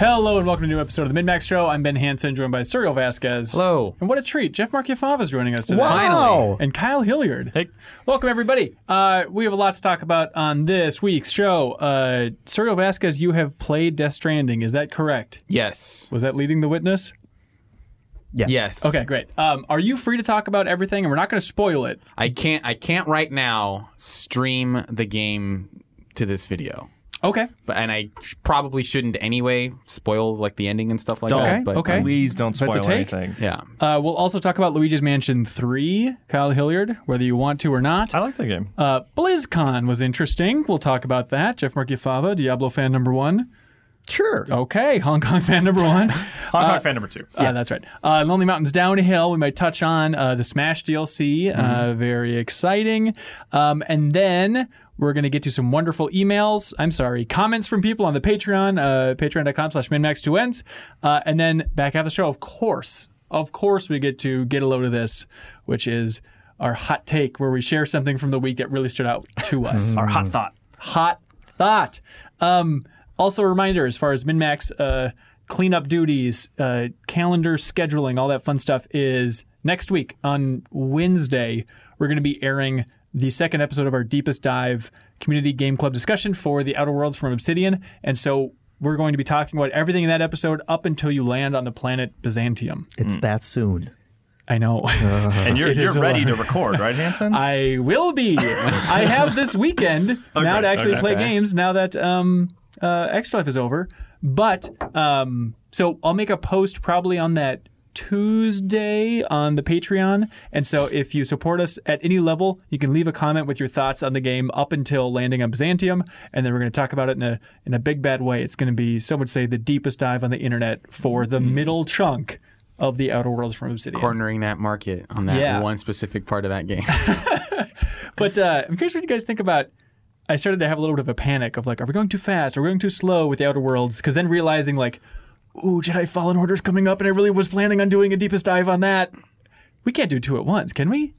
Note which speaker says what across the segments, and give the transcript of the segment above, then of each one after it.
Speaker 1: Hello and welcome to a new episode of the Midmax Show. I'm Ben Hansen, joined by Serial Vasquez.
Speaker 2: Hello.
Speaker 1: And what a treat. Jeff Markiafava is joining us today.
Speaker 2: Wow.
Speaker 1: And Kyle Hilliard. Hey. Welcome, everybody. Uh, we have a lot to talk about on this week's show. Uh, Sergio Vasquez, you have played Death Stranding. Is that correct?
Speaker 2: Yes.
Speaker 1: Was that leading the witness?
Speaker 3: Yeah.
Speaker 2: Yes.
Speaker 1: Okay, great. Um, are you free to talk about everything? And we're not going to spoil it.
Speaker 2: I can't. I can't right now stream the game to this video,
Speaker 1: Okay.
Speaker 2: but and I sh- probably shouldn't anyway. Spoil like the ending and stuff like
Speaker 3: Don't.
Speaker 2: that. But,
Speaker 1: Okay.
Speaker 3: Please don't
Speaker 1: That's a
Speaker 3: spoil
Speaker 1: take?
Speaker 3: anything.
Speaker 2: Yeah.
Speaker 1: Uh, we'll also talk about Luigi's Mansion 3, Kyle Hilliard, whether you want to or not.
Speaker 3: I like that game.
Speaker 1: Uh, BlizzCon was interesting. We'll talk about that. Jeff Markiafava, Diablo fan number one.
Speaker 3: Sure.
Speaker 1: Okay, Hong Kong fan number one.
Speaker 3: Hong Kong fan number two.
Speaker 1: Uh, that's right. Uh, Lonely Mountains Downhill. We might touch on uh, the Smash DLC. Uh,
Speaker 3: Mm-hmm.
Speaker 1: very exciting. Um, and then we're going to get to some wonderful emails. I'm sorry, comments from people on the Patreon, uh, patreon.com slash minmax2ends. Uh, and then back at the show, of course, of course, we get to get a load of this, which is our hot take where we share something from the week that really stood out to us
Speaker 3: Our hot thought.
Speaker 1: hot thought. Um, also, a reminder as far as MinMax uh, cleanup duties, uh, calendar scheduling, all that fun stuff is next week on Wednesday. We're going to be airing the second episode of our deepest dive community game club discussion for the Outer Worlds from Obsidian, and so. We're going to be talking about everything in that episode up until you land on the planet Byzantium.
Speaker 4: It's that soon.
Speaker 1: I know.
Speaker 3: And you're,
Speaker 1: It
Speaker 3: you're
Speaker 1: is a
Speaker 3: ready
Speaker 1: lot.
Speaker 3: to record, right, Hanson?
Speaker 1: I will be. I have this weekend now to actually
Speaker 3: Um, okay,
Speaker 1: play
Speaker 2: okay.
Speaker 1: games now that um, uh, Extra Life is over. But um, so I'll make a post probably on that Tuesday on the Patreon. And so if you support us at any level, you can leave a comment with your thoughts on the game up until landing on Byzantium. And then we're going to talk about it in a, in a big bad way. It's going to be, some would say, the deepest dive on the internet for the
Speaker 3: Mm.
Speaker 1: middle chunk of the Outer Worlds from Obsidian.
Speaker 2: Cornering that market on that
Speaker 1: Yeah.
Speaker 2: one specific part of that game.
Speaker 1: But uh, I'm curious what you guys think about. I started to have a little bit of a panic of like, are we going too fast? Are we going too slow with the Outer Worlds? Because then realizing like, ooh, Jedi Fallen Order's coming up, and I really was planning on doing a deepest dive on that. We can't do two at once, can we?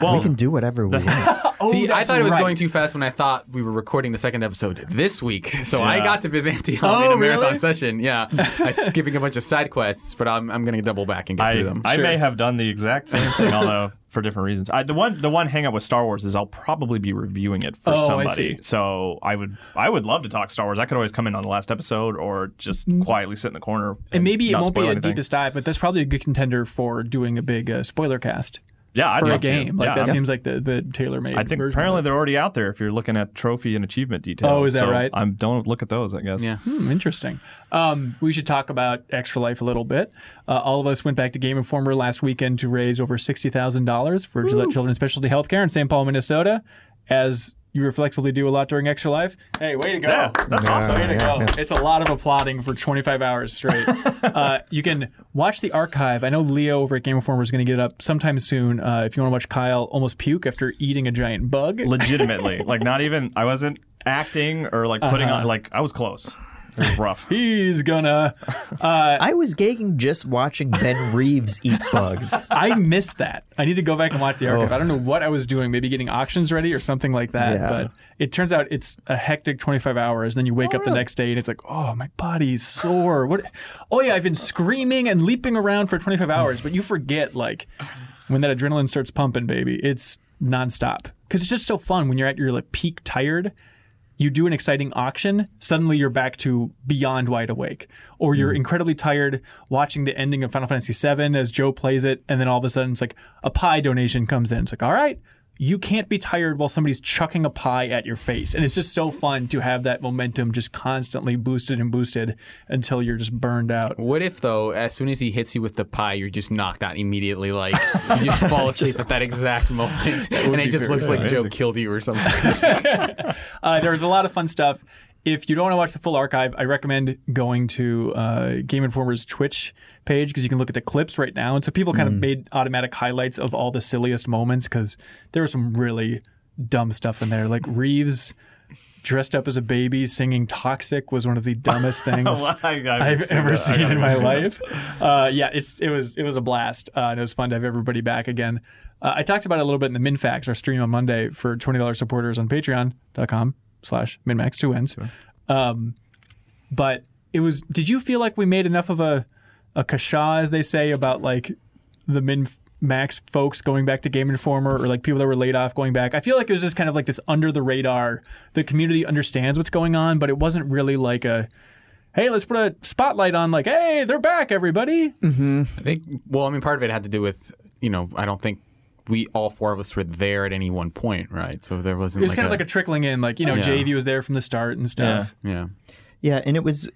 Speaker 3: well,
Speaker 4: We can do whatever we want.
Speaker 1: Oh,
Speaker 2: See, I
Speaker 1: that's
Speaker 2: thought it was
Speaker 1: right.
Speaker 2: going too fast when I thought we were recording the second episode this week. So I
Speaker 3: Yeah.
Speaker 2: got to Byzantium in
Speaker 1: Oh,
Speaker 2: a marathon
Speaker 1: really?
Speaker 2: session. Yeah. I'm skipping a bunch of side quests, but I'm, I'm going to double back and get
Speaker 3: I,
Speaker 2: through them.
Speaker 3: I
Speaker 1: Sure.
Speaker 3: may have done the exact same thing, although for different reasons. I, the one the one hang up with Star Wars is I'll probably be reviewing it for
Speaker 1: Oh, I
Speaker 3: somebody.
Speaker 1: see.
Speaker 3: So I would I would love to talk Star Wars. I could always come in on the last episode or just quietly sit in the corner. And,
Speaker 1: Mm. And maybe it
Speaker 3: not
Speaker 1: won't be
Speaker 3: spoil
Speaker 1: a
Speaker 3: anything.
Speaker 1: deepest dive, but that's probably a good contender for doing a big uh, spoiler cast
Speaker 3: yeah, I'd
Speaker 1: for a
Speaker 3: love to.
Speaker 1: game. Like
Speaker 3: yeah,
Speaker 1: that
Speaker 3: I'm-
Speaker 1: seems like the the tailor made.
Speaker 3: I think
Speaker 1: version
Speaker 3: apparently
Speaker 1: Of
Speaker 3: they're already out there if you're looking at trophy and achievement details.
Speaker 1: Oh, is that
Speaker 3: So
Speaker 1: right?
Speaker 3: I'm don't look at those, I guess.
Speaker 2: Yeah.
Speaker 1: it. Hmm, interesting. Um, we should talk about Extra Life a little bit. Uh, all of us went back to Game Informer last weekend to raise over sixty thousand dollars for Gillette Children's Specialty Healthcare in St. Paul, Minnesota. As you reflexively do a lot during Extra Life. Hey, way to go!
Speaker 3: Yeah, that's
Speaker 1: Yeah,
Speaker 3: awesome.
Speaker 1: Way to
Speaker 4: yeah,
Speaker 1: go!
Speaker 4: yeah.
Speaker 1: It's a lot of applauding for 25 hours straight. uh, you can watch the archive. I know Leo over at Game Informer is going to get it up sometime soon. Uh, if you want to watch Kyle almost puke after eating a giant bug,
Speaker 3: legitimately like not even i wasn't acting or like putting on
Speaker 1: Uh-huh.
Speaker 3: like i was close it was rough
Speaker 1: he's gonna.
Speaker 4: I was gagging just watching Ben Reeves eat bugs.
Speaker 1: I missed that. I need to go back and watch the archive. I don't know what I was doing, maybe getting auctions ready or something like that.
Speaker 4: Yeah.
Speaker 1: But it turns out it's a hectic 25 hours. Then you wake up the next day and it's like, oh, my body's sore. What? Oh, yeah, I've been screaming and leaping around for 25 hours. But you forget, like, when that adrenaline starts pumping, baby, it's nonstop. Because it's just so fun when you're at your like peak tired. You do an exciting auction, suddenly you're back to beyond wide awake. Or you're incredibly tired watching the ending of Final Fantasy VII as Joe plays it, and then all of a sudden it's like a pie donation comes in. It's like, all right, you can't be tired while somebody's chucking a pie at your face. And it's just so fun to have that momentum just constantly boosted and boosted until you're just burned out.
Speaker 2: What if though, as soon as he hits you with the pie, you're just knocked out immediately? Like you just fall asleep at that exact moment, and
Speaker 1: be
Speaker 2: it just
Speaker 1: very
Speaker 2: looks like Joe
Speaker 3: amazing.
Speaker 2: killed you or something.
Speaker 1: Uh, there was a lot of fun stuff. If you don't want to watch the full archive, I recommend going to uh, Game Informer's Twitch page because you can look at the clips right now. And so people kind of made automatic highlights of all the silliest moments because there was some really dumb stuff in there. Like Reeves dressed up as a baby singing Toxic was one of the dumbest things. I've ever seen in my life. Uh, yeah, it's it was it was a blast, uh, and it was fun to have everybody back again. Uh, I talked about it a little bit in the MinFax, our stream on Monday for twenty dollars supporters on Patreon.com/slash MinMax two ends. Um, but it was. Did you feel like we made enough of a a kasha, as they say, about like the min max folks going back to Game Informer or like people that were laid off going back? I feel like it was just kind of like this under the radar. The community understands what's going on, but it wasn't really like a. Hey, let's put a spotlight on like, hey, they're back, everybody.
Speaker 2: I think. Well, I mean, part of it had to do with you know I don't think we all four of us were there at any one point, right? So there wasn't.
Speaker 1: It was kind of like a trickling in, like you know,
Speaker 2: Yeah.
Speaker 1: JV was there from the start and stuff.
Speaker 2: yeah.
Speaker 4: Yeah, and it was.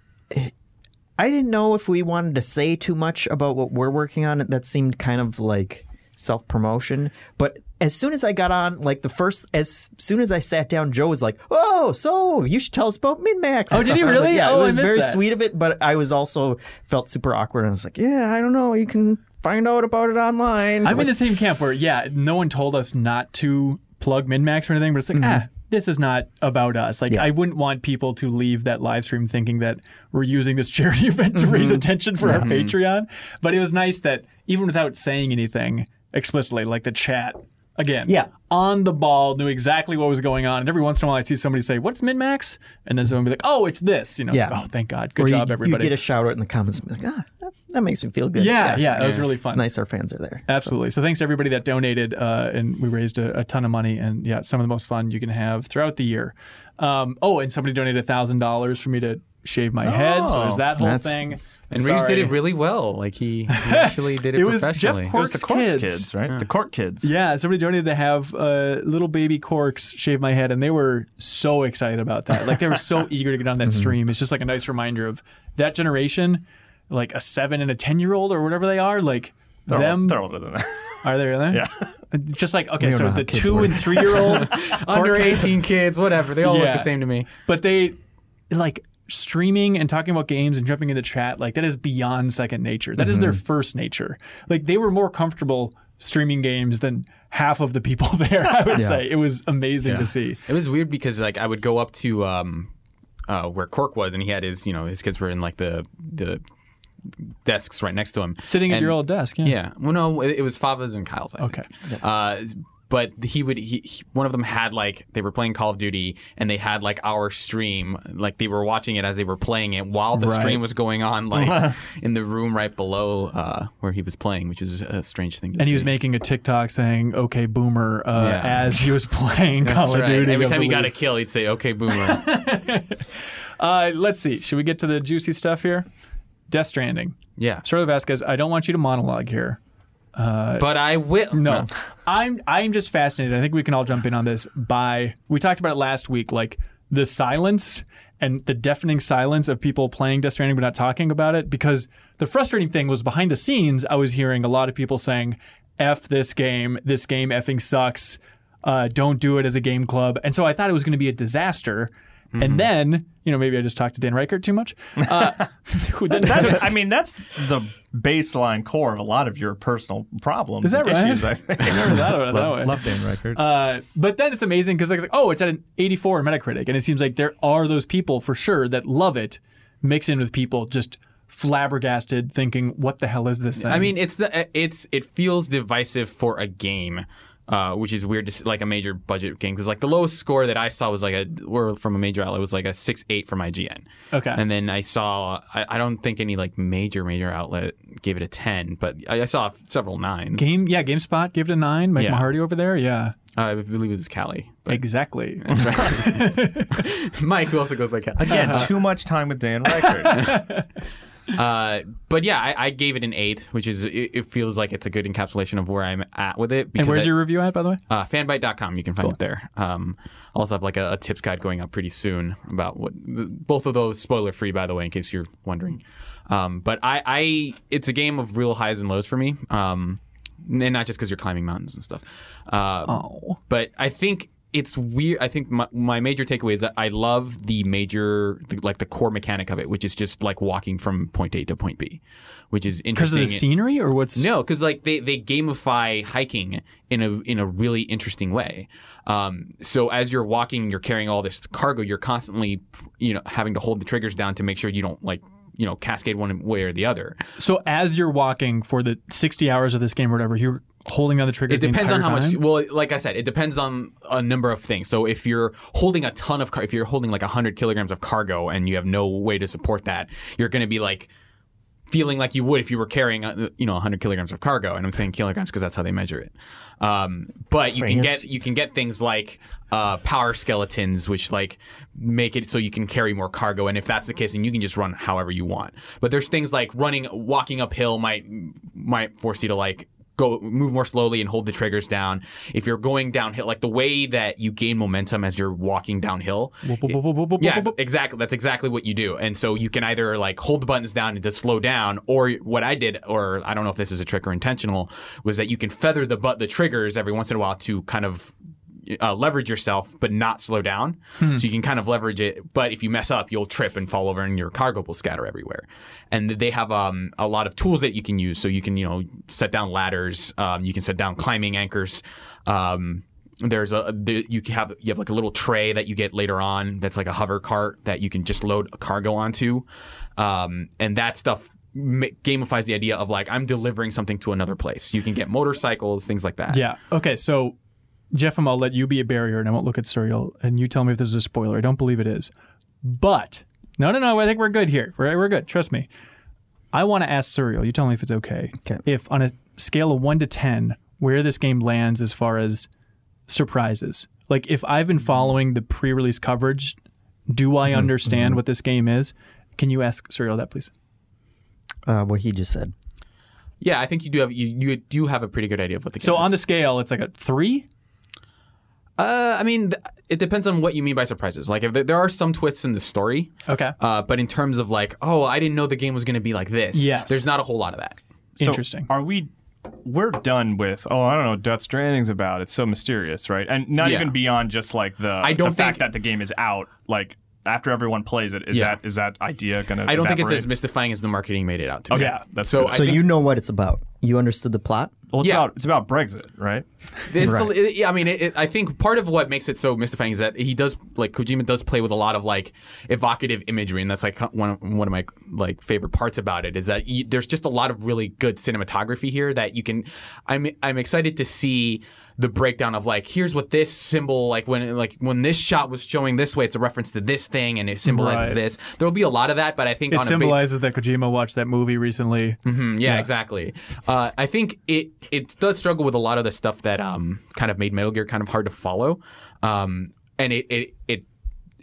Speaker 4: I didn't know if we wanted to say too much about what we're working on. That seemed kind of like self promotion. But as soon as I got on, like the first, as soon as I sat down, Joe was like, "Oh, so you should tell us about Minmax."
Speaker 1: Oh, did he
Speaker 4: I was like,
Speaker 1: really?
Speaker 4: yeah,
Speaker 1: Oh,
Speaker 4: it
Speaker 1: I
Speaker 4: was
Speaker 1: missed
Speaker 4: very
Speaker 1: that.
Speaker 4: sweet of it, but I was also felt super awkward. I was like, "Yeah, I don't know. You can find out about it online."
Speaker 1: I'm in the same camp where, yeah, no one told us not to plug Minmax or anything, but it's like,
Speaker 4: Mm-hmm.
Speaker 1: ah, this is not about us. Like, I wouldn't want people to leave that live stream thinking that we're using this charity event to
Speaker 4: Mm-hmm.
Speaker 1: raise attention for our Patreon. But it was nice that even without saying anything explicitly, like the chat. Again,
Speaker 4: Yeah.
Speaker 1: on the ball, knew exactly what was going on. And every once in a while, I see somebody say, "What's Minmax?" And then someone be like, "Oh, it's this." You know, it's
Speaker 4: Yeah.
Speaker 1: like, oh, thank God, good
Speaker 4: Or you-
Speaker 1: job, everybody.
Speaker 4: You get a shout out in the comments, and be like, "Ah, that- that makes me feel good."
Speaker 1: yeah, yeah, it was
Speaker 2: Yeah.
Speaker 1: really fun.
Speaker 4: It's nice our fans are there.
Speaker 1: Absolutely. So thanks to everybody that donated, uh, and we raised a, a ton of money. And yeah, some of the most fun you can have throughout the year. Um, oh, and somebody donated thousand dollars for me to shave my head. So there's that whole
Speaker 4: That's-
Speaker 1: thing.
Speaker 2: And Reeves did
Speaker 1: Sorry.
Speaker 2: it really well. Like he, he actually did it,
Speaker 1: It was Jeff
Speaker 2: professionally.
Speaker 1: Cor-
Speaker 3: It was the
Speaker 1: Corks
Speaker 3: Corks kids,
Speaker 1: kids.
Speaker 3: right? The Cork kids.
Speaker 1: Yeah, somebody donated to have uh, little baby corks shave my head, and they were so excited about that. Like they were so eager to get on
Speaker 4: Mm-hmm.
Speaker 1: that stream. It's just like a nice reminder of that generation, like a seven and a ten year old or whatever they are. Like
Speaker 3: They're, ol-
Speaker 1: them
Speaker 3: they're older than that.
Speaker 1: are they? Are they?
Speaker 3: Yeah.
Speaker 1: Just like okay,
Speaker 4: We don't
Speaker 1: so
Speaker 4: know how
Speaker 1: the
Speaker 4: kids
Speaker 1: two
Speaker 4: work.
Speaker 1: and three year old
Speaker 2: Under 18 kids, whatever. They all look
Speaker 1: Yeah.
Speaker 2: the same to me.
Speaker 1: but they like streaming and talking about games and jumping in the chat like that is beyond second nature That is their
Speaker 2: Mm-hmm.
Speaker 1: first nature like they were more comfortable streaming games than half of the people there i would say it was amazing to see
Speaker 2: It was weird because like I would go up to um, uh, where Cork was, and he had his you know his kids were in like the the desks right next to him,
Speaker 1: sitting at
Speaker 2: And-
Speaker 1: your old desk yeah,
Speaker 2: Yeah. Well, no, it, it was Fava's and Kyle's. I
Speaker 1: Okay.
Speaker 2: Think. Uh, but he would. He, he- one of them had like they were playing Call of Duty, and they had like our stream. Like they were watching it as they were playing it while the
Speaker 1: Right.
Speaker 2: stream was going on, like in the room right below uh, where he was playing, which is a strange thing to
Speaker 1: and
Speaker 2: see.
Speaker 1: he was making a tiktok saying okay boomer uh,
Speaker 2: Yeah.
Speaker 1: as he was playing call
Speaker 2: That's
Speaker 1: of
Speaker 2: right.
Speaker 1: duty
Speaker 2: Every
Speaker 1: I
Speaker 2: time he got a
Speaker 1: believe.
Speaker 2: kill, he'd say, "Okay, boomer."
Speaker 1: uh, let's see should we get to the juicy stuff here death stranding
Speaker 2: yeah.
Speaker 1: charlotte vasquez i don't want you to monologue here
Speaker 2: But I will.
Speaker 1: No, I'm I'm just fascinated. I think we can all jump in on this. By we talked about it last week, like the silence and the deafening silence of people playing Death Stranding but not talking about it. Because the frustrating thing was behind the scenes, I was hearing a lot of people saying, "F this game. This game effing sucks. Uh, don't do it as a game club." And so I thought it was going to be a disaster. And then, you know, maybe I just talked to Dan Reichert too much. Uh, who then
Speaker 3: That's, I mean, that's the baseline core of a lot of your personal problems.
Speaker 1: Is that
Speaker 3: and
Speaker 1: right?
Speaker 3: Issues, I think.
Speaker 1: I never thought about it that way.
Speaker 5: Love Dan record.
Speaker 1: Uh, but then it's amazing because like, it's like, oh, it's at an 84 on Metacritic, and it seems like there are those people for sure that love it, mixed in with people just flabbergasted, thinking, "What the hell is this thing?"
Speaker 2: I mean, it's the it's it feels divisive for a game, uh, which is weird to s- like a major budget game because like the lowest score that I saw was like a were from a major outlet was like a six eight from IGN.
Speaker 1: Okay.
Speaker 2: and then I saw I, I don't think any like major major outlet gave it a ten, but I, I saw f- several nines.
Speaker 1: Game, yeah, GameSpot gave it a nine. Mike
Speaker 2: Yeah.
Speaker 1: Mahardy over there, yeah,
Speaker 2: Uh, I believe it was Cali. But
Speaker 1: exactly.
Speaker 2: Mike, who also goes by Cali.
Speaker 3: Again,
Speaker 1: uh-huh.
Speaker 3: too much time with Dan Reichert.
Speaker 2: Uh, but yeah, I, I gave it an eight, which is it, it feels like it's a good encapsulation of where I'm at with it.
Speaker 1: and
Speaker 2: because
Speaker 1: where's
Speaker 2: I-
Speaker 1: your review at, by the way?
Speaker 2: uh, fanbite.com you can find it there um, i also have like a, a tips guide going up pretty soon about what th- both of those spoiler free by the way in case you're wondering um, but I, I it's a game of real highs and lows for me um, and not just because you're climbing mountains and stuff uh,
Speaker 1: Oh,
Speaker 2: but I think it's weird. I think my, my major takeaway is that I love the major, the, like the core mechanic of it, which is just like walking from point A to point B, which is
Speaker 1: because of
Speaker 2: interesting.
Speaker 1: the scenery or what's?
Speaker 2: No, because like they, they gamify hiking in a in a really interesting way. Um, so as you're walking, you're carrying all this cargo. You're constantly, you know, having to hold the triggers down to make sure you don't like you know cascade one way or the other.
Speaker 1: So as you're walking for the 60 hours of this game or whatever, you're holding on the trigger.
Speaker 2: It depends
Speaker 1: the
Speaker 2: on
Speaker 1: entire
Speaker 2: how much.
Speaker 1: time?
Speaker 2: Well, like I said, it depends on a number of things. So if you're holding a ton of, car- if you're holding like hundred kilograms of cargo and you have no way to support that, you're going to be like feeling like you would if you were carrying, uh, you know, hundred kilograms of cargo. And I'm saying kilograms because that's how they measure it. Um, but you can
Speaker 4: France.
Speaker 2: get you can get things like uh, power skeletons, which like make it so you can carry more cargo. And if that's the case, then you can just run however you want. But there's things like running, walking uphill might might force you to like go move more slowly and hold the triggers down. If you're going downhill, like the way that you gain momentum as you're walking downhill.
Speaker 1: whoop, whoop, whoop, whoop, whoop,
Speaker 2: Yeah,
Speaker 1: whoop, whoop.
Speaker 2: exactly. That's exactly what you do. And so you can either like hold the buttons down and just slow down, or what I did, or I don't know if this is a trick or intentional, was that you can feather the but the triggers every once in a while to kind of. Uh, leverage yourself, but not slow down. So you can kind of leverage it. But if you mess up, you'll trip and fall over, and your cargo will scatter everywhere. And they have um, a lot of tools that you can use. So you can, you know, set down ladders. Um, you can set down climbing anchors. Um, there's a the, you can have you have like a little tray that you get later on that's like a hover cart that you can just load cargo onto, um, and that stuff ma- gamifies the idea of like I'm delivering something to another place. You can get motorcycles, things like that.
Speaker 1: Yeah. Okay. So, Jeff, I'll let you be a barrier, and I won't look at Serial, and you tell me if this is a spoiler. I don't believe it is, but no, no, no. I think we're good here. We're we're good. Trust me. I want to ask Serial. You tell me if it's okay.
Speaker 4: Okay.
Speaker 1: If on a scale of one to ten, where this game lands as far as surprises. Like if I've been following the pre-release coverage, do
Speaker 2: Mm-hmm,
Speaker 1: I understand what this game is? Can you ask Serial that, please?
Speaker 4: Uh, what he just said.
Speaker 2: yeah. I think you do have you, you do have a pretty good idea of what the game
Speaker 1: So
Speaker 2: is.
Speaker 1: on the scale, it's like a three.
Speaker 2: Uh, I mean, th- it depends on what you mean by surprises. Like, if there, there are some twists in the story,
Speaker 1: Okay.
Speaker 2: uh, but in terms of like, oh, I didn't know the game was going to be like this.
Speaker 1: Yes.
Speaker 2: there's not a whole lot of that.
Speaker 3: So
Speaker 1: Interesting.
Speaker 3: are we? We're done with. Oh, I don't know. what Death Stranding's about. It's so mysterious, right? And not
Speaker 2: Yeah.
Speaker 3: even beyond just like the.
Speaker 2: I don't
Speaker 3: the
Speaker 2: think-
Speaker 3: fact that the game is out. Like after everyone plays it, is
Speaker 2: Yeah.
Speaker 3: that is that idea gonna?
Speaker 2: I don't think it's
Speaker 3: evaporate?
Speaker 2: as mystifying as the marketing made it out to
Speaker 3: Okay,
Speaker 2: be.
Speaker 3: yeah, that's
Speaker 2: so.
Speaker 3: good.
Speaker 2: I
Speaker 4: So
Speaker 2: think
Speaker 4: you know what it's about. You understood the plot.
Speaker 3: Well, it's
Speaker 2: Yeah.
Speaker 3: about it's about Brexit, right?
Speaker 2: It's a- it- yeah, I mean, it, it, I think part of what makes it so mystifying is that he does like Kojima does play with a lot of like evocative imagery, and that's like one of, one of my like favorite parts about it is that you, there's just a lot of really good cinematography here that you can. I'm I'm excited to see the breakdown of like here's what this symbol like when like when this shot was showing this way, it's a reference to this thing, and it symbolizes
Speaker 1: Right.
Speaker 2: this. There will be a lot of that, but I think
Speaker 1: It
Speaker 2: on a base,
Speaker 1: symbolizes that Kojima watched that movie recently.
Speaker 2: Mhm, yeah, exactly. Uh, I think it it does struggle with a lot of the stuff that um, kind of made Metal Gear kind of hard to follow, um, and it it. it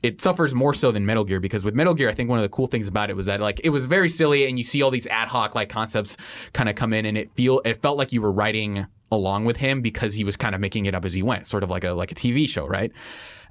Speaker 2: it suffers more so than Metal Gear because with Metal Gear, I think one of the cool things about it was that like it was very silly, and you see all these ad hoc like concepts kind of come in, and it feel it felt like you were writing along with him because he was kind of making it up as he went, sort of like a like a TV show, right?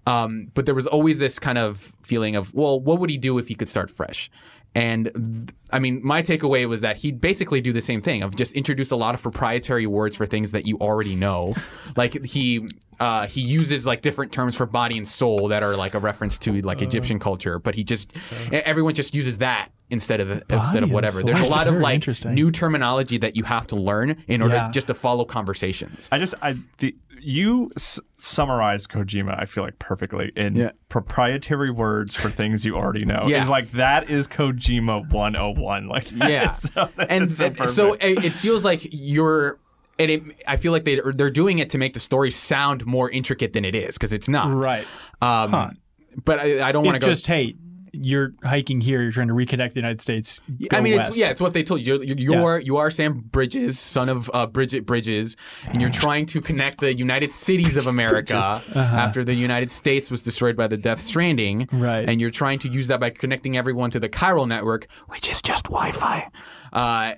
Speaker 2: Um, but there was always this kind of feeling of, well, what would he do if he could start fresh? And th- I mean, my takeaway was that he'd basically do the same thing of just introduce a lot of proprietary words for things that you already know. like he uh, he uses like different terms for body and soul that are like a reference to
Speaker 1: Uh.
Speaker 2: like Egyptian culture, but he just e- everyone just uses that instead of instead of
Speaker 1: and
Speaker 2: whatever.
Speaker 1: soul.
Speaker 2: There's a
Speaker 1: That's
Speaker 2: lot of
Speaker 1: very
Speaker 2: like
Speaker 1: interesting.
Speaker 2: new terminology that you have to learn in order
Speaker 1: Yeah.
Speaker 2: just to follow conversations.
Speaker 3: I just I the you s- summarize Kojima I feel like perfectly in
Speaker 2: Yeah.
Speaker 3: proprietary words for things you already know.
Speaker 2: Yeah.
Speaker 3: It's like that is Kojima 101 like that
Speaker 2: yeah
Speaker 3: is so, that
Speaker 2: and
Speaker 3: is so,
Speaker 2: and so
Speaker 3: perfect.
Speaker 2: it, it feels like you're and it, I feel like they they're doing it to make the story sound more intricate than it is because it's not
Speaker 1: Right.
Speaker 2: Um, But I, I don't want to
Speaker 1: it's
Speaker 2: go.
Speaker 1: just hey, you're hiking here. You're trying to reconnect the United States.
Speaker 2: I
Speaker 1: Go
Speaker 2: mean,
Speaker 1: west.
Speaker 2: it's yeah, it's what they told you. You're, you're you're- you are Sam Bridges, son of uh, Bridget Bridges, and you're trying to connect the United Cities of America
Speaker 1: Uh-huh.
Speaker 2: after the United States was destroyed by the Death Stranding,
Speaker 1: Right.
Speaker 2: And you're trying to use that by connecting everyone to the chiral network, which is just Wi-Fi, uh,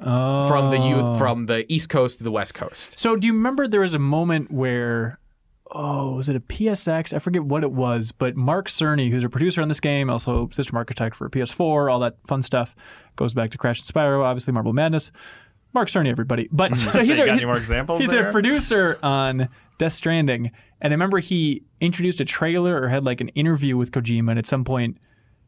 Speaker 2: from the
Speaker 1: Oh.
Speaker 2: U- from the East Coast to the West Coast.
Speaker 1: So do you remember there was a moment where oh, was it a PSX? I forget what it was, but Mark Cerny, who's a producer on this game, also system architect for PS4, all that fun stuff, goes back to Crash and Spyro, obviously Marble Madness. Mark Cerny, everybody. But so he's
Speaker 3: you
Speaker 1: our-
Speaker 3: got
Speaker 1: he's-
Speaker 3: any more examples
Speaker 1: He's
Speaker 3: there?
Speaker 1: a producer on Death Stranding, and I remember he introduced a trailer or had like an interview with Kojima, and at some point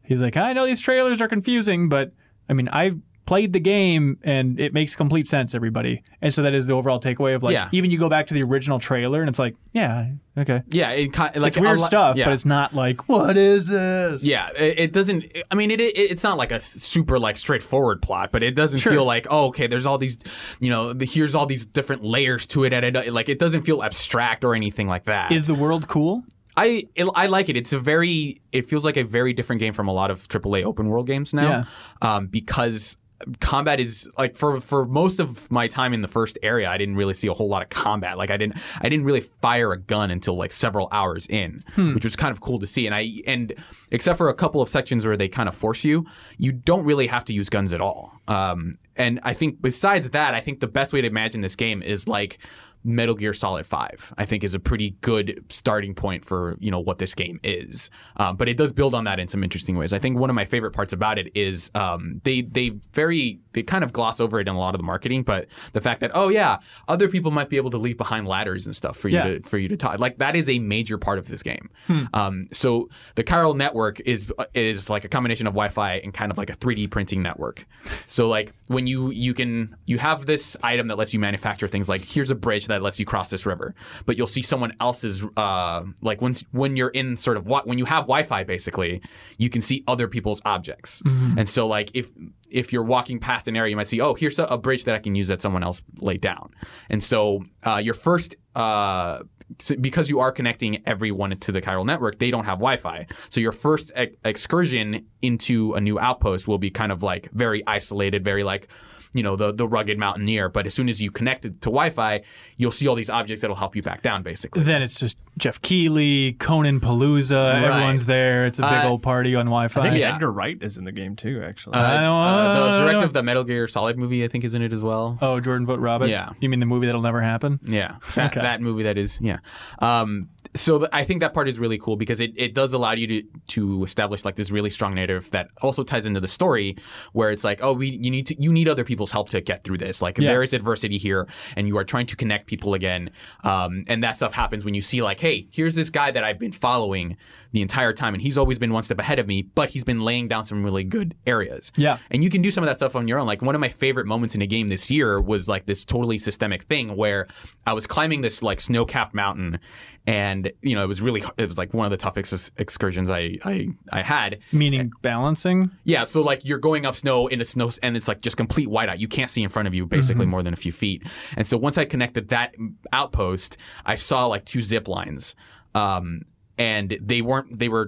Speaker 1: he's like, "I know these trailers are confusing, but I mean, I've played the game and it makes complete sense, everybody. And so that is the overall takeaway of like,
Speaker 2: Yeah.
Speaker 1: even you go back to the original trailer and it's like, yeah, okay.
Speaker 2: Yeah, it, ki- like
Speaker 1: It's weird
Speaker 2: unlo-
Speaker 1: stuff,
Speaker 2: yeah.
Speaker 1: but it's not like, what is this?
Speaker 2: Yeah, it, it doesn't. I mean, it, it it's not like a super like straightforward plot, but it doesn't feel like oh, okay. There's all these, you know, the, here's all these different layers to it, and it, like it doesn't feel abstract or anything like that.
Speaker 1: Is the world cool?
Speaker 2: I it, I like it. It's a very. It feels like a very different game from a lot of AAA open world games now, um, because combat is like for for most of my time in the first area, I didn't really see a whole lot of combat. Like I didn't I didn't really fire a gun until like several hours in, which was kind of cool to see. And I and except for a couple of sections where they kind of force you, you don't really have to use guns at all. Um, and I think besides that, I think the best way to imagine this game is like. Metal Gear Solid Five, I think, is a pretty good starting point for you know what this game is. Um, but it does build on that in some interesting ways. I think one of my favorite parts about it is um, they they very they kind of gloss over it in a lot of the marketing, but the fact that oh yeah, other people might be able to leave behind ladders and stuff for you
Speaker 1: Yeah.
Speaker 2: to for you to talk like that is a major part of this game. Um, so the chiral network is uh, is like a combination of Wi-Fi and kind of like a 3D printing network. So like when you you can you have this item that lets you manufacture things like here's a bridge that lets you cross this river, but you'll see someone else's uh, like when when you're in sort of what when you have Wi-Fi basically, you can see other people's objects. And so like if if you're walking past an area, you might see oh here's a, a bridge that I can use that someone else laid down. And so uh, your first uh, so because you are connecting everyone to the chiral network, they don't have Wi-Fi. So your first ex- excursion into a new outpost will be kind of like very isolated, very like you know the the rugged mountaineer. But as soon as you connect it to Wi-Fi, you'll see all these objects that'll help you back down, basically.
Speaker 1: Then it's just Jeff Keighley, Conan Palooza,
Speaker 2: Right.
Speaker 1: everyone's there. It's a big
Speaker 2: Uh,
Speaker 1: old party on Wi Fi.
Speaker 3: I think
Speaker 2: yeah.
Speaker 3: Edgar Wright is in the game too, actually.
Speaker 2: Uh,
Speaker 1: don't-
Speaker 2: uh,
Speaker 1: I
Speaker 2: the
Speaker 1: don't
Speaker 2: director
Speaker 1: know.
Speaker 2: of the Metal Gear Solid movie, I think, is in it as well.
Speaker 1: Oh, Jordan Vote Robin?
Speaker 2: Yeah.
Speaker 1: You mean the movie that'll never happen?
Speaker 2: Yeah, that,
Speaker 1: Okay.
Speaker 2: that movie that is. Yeah. Um, so th- I think that part is really cool because it, it does allow you to to establish like this really strong narrative that also ties into the story where it's like oh we you need to, you need other people's help to get through this like
Speaker 1: Yeah.
Speaker 2: there is adversity here and you are trying to connect people again um, and that stuff happens when you see like hey here's this guy that I've been following the entire time and he's always been one step ahead of me but he's been laying down some really good areas
Speaker 1: Yeah.
Speaker 2: and you can do some of that stuff on your own. Like one of my favorite moments in a game this year was like this totally systemic thing where I was climbing this like snow-capped mountain, and you know it was really it was like one of the toughest ex- excursions I I, I had.
Speaker 1: Meaning balancing?
Speaker 2: Yeah, so like you're going up snow in a snow, and it's like just complete whiteout. You can't see in front of you basically more than a few feet. And so once I connected that outpost, I saw like two zip lines, um, and they weren't they were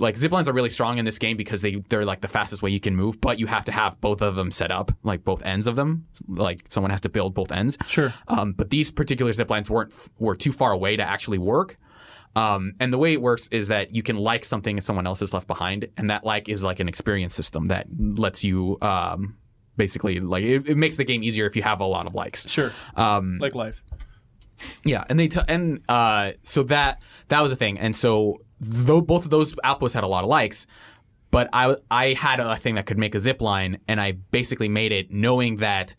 Speaker 2: like zip lines are really strong in this game because they they're like the fastest way you can move, but you have to have both of them set up, like both ends of them. Like someone has to build both ends.
Speaker 1: Sure.
Speaker 2: Um, but these particular zip lines weren't were too far away to actually work. Um, and the way it works is that you can like something and someone else has left behind, and that like is like an experience system that lets you um, basically like it, it makes the game easier if you have a lot of likes.
Speaker 1: Sure. Um, like life.
Speaker 2: Yeah, and they t- and uh, so that that was a thing, and so though both of those outposts had a lot of likes, but I I had a thing that could make a zip line, and I basically made it knowing that.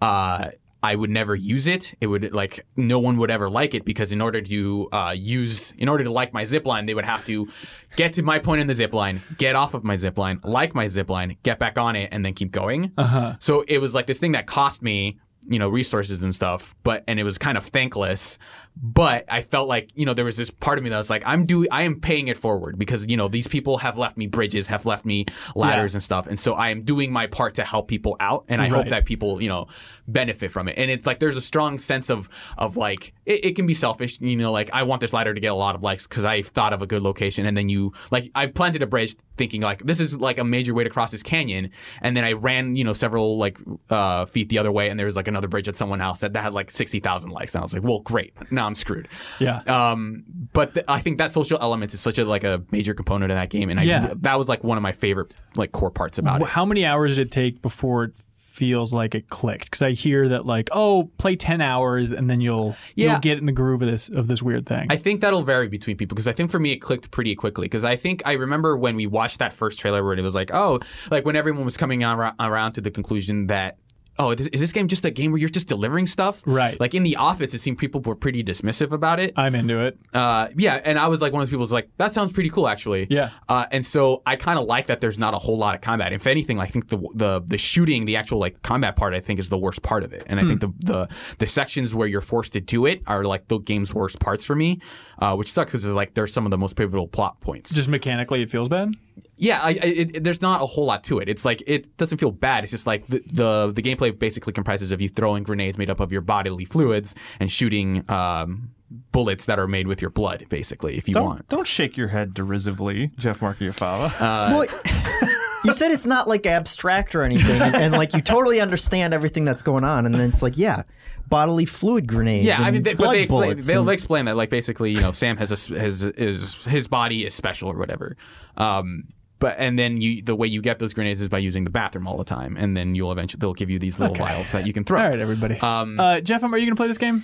Speaker 2: Uh, I would never use it. It would like no one would ever like it because in order to uh, use, in order to like my zip line, they would have to get to my point in the zip line, get off of my zip line, like my zip line, get back on it, and then keep going. Uh-huh. So it was like this thing that cost me you know resources and stuff but and it was kind of thankless but i felt like you know there was this part of me that was like i'm do i am paying it forward because you know these people have left me bridges have left me ladders and stuff and so i am doing my part to help people out and i hope
Speaker 1: Right.
Speaker 2: that people you know benefit from it and it's like there's a strong sense of of like it, it can be selfish you know like i want this ladder to get a lot of likes because i thought of a good location and then you like i planted a bridge thinking like this is like a major way to cross this canyon and then i ran you know several like uh, feet the other way and there was like another bridge at someone else that, that had like 60000 likes and i was like well great now i'm screwed
Speaker 1: Yeah.
Speaker 2: um, but th- I think that social element is such a like a major component of that game, and I,
Speaker 1: Yeah.
Speaker 2: that was like one of my favorite like core parts about it.
Speaker 1: How many hours did it take before it feels like it clicked? Because I hear that like, oh, play ten hours and then you'll
Speaker 2: Yeah.
Speaker 1: you'll get in the groove of this of this weird thing.
Speaker 2: I think that'll vary between people because I think for me it clicked pretty quickly because I think I remember when we watched that first trailer where it was like, oh, like when everyone was coming ar- around to the conclusion that oh, this, is this game just a game where you're just delivering stuff?
Speaker 1: Right.
Speaker 2: Like in the office, it seemed people were pretty dismissive about it.
Speaker 1: I'm into it.
Speaker 2: Uh, yeah, and I was like one of those people who's like, that sounds pretty cool, actually.
Speaker 1: Yeah.
Speaker 2: Uh, and so I kind of like that. There's not a whole lot of combat. If anything, I think the the the shooting, the actual like combat part, I think is the worst part of it. And I
Speaker 1: Hmm.
Speaker 2: think the, the the sections where you're forced to do it are like the game's worst parts for me, uh, which sucks because like they're some of the most pivotal plot points.
Speaker 1: Just mechanically, it feels bad.
Speaker 2: Yeah, I, I, it, it- there's not a whole lot to it. It's like it doesn't feel bad. It's just like the, the the gameplay basically comprises of you throwing grenades made up of your bodily fluids and shooting um, bullets that are made with your blood, basically, if you want. Um,
Speaker 3: Don't, don't shake your head derisively, Jeff Markiafawa.
Speaker 2: Uh,
Speaker 4: Well, you said it's not like abstract or anything, and, and, like you totally understand everything that's going on, and then it's like, yeah, bodily fluid grenades.
Speaker 2: Yeah, I
Speaker 4: and
Speaker 2: mean, they, but
Speaker 4: blood
Speaker 2: they explain,
Speaker 4: bullets
Speaker 2: they'll
Speaker 4: and-
Speaker 2: explain that like basically, you know, Sam has a s- has is his body is special or whatever. Um, but and then you the way you get those grenades is by using the bathroom all the time, and then you'll eventually they'll give you these little vials that you can throw.
Speaker 1: All right, everybody. Um, uh, Jeff, are you going to play this game?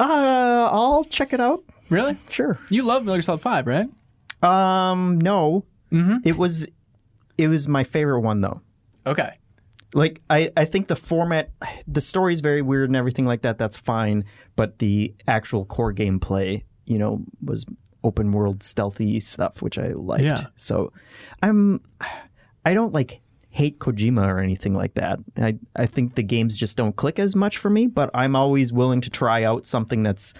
Speaker 4: uh, I'll check it out.
Speaker 1: Really?
Speaker 4: Sure.
Speaker 1: You love Metal Gear Solid Five, right?
Speaker 4: Um, no,
Speaker 2: Mm-hmm.
Speaker 4: it was, it was my favorite one though.
Speaker 1: Okay.
Speaker 4: Like I, I think the format, the story's very weird and everything like that. That's fine, but the actual core gameplay, you know, was open world stealthy stuff, which I liked.
Speaker 1: Yeah.
Speaker 4: So, I'm, I don't like hate Kojima or anything like that. I, I think the games just don't click as much for me, but I'm always willing to try out something that's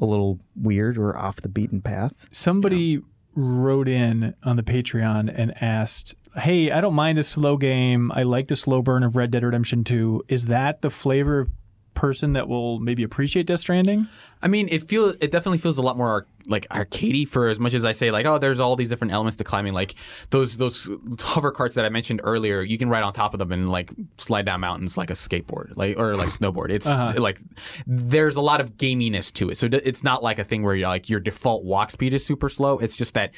Speaker 4: a little weird or off the beaten path.
Speaker 1: Somebody wrote in on the Patreon and asked, "Hey, I don't mind a slow game. I like the slow burn of Red Dead Redemption 2. Is that the flavor of person that will maybe appreciate Death Stranding?"
Speaker 2: I mean, it feel it definitely feels a lot more arc- like arcadey for as much as I say like oh there's all these different elements to climbing like those those hover carts that I mentioned earlier you can ride on top of them and like slide down mountains like a skateboard like or like snowboard it's like there's a lot of gaminess to it so d- it's not like a thing where you're, like your default walk speed is super slow it's just that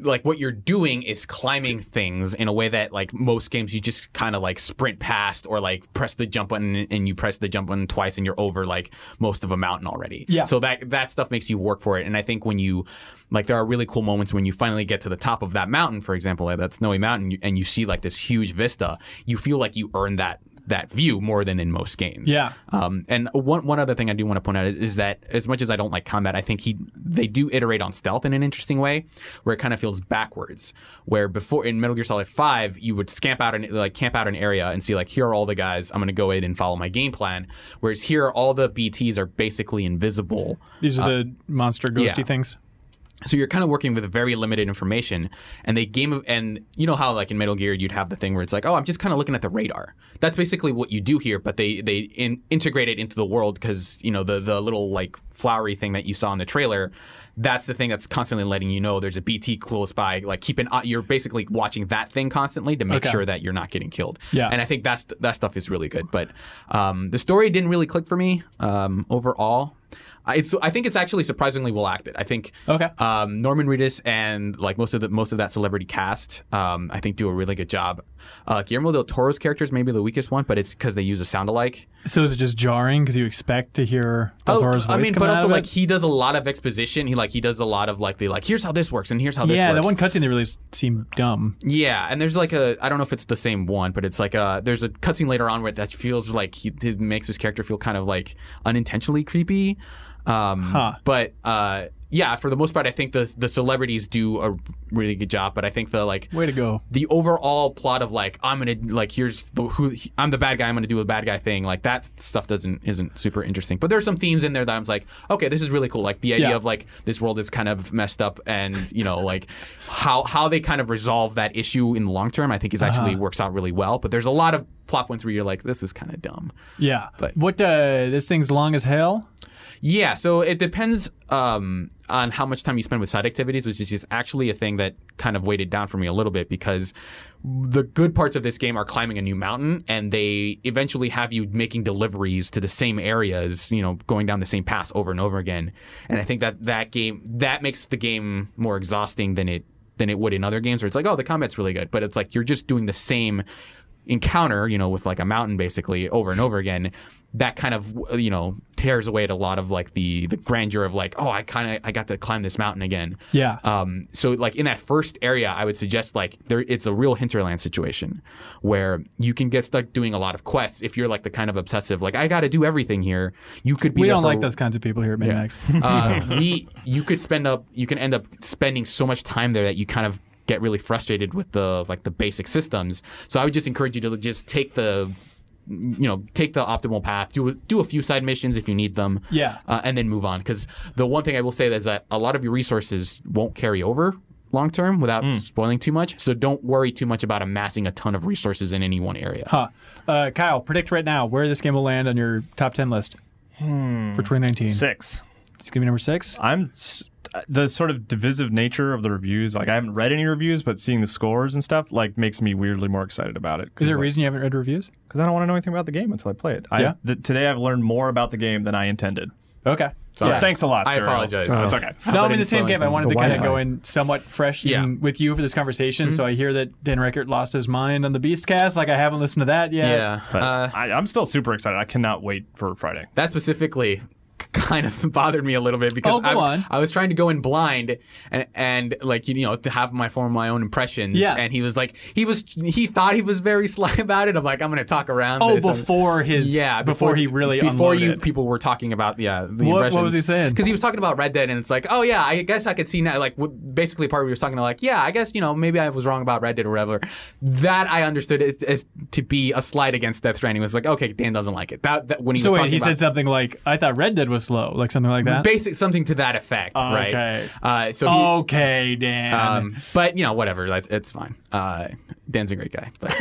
Speaker 2: like what you're doing is climbing things in a way that like most games you just kind of like sprint past or like press the jump button and you press the jump button twice and you're over like most of a mountain already.
Speaker 1: Yeah.
Speaker 2: So that that stuff makes you work for it. And I think when you like there are really cool moments when you finally get to the top of that mountain, for example, like that snowy mountain, you- and you see like this huge vista, you feel like you earned that that view more than in most games.
Speaker 1: Yeah.
Speaker 2: Um, and one one other thing I do want to point out is, is that as much as I don't like combat, I think he they do iterate on stealth in an interesting way, where it kind of feels backwards. Where before in Metal Gear Solid Five, you would scamp out and like camp out an area and see like here are all the guys. I'm going to go in and follow my game plan. Whereas here, all the BTS are basically invisible.
Speaker 1: These are the monster ghosty
Speaker 2: Uh, yeah.
Speaker 1: things.
Speaker 2: So you're kind of working with very limited information, and they game of and you know how like in Metal Gear you'd have the thing where it's like, oh, I'm just kind of looking at the radar. That's basically what you do here, but they they in, integrate it into the world because you know the the little like flowery thing that you saw in the trailer, that's the thing that's constantly letting you know there's a BT close by. Like keep an eye, you're basically watching that thing constantly to make
Speaker 1: Okay.
Speaker 2: sure that you're not getting killed.
Speaker 1: Yeah.
Speaker 2: and I think that's that stuff is really good. But um, the story didn't really click for me um, overall. I, it's, I think it's actually surprisingly well acted. I think
Speaker 1: Okay.
Speaker 2: um, Norman Reedus and like most of the most of that celebrity cast, um, I think do a really good job. Uh, Guillermo del Toro's character is maybe the weakest one, but it's because they use a sound alike. Oh,
Speaker 1: So is it just jarring because you expect to hear Del Toro's voice
Speaker 2: I mean, but
Speaker 1: coming out
Speaker 2: also
Speaker 1: of it?
Speaker 2: like he does a lot of exposition. He like he does a lot of like the like here's how this works and here's how this
Speaker 1: yeah,
Speaker 2: works.
Speaker 1: that one cutscene they released seemed dumb.
Speaker 2: Yeah, and there's like a I don't know if it's the same one, but it's like a there's a cutscene later on where that feels like he it makes his character feel kind of like unintentionally creepy. Um,
Speaker 1: Huh.
Speaker 2: But uh, yeah, for the most part, I think the the celebrities do a really good job. But I think the like
Speaker 1: Way to go.
Speaker 2: the overall plot of like I'm gonna like here's the who I'm the bad guy I'm gonna do a bad guy thing like that stuff doesn't isn't super interesting but there's some themes in there that I'm like okay this is really cool like the idea
Speaker 1: Yeah.
Speaker 2: of like this world is kind of messed up and you know like how how they kind of resolve that issue in the long term I think is actually works out really well but there's a lot of plot points where you're like this is kind of dumb
Speaker 1: Yeah.
Speaker 2: But-
Speaker 1: what uh, this thing's long as hell?
Speaker 2: yeah, so it depends um, on how much time you spend with side activities, which is just actually a thing that kind of weighted down for me a little bit because the good parts of this game are climbing a new mountain, and they eventually have you making deliveries to the same areas, you know, going down the same pass over and over again. And I think that that game that makes the game more exhausting than it than it would in other games where it's like, oh, the combat's really good, but it's like you're just doing the same encounter, you know, with like a mountain basically over and over again, that kind of you know tears away at a lot of like the the grandeur of like oh I kind of I got to climb this mountain again.
Speaker 1: Yeah.
Speaker 2: Um. So like in that first area, I would suggest like there it's a real hinterland situation where you can get stuck doing a lot of quests if you're like the kind of obsessive like I got to do everything here. You could be
Speaker 1: we
Speaker 2: there
Speaker 1: don't
Speaker 2: for-
Speaker 1: like those kinds of people here at Minimax.
Speaker 2: uh, we you could spend up you can end up spending so much time there that you kind of get really frustrated with the like the basic systems. So I would just encourage you to just take the you know take the optimal path do do a few side missions if you need them
Speaker 1: Yeah.
Speaker 2: uh, and then move on because the one thing i will say is that a lot of your resources won't carry over long term without spoiling too much so don't worry too much about amassing a ton of resources in any one area
Speaker 1: Huh. Uh, Kyle, predict right now where this game will land on your top 10 list
Speaker 2: Hmm.
Speaker 1: for 2019.
Speaker 3: Six.
Speaker 1: It's going to be number six.
Speaker 3: I'm s- the sort of divisive nature of the reviews. Like I haven't read any reviews, but seeing the scores and stuff like makes me weirdly more excited about it.
Speaker 1: Is there a reason you haven't read reviews?
Speaker 3: Because I don't want to know anything about the game until I play it.
Speaker 1: Yeah.
Speaker 3: I, th- today I've learned more about the game than I intended.
Speaker 1: Okay.
Speaker 3: So
Speaker 2: Yeah.
Speaker 3: thanks a lot.
Speaker 2: I
Speaker 3: Cyril.
Speaker 2: apologize. Uh,
Speaker 3: It's okay.
Speaker 1: No, I'm
Speaker 2: I
Speaker 1: in the
Speaker 2: didn't
Speaker 1: same
Speaker 2: spoil
Speaker 1: game. I
Speaker 2: anything.
Speaker 1: wanted
Speaker 4: The
Speaker 1: to kind of
Speaker 4: Wi-Fi.
Speaker 1: go in somewhat fresh
Speaker 2: Yeah. Mm-hmm.
Speaker 1: in- with you for this conversation. So I hear that Dan Reckert lost his mind on the Beastcast. Like I haven't listened to that yet.
Speaker 2: yeah
Speaker 3: But
Speaker 2: Uh,
Speaker 3: I, I'm still super excited. I cannot wait for Friday.
Speaker 2: that specifically k- kind of bothered me a little bit because
Speaker 1: Oh, go
Speaker 2: I,
Speaker 1: on.
Speaker 2: I was trying to go in blind and, and like you know to have my form my own impressions
Speaker 1: Yeah.
Speaker 2: and he was like he was he thought he was very sly about it I'm like I'm gonna talk around
Speaker 1: Oh,
Speaker 2: this. I'm-
Speaker 1: before his.
Speaker 2: yeah
Speaker 1: Before, he really.
Speaker 2: before you
Speaker 1: unloaded.
Speaker 2: people were talking about yeah the
Speaker 1: What- what was he saying?
Speaker 2: because he was talking about Red Dead and it's like oh yeah I guess I could see now like w- basically part we was talking about like yeah I guess you know maybe I was wrong about Red Dead or whatever that I understood it as to be a slide against Death Stranding it was like okay Dan doesn't like it that, that when he
Speaker 1: So
Speaker 2: was
Speaker 1: wait,
Speaker 2: talking
Speaker 1: he
Speaker 2: about
Speaker 1: said something like, "I thought Red Dead was slow," like something like that. Oh,
Speaker 2: basic something to that effect,
Speaker 1: okay. Oh,
Speaker 2: right? Uh, so he,
Speaker 1: okay, Dan.
Speaker 2: um, but you know, whatever, that, it's fine. Uh, Dan's a great guy. But,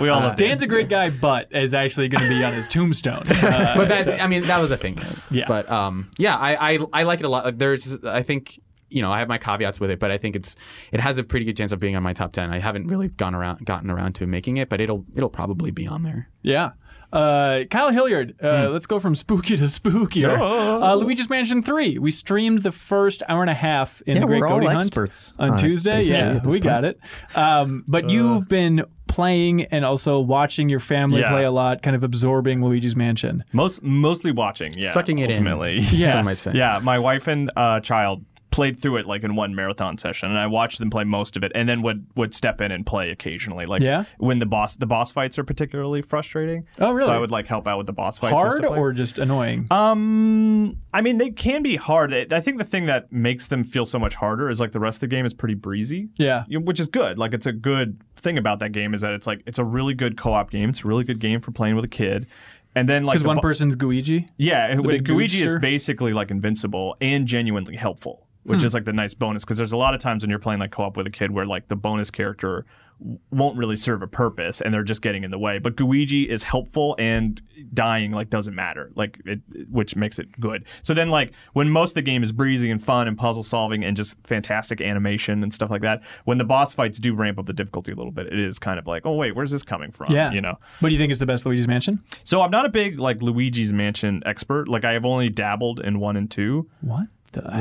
Speaker 3: We
Speaker 2: uh,
Speaker 3: all love
Speaker 1: Uh, Dan's a great guy, but is actually going to be on his tombstone. Uh,
Speaker 2: but that, I mean, that was a thing.
Speaker 1: Yeah.
Speaker 2: But um, yeah, I, I I like it a lot. Like, There's, I think. You know, I have my caveats with it, but I think it's it has a pretty good chance of being on my top ten. I haven't really gone around gotten around to making it, but it'll it'll probably be on there.
Speaker 1: Yeah. Uh, Kyle Hilliard, uh,
Speaker 3: Hmm.
Speaker 1: let's go from spooky to spookier. Uh, Luigi's Mansion 3. We streamed the first hour and a half in
Speaker 4: Yeah,
Speaker 1: the Great
Speaker 4: we're all
Speaker 1: Goaty Hunt
Speaker 4: experts
Speaker 1: on
Speaker 4: on it,
Speaker 1: Tuesday.
Speaker 4: basically,
Speaker 1: Yeah,
Speaker 4: at this
Speaker 1: we got it. Um,
Speaker 3: Uh,
Speaker 1: but you've been playing and also watching your family
Speaker 3: Yeah.
Speaker 1: play a lot, kind of absorbing Luigi's Mansion.
Speaker 3: Most mostly watching, yeah.
Speaker 2: Sucking it in.
Speaker 3: ultimately.
Speaker 1: Yes.
Speaker 2: some might say.
Speaker 3: Yeah, my wife and uh, child played through it like in one marathon session, and I watched them play most of it, and then would would step in and play occasionally, like
Speaker 1: Yeah?
Speaker 3: when the boss the boss fights are particularly frustrating.
Speaker 1: Oh, really?
Speaker 3: So I would like help out with the boss fights. and
Speaker 1: Hard
Speaker 3: stuff like
Speaker 1: or just annoying?
Speaker 3: um, I mean, they can be hard. I I think the thing that makes them feel so much harder is like the rest of the game is pretty breezy.
Speaker 1: Yeah.
Speaker 3: You- which is good. Like it's a good thing about that game is that it's like it's a really good co-op game. It's a really good game for playing with a kid. And then like
Speaker 1: Because
Speaker 3: the
Speaker 1: one
Speaker 3: bo-
Speaker 1: person's Guiji.
Speaker 3: yeah, when
Speaker 1: big
Speaker 3: Luigi
Speaker 1: gooster.
Speaker 3: is basically like invincible and genuinely helpful,
Speaker 1: Hmm.
Speaker 3: which is like the nice bonus because there's a lot of times when you're playing like co-op with a kid where like the bonus character w- won't really serve a purpose and they're just getting in the way. But Luigi is helpful and dying like doesn't matter, like it, which makes it good. So then like when most of the game is breezy and fun and puzzle solving and just fantastic animation and stuff like that, when the boss fights do ramp up the difficulty a little bit, it is kind of like, oh wait, where's this coming from?
Speaker 1: Yeah.
Speaker 3: you know.
Speaker 1: But do you think it's the best Luigi's Mansion?
Speaker 3: So I'm not a big like Luigi's Mansion expert. Like I have only dabbled in one and two.
Speaker 1: What the hell?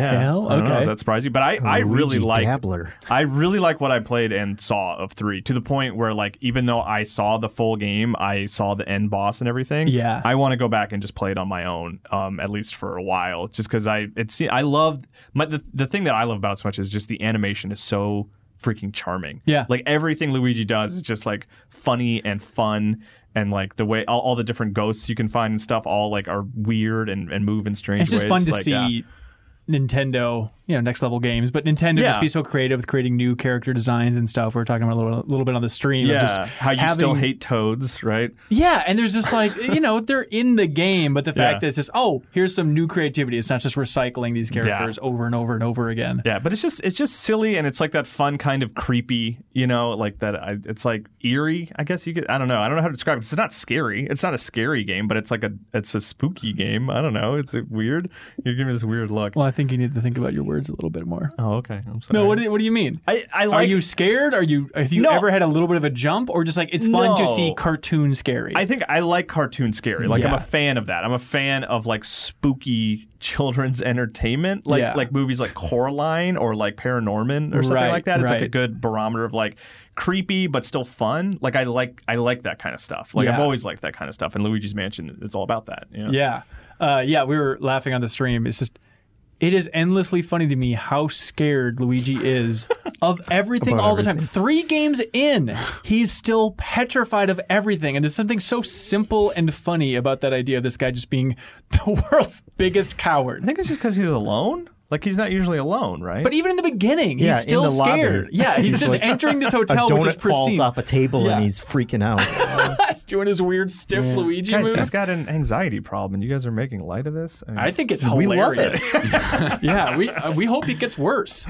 Speaker 3: I don't know.
Speaker 1: Okay.
Speaker 3: Does that surprise you? But I, I really
Speaker 4: Luigi
Speaker 3: like
Speaker 4: Dabbler.
Speaker 3: I really like what I played and saw of three to the point where like even though I saw the full game, I saw the end boss and everything.
Speaker 1: Yeah.
Speaker 3: I want to go back and just play it on my own, um, at least for a while, just because I it's I love my the, the thing that I love about it so much is just the animation is so freaking charming.
Speaker 1: Yeah.
Speaker 3: like everything Luigi does is just like funny and fun. And like the way all, all the different ghosts you can find and stuff, all like are weird and, and move in strange
Speaker 1: It's just
Speaker 3: ways.
Speaker 1: fun to
Speaker 3: Like,
Speaker 1: see
Speaker 3: yeah.
Speaker 1: Nintendo, you know, next level games, but Nintendo just
Speaker 3: Yeah.
Speaker 1: be so creative with creating new character designs and stuff. We were talking about a little, little bit on the stream. of
Speaker 3: Yeah,
Speaker 1: just
Speaker 3: how you still
Speaker 1: having-
Speaker 3: hate toads, right?
Speaker 1: Yeah, and there's just like you know they're in the game, but the fact
Speaker 3: Yeah.
Speaker 1: that it's just oh here's some new creativity. It's not just recycling these characters over and over and over again.
Speaker 3: Yeah, but it's just it's just silly and it's like that fun kind of creepy, you know, like that. I, it's like eerie, I guess you could. I don't know. I don't know how to describe it. 'cause It's not scary. It's not a scary game, but it's like a it's a spooky game. I don't know. It's a uh, weird. You're giving me this weird look.
Speaker 1: Well, I think you need to think about your words a little bit more.
Speaker 3: Oh, okay. I'm sorry.
Speaker 1: No, what do you, what do you mean?
Speaker 3: I, I
Speaker 1: Are
Speaker 3: like
Speaker 1: you scared? Are you have you
Speaker 3: No.
Speaker 1: ever had a little bit of a jump or just like it's fun to
Speaker 3: No.
Speaker 1: see cartoon scary?
Speaker 3: I think I like cartoon scary. Like I'm
Speaker 1: Yeah.
Speaker 3: a fan of that. I'm a fan of like spooky children's entertainment, like
Speaker 1: Yeah.
Speaker 3: like movies like Coraline or like Paranorman or something
Speaker 1: Right,
Speaker 3: like that. It's like a
Speaker 1: right.
Speaker 3: good barometer of like creepy but still fun. Like I like I like that kind of stuff. Like I've
Speaker 1: Yeah.
Speaker 3: always liked that kind of stuff. And Luigi's Mansion is all about that. you know?
Speaker 1: yeah. Uh, yeah, we were laughing on the stream. It's just it is endlessly funny to me how scared Luigi is of everything all the time. Three games in, he's still petrified of everything. And there's something so simple and funny about that idea of this guy just being the world's biggest coward.
Speaker 3: I think it's just because he's alone. Like he's not usually alone, right?
Speaker 1: But even in the beginning, he's
Speaker 4: Yeah, in
Speaker 1: still
Speaker 4: the lobby.
Speaker 1: scared. Yeah, he's,
Speaker 4: He's
Speaker 1: just
Speaker 4: like-
Speaker 1: entering this
Speaker 4: A
Speaker 1: hotel, which is
Speaker 4: donut
Speaker 1: Oh, pristine.
Speaker 4: falls off a table
Speaker 1: Yeah.
Speaker 4: and he's freaking out.
Speaker 1: He's doing his weird stiff Luigi
Speaker 3: Guys, he's
Speaker 1: moves.
Speaker 3: got an anxiety problem, and you guys are making light of this. mean,
Speaker 1: I think it's
Speaker 4: we
Speaker 1: hilarious.
Speaker 4: love it.
Speaker 1: yeah, we uh, we hope it gets worse.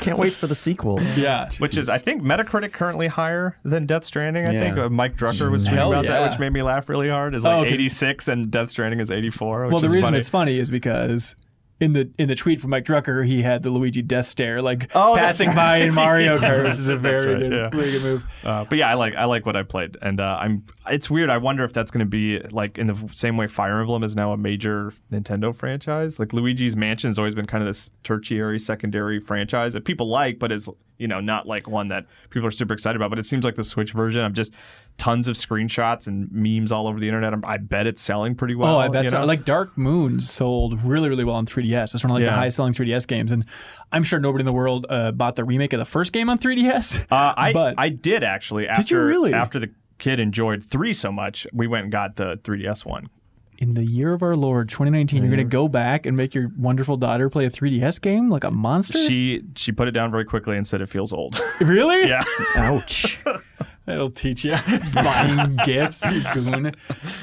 Speaker 4: Can't wait for the sequel.
Speaker 1: Yeah.
Speaker 3: Which is, I think, Metacritic currently higher than Death Stranding. I
Speaker 2: Yeah.
Speaker 3: think uh, Mike Drucker was tweeting
Speaker 1: Hell
Speaker 3: about
Speaker 1: yeah.
Speaker 3: that, which made me laugh really hard. Is
Speaker 1: Oh,
Speaker 3: like
Speaker 1: 'cause-
Speaker 3: 86 and Death Stranding is 84. Which
Speaker 1: Well, the
Speaker 3: is
Speaker 1: reason
Speaker 3: funny.
Speaker 1: it's funny is because in the in the tweet from Mike Drucker, he had the Luigi death stare, like
Speaker 3: Oh, that's
Speaker 1: passing by in Mario Kart, which is a
Speaker 3: that's
Speaker 1: very
Speaker 3: right,
Speaker 1: good,
Speaker 3: yeah.
Speaker 1: really good move.
Speaker 3: Uh, but yeah, I like I like what I played, and uh, I'm. It's weird. I wonder if that's going to be like in the same way Fire Emblem is now a major Nintendo franchise. Like Luigi's Mansion has always been kind of this tertiary, secondary franchise that people like, but is you know not like one that people are super excited about. But it seems like the Switch version. I'm just tons of screenshots and memes all over the internet. I'm, I bet it's selling pretty well.
Speaker 1: oh, I bet
Speaker 3: you
Speaker 1: so.
Speaker 3: know?
Speaker 1: Like Dark Moon sold really, really well on 3DS. It's one of like the
Speaker 3: Yeah.
Speaker 1: highest selling 3DS games, and I'm sure nobody in the world uh, bought the remake of the first game on 3DS.
Speaker 3: Uh, I
Speaker 1: but
Speaker 3: I did actually. After,
Speaker 1: Did you really?
Speaker 3: After the kid enjoyed three so much, we went and got the 3ds one.
Speaker 1: in the year of our Lord 2019, you're gonna go back and make your wonderful daughter play a 3DS game like a monster?
Speaker 3: She she put it down very quickly and said it feels old.
Speaker 1: really?
Speaker 3: yeah.
Speaker 4: Ouch.
Speaker 1: That'll teach you buying gifts, you goon.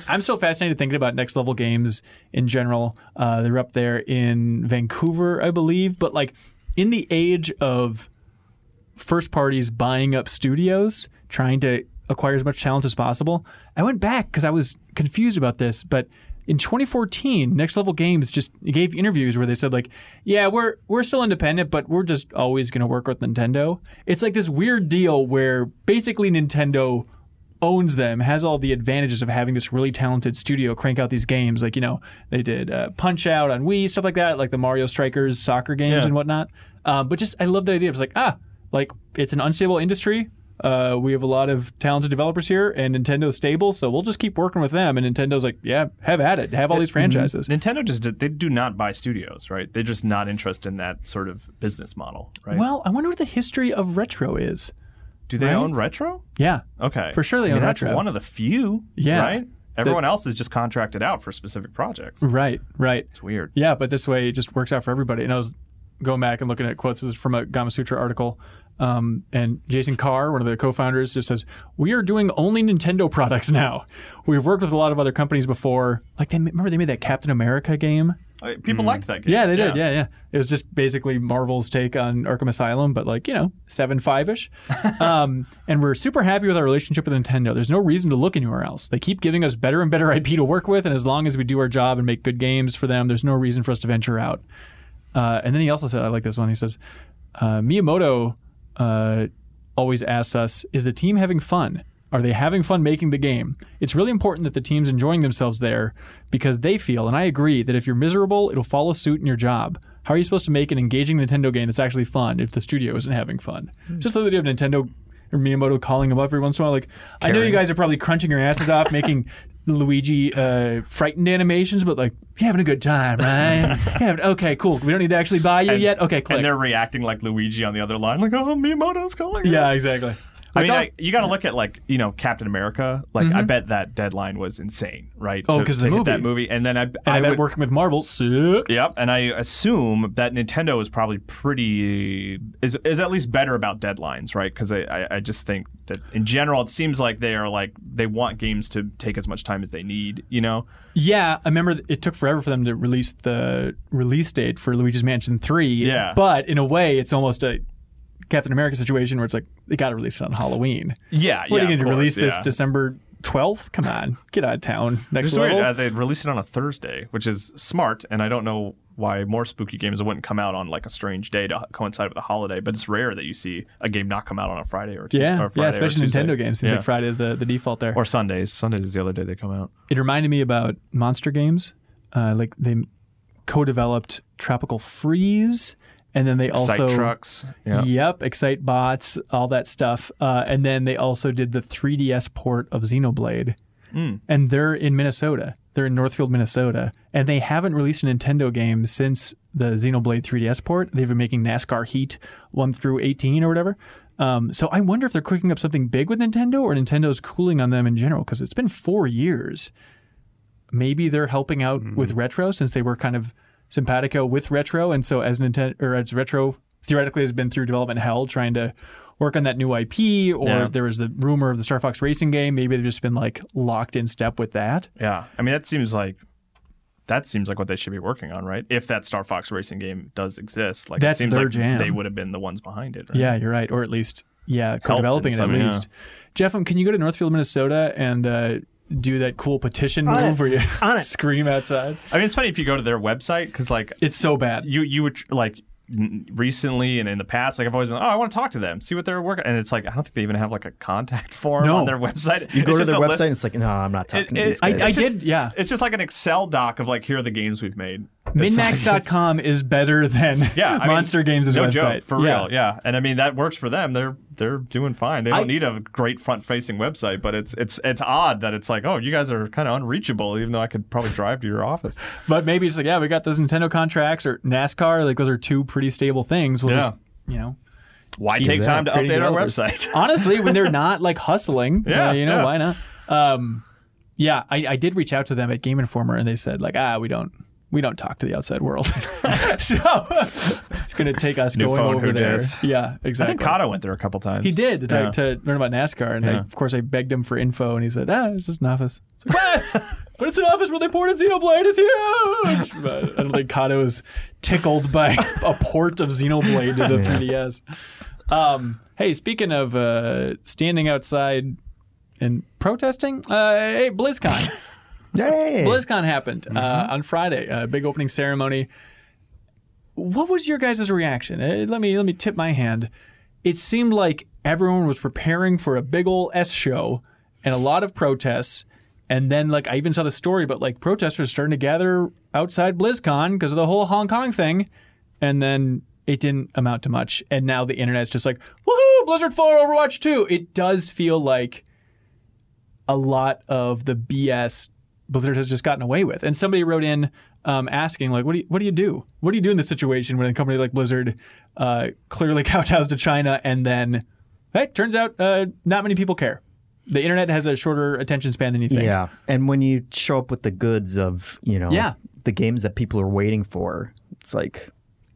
Speaker 1: I'm so fascinated thinking about next level games in general. Uh, they're up there in Vancouver, I believe, but like in the age of first parties buying up studios, trying to acquire as much talent as possible. I went back because I was confused about this, but in 2014, Next Level Games just gave interviews where they said like, "Yeah, we're we're still independent, but we're just always going to work with Nintendo." It's like this weird deal where basically Nintendo owns them, has all the advantages of having this really talented studio crank out these games. Like, you know, they did uh, Punch Out on Wii, stuff like that, like the Mario Strikers soccer games and whatnot. Um, but just, I love the idea. It's like, ah, like it's an unstable industry. Uh, we have a lot of talented developers here, and Nintendo's stable, so we'll just keep working with them. And Nintendo's like, yeah, have at it, have all these franchises.
Speaker 3: Nintendo just did, they do not buy studios, right? They're just not interested in that sort of business model, right?
Speaker 1: Well, I wonder what the history of retro is.
Speaker 3: do they own retro?
Speaker 1: Yeah,
Speaker 3: Okay.
Speaker 1: For sure they
Speaker 3: I mean,
Speaker 1: own
Speaker 3: that's
Speaker 1: Retro.
Speaker 3: one of the few,
Speaker 1: Yeah.
Speaker 3: right? Everyone else is just contracted out for specific projects.
Speaker 1: right, right.
Speaker 3: It's weird.
Speaker 1: Mm. Yeah, but this way it just works out for everybody. And I was going back and looking at quotes. This is from a Gama Sutra article. Um, and Jason Carr, one of the co founders, just says, We are doing only Nintendo products now. We've worked with a lot of other companies before. Like, they remember they made that Captain America game?
Speaker 3: I- Uh, People liked that game.
Speaker 1: Mm. Yeah, they did. Yeah, yeah. It was just basically Marvel's take on Arkham Asylum, but like, you know, 7 5 ish. um, and we're super happy with our relationship with Nintendo. There's no reason to look anywhere else. They keep giving us better and better IP to work with. And as long as we do our job and make good games for them, there's no reason for us to venture out. Uh, and then he also said, I like this one. He says, uh, Miyamoto uh, always asks us, is the team having fun? Are they having fun making the game? It's really important that the team's enjoying themselves there because they feel, and I agree, that if you're miserable, it'll follow suit in your job. How are you supposed to make an engaging Nintendo game that's actually fun if the studio isn't having fun?
Speaker 3: Hmm.
Speaker 1: Just the idea of Nintendo or Miyamoto calling him up every once in a while, like, I know you guys are probably crunching your asses off making Luigi uh, frightened animations, but like, you're having a good time, right? You're having- okay, cool. We don't need to actually buy you yet. Okay, click.
Speaker 3: And they're reacting like Luigi on the other line, like, oh, Miyamoto's calling.
Speaker 1: Yeah, exactly.
Speaker 3: I
Speaker 1: Which
Speaker 3: mean,
Speaker 1: also- Mm-hmm.
Speaker 3: I, you got to look at like you know Captain America. Like I bet that deadline was insane, right?
Speaker 1: Oh,
Speaker 3: To-
Speaker 1: 'cause
Speaker 3: to
Speaker 1: of the
Speaker 3: hit that
Speaker 1: movie.
Speaker 3: movie, and then I,
Speaker 1: and I, bet
Speaker 3: would,
Speaker 1: working with Marvel, sick.
Speaker 3: Yep, and I assume that Nintendo is probably pretty is is at least better about deadlines, right? Because I, I I just think that in general it seems like they are like they want games to take as much time as they need, you know.
Speaker 1: Yeah, I remember th- it took forever for them to release the release date for Luigi's Mansion 3.
Speaker 3: Yeah.
Speaker 1: But in a way, it's almost a Captain America situation where it's like, they got to release it on Halloween.
Speaker 3: Yeah,
Speaker 1: What are
Speaker 3: yeah,
Speaker 1: you going
Speaker 3: of
Speaker 1: to
Speaker 3: course,
Speaker 1: release this
Speaker 3: yeah.
Speaker 1: December 12th? Come on, get out of town. Next
Speaker 3: It's weird.
Speaker 1: level.
Speaker 3: Uh, they released it on a Thursday, which is smart, and I don't know why more spooky games wouldn't come out on like a strange day to coincide with a holiday. But it's rare that you see a game not come out on a Friday or Tuesday.
Speaker 1: Yeah,
Speaker 3: or
Speaker 1: yeah,
Speaker 3: Friday or
Speaker 1: especially
Speaker 3: Tuesday.
Speaker 1: Nintendo games. Seems
Speaker 3: Yeah.
Speaker 1: like Friday is the, the default there.
Speaker 3: or Sundays. Sundays is the other day they come out.
Speaker 1: it reminded me about monster games. Uh, like they co-developed Tropical Freeze, and then they also
Speaker 3: Site trucks. Yeah.
Speaker 1: Yep, Excite Bots, all that stuff. Uh, and then they also did the 3DS port of Xenoblade. And they're in Minnesota. They're in Northfield, Minnesota. And they haven't released a Nintendo game since the Xenoblade 3DS port. They've been making NASCAR Heat 1 through 18 or whatever. Um, so I wonder if they're cooking up something big with Nintendo or Nintendo's cooling on them in general because it's been four years maybe they're helping out with
Speaker 3: Mm-hmm.
Speaker 1: retro since they were kind of simpatico with retro and so as Nintendo or as retro theoretically has been through development hell trying to work on that new IP or
Speaker 3: Yeah.
Speaker 1: there was the rumor of the Star Fox racing game maybe they've just been like locked in step with that
Speaker 3: Yeah. I mean, that seems like that seems like what they should be working on, right? If that Star Fox racing game does exist, like
Speaker 1: That's
Speaker 3: it seems
Speaker 1: their
Speaker 3: like
Speaker 1: jam.
Speaker 3: they would have been the ones behind it. Right?
Speaker 1: yeah you're right or at least yeah co-developing it at
Speaker 3: some- yeah.
Speaker 1: least Jeff um, can you go to Northfield Minnesota and uh, do that cool petition
Speaker 4: On
Speaker 1: move
Speaker 4: it.
Speaker 1: where you
Speaker 4: On it.
Speaker 1: scream outside
Speaker 3: I mean, it's funny if you go to their website because like
Speaker 1: it's so bad
Speaker 3: you you would like n- recently and in the past like I've always been oh I want to talk to them see what they're working and it's like I don't think they even have like a contact form
Speaker 1: No.
Speaker 3: on their website
Speaker 4: You go
Speaker 3: It's
Speaker 4: to
Speaker 3: just
Speaker 4: their
Speaker 3: a
Speaker 4: website
Speaker 3: list-
Speaker 4: and it's like, no, I'm not
Speaker 3: It-
Speaker 4: talking to
Speaker 3: it's-
Speaker 4: these
Speaker 1: I-
Speaker 4: guys.
Speaker 1: I
Speaker 3: it's just-
Speaker 1: did, yeah.
Speaker 3: it's just like an Excel doc of like here are the games we've made It's like-
Speaker 1: minmax.com is better than
Speaker 3: yeah I mean,
Speaker 1: Monster Games'
Speaker 3: no
Speaker 1: website
Speaker 3: joke, for real yeah and I mean that works for them they're they're doing fine they don't
Speaker 1: I-
Speaker 3: need a great front facing website but it's it's it's odd that it's like oh you guys are kind of unreachable even though I could probably drive to your office
Speaker 1: But maybe it's like, yeah, we got those Nintendo contracts or NASCAR. Like those are two pretty stable things. We'll
Speaker 3: Yeah.
Speaker 1: just, you know,
Speaker 3: why
Speaker 4: Keep
Speaker 3: take
Speaker 4: that.
Speaker 3: time to
Speaker 1: creating
Speaker 3: update our
Speaker 1: developers.
Speaker 3: website
Speaker 1: Honestly, when they're not like hustling, yeah,
Speaker 3: Yeah,
Speaker 1: you know,
Speaker 3: yeah.
Speaker 1: why not? Um, yeah, I, I did reach out to them at Game Informer, and they said like, ah, we don't. We don't talk to the outside world, so it's going to take us
Speaker 3: New
Speaker 1: going
Speaker 3: phone,
Speaker 1: over
Speaker 3: who
Speaker 1: there.
Speaker 3: dis?
Speaker 1: Yeah,
Speaker 3: I
Speaker 1: exactly.
Speaker 3: think Kato went there a couple times
Speaker 1: He did to,
Speaker 3: Yeah.
Speaker 1: to learn about NASCAR, and I,
Speaker 3: Yeah.
Speaker 1: of course I begged him for info, and he said, "Ah, it's just an office." It's like, what? but it's an office where they ported Xenoblade. It's huge. But I don't think Kato is tickled by a port of Xenoblade to the 3DS. Um, hey, speaking of uh, standing outside and protesting, uh, hey, BlizzCon.
Speaker 4: Yay!
Speaker 1: BlizzCon happened uh, on Friday. Uh, big opening ceremony. What was your guys' reaction? Uh, let me let me tip my hand. It seemed like everyone was preparing for a big ol' S show and a lot of protests. And then, like, I even saw the story, but like, protesters starting to gather outside BlizzCon because of the whole Hong Kong thing. And then it didn't amount to much. And now the internet's just like, woohoo, Blizzard 4, Overwatch 2. It does feel like a lot of the BS Blizzard has just gotten away with. And somebody wrote in um, asking, like, what do you, what do you do? What do you do in this situation when a company like Blizzard uh, clearly kowtows to China and then, hey, turns out uh, not many people care. The internet has a shorter attention span than you think.
Speaker 4: Yeah, and when you show up with the goods of you know
Speaker 1: Yeah.
Speaker 4: the games that people are waiting for, it's like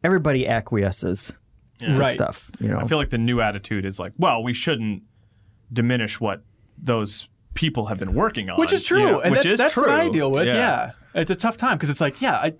Speaker 4: everybody acquiesces to
Speaker 1: Right.
Speaker 4: stuff. You know,
Speaker 3: I feel like the new attitude is like, well, we shouldn't diminish what those people have been working on,
Speaker 1: Which is true.
Speaker 3: you know,
Speaker 1: and
Speaker 3: which
Speaker 1: that's,
Speaker 3: is
Speaker 1: that's
Speaker 3: true.
Speaker 1: what I deal with. Yeah. It's a tough time because it's like, yeah, I,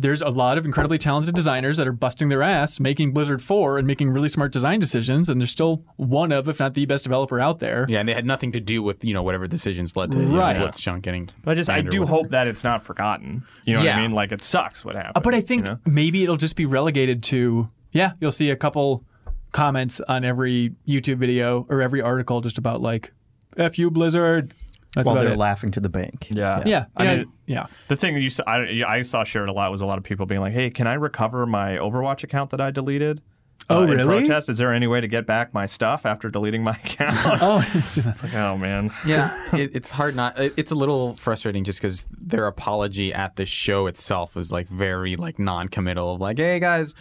Speaker 1: there's a lot of incredibly talented designers that are busting their ass making Blizzard 4 and making really smart design decisions. And they're still one of, if not the best developer out there.
Speaker 2: Yeah, and they had nothing to do with you know whatever decisions led to
Speaker 1: Right.
Speaker 2: you know, Blitzchung getting.
Speaker 3: But I just, I
Speaker 2: banned or
Speaker 3: do
Speaker 2: whatever.
Speaker 3: hope that it's not forgotten. You know what
Speaker 2: Yeah.
Speaker 3: I mean? Like it sucks what happened.
Speaker 1: Uh, But I think
Speaker 3: you know?
Speaker 1: maybe it'll just be relegated to yeah, you'll see a couple comments on every YouTube video or every article just about like F you Blizzard. That's
Speaker 4: while
Speaker 1: about
Speaker 4: they're
Speaker 1: it.
Speaker 4: laughing to the bank.
Speaker 3: yeah,
Speaker 1: yeah.
Speaker 3: I
Speaker 1: yeah,
Speaker 3: mean,
Speaker 1: yeah.
Speaker 3: the thing that you saw, I, I saw shared a lot was a lot of people being like, "Hey, can I recover my Overwatch account that I deleted?" uh,
Speaker 1: Oh,
Speaker 3: in
Speaker 1: really?
Speaker 3: protest, is there any way to get back my stuff after deleting my account?
Speaker 1: Oh, it's, it's like,
Speaker 3: oh man.
Speaker 2: Yeah, it, it's hard not. It, it's a little frustrating just because their apology at the show itself was like very like non-committal of like, hey guys,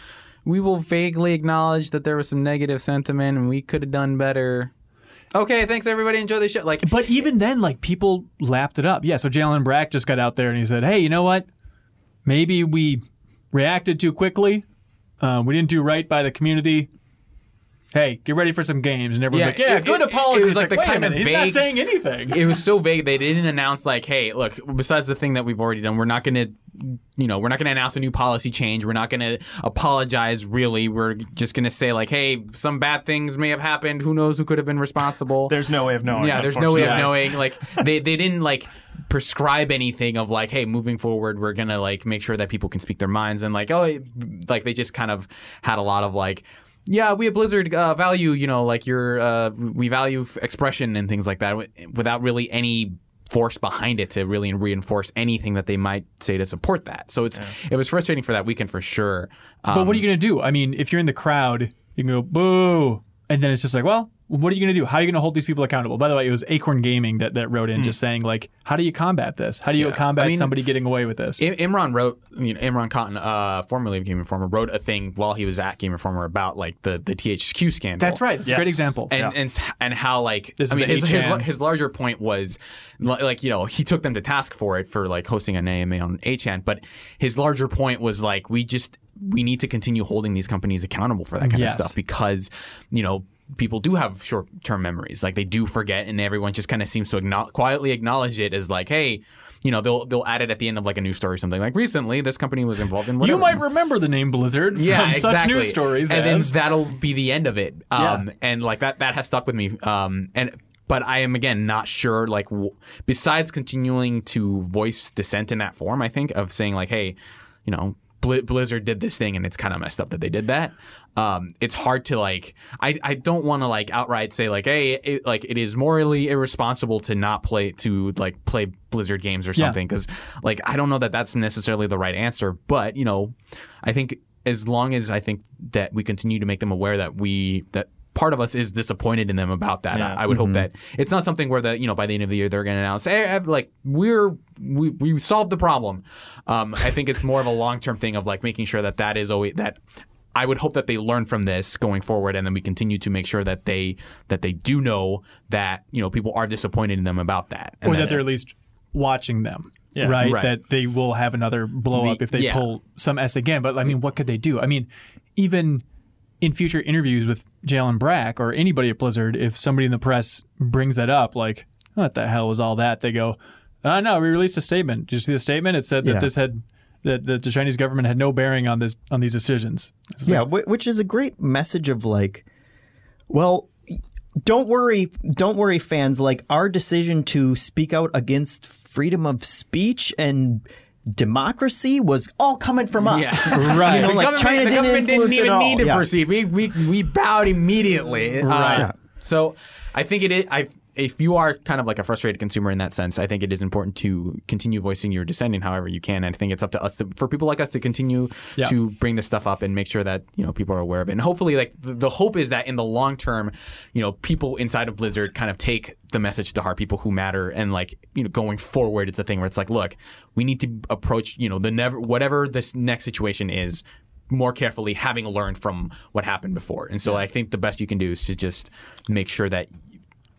Speaker 2: we will vaguely acknowledge that there was some negative sentiment and we could have done better. Okay, thanks everybody. Enjoy the show. Like,
Speaker 1: but even then, like people lapped it up. Yeah. So Jalen Brack just got out there and he said, "Hey, you know what? Maybe we reacted too quickly. Uh, we didn't do right by the community. hey, get ready for some games, and everyone's
Speaker 2: Yeah,
Speaker 1: like, yeah,
Speaker 2: it-
Speaker 1: good
Speaker 2: it- it
Speaker 1: apologies.
Speaker 2: was like
Speaker 1: It's
Speaker 2: the
Speaker 1: wait a
Speaker 2: kind of
Speaker 1: minute, he's not
Speaker 2: vague-
Speaker 1: saying anything.
Speaker 2: it was so vague they didn't announce like hey look besides the thing that we've already done we're not going to you know we're not going to announce a new policy change we're not going to apologize really we're just going to say like hey some bad things may have happened who knows who could have been responsible
Speaker 3: There's no way of knowing.
Speaker 2: yeah there's no way of
Speaker 3: unfortunately.
Speaker 2: knowing like they, they didn't like prescribe anything of like hey moving forward we're gonna like make sure that people can speak their minds and like oh it- like they just kind of had a lot of like yeah we at blizzard uh, value you know like your uh, we value f- expression and things like that wi- without really any force behind it to really reinforce anything that they might say to support that so it's it was frustrating for that weekend for sure um,
Speaker 1: But what are you going to do? I mean, if you're in the crowd, you can go boo, and then it's just like, well, what are you going to do? How are you going to hold these people accountable? By the way, it was Acorn Gaming that, that wrote in just saying like, how do you combat this? How do you
Speaker 2: Hmm. Yeah.
Speaker 1: combat
Speaker 2: I mean-
Speaker 1: somebody getting away with this?
Speaker 2: I- Imran wrote, you know, Imran Cotton, uh, formerly of Game Informer, wrote a thing while he was at Game Informer about like the, the THQ scandal.
Speaker 1: That's right. That's a great
Speaker 3: Yes.
Speaker 1: example.
Speaker 2: And, and s- and how like
Speaker 1: This
Speaker 2: I
Speaker 1: is
Speaker 2: mean
Speaker 1: the
Speaker 2: his, his
Speaker 1: 8chan.
Speaker 2: la- his larger point was li- like you know he took them to task for it for like hosting an AMA on HN, but his larger point was like we just we need to continue holding these companies accountable for that kind
Speaker 1: Yes.
Speaker 2: of stuff because you know people do have short-term memories like they do forget and everyone just kind of seems to acknowledge, quietly acknowledge it as like hey you know they'll they'll add it at the end of like a news story or something like recently this company was involved in
Speaker 1: you
Speaker 2: whatever.
Speaker 1: might remember the name Blizzard
Speaker 2: yeah,
Speaker 1: from
Speaker 2: exactly.
Speaker 1: such news stories.
Speaker 2: and
Speaker 1: as-
Speaker 2: then that'll be the end of it. Um, and like that, that has stuck with me. Um, and but I am again not sure. Like, w- besides continuing to voice dissent in that form, I think of saying like, hey, you know. Bli- Blizzard did this thing, and it's kind of messed up that they did that. Um, it's hard to like. I, I don't want to like outright say like, hey, it, like it is morally irresponsible to not play to like play Blizzard games or
Speaker 1: Yeah.
Speaker 2: something because like I don't know that that's necessarily the right answer. But you know, I think as long as I think that we continue to make them aware that we that part of us is disappointed in them about that, I, I would hope that it's not something where the you know by the end of the year they're going to announce, hey, I've, like we're we, we solved the problem. Um, I think it's more of a long term thing of like making sure that that is always that. I would hope that they learn from this going forward, and then we continue to make sure that they that they do know that you know people are disappointed in them about that, and
Speaker 1: or that they're at least watching them.
Speaker 3: Yeah.
Speaker 1: right?
Speaker 2: Right.
Speaker 1: that they will have another blow up
Speaker 2: The-
Speaker 1: if they
Speaker 2: yeah.
Speaker 1: pull some S again. But I mean, what could they do? I mean, even in future interviews with Jalen Brack or anybody at Blizzard, if somebody in the press brings that up, like, what the hell was all that? They go, oh, no, we released a statement. Did you see the statement? It said that
Speaker 4: Yeah.
Speaker 1: this had that, that the Chinese government had no bearing on this on these decisions. It's
Speaker 4: yeah, whi- which is a great message of like, well, don't worry, don't worry, fans. Like our decision to speak out against freedom of speech and democracy was all coming from us,
Speaker 2: Yeah.
Speaker 4: You know,
Speaker 2: the
Speaker 4: like
Speaker 2: government,
Speaker 4: China
Speaker 2: the
Speaker 4: didn't
Speaker 2: government
Speaker 4: influence
Speaker 2: didn't even
Speaker 4: it all.
Speaker 2: need to
Speaker 4: Yeah.
Speaker 2: proceed. We, we we bowed immediately. Uh,
Speaker 4: Right.
Speaker 2: so I think it is. I if you are kind of like a frustrated consumer in that sense, I think it is important to continue voicing your dissenting however you can. And I think it's up to us to, for people like us to continue
Speaker 1: Yeah.
Speaker 2: to bring this stuff up and make sure that you know people are aware of it. And hopefully, like the, the hope is that in the long term, you know, people inside of Blizzard kind of take the message to heart, people who matter, and like you know, going forward, it's a thing where it's like, look, we need to approach you know the never whatever this next situation is more carefully, having learned from what happened before. And so I think the best you can do is to just make sure that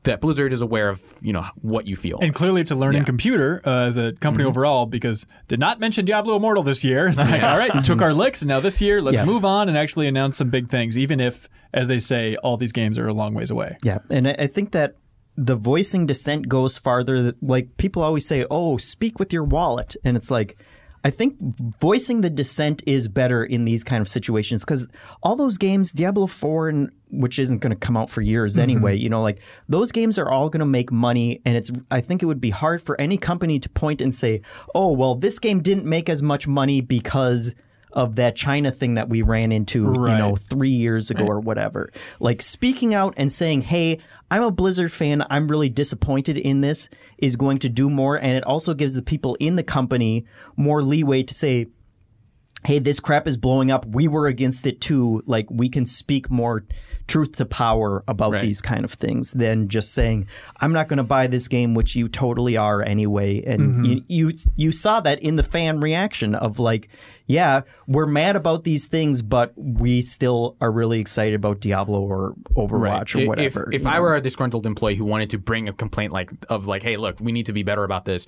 Speaker 2: that Blizzard is aware of you know what you feel.
Speaker 1: And clearly, it's a learning
Speaker 2: Yeah. Mm-hmm.
Speaker 1: computer uh, as a company overall because did not mention Diablo Immortal this year. It's like, all right, took
Speaker 2: Mm-hmm.
Speaker 1: our licks, and now this year, let's
Speaker 4: Yeah.
Speaker 1: move on and actually announce some big things, even if, as they say, all these games are a long ways away.
Speaker 4: Yeah, and I, I think that the voicing dissent goes farther. th- Like people always say, "Oh, speak with your wallet," and it's like, I think voicing the dissent is better in these kind of situations because all those games, Diablo Four, and which isn't going to come out for years anyway. You know, like those games are all going to make money, and it's. I think it would be hard for any company to point and say, "Oh, well, this game didn't make as much money because." Of that China thing that we ran into, you know,
Speaker 1: Right.
Speaker 4: three years ago or whatever. Like speaking out and saying, hey, I'm a Blizzard fan. I'm really disappointed in this is going to do more. And it also gives the people in the company more leeway to say, hey, this crap is blowing up. We were against it too. Like we can speak more truth to power about these kind of things than just saying, I'm not going to buy this game, which you totally are anyway. And
Speaker 2: Mm-hmm.
Speaker 4: you, you you saw that in the fan reaction of like, yeah, we're mad about these things, but we still are really excited about Diablo or Overwatch
Speaker 2: If-
Speaker 4: or whatever.
Speaker 2: If, if I were a disgruntled employee who wanted to bring a complaint like of like, hey, look, we need to be better about this,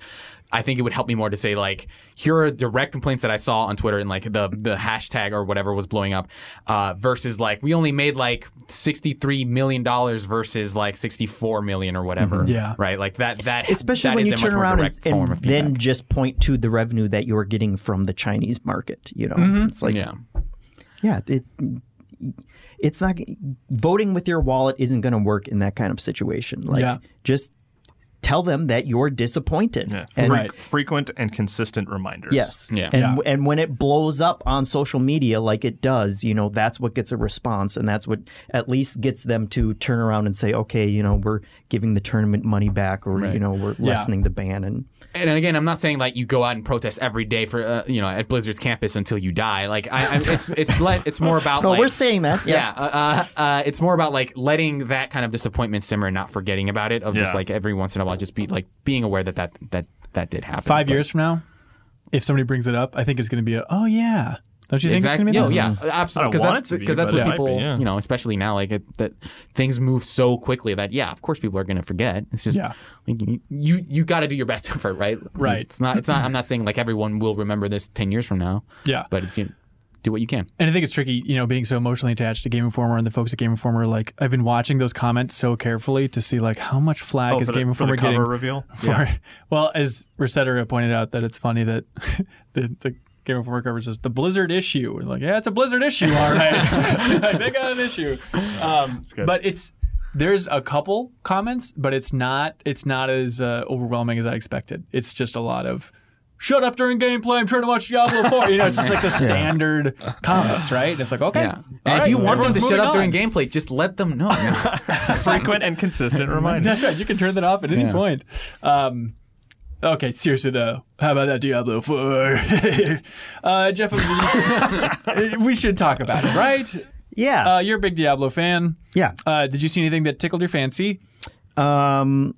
Speaker 2: I think it would help me more to say like, here are direct complaints that I saw on Twitter and like the the hashtag or whatever was blowing up, uh, versus like we only made like sixty three million dollars versus like sixty four million or whatever.
Speaker 1: Yeah.
Speaker 2: right. Like that that
Speaker 4: Mm-hmm. Especially
Speaker 2: that
Speaker 4: when
Speaker 2: is
Speaker 4: you
Speaker 2: a much
Speaker 4: turn
Speaker 2: more
Speaker 4: around and,
Speaker 2: direct
Speaker 4: and
Speaker 2: form of
Speaker 4: then
Speaker 2: feedback.
Speaker 4: just point to the revenue that you are getting from the Chinese market. You know, it's like
Speaker 2: Mm-hmm. yeah.
Speaker 4: yeah, it, it's not voting with your wallet isn't going to work in that kind of situation. Like,
Speaker 1: Yeah.
Speaker 4: just tell them that you're disappointed.
Speaker 3: Yeah.
Speaker 4: And-
Speaker 1: Right.
Speaker 3: Frequent and consistent reminders.
Speaker 4: Yes.
Speaker 2: Yeah.
Speaker 4: And
Speaker 1: Yeah.
Speaker 4: and when it blows up on social media like it does, you know, that's what gets a response and that's what at least gets them to turn around and say, "Okay, you know, we're giving the tournament money back or you know, we're lessening the ban." And
Speaker 2: And again, I'm not saying like you go out and protest every day for uh, you know at Blizzard's campus until you die. Like I, I'm, it's it's le- it's more about
Speaker 4: No,
Speaker 2: like,
Speaker 4: we're saying that. Yeah.
Speaker 2: yeah, uh, uh, uh, it's more about like letting that kind of disappointment simmer and not forgetting about it. Of just
Speaker 3: Yeah.
Speaker 2: like every once in a while, just be like being aware that that that that did happen.
Speaker 1: Five
Speaker 2: But-
Speaker 1: years from now, if somebody brings it up, I think it's going to be a, oh, yeah. Don't you think
Speaker 2: Exactly.
Speaker 1: it's
Speaker 2: Yeah,
Speaker 1: going to be that?
Speaker 2: oh, yeah, uh, absolutely.
Speaker 3: I don't
Speaker 2: Because
Speaker 3: want
Speaker 2: that's
Speaker 3: it to be,
Speaker 2: because that's
Speaker 3: but
Speaker 2: what
Speaker 3: it might
Speaker 2: people,
Speaker 3: be, yeah.
Speaker 2: you know, especially now, like it, that things move so quickly that yeah, of course people are going to forget. It's just
Speaker 1: Yeah.
Speaker 2: like you you, you got to do your best effort, right?
Speaker 1: Right.
Speaker 2: It's not. It's not. I'm not saying like everyone will remember this ten years from now.
Speaker 1: Mm-hmm. Yeah.
Speaker 2: But it's you know, do what you can.
Speaker 1: And I think it's tricky, you know, being so emotionally attached to Game Informer and the folks at Game Informer. Like, I've been watching those comments so carefully to see like how much flag
Speaker 3: Oh,
Speaker 1: is
Speaker 3: for the,
Speaker 1: Game
Speaker 3: for the
Speaker 1: Informer
Speaker 3: cover
Speaker 1: getting.
Speaker 3: reveal.
Speaker 1: For well, as Resetera pointed out, that it's funny that the, the Game Informer cover says the Blizzard issue. And like, yeah, it's a Blizzard issue, all right. Like, they got an issue. Um,
Speaker 3: good.
Speaker 1: But it's there's a couple comments, but it's not it's not as uh, overwhelming as I expected. It's just a lot of. Shut up during gameplay. I'm trying to watch Diablo 4. You know, it's just like the standard comments, right? And it's like, okay.
Speaker 2: Yeah.
Speaker 1: all
Speaker 2: And if
Speaker 1: right,
Speaker 2: you want them to
Speaker 1: everyone's
Speaker 2: shut
Speaker 1: moving
Speaker 2: up
Speaker 1: on.
Speaker 2: during gameplay, just let them know.
Speaker 3: Frequent and consistent reminders.
Speaker 1: That's right. You can turn that off at any
Speaker 2: Yeah.
Speaker 1: point. Um, okay, seriously though, how about that Diablo Four? uh, Jeff, we- we should talk about it, right?
Speaker 4: yeah.
Speaker 1: Uh, you're a big Diablo fan.
Speaker 4: yeah.
Speaker 1: Uh, did you see anything that tickled your fancy?
Speaker 4: um,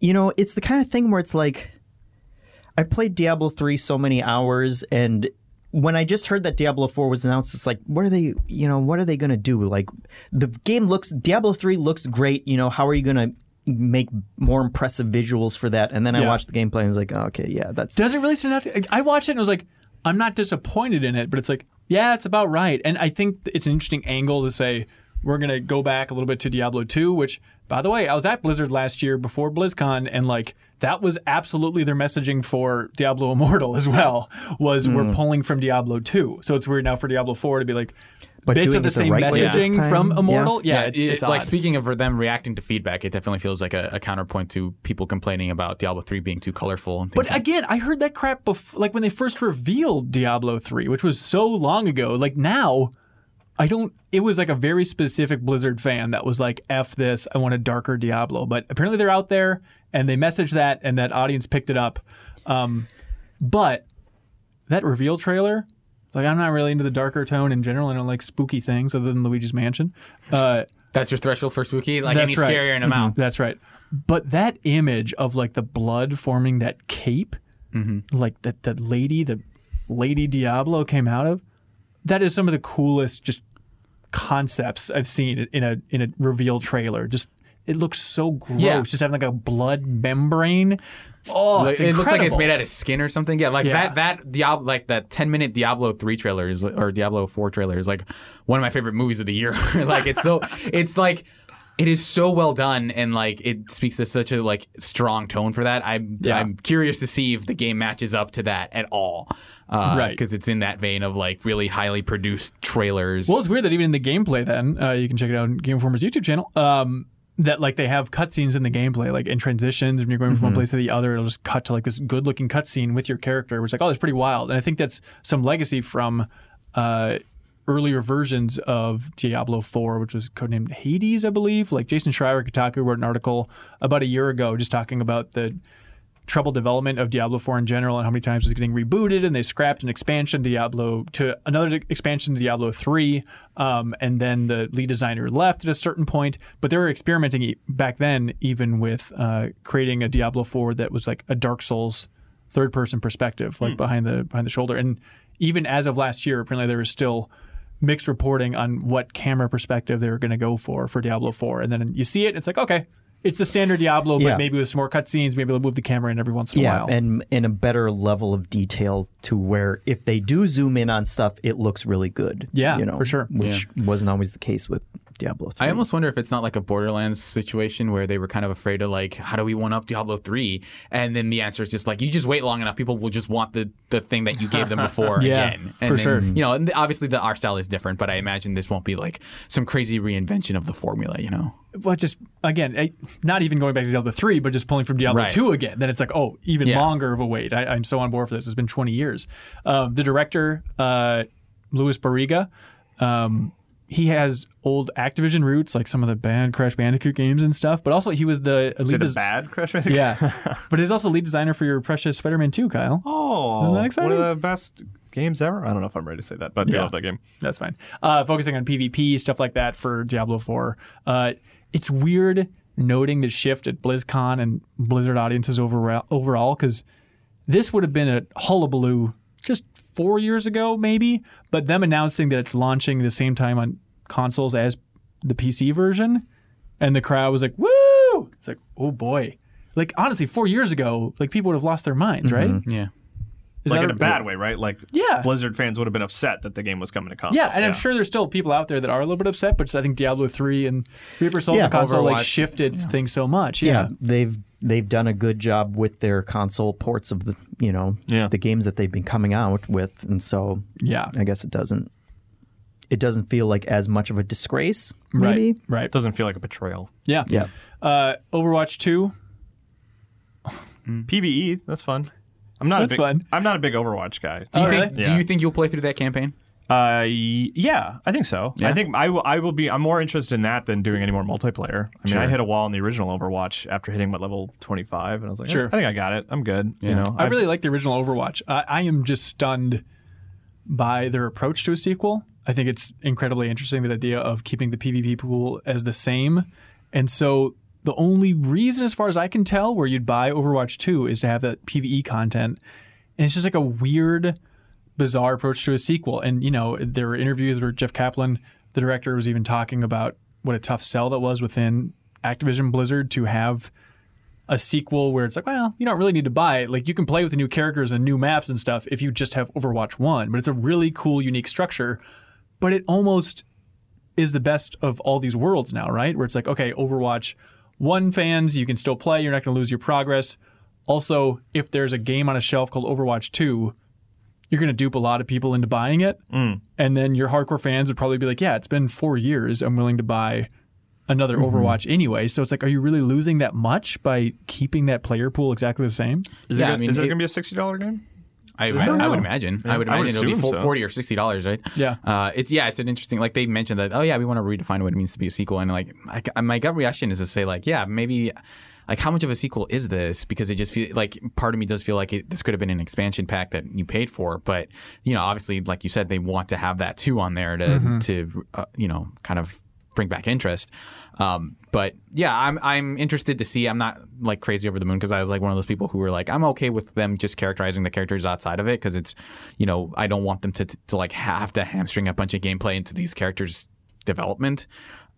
Speaker 4: you know, it's the kind of thing where it's like, I played Diablo three so many hours, and when I just heard that Diablo four was announced, it's like, what are they, you know, what are they gonna do? Like, the game looks, Diablo three looks great. You know, how are you gonna make more impressive visuals for that? And then I
Speaker 1: Yeah.
Speaker 4: watched the gameplay and was like, oh, okay, yeah, that's
Speaker 1: Does it really stand out? To, I watched it and was like, I'm not disappointed in it, but it's like, yeah, it's about right. And I think it's an interesting angle to say we're gonna go back a little bit to Diablo 2, which, by the way, I was at Blizzard last year before BlizzCon, and like that was absolutely their messaging for Diablo Immortal as well. Was
Speaker 4: Mm.
Speaker 1: we're pulling from Diablo 2, so it's weird now for Diablo 4 to be like
Speaker 4: But
Speaker 1: bits
Speaker 4: doing
Speaker 1: of the
Speaker 4: it the
Speaker 1: same
Speaker 4: right way
Speaker 2: this
Speaker 1: messaging
Speaker 4: time?
Speaker 1: from
Speaker 4: Yeah.
Speaker 1: Immortal. Yeah,
Speaker 2: Yeah,
Speaker 1: it's,
Speaker 2: it-
Speaker 1: it's
Speaker 2: like
Speaker 1: odd.
Speaker 2: speaking of them reacting to feedback, it definitely feels like a, a counterpoint to people complaining about Diablo three being too colorful and things.
Speaker 1: But
Speaker 2: like
Speaker 1: again, I heard that crap before, like when they first revealed Diablo 3, which was so long ago. Like now, I don't. It was like a very specific Blizzard fan that was like, "F this, I want a darker Diablo." But apparently, they're out there, and they messaged that, and that audience picked it up. Um, but that reveal trailer, it's like I'm not really into the darker tone in general. I don't like spooky things other than Luigi's Mansion. Uh,
Speaker 2: that's your threshold for spooky. Like
Speaker 1: That's
Speaker 2: any
Speaker 1: right. Mm-hmm.
Speaker 2: scarier and I'm out.
Speaker 1: That's right. But that image of like the blood forming that cape,
Speaker 2: Mm-hmm.
Speaker 1: like that that lady, the lady Diablo came out of, that is some of the coolest just concepts I've seen in a in a reveal trailer. Just it looks so gross,
Speaker 2: Yeah.
Speaker 1: just having like a blood membrane. Oh,
Speaker 2: Like,
Speaker 1: it's
Speaker 2: it looks like it's
Speaker 1: incredible.
Speaker 2: made out of skin or something. Yeah, like
Speaker 1: Yeah.
Speaker 2: that that Diablo like that ten minute Diablo three trailer is or Diablo four trailer is like one of my favorite movies of the year. like it's so it's like it is so well done and like it speaks to such a like strong tone for that. I'm
Speaker 1: Yeah.
Speaker 2: I'm curious to see if the game matches up to that at all. Uh,
Speaker 1: Right.
Speaker 2: because it's in that vein of like really highly produced trailers.
Speaker 1: Well, it's weird that even in the gameplay, then uh, you can check it out on Game Informer's YouTube channel. Um, that like they have cutscenes in the gameplay, like in transitions when you're going from one place to the other, it'll just cut to like this good-looking cutscene with your character, which like oh, that's pretty wild. And I think that's some legacy from uh, earlier versions of Diablo 4, which was codenamed Hades, I believe. Like Jason Schreier at Kotaku wrote an article about a year ago just talking about the troubled development of Diablo 4 in general and how many times it was getting rebooted and they scrapped an expansion Diablo to another expansion to Diablo 3 um, and then the lead designer left at a certain point but they were experimenting e- back then even with uh, creating a Diablo 4 that was like a Dark Souls third person perspective like behind the behind the shoulder and even as of last year apparently there was still mixed reporting on what camera perspective they were going to go for for Diablo 4 and then you see it it's like okay it's the standard Diablo, but
Speaker 4: Yeah.
Speaker 1: maybe with some more cutscenes, maybe they'll move the camera in every once in a
Speaker 4: Yeah,
Speaker 1: while.
Speaker 4: and and a better level of detail to where if they do zoom in on stuff, it looks really good.
Speaker 1: Yeah,
Speaker 4: you know,
Speaker 1: for sure.
Speaker 4: Which wasn't always the case with Diablo three.
Speaker 1: Mm.
Speaker 2: I almost wonder if it's not like a Borderlands situation where they were kind of afraid of like, how do we one up Diablo three? And then the answer is just like, you just wait long enough, people will just want the, the thing that you gave them before
Speaker 1: Yeah,
Speaker 2: again. And
Speaker 1: for
Speaker 2: then,
Speaker 1: sure.
Speaker 2: You know, and obviously the art style is different, but I imagine this won't be like some crazy reinvention of the formula. You know,
Speaker 1: Well, just again, I, not even going back to Diablo three, but just pulling from Diablo
Speaker 2: Right.
Speaker 1: two again. Then it's like, oh, even
Speaker 2: Yeah.
Speaker 1: longer of a wait. I, I'm so on board for this. It's been 20 years. Um, the director, uh, Luis Barriga, um, he has old Activision roots, like some of the band Crash Bandicoot games and stuff. But also, he was the lead.
Speaker 3: Did a
Speaker 1: des-
Speaker 3: bad Crash Bandicoot?
Speaker 1: yeah, but he's also lead designer for your precious Spider-Man two, Kyle.
Speaker 3: Oh,
Speaker 1: Isn't that
Speaker 3: One of the best games ever. I don't know if I'm ready to say that, but I
Speaker 1: Yeah.
Speaker 3: love that game.
Speaker 1: That's fine. Uh, focusing on PvP stuff like that for Diablo Four. Uh, it's weird noting the shift at BlizzCon and Blizzard audiences overall, overall, because this would have been a hullabaloo just four years ago, maybe. But them announcing that it's launching the same time on consoles as the PC version, and the crowd was like, "Woo!" It's like, "Oh boy." Like honestly, four years ago, like people would have lost their minds, right?
Speaker 2: yeah.
Speaker 1: Is
Speaker 3: Mm-hmm. like
Speaker 1: that
Speaker 3: in a
Speaker 1: a-
Speaker 3: bad way, right? Like
Speaker 1: Yeah.
Speaker 3: Blizzard fans would have been upset that the game was coming to console.
Speaker 1: Yeah, and I'm sure there's still people out there that are a little bit upset, but just, I think Diablo three and Reaper Souls
Speaker 4: Yeah.
Speaker 1: and console like
Speaker 2: Overwatch.
Speaker 1: shifted things so much. Yeah.
Speaker 4: yeah, they've they've done a good job with their console ports of the you know
Speaker 3: Yeah.
Speaker 4: the games that they've been coming out with, and so
Speaker 1: Yeah.
Speaker 4: I guess it doesn't it doesn't feel like as much of a disgrace,
Speaker 1: Right.
Speaker 4: maybe.
Speaker 1: Right.
Speaker 3: It doesn't feel like a betrayal.
Speaker 1: Yeah.
Speaker 4: Yeah,
Speaker 1: Uh, Overwatch two.
Speaker 3: PVE, E, that's fun. I'm not
Speaker 1: That's
Speaker 3: a big,
Speaker 1: fun.
Speaker 3: I'm not a big Overwatch guy.
Speaker 2: Do you,
Speaker 1: Oh,
Speaker 2: think,
Speaker 3: really?
Speaker 2: do
Speaker 3: Yeah.
Speaker 2: you think you'll play through that campaign?
Speaker 3: Uh, y- yeah, I think so.
Speaker 2: Yeah?
Speaker 3: I think I will. I will be. I'm more interested in that than doing any more multiplayer. I mean,
Speaker 2: Sure.
Speaker 3: I hit a wall in the original Overwatch after hitting what level 25, and I was like, "Eh,
Speaker 1: Sure.
Speaker 3: I think I got it. I'm good. You know,
Speaker 1: I really like the original Overwatch. I, I am just stunned by their approach to a sequel. I think it's incredibly interesting that idea of keeping the PvP pool as the same. And so the only reason, as far as I can tell, where you'd buy Overwatch 2 is to have that PvE content. And it's just like a weird, bizarre approach to a sequel. And, you know, there were interviews where Jeff Kaplan, the director, was even talking about what a tough sell that was within Activision Blizzard to have a sequel where it's like, well, you don't really need to buy it. Like you can play with the new characters and new maps and stuff if you just have Overwatch 1, but it's a really cool unique structure, but it almost is the best of all these worlds now, right? Where it's like, okay, Overwatch 1 fans, you can still play, you're not going to lose your progress. Also, if there's a game on a shelf called Overwatch 2, you're going to dupe a lot of people into buying it. And then your hardcore fans would probably be like, yeah, it's been 4 years, I'm willing to buy another
Speaker 2: Mm-hmm.
Speaker 1: Overwatch anyway. So it's like, are you really losing that much by keeping that player pool exactly the same?
Speaker 3: Is,
Speaker 2: yeah,
Speaker 3: it,
Speaker 2: I mean,
Speaker 3: is it,
Speaker 2: it-
Speaker 3: going to be a sixty dollar game?
Speaker 2: I, I,
Speaker 1: don't
Speaker 2: I would
Speaker 1: know.
Speaker 2: imagine. I would
Speaker 3: I would
Speaker 2: imagine it'll be
Speaker 3: assume
Speaker 2: full,
Speaker 3: so.
Speaker 2: forty or sixty dollars, right?
Speaker 1: Yeah.
Speaker 2: Uh, it's yeah. It's an interesting. Like they mentioned that. Oh yeah, we want to redefine what it means to be a sequel. And like I, my gut reaction is to say like yeah maybe like how much of a sequel is this? Because it just feel like part of me does feel like it, this could have been an expansion pack that you paid for. But you know obviously like you said they want to have that too on there to
Speaker 3: Mm-hmm.
Speaker 2: to uh, you know kind of bring back interest. Um, but yeah, I'm I'm interested to see. I'm not like crazy over the moon because I was like one of those people who were like, I'm okay with them just characterizing the characters outside of it because it's, you know, I don't want them to, to like have to hamstring a bunch of gameplay into these characters' development.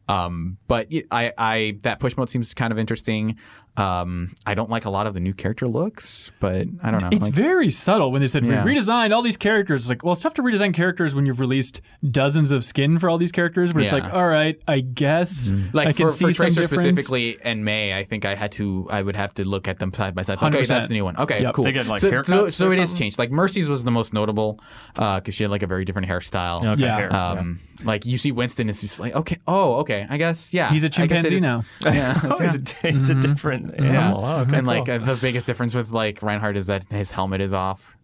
Speaker 2: Um, but y- I, I that push mode seems kind of interesting. Um, I don't like a lot of the new character looks, but I don't know.
Speaker 1: It's
Speaker 2: like,
Speaker 1: very subtle when they said
Speaker 2: Yeah.
Speaker 1: we redesigned all these characters. It's like, well, it's tough to redesign characters when you've released dozens of skin for all these characters, but it's
Speaker 2: Yeah. Mm-hmm.
Speaker 1: like, all right, I guess
Speaker 2: like
Speaker 1: I can
Speaker 2: for,
Speaker 1: see
Speaker 2: for
Speaker 1: some
Speaker 2: Tracer
Speaker 1: difference.
Speaker 2: specifically and May, I think I had to I would have to look at them side by side. It's Like, okay,
Speaker 1: 100%.
Speaker 2: that's the new one. Okay,
Speaker 1: Yep.
Speaker 2: cool.
Speaker 3: They get, like,
Speaker 2: so
Speaker 3: haircuts
Speaker 2: so,
Speaker 3: or
Speaker 2: so it is
Speaker 3: something?
Speaker 2: changed. Like Mercy's was the most notable because she had like a very different hairstyle.
Speaker 3: Okay,
Speaker 1: Yeah.
Speaker 3: here,
Speaker 2: Um, like you see Winston, it's just like okay, oh, okay, I guess yeah.
Speaker 1: He's a
Speaker 2: I guess it
Speaker 1: chimpanzee
Speaker 2: is-
Speaker 1: now.
Speaker 2: Yeah,
Speaker 3: Oh, it's, a, it's a different
Speaker 2: yeah.
Speaker 3: animal. Oh, okay,
Speaker 2: and like
Speaker 3: cool.
Speaker 2: uh, the biggest difference with like Reinhardt is that his helmet is off.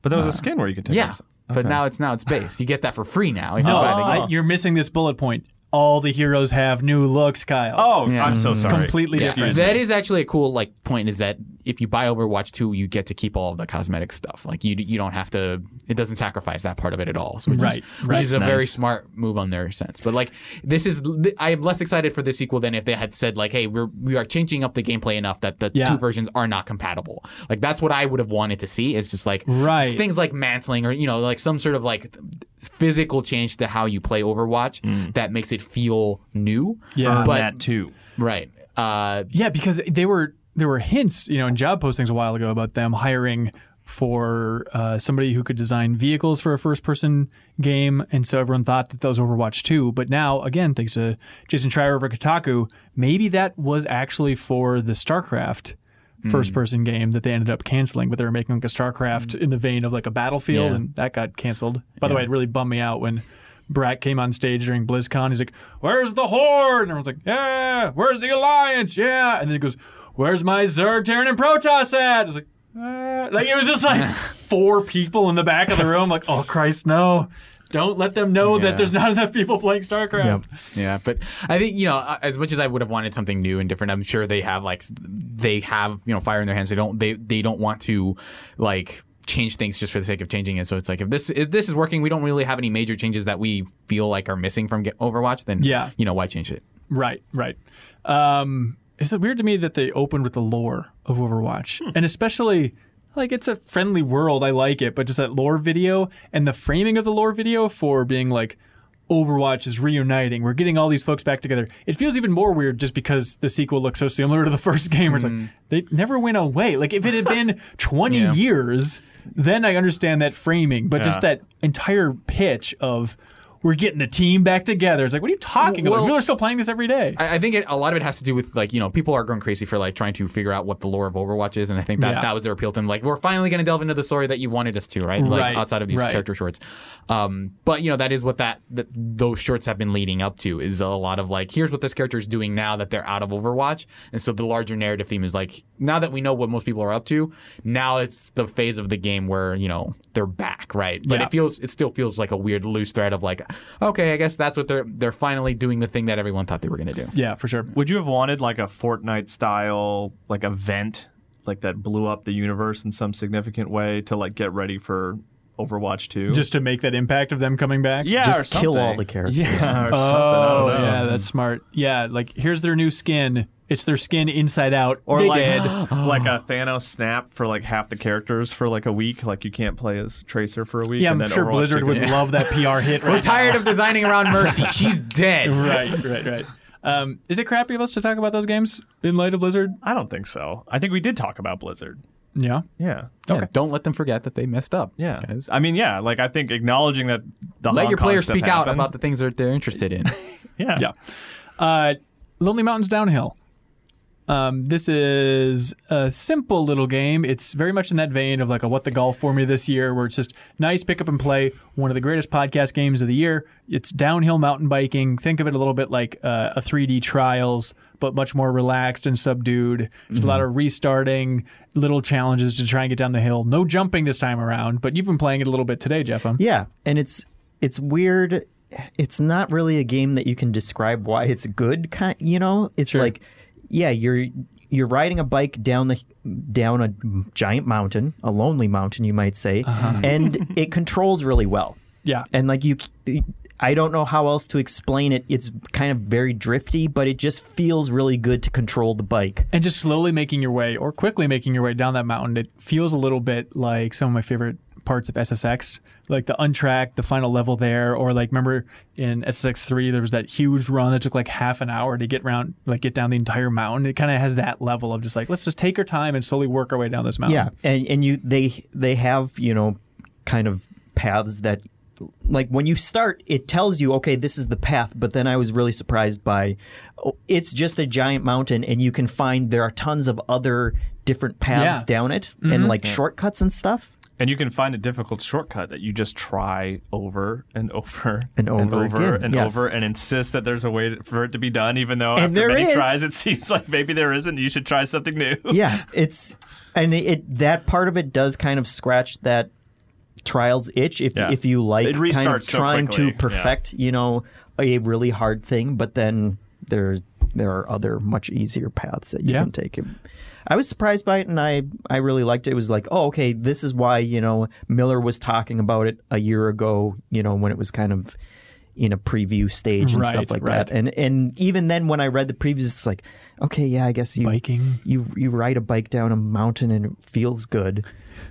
Speaker 3: but there was a skin where you could take.
Speaker 2: Yeah,
Speaker 3: this-
Speaker 2: but now it's now it's base. You get that for free now. If you
Speaker 1: No,
Speaker 2: buy the
Speaker 1: Oh, I-
Speaker 2: game.
Speaker 1: you're missing this bullet point. All the heroes have new looks, Kyle.
Speaker 3: Oh,
Speaker 2: Yeah.
Speaker 3: I'm so sorry.
Speaker 1: Completely
Speaker 2: Yeah.
Speaker 1: different.
Speaker 2: That is actually a cool like point is that if you buy Overwatch 2, you get to keep all of the cosmetic stuff. Like you you don't have to it doesn't sacrifice that part of it at all. So which
Speaker 1: Right,
Speaker 2: is,
Speaker 1: right.
Speaker 2: Which is a very smart move on their sense. But like this is I am less excited for this sequel than if they had said like hey, we're we are changing up the gameplay enough that the
Speaker 1: Yeah.
Speaker 2: two versions are not compatible. Like that's what I would have wanted to see is just like
Speaker 1: Right.
Speaker 2: things like mantling or you know like some sort of like physical change to how you play Overwatch Mm. that makes it feel new.
Speaker 3: Uh,
Speaker 1: Yeah.
Speaker 2: but
Speaker 3: that too.
Speaker 2: Right. Uh,
Speaker 1: Yeah, because they were there were hints, you know, in job postings a while ago about them hiring for uh, somebody who could design vehicles for a first-person game, and so everyone thought that that was Overwatch 2. But now, again, thanks to Jason Schreier over at Kotaku, maybe that was actually for the StarCraft
Speaker 2: Hmm.
Speaker 1: first-person game that they ended up canceling. But they were making like a StarCraft in the vein of like a Battlefield,
Speaker 2: Yeah.
Speaker 1: and that got canceled. By the way, it really bummed me out when. Brat came on stage during BlizzCon. He's like, "Where's the Horde?" And everyone's like, "Yeah." Where's the Alliance? Yeah. And then he goes, "Where's my Zerg, Terran, and Protoss at?" It's like, "Uh," like it was just like four people in the back of the room. Like, oh Christ, no! Don't let them know
Speaker 2: Yeah.
Speaker 1: that there's not enough people playing StarCraft.
Speaker 2: yeah, but I think you know, uh, as much as I would have wanted something new and different, I'm sure they have like they have you know fire in their hands. They don't they they don't want to like change things just for the sake of changing it. So it's like if this if this is working, we don't really have any major changes that we feel like are missing from Ge- Overwatch. Then
Speaker 1: Yeah.
Speaker 2: you know why change it?
Speaker 1: Right, right. Um, it's weird to me that they opened with the lore of Overwatch,
Speaker 2: Hmm.
Speaker 1: and especially like it's a friendly world. I like it, but just that lore video and the framing of the lore video for being like Overwatch is reuniting. We're getting all these folks back together. It feels even more weird just because the sequel looks so similar to the first game. Where it's like they never went away. Like if it had been 20
Speaker 2: Hmm. Yeah.
Speaker 1: years, then I understand that framing. But just
Speaker 3: Yeah.
Speaker 1: that entire pitch of we're getting the team back together. It's like, what are you talking
Speaker 2: Well-
Speaker 1: about? People are still playing this every day.
Speaker 2: I, I think it, a lot of it has to do with like you know people are going crazy for like trying to figure out what the lore of Overwatch is, and I think that
Speaker 1: Yeah.
Speaker 2: that was their appeal to them. Like we're finally going to delve into the story that you wanted us to, right? Like
Speaker 1: Right,
Speaker 2: outside of these
Speaker 1: right.
Speaker 2: character shorts. Um, but you know that is what that, that those shorts have been leading up to is a lot of like here's what this character is doing now that they're out of Overwatch, and so the larger narrative theme is like now that we know what most people are up to, now it's the phase of the game where you know they're back, right? But
Speaker 1: Yeah.
Speaker 2: it feels it still feels like a weird loose thread of like okay, I guess that's what they're they're finally doing the thing that everyone thought they were going to do.
Speaker 1: Yeah, for sure.
Speaker 3: Would you have wanted like a Fortnite style like event like that blew up the universe in some significant way to like get ready for Overwatch 2?
Speaker 1: Just to make that impact of them coming back.
Speaker 3: yeah, or
Speaker 4: Just kill all
Speaker 3: something.
Speaker 4: the characters.
Speaker 3: Yeah, or something. I
Speaker 1: Oh,
Speaker 3: don't know.
Speaker 1: yeah, that's smart. Yeah, like here's their new skin. It's their skin inside out.
Speaker 3: Or
Speaker 1: they
Speaker 3: like
Speaker 1: did.
Speaker 3: like a Thanos snap for like half the characters for like a week. Like you can't play as Tracer for a week.
Speaker 1: Yeah,
Speaker 3: and
Speaker 1: I'm
Speaker 3: then
Speaker 1: sure
Speaker 3: Overwatch
Speaker 1: Blizzard
Speaker 3: took
Speaker 1: would
Speaker 3: it.
Speaker 1: love that PR hit.
Speaker 2: We're
Speaker 1: Right,
Speaker 2: tired of designing around Mercy. She's dead.
Speaker 1: right, right, right. Um, is it crappy of us to talk about those games in light of Blizzard?
Speaker 3: I don't think so. I think we did talk about Blizzard.
Speaker 1: Yeah.
Speaker 3: Yeah.
Speaker 2: Yeah, don't let them forget that they messed up.
Speaker 3: Yeah.
Speaker 2: guys.
Speaker 3: I mean, yeah, like I think acknowledging that the
Speaker 2: Let
Speaker 3: Hong
Speaker 2: your
Speaker 3: Kong
Speaker 2: players
Speaker 3: stuff
Speaker 2: speak out
Speaker 3: happened.
Speaker 2: about the things that they're interested in.
Speaker 3: Yeah.
Speaker 1: Yeah. Uh, Lonely Mountains Downhill. Um, this is a simple little game. It's very much in that vein of like a what the golf for me this year, where it's just nice pick up and play. One of the greatest podcast games of the year. It's downhill mountain biking. Think of it a little bit like uh, a 3D Trials, but much more relaxed and subdued. It's a lot of restarting, little challenges to try and get down the hill. No jumping this time around, but you've been playing it a little bit today, Jeff. huh?
Speaker 4: Yeah, and it's it's weird. It's not really a game that you can describe why it's good. Kind, you know, it's like, yeah, you're you're riding a bike down the down a giant mountain, a lonely mountain, you might say,
Speaker 1: Uh-huh.
Speaker 4: and it controls really well.
Speaker 1: Yeah.
Speaker 4: And like you, I don't know how else to explain it. It's kind of very drifty, but it just feels really good to control the bike.
Speaker 1: and just slowly making your way or quickly making your way down that mountain it feels a little bit like some of my favorite parts of ssx like the untracked the final level there or like remember in ssx 3 there was that huge run that took like half an hour to get round like get down the entire mountain it kind of has that level of just like let's just take our time and slowly work our way down this mountain
Speaker 4: Yeah, and and you they they have you know kind of paths that like when you start it tells you okay this is the path but then i was really surprised by oh, it's just a giant mountain and you can find there are tons of other different paths
Speaker 1: Yeah.
Speaker 4: down it and like shortcuts and stuff
Speaker 3: And you can find a difficult shortcut that you just try over and over
Speaker 4: And over
Speaker 3: over
Speaker 4: again,
Speaker 3: and
Speaker 4: yes.
Speaker 3: over and insist that there's a way for it to be done, even though after
Speaker 4: there
Speaker 3: many
Speaker 4: is.
Speaker 3: tries it seems like maybe there isn't. You should try something new.
Speaker 4: yeah it's and it, that part of it does kind of scratch that trials itch if
Speaker 3: Yeah.
Speaker 4: if you like
Speaker 3: It
Speaker 4: kind of
Speaker 3: restarts so
Speaker 4: trying to
Speaker 3: quickly, yeah.
Speaker 4: perfect you know a really hard thing but then there there are other much easier paths that you
Speaker 1: Yeah.
Speaker 4: can take i was surprised by it and i i really liked it it was like oh okay this is why you know miller was talking about it a year ago you know when it was kind of in a preview stage and
Speaker 1: Right,
Speaker 4: stuff like
Speaker 1: right.
Speaker 4: that and and even then when i read the previews it's like okay yeah i guess you
Speaker 1: biking
Speaker 4: you you ride a bike down a mountain and it feels good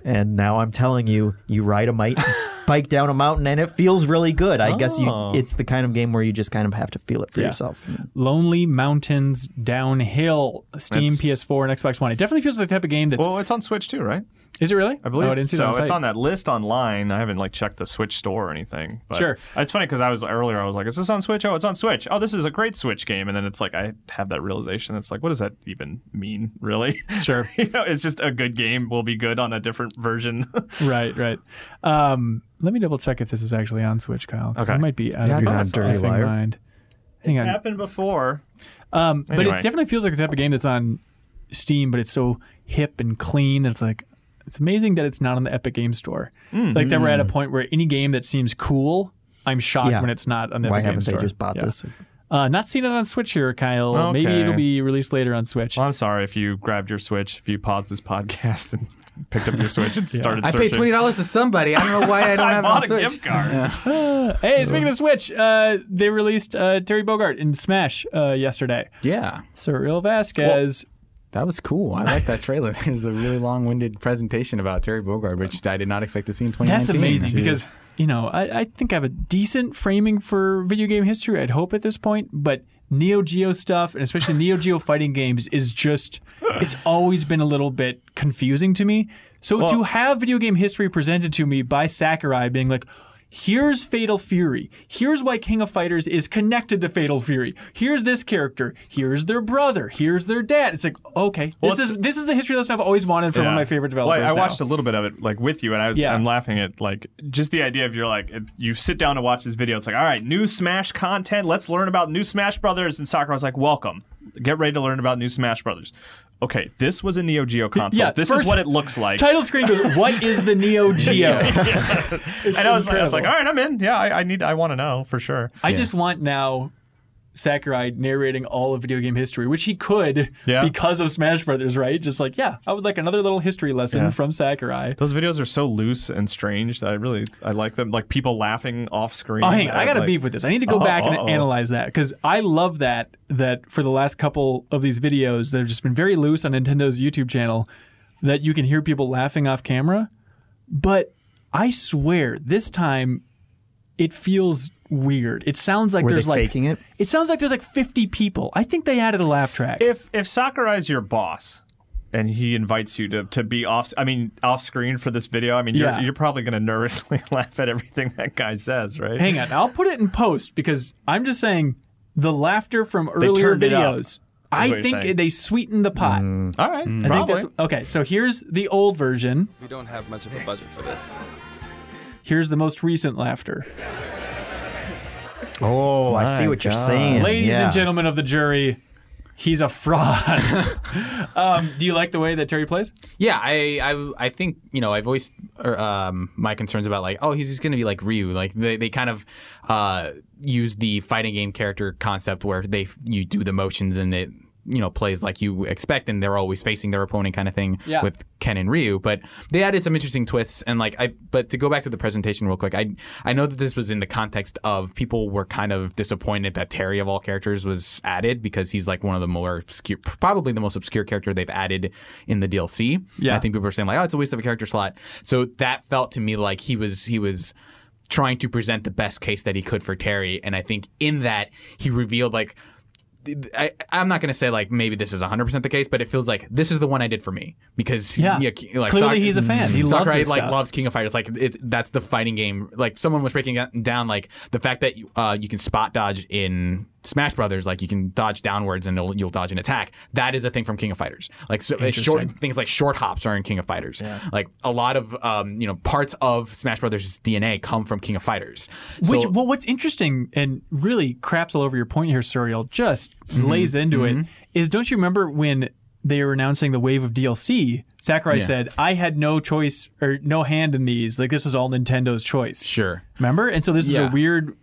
Speaker 4: and now i'm telling you you ride a mi- spike down a mountain, and it feels really good. I guess you,
Speaker 3: Oh.
Speaker 4: it's the kind of game where you just kind of have to feel it for
Speaker 1: Yeah.
Speaker 4: yourself.
Speaker 1: Lonely Mountains Downhill, Steam,
Speaker 3: That's-
Speaker 1: PS4, and Xbox One. It definitely feels like the type of game that's.
Speaker 3: Well, it's on Switch too, right?
Speaker 1: is it really?
Speaker 3: I believe.
Speaker 1: Oh, I didn't see
Speaker 3: so
Speaker 1: that.
Speaker 3: it's
Speaker 1: site.
Speaker 3: on that list online. I haven't like checked the Switch store or anything. But
Speaker 1: Sure.
Speaker 3: It's funny because I was earlier. I was like, "Is this on Switch? Oh, it's on Switch. Oh, this is a great Switch game." And then it's like I have that realization. It's like, what does that even mean, really? Sure. you know, it's just a good game will be good on a different version.
Speaker 1: Right, right. Um, let me double check if this is actually on Switch, Kyle. 'cause
Speaker 3: Okay.
Speaker 1: I might be out
Speaker 4: Yeah,
Speaker 1: of
Speaker 4: I
Speaker 1: your
Speaker 4: thought so. Dirty
Speaker 1: effing
Speaker 4: liar.
Speaker 1: mind. Hang on.
Speaker 3: happened before.
Speaker 1: Um, But
Speaker 3: Anyway.
Speaker 1: it definitely feels like the type of game that's on Steam, but it's so hip and clean that it's like it's amazing that it's not on the Epic Game Store.
Speaker 4: Hmm.
Speaker 1: Like that we're at a point where any game that seems cool, I'm shocked
Speaker 4: Yeah.
Speaker 1: when it's not on the
Speaker 4: Why
Speaker 1: Epic Game
Speaker 4: haven't
Speaker 1: Store.
Speaker 4: they just bought
Speaker 1: Yeah.
Speaker 4: this?
Speaker 1: Uh, not seen it on Switch here, Kyle. Maybe
Speaker 3: Okay.
Speaker 1: it'll be released later on Switch.
Speaker 3: Well, I'm sorry if you grabbed your Switch, if you paused this podcast and picked up your Switch and started
Speaker 2: I
Speaker 3: searching.
Speaker 2: paid twenty dollars to somebody. I don't know why I don't
Speaker 3: I
Speaker 2: have it
Speaker 3: bought
Speaker 2: on
Speaker 3: a
Speaker 2: Switch.
Speaker 3: gift card.
Speaker 1: hey, speaking of Switch, uh, they released uh, Terry Bogart in Smash uh, yesterday.
Speaker 2: Yeah,
Speaker 1: Surreal Vasquez.
Speaker 2: that was cool. I like that trailer. It was a really long-winded presentation about Terry Bogard, which I did not expect to see in twenty.
Speaker 1: That's amazing because you know I, I think I have a decent framing for video game history. I'd hope at this point, but Neo Geo stuff and especially Neo Geo fighting games is just it's always been a little bit confusing to me. So to have video game history presented to me by Sakurai being like. Here's Fatal Fury. Here's why King of Fighters is connected to Fatal Fury. Here's this character. Here's their brother. Here's their dad. It's like okay,
Speaker 3: Well,
Speaker 1: this
Speaker 3: it's-
Speaker 1: is this is the history lesson I've always wanted from one of
Speaker 3: Yeah.
Speaker 1: my favorite
Speaker 3: Well, I-
Speaker 1: developers.
Speaker 3: I
Speaker 1: now.
Speaker 3: watched a little bit of it like with you, and I was
Speaker 1: Yeah.
Speaker 3: I'm laughing at like just the idea of you're like it- you sit down to watch this video. It's like all right, new Smash content. Let's learn about new Smash Brothers. And Sakura was like, welcome. Get ready to learn about new Smash Brothers. Okay, this was a Neo Geo console.
Speaker 1: Yeah,
Speaker 3: this
Speaker 1: first-
Speaker 3: is what it looks like.
Speaker 1: Title screen goes, "What is the Neo Geo?"
Speaker 3: and I was, like, I was like,
Speaker 1: incredible.
Speaker 3: all right, I'm in. Yeah, I, I need. I want to know for sure.
Speaker 1: I just want now Sakurai narrating all of video game history, which he could
Speaker 3: Yeah.
Speaker 1: because of Smash Brothers, right? Just like, yeah, I would like another little history lesson from Sakurai.
Speaker 3: Those videos are so loose and strange that I really I like them. Like people laughing off screen.
Speaker 1: Oh, hang on. I got a
Speaker 3: like- Uh-huh,
Speaker 1: beef with this. I need to go
Speaker 3: Uh-oh,
Speaker 1: back and
Speaker 3: uh-oh.
Speaker 1: analyze that because I love that. That for the last couple of these videos, they've just been very loose on Nintendo's YouTube channel. That you can hear people laughing off camera, but I swear this time it feels weird. It sounds like
Speaker 4: Were
Speaker 1: there's
Speaker 4: they
Speaker 1: like
Speaker 4: faking it?
Speaker 1: It sounds like there's like 50 people. I think they added a laugh track.
Speaker 3: if if Sakurai's your boss and he invites you to, to be off I mean off screen for this video, I mean you're
Speaker 1: Yeah.
Speaker 3: you're probably gonna nervously laugh at everything that guy says, right?
Speaker 1: Hang on, I'll put it in post because I'm just saying the laughter from earlier
Speaker 3: turned it up,
Speaker 1: videos.
Speaker 3: what
Speaker 1: I
Speaker 3: you're
Speaker 1: think
Speaker 3: saying.
Speaker 1: they sweetened the pot.
Speaker 4: Mm.
Speaker 3: All right.
Speaker 1: I think
Speaker 3: Probably.
Speaker 1: that's okay. So here's the old version.
Speaker 5: We don't have much of a budget for this.
Speaker 1: Here's the most recent laughter.
Speaker 4: Oh, I see
Speaker 3: My
Speaker 4: what you're
Speaker 3: God.
Speaker 4: saying.
Speaker 1: Ladies
Speaker 4: Yeah.
Speaker 1: and gentlemen of the jury, he's a fraud. um, do you like the way that Terry plays?
Speaker 2: Yeah, I, I, I think you know I voiced er, um, my concerns about like, oh, he's just gonna be like Ryu. Like they, they kind of uh, use the fighting game character concept where they you do the motions and it you know plays like you expect and they're always facing their opponent kind of thing
Speaker 1: Yeah.
Speaker 2: with Ken and Ryu. But they added some interesting twists and like I. But to go back to the presentation real quick, I I know that this was in the context of people were kind of disappointed that Terry of all characters was added because he's like one of the more obscure, probably the most obscure character they've added in the DLC.
Speaker 1: Yeah.
Speaker 2: I think people were saying like, oh, it's a waste of a character slot. So that felt to me like he was he was trying to present the best case that he could for Terry, and I think in that he revealed like. I, I'm not going to say like maybe this is 100% the case, but it feels like this is the one I did for me because
Speaker 1: Yeah. Clearly he's a fan. He loves
Speaker 2: Sakurai,
Speaker 1: this
Speaker 2: like
Speaker 1: stuff.
Speaker 2: loves King of Fighters. Like it, that's the fighting game. Like someone was breaking it down like the fact that uh, you can spot dodge in Smash Brothers. Like you can dodge downwards and it'll, you'll dodge an attack. That is a thing from King of Fighters. Like so, uh, short things like short hops are in King of Fighters. Like a lot of um, you know parts of Smash Brothers DNA come from King of Fighters. So-
Speaker 1: Which well, what's interesting and really craps all over your point here, Surreal, just lays into it is don't you remember when they were announcing the wave of DLC? Sakurai said, "I had no choice or no hand in these. Like this was all Nintendo's choice."
Speaker 2: sure.
Speaker 1: Remember? And so this is
Speaker 2: Yeah.
Speaker 1: a weird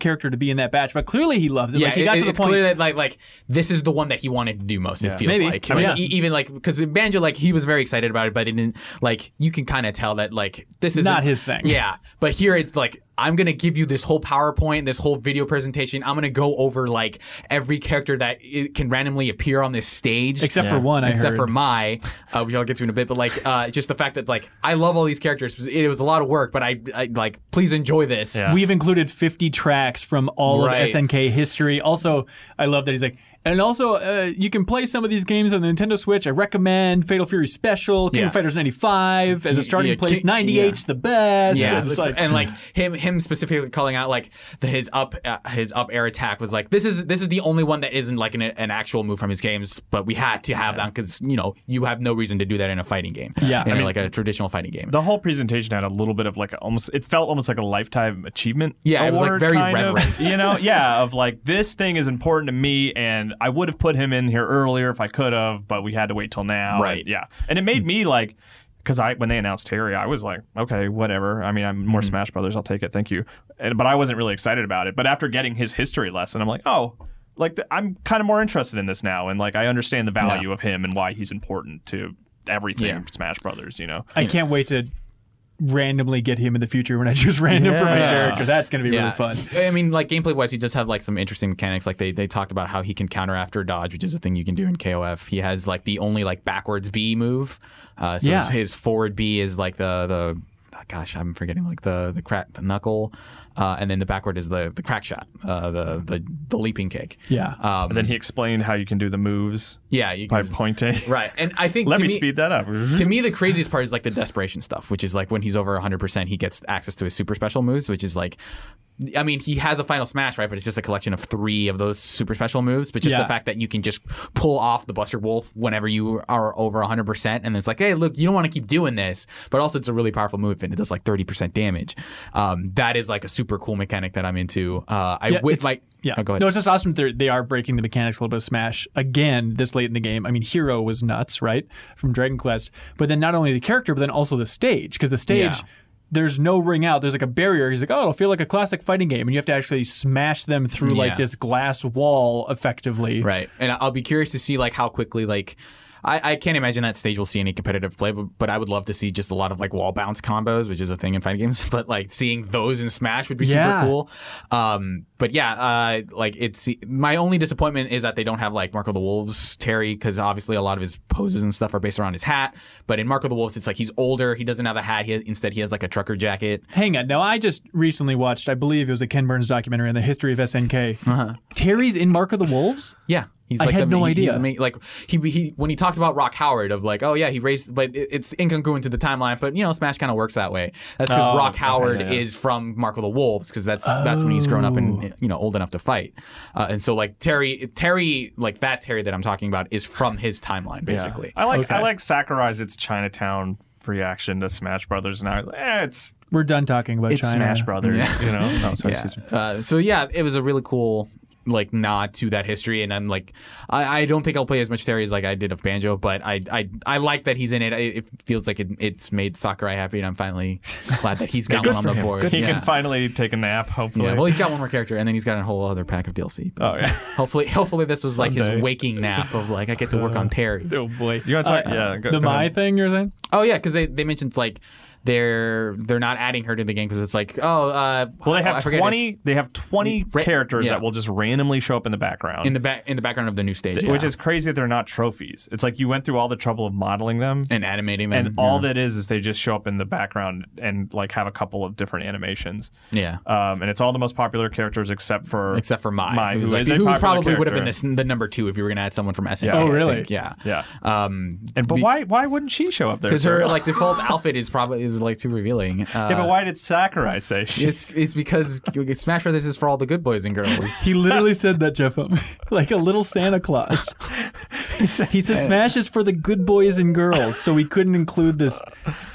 Speaker 1: character to be in that batch, but clearly he loves it.
Speaker 2: Yeah,
Speaker 1: like he got
Speaker 2: it-
Speaker 1: to the
Speaker 2: it's
Speaker 1: point.
Speaker 2: clear that like like this is the one that he wanted to do most. It feels
Speaker 1: Maybe.
Speaker 2: like,
Speaker 1: I mean,
Speaker 2: Like,
Speaker 1: yeah.
Speaker 2: e- even like because banjo like he was very excited about it, but it didn't like you can kind of tell that like this is
Speaker 1: Not his thing.
Speaker 2: Yeah, but here it's like I'm gonna give you this whole PowerPoint, this whole video presentation. I'm gonna go over like every character that i can randomly appear on this stage,
Speaker 1: Except for one, I heard.
Speaker 2: except for my, uh, which I'll get to in a bit. But like, uh, just the fact that like I love all these characters. It was a lot of work, but I, I like please enjoy this.
Speaker 3: Yeah.
Speaker 1: We've included 50 tracks from all
Speaker 2: Right.
Speaker 1: of SNK history. Also, I love that he's like, and also uh, you can play some of these games on the Nintendo Switch. I recommend Fatal Fury Special, King
Speaker 2: Yeah.
Speaker 1: of Fighters 95 as a
Speaker 2: Ki-
Speaker 1: starting
Speaker 2: yeah,
Speaker 1: place.
Speaker 2: Ki-
Speaker 1: 98's the best.
Speaker 2: Yeah,
Speaker 1: And it's like,
Speaker 2: and like him, him specifically calling out like the, his up, uh, his up air attack was like this is this is the only one that isn't like an, an actual move from his games, but we had to have that because you know you have no reason to do that in a fighting game,
Speaker 1: Yeah.
Speaker 2: in
Speaker 1: I mean-
Speaker 2: like a traditional fighting game.
Speaker 3: The whole presentation had a little bit of like a, almost. It felt almost like a lifetime achievement.
Speaker 2: Yeah, it was, like,
Speaker 3: award
Speaker 2: very
Speaker 3: kind of,
Speaker 2: reverent.
Speaker 3: you know, yeah, of like this thing is important to me, and I would have put him in here earlier if I could have, but we had to wait till now.
Speaker 2: Right.
Speaker 3: And, yeah, and it made me like. Because I, when they announced Terry, I was like, okay, whatever. I mean, I'm more
Speaker 2: Mm-hmm.
Speaker 3: Smash Brothers. I'll take it. Thank you. And, but I wasn't really excited about it. But after getting his history lesson, I'm like, oh, like th- I'm kind of more interested in this now, and like I understand the value of him and why he's important to everything
Speaker 2: Yeah.
Speaker 3: Smash Brothers. You know.
Speaker 1: I can't wait to randomly get him in the future when I choose random for my
Speaker 3: Yeah.
Speaker 1: character. That's going to be
Speaker 2: yeah,
Speaker 1: really fun.
Speaker 2: I mean, like gameplay wise, he does have like some interesting mechanics. Like they, they talked about how he can counter after a dodge, which is a thing you can do in KOF. He has like the only like backwards B move. Uh, so
Speaker 1: Yeah.
Speaker 2: his, his forward B is like the the oh, gosh, I'm forgetting like the the crack the knuckle, uh, and then the backward is the the crack shot, uh, the the the leaping kick.
Speaker 1: Yeah.
Speaker 2: Um,
Speaker 3: And then he explained how you can do the moves
Speaker 2: yeah, you
Speaker 3: by
Speaker 2: can,
Speaker 3: pointing.
Speaker 2: right. And I think
Speaker 3: Let
Speaker 2: to
Speaker 3: me, speed that up.
Speaker 2: to me, the craziest part is like the desperation stuff, which is like when he's over 100%, he gets access to his super special moves, which is like, I mean, he has a final smash, right? But it's just a collection of three of those super special moves. But just
Speaker 1: Yeah.
Speaker 2: the fact that you can just pull off the Buster Wolf whenever you are over 100%. And it's like, hey, look, you don't want to keep doing this. But also, it's a really powerful move and it does like 30% damage. Um, that is like a super cool mechanic that I'm into. Uh, I
Speaker 1: Yeah,
Speaker 2: would
Speaker 1: it's-
Speaker 2: like,
Speaker 1: Yeah,
Speaker 2: Oh, go ahead.
Speaker 1: no, it's just awesome. that They're, they are breaking the mechanics a little bit of Smash again this late in the game. I mean, Hero was nuts, right, from Dragon Quest. But then not only the character, but then also the stage, because the stage.
Speaker 2: Yeah.
Speaker 1: There's no ring out. There's like a barrier. He's like, oh, it'll feel like a classic fighting game, and you have to actually smash them through
Speaker 2: Yeah.
Speaker 1: like this glass wall, effectively.
Speaker 2: Right. And I- I'll be curious to see like how quickly like I, I can't imagine that stage will see any competitive play, but, but I would love to see just a lot of like wall bounce combos, which is a thing in fighting games. But like seeing those in Smash would be
Speaker 1: Yeah.
Speaker 2: super cool. Um, but yeah, uh, like it's my only disappointment is that they don't have like Mark of the Wolves Terry because obviously a lot of his poses and stuff are based around his hat. But in Mark of the Wolves, it's like he's older, he doesn't have a hat. He instead he has like a trucker jacket.
Speaker 1: Hang on. Now, I just recently watched, I believe it was a Ken Burns documentary on the history of SNK.
Speaker 2: Uh-huh.
Speaker 1: Terry's in Mark of the Wolves.
Speaker 2: Yeah. He's
Speaker 1: I
Speaker 2: like
Speaker 1: had
Speaker 2: the,
Speaker 1: no
Speaker 2: he- he's
Speaker 1: idea.
Speaker 2: the main- like he, he when he talks about Rock Howard of like oh yeah he raised but it- it's incongruent to the timeline but you know Smash kind of works that way. That's because
Speaker 1: Oh,
Speaker 2: Rock
Speaker 1: okay,
Speaker 2: Howard is from Mark of the Wolves because that's that's when he's grown up and
Speaker 1: Oh.
Speaker 2: you know old enough to fight. Uh, and so like Terry Terry like that Terry that I'm talking about is from his timeline basically.
Speaker 3: I like I like Sakurai's its Chinatown reaction to Smash Brothers now. Eh, it's
Speaker 1: We're done talking about
Speaker 3: it's
Speaker 1: China.
Speaker 3: Smash Brothers, you know. No, sorry,
Speaker 2: Yeah.
Speaker 3: excuse me.
Speaker 2: Uh, so yeah, it was a really cool like nod to that history, and I'm like, I, I don't think I'll play as much Terry as like I did of Banjo, but I I, I like that he's in it. I, it feels like it, it's made Sakurai happy, and I'm finally glad that he's got one on the board.
Speaker 3: He
Speaker 2: yeah.
Speaker 3: can finally take a nap, hopefully.
Speaker 2: yeah, well, he's got one more character, and then he's got a whole other pack of DLC. But
Speaker 3: Oh, yeah.
Speaker 2: hopefully, hopefully this was like
Speaker 3: Someday.
Speaker 2: his waking nap of like I get to work on Terry.
Speaker 3: oh boy. You want to talk? yeah. Go,
Speaker 1: The
Speaker 3: go
Speaker 1: My
Speaker 3: ahead.
Speaker 1: thing, you're saying?
Speaker 2: Oh yeah, because they, they mentioned like they're they're not adding her to the game because it's like oh uh,
Speaker 3: Well, they
Speaker 2: I
Speaker 3: have
Speaker 2: forget his-
Speaker 3: twenty. They have twenty
Speaker 2: Ra-
Speaker 3: characters
Speaker 2: yeah.
Speaker 3: that will just randomly show up in the background,
Speaker 2: in the back in the background of the new stage,
Speaker 3: which
Speaker 2: yeah.
Speaker 3: is crazy. that They're not trophies. It's like you went through all the trouble of modeling them,
Speaker 2: and animating them
Speaker 3: and all
Speaker 2: yeah.
Speaker 3: that is is they just show up in the background and like have a couple of different animations.
Speaker 2: Yeah.
Speaker 3: Um, and it's all the most popular characters except for
Speaker 2: Except for Mai,
Speaker 3: Mai,
Speaker 2: who's
Speaker 3: who
Speaker 2: like-
Speaker 3: is a
Speaker 2: who
Speaker 3: popular
Speaker 2: probably would have been
Speaker 3: character.
Speaker 2: this, the number two if you were going to add someone from SNK.
Speaker 3: Oh,
Speaker 2: I
Speaker 1: really?
Speaker 2: think. Yeah.
Speaker 3: Yeah.
Speaker 2: Um,
Speaker 3: And but
Speaker 2: be-
Speaker 3: why why wouldn't she show up there?
Speaker 2: Because her
Speaker 3: too?
Speaker 2: like default outfit is probably is like too revealing. Uh,
Speaker 3: yeah, but why did Sakurai say she?
Speaker 2: It's it's because Smash Brothers is for all the good boys and girls.
Speaker 1: He literally said that, Jeff, Hum. like a little Santa Claus. he said Smash is for the good boys and girls, so we couldn't include this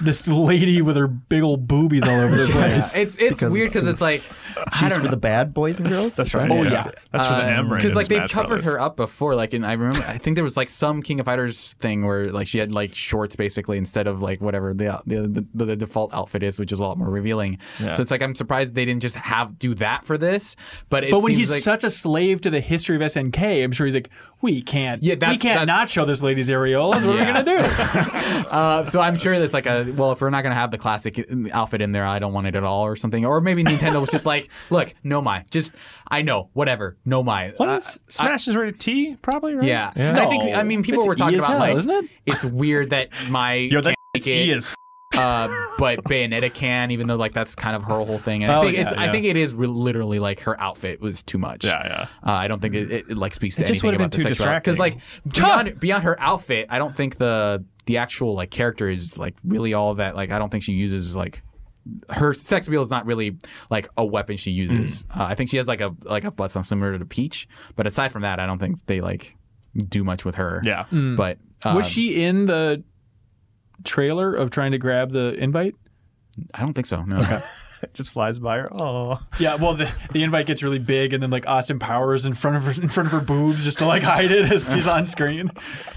Speaker 1: this lady with her big old boobies all over the place.
Speaker 2: It's it's
Speaker 4: Because
Speaker 2: weird because it's like I
Speaker 4: She's
Speaker 2: don't
Speaker 4: for the bad boys and girls. That's
Speaker 1: Oh, yeah.
Speaker 3: That's for the M rated
Speaker 2: because Um, like they've
Speaker 3: Smash
Speaker 2: covered
Speaker 3: Brothers.
Speaker 2: her up before. Like, and I remember, I think there was like some King of Fighters thing where like she had like shorts basically instead of like whatever the the, the, the default outfit is, which is a lot more revealing. So it's like I'm surprised they didn't just have do that for this. But it
Speaker 1: But when
Speaker 2: seems
Speaker 1: he's
Speaker 2: like,
Speaker 1: such a slave to the history of SNK, I'm sure he's like, we can't,
Speaker 2: Yeah, that's
Speaker 1: we can't
Speaker 2: that's-
Speaker 1: not show this lady's areolas. What are we gonna
Speaker 2: Yeah.
Speaker 1: do?
Speaker 2: Uh, so I'm sure that's like a well, if we're not gonna have the classic outfit in there, I don't want it at all, or something. Or maybe Nintendo was just like, look, no my, just I know, whatever, no my.
Speaker 3: What
Speaker 2: Uh,
Speaker 3: is Smash is rated T, probably, right?
Speaker 2: yeah, And I think I mean people
Speaker 1: It's
Speaker 2: were talking
Speaker 1: E as
Speaker 2: about
Speaker 1: hell,
Speaker 2: like,
Speaker 1: isn't it?
Speaker 2: it's weird that my
Speaker 3: Yo, that
Speaker 2: can't make
Speaker 3: E
Speaker 2: it,
Speaker 3: is
Speaker 2: uh, but Bayonetta can, even though like that's kind of her whole thing. And
Speaker 3: Oh,
Speaker 2: I think
Speaker 3: yeah,
Speaker 2: it's,
Speaker 3: yeah.
Speaker 2: I think it is re- literally like her outfit was too much.
Speaker 3: Yeah, yeah.
Speaker 2: Uh, I don't think it, it, it, like speaks to
Speaker 3: It just
Speaker 2: anything
Speaker 3: would've
Speaker 2: about
Speaker 3: been
Speaker 2: the
Speaker 3: too
Speaker 2: because like beyond beyond her outfit, I don't think the the actual like character is like really all that. Like I don't think she uses like her sex appeal is not really like a weapon she
Speaker 3: Mm-hmm.
Speaker 2: uses. Uh, I think she has like a like a butt something similar to Peach, but aside from that, I don't think they like do much with her.
Speaker 3: Yeah.
Speaker 2: but um,
Speaker 1: Was she in the trailer of trying to grab the invite?
Speaker 2: I don't think so. No.
Speaker 3: It just flies by her. Oh.
Speaker 1: Yeah, well, the, the invite gets really big, and then like Austin Powers in front of her, in front of her boobs just to like hide it as she's on screen.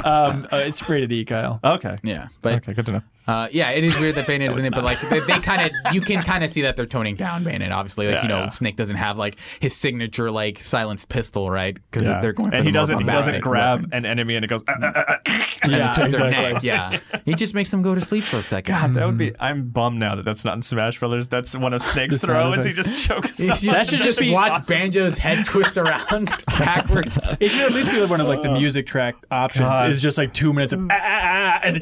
Speaker 1: Um, uh, it's rated E, Kyle.
Speaker 3: Okay.
Speaker 2: Yeah, but
Speaker 3: Okay, good to know.
Speaker 2: Uh, yeah, it is weird that Bayonetta's in it, but like they, they kind of you can kind of see that they're toning down Bayonetta. Obviously, like
Speaker 3: Yeah,
Speaker 2: you know,
Speaker 3: yeah.
Speaker 2: Snake doesn't have like his signature like silenced pistol, right? Because
Speaker 3: Yeah.
Speaker 2: they're going for
Speaker 3: and
Speaker 2: the
Speaker 3: he doesn't
Speaker 2: more
Speaker 3: he doesn't
Speaker 2: bombastic
Speaker 3: grab
Speaker 2: weapon.
Speaker 3: an enemy and it goes. "Ah, ah, ah, ah."
Speaker 1: Yeah,
Speaker 2: He twists their neck, Yeah, he just makes them go to sleep for a second.
Speaker 3: God, that would be. I'm bummed now that that's not in Smash Brothers. That's one of Snake's
Speaker 1: Hmm. The sound
Speaker 3: throw. Is he
Speaker 1: effects.
Speaker 3: just chokes?
Speaker 2: You
Speaker 3: someone
Speaker 2: should just
Speaker 3: and
Speaker 2: watch
Speaker 3: tosses-
Speaker 2: Banjo's head twist around backwards.
Speaker 1: It should at least be one of like the music track options.
Speaker 3: God.
Speaker 1: Is just like two minutes of ah, ah, ah and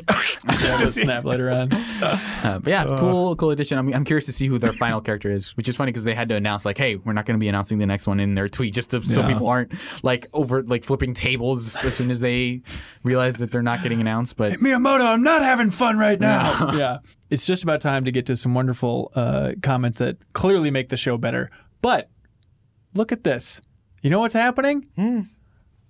Speaker 1: then just snap later on.
Speaker 2: Uh, but yeah, cool, cool addition. I'm, I'm curious to see who their final character is, which is funny because they had to announce like, hey, we're not going to be announcing the next one in their tweet just to, so
Speaker 1: Yeah.
Speaker 2: people aren't like over like flipping tables as soon as they realize that they're not getting announced. But
Speaker 1: Miyamoto, I'm not having fun right now. yeah. It's just about time to get to some wonderful uh, comments that clearly make the show better. But look at this. You know what's happening?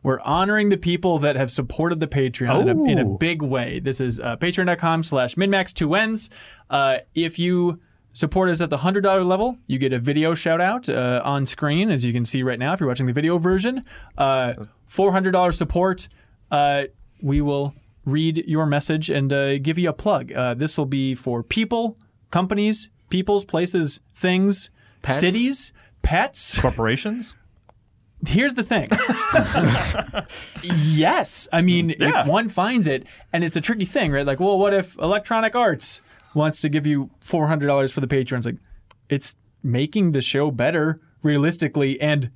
Speaker 1: We're honoring the people that have supported the Patreon in a, in a
Speaker 4: Oh.
Speaker 1: big way. This is uh, patreon.com slash minmax2ends. Uh, if you support us at the $100 level, you get a video shout out uh, on screen, as you can see right now if you're watching the video version. Uh, $400 support, uh, we will read your message and uh, give you a plug. Uh, this will be for people, companies, peoples, places, things, cities, pets
Speaker 3: Corporations.
Speaker 1: here's the thing. yes, I mean,
Speaker 3: Yeah.
Speaker 1: if one finds it, and it's a tricky thing, right? Like, well, what if Electronic Arts wants to give you four hundred dollars for the Patreon? It's like, it's making the show better, realistically, and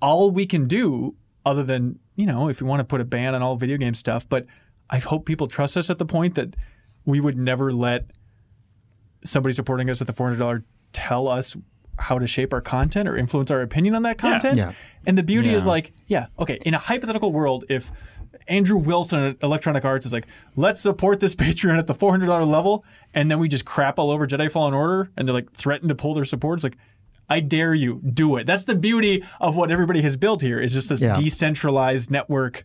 Speaker 1: all we can do, other than you know, if you want to put a ban on all video game stuff, but I hope people trust us at the point that we would never let somebody supporting us at the four hundred dollar tell us how to shape our content or influence our opinion on that content.
Speaker 4: Yeah.
Speaker 1: And the beauty is like, yeah, okay, in a hypothetical world, if Andrew Wilson at Electronic Arts is like, let's support this Patreon at the four hundred dollar level, and then we just crap all over Jedi Fallen Order, and they like threaten to pull their support. It's like, I dare you, do it. That's the beauty of what everybody has built here. Is just this
Speaker 4: Yeah.
Speaker 1: decentralized network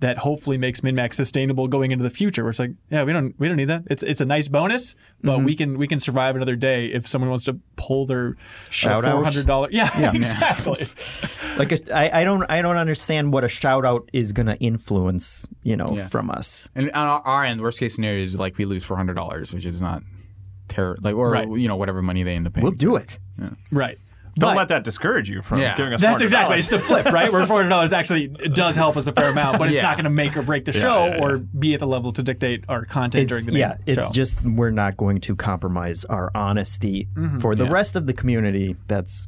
Speaker 1: that hopefully makes MinMax sustainable going into the future. Where it's like, yeah, we don't we don't need that. It's it's a nice bonus, but we can we can survive another day if someone wants to pull their uh,
Speaker 4: Shout out.
Speaker 1: four hundred dollar. Yeah, exactly.
Speaker 4: Like a, I, I don't I don't understand what a shout out is gonna influence you know
Speaker 2: Yeah.
Speaker 4: from us.
Speaker 2: And on our, our end, worst case scenario is like we lose four hundred dollars, which is not terror, like or
Speaker 1: Right.
Speaker 2: you know whatever money they end up paying.
Speaker 4: We'll do it.
Speaker 1: right.
Speaker 3: Don't
Speaker 1: But-
Speaker 3: let that discourage you from
Speaker 2: Yeah.
Speaker 3: giving us.
Speaker 1: That's exactly.
Speaker 3: $400.
Speaker 1: It's the flip, right? Where four hundred dollars actually does help us a fair amount, but it's
Speaker 2: Yeah.
Speaker 1: not going to make or break the show
Speaker 3: yeah,
Speaker 1: or be at the level to dictate our content
Speaker 4: It's,
Speaker 1: during the
Speaker 4: yeah,
Speaker 1: main
Speaker 4: it's
Speaker 1: show.
Speaker 4: just we're not going to compromise our honesty
Speaker 2: Mm-hmm.
Speaker 4: for the rest of the community that's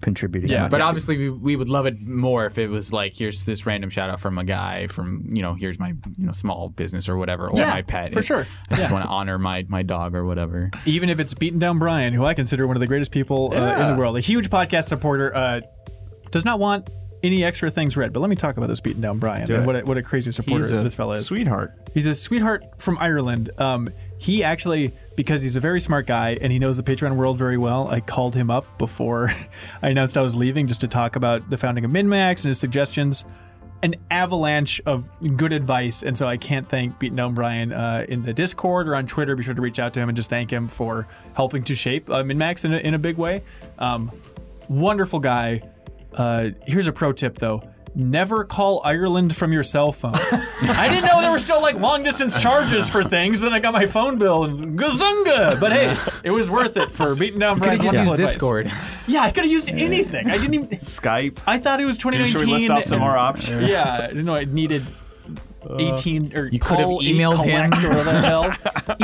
Speaker 4: contributing.
Speaker 1: Yeah,
Speaker 4: on
Speaker 2: But
Speaker 4: this.
Speaker 2: obviously, we, we would love it more if it was like, here's this random shout out from a guy from, you know, here's my you know small business or whatever, or
Speaker 1: Yeah,
Speaker 2: my pet.
Speaker 1: for
Speaker 2: It-
Speaker 1: sure.
Speaker 2: I just want to honor my, my dog or whatever.
Speaker 1: even if it's beaten down Brian, who I consider one of the greatest people uh, in the world, a huge podcast supporter, uh, does not want any extra things read. But let me talk about this beaten down Brian and
Speaker 3: it.
Speaker 1: what a, what a crazy supporter
Speaker 3: He's a
Speaker 1: this fella is.
Speaker 3: sweetheart.
Speaker 1: He's a sweetheart from Ireland. Um, he actually, because he's a very smart guy and he knows the Patreon world very well, I called him up before I announced I was leaving just to talk about the founding of MinMax and his suggestions. An avalanche of good advice, and so I can't thank Beaten Down Brian uh, in the Discord or on Twitter. Be sure to reach out to him and just thank him for helping to shape uh, MinMax in a, in a big way. Um, wonderful guy. Uh, here's a pro tip though. Never call Ireland from your cell phone. I didn't know there were still like long distance charges for things. Then I got my phone bill and gazunga. But hey, it was worth it for beating down
Speaker 2: Could
Speaker 1: Brian's
Speaker 2: have just
Speaker 1: wonderful
Speaker 2: used
Speaker 1: advice.
Speaker 2: Discord.
Speaker 1: Yeah, I could have used anything. I didn't even.
Speaker 3: Skype.
Speaker 1: I thought it was
Speaker 3: Should
Speaker 1: 2019.
Speaker 3: we list off some more options?
Speaker 1: Yeah, I didn't know I needed eighteen or
Speaker 2: you could have
Speaker 1: call eight
Speaker 2: emailed him.
Speaker 1: collect or whatever the hell.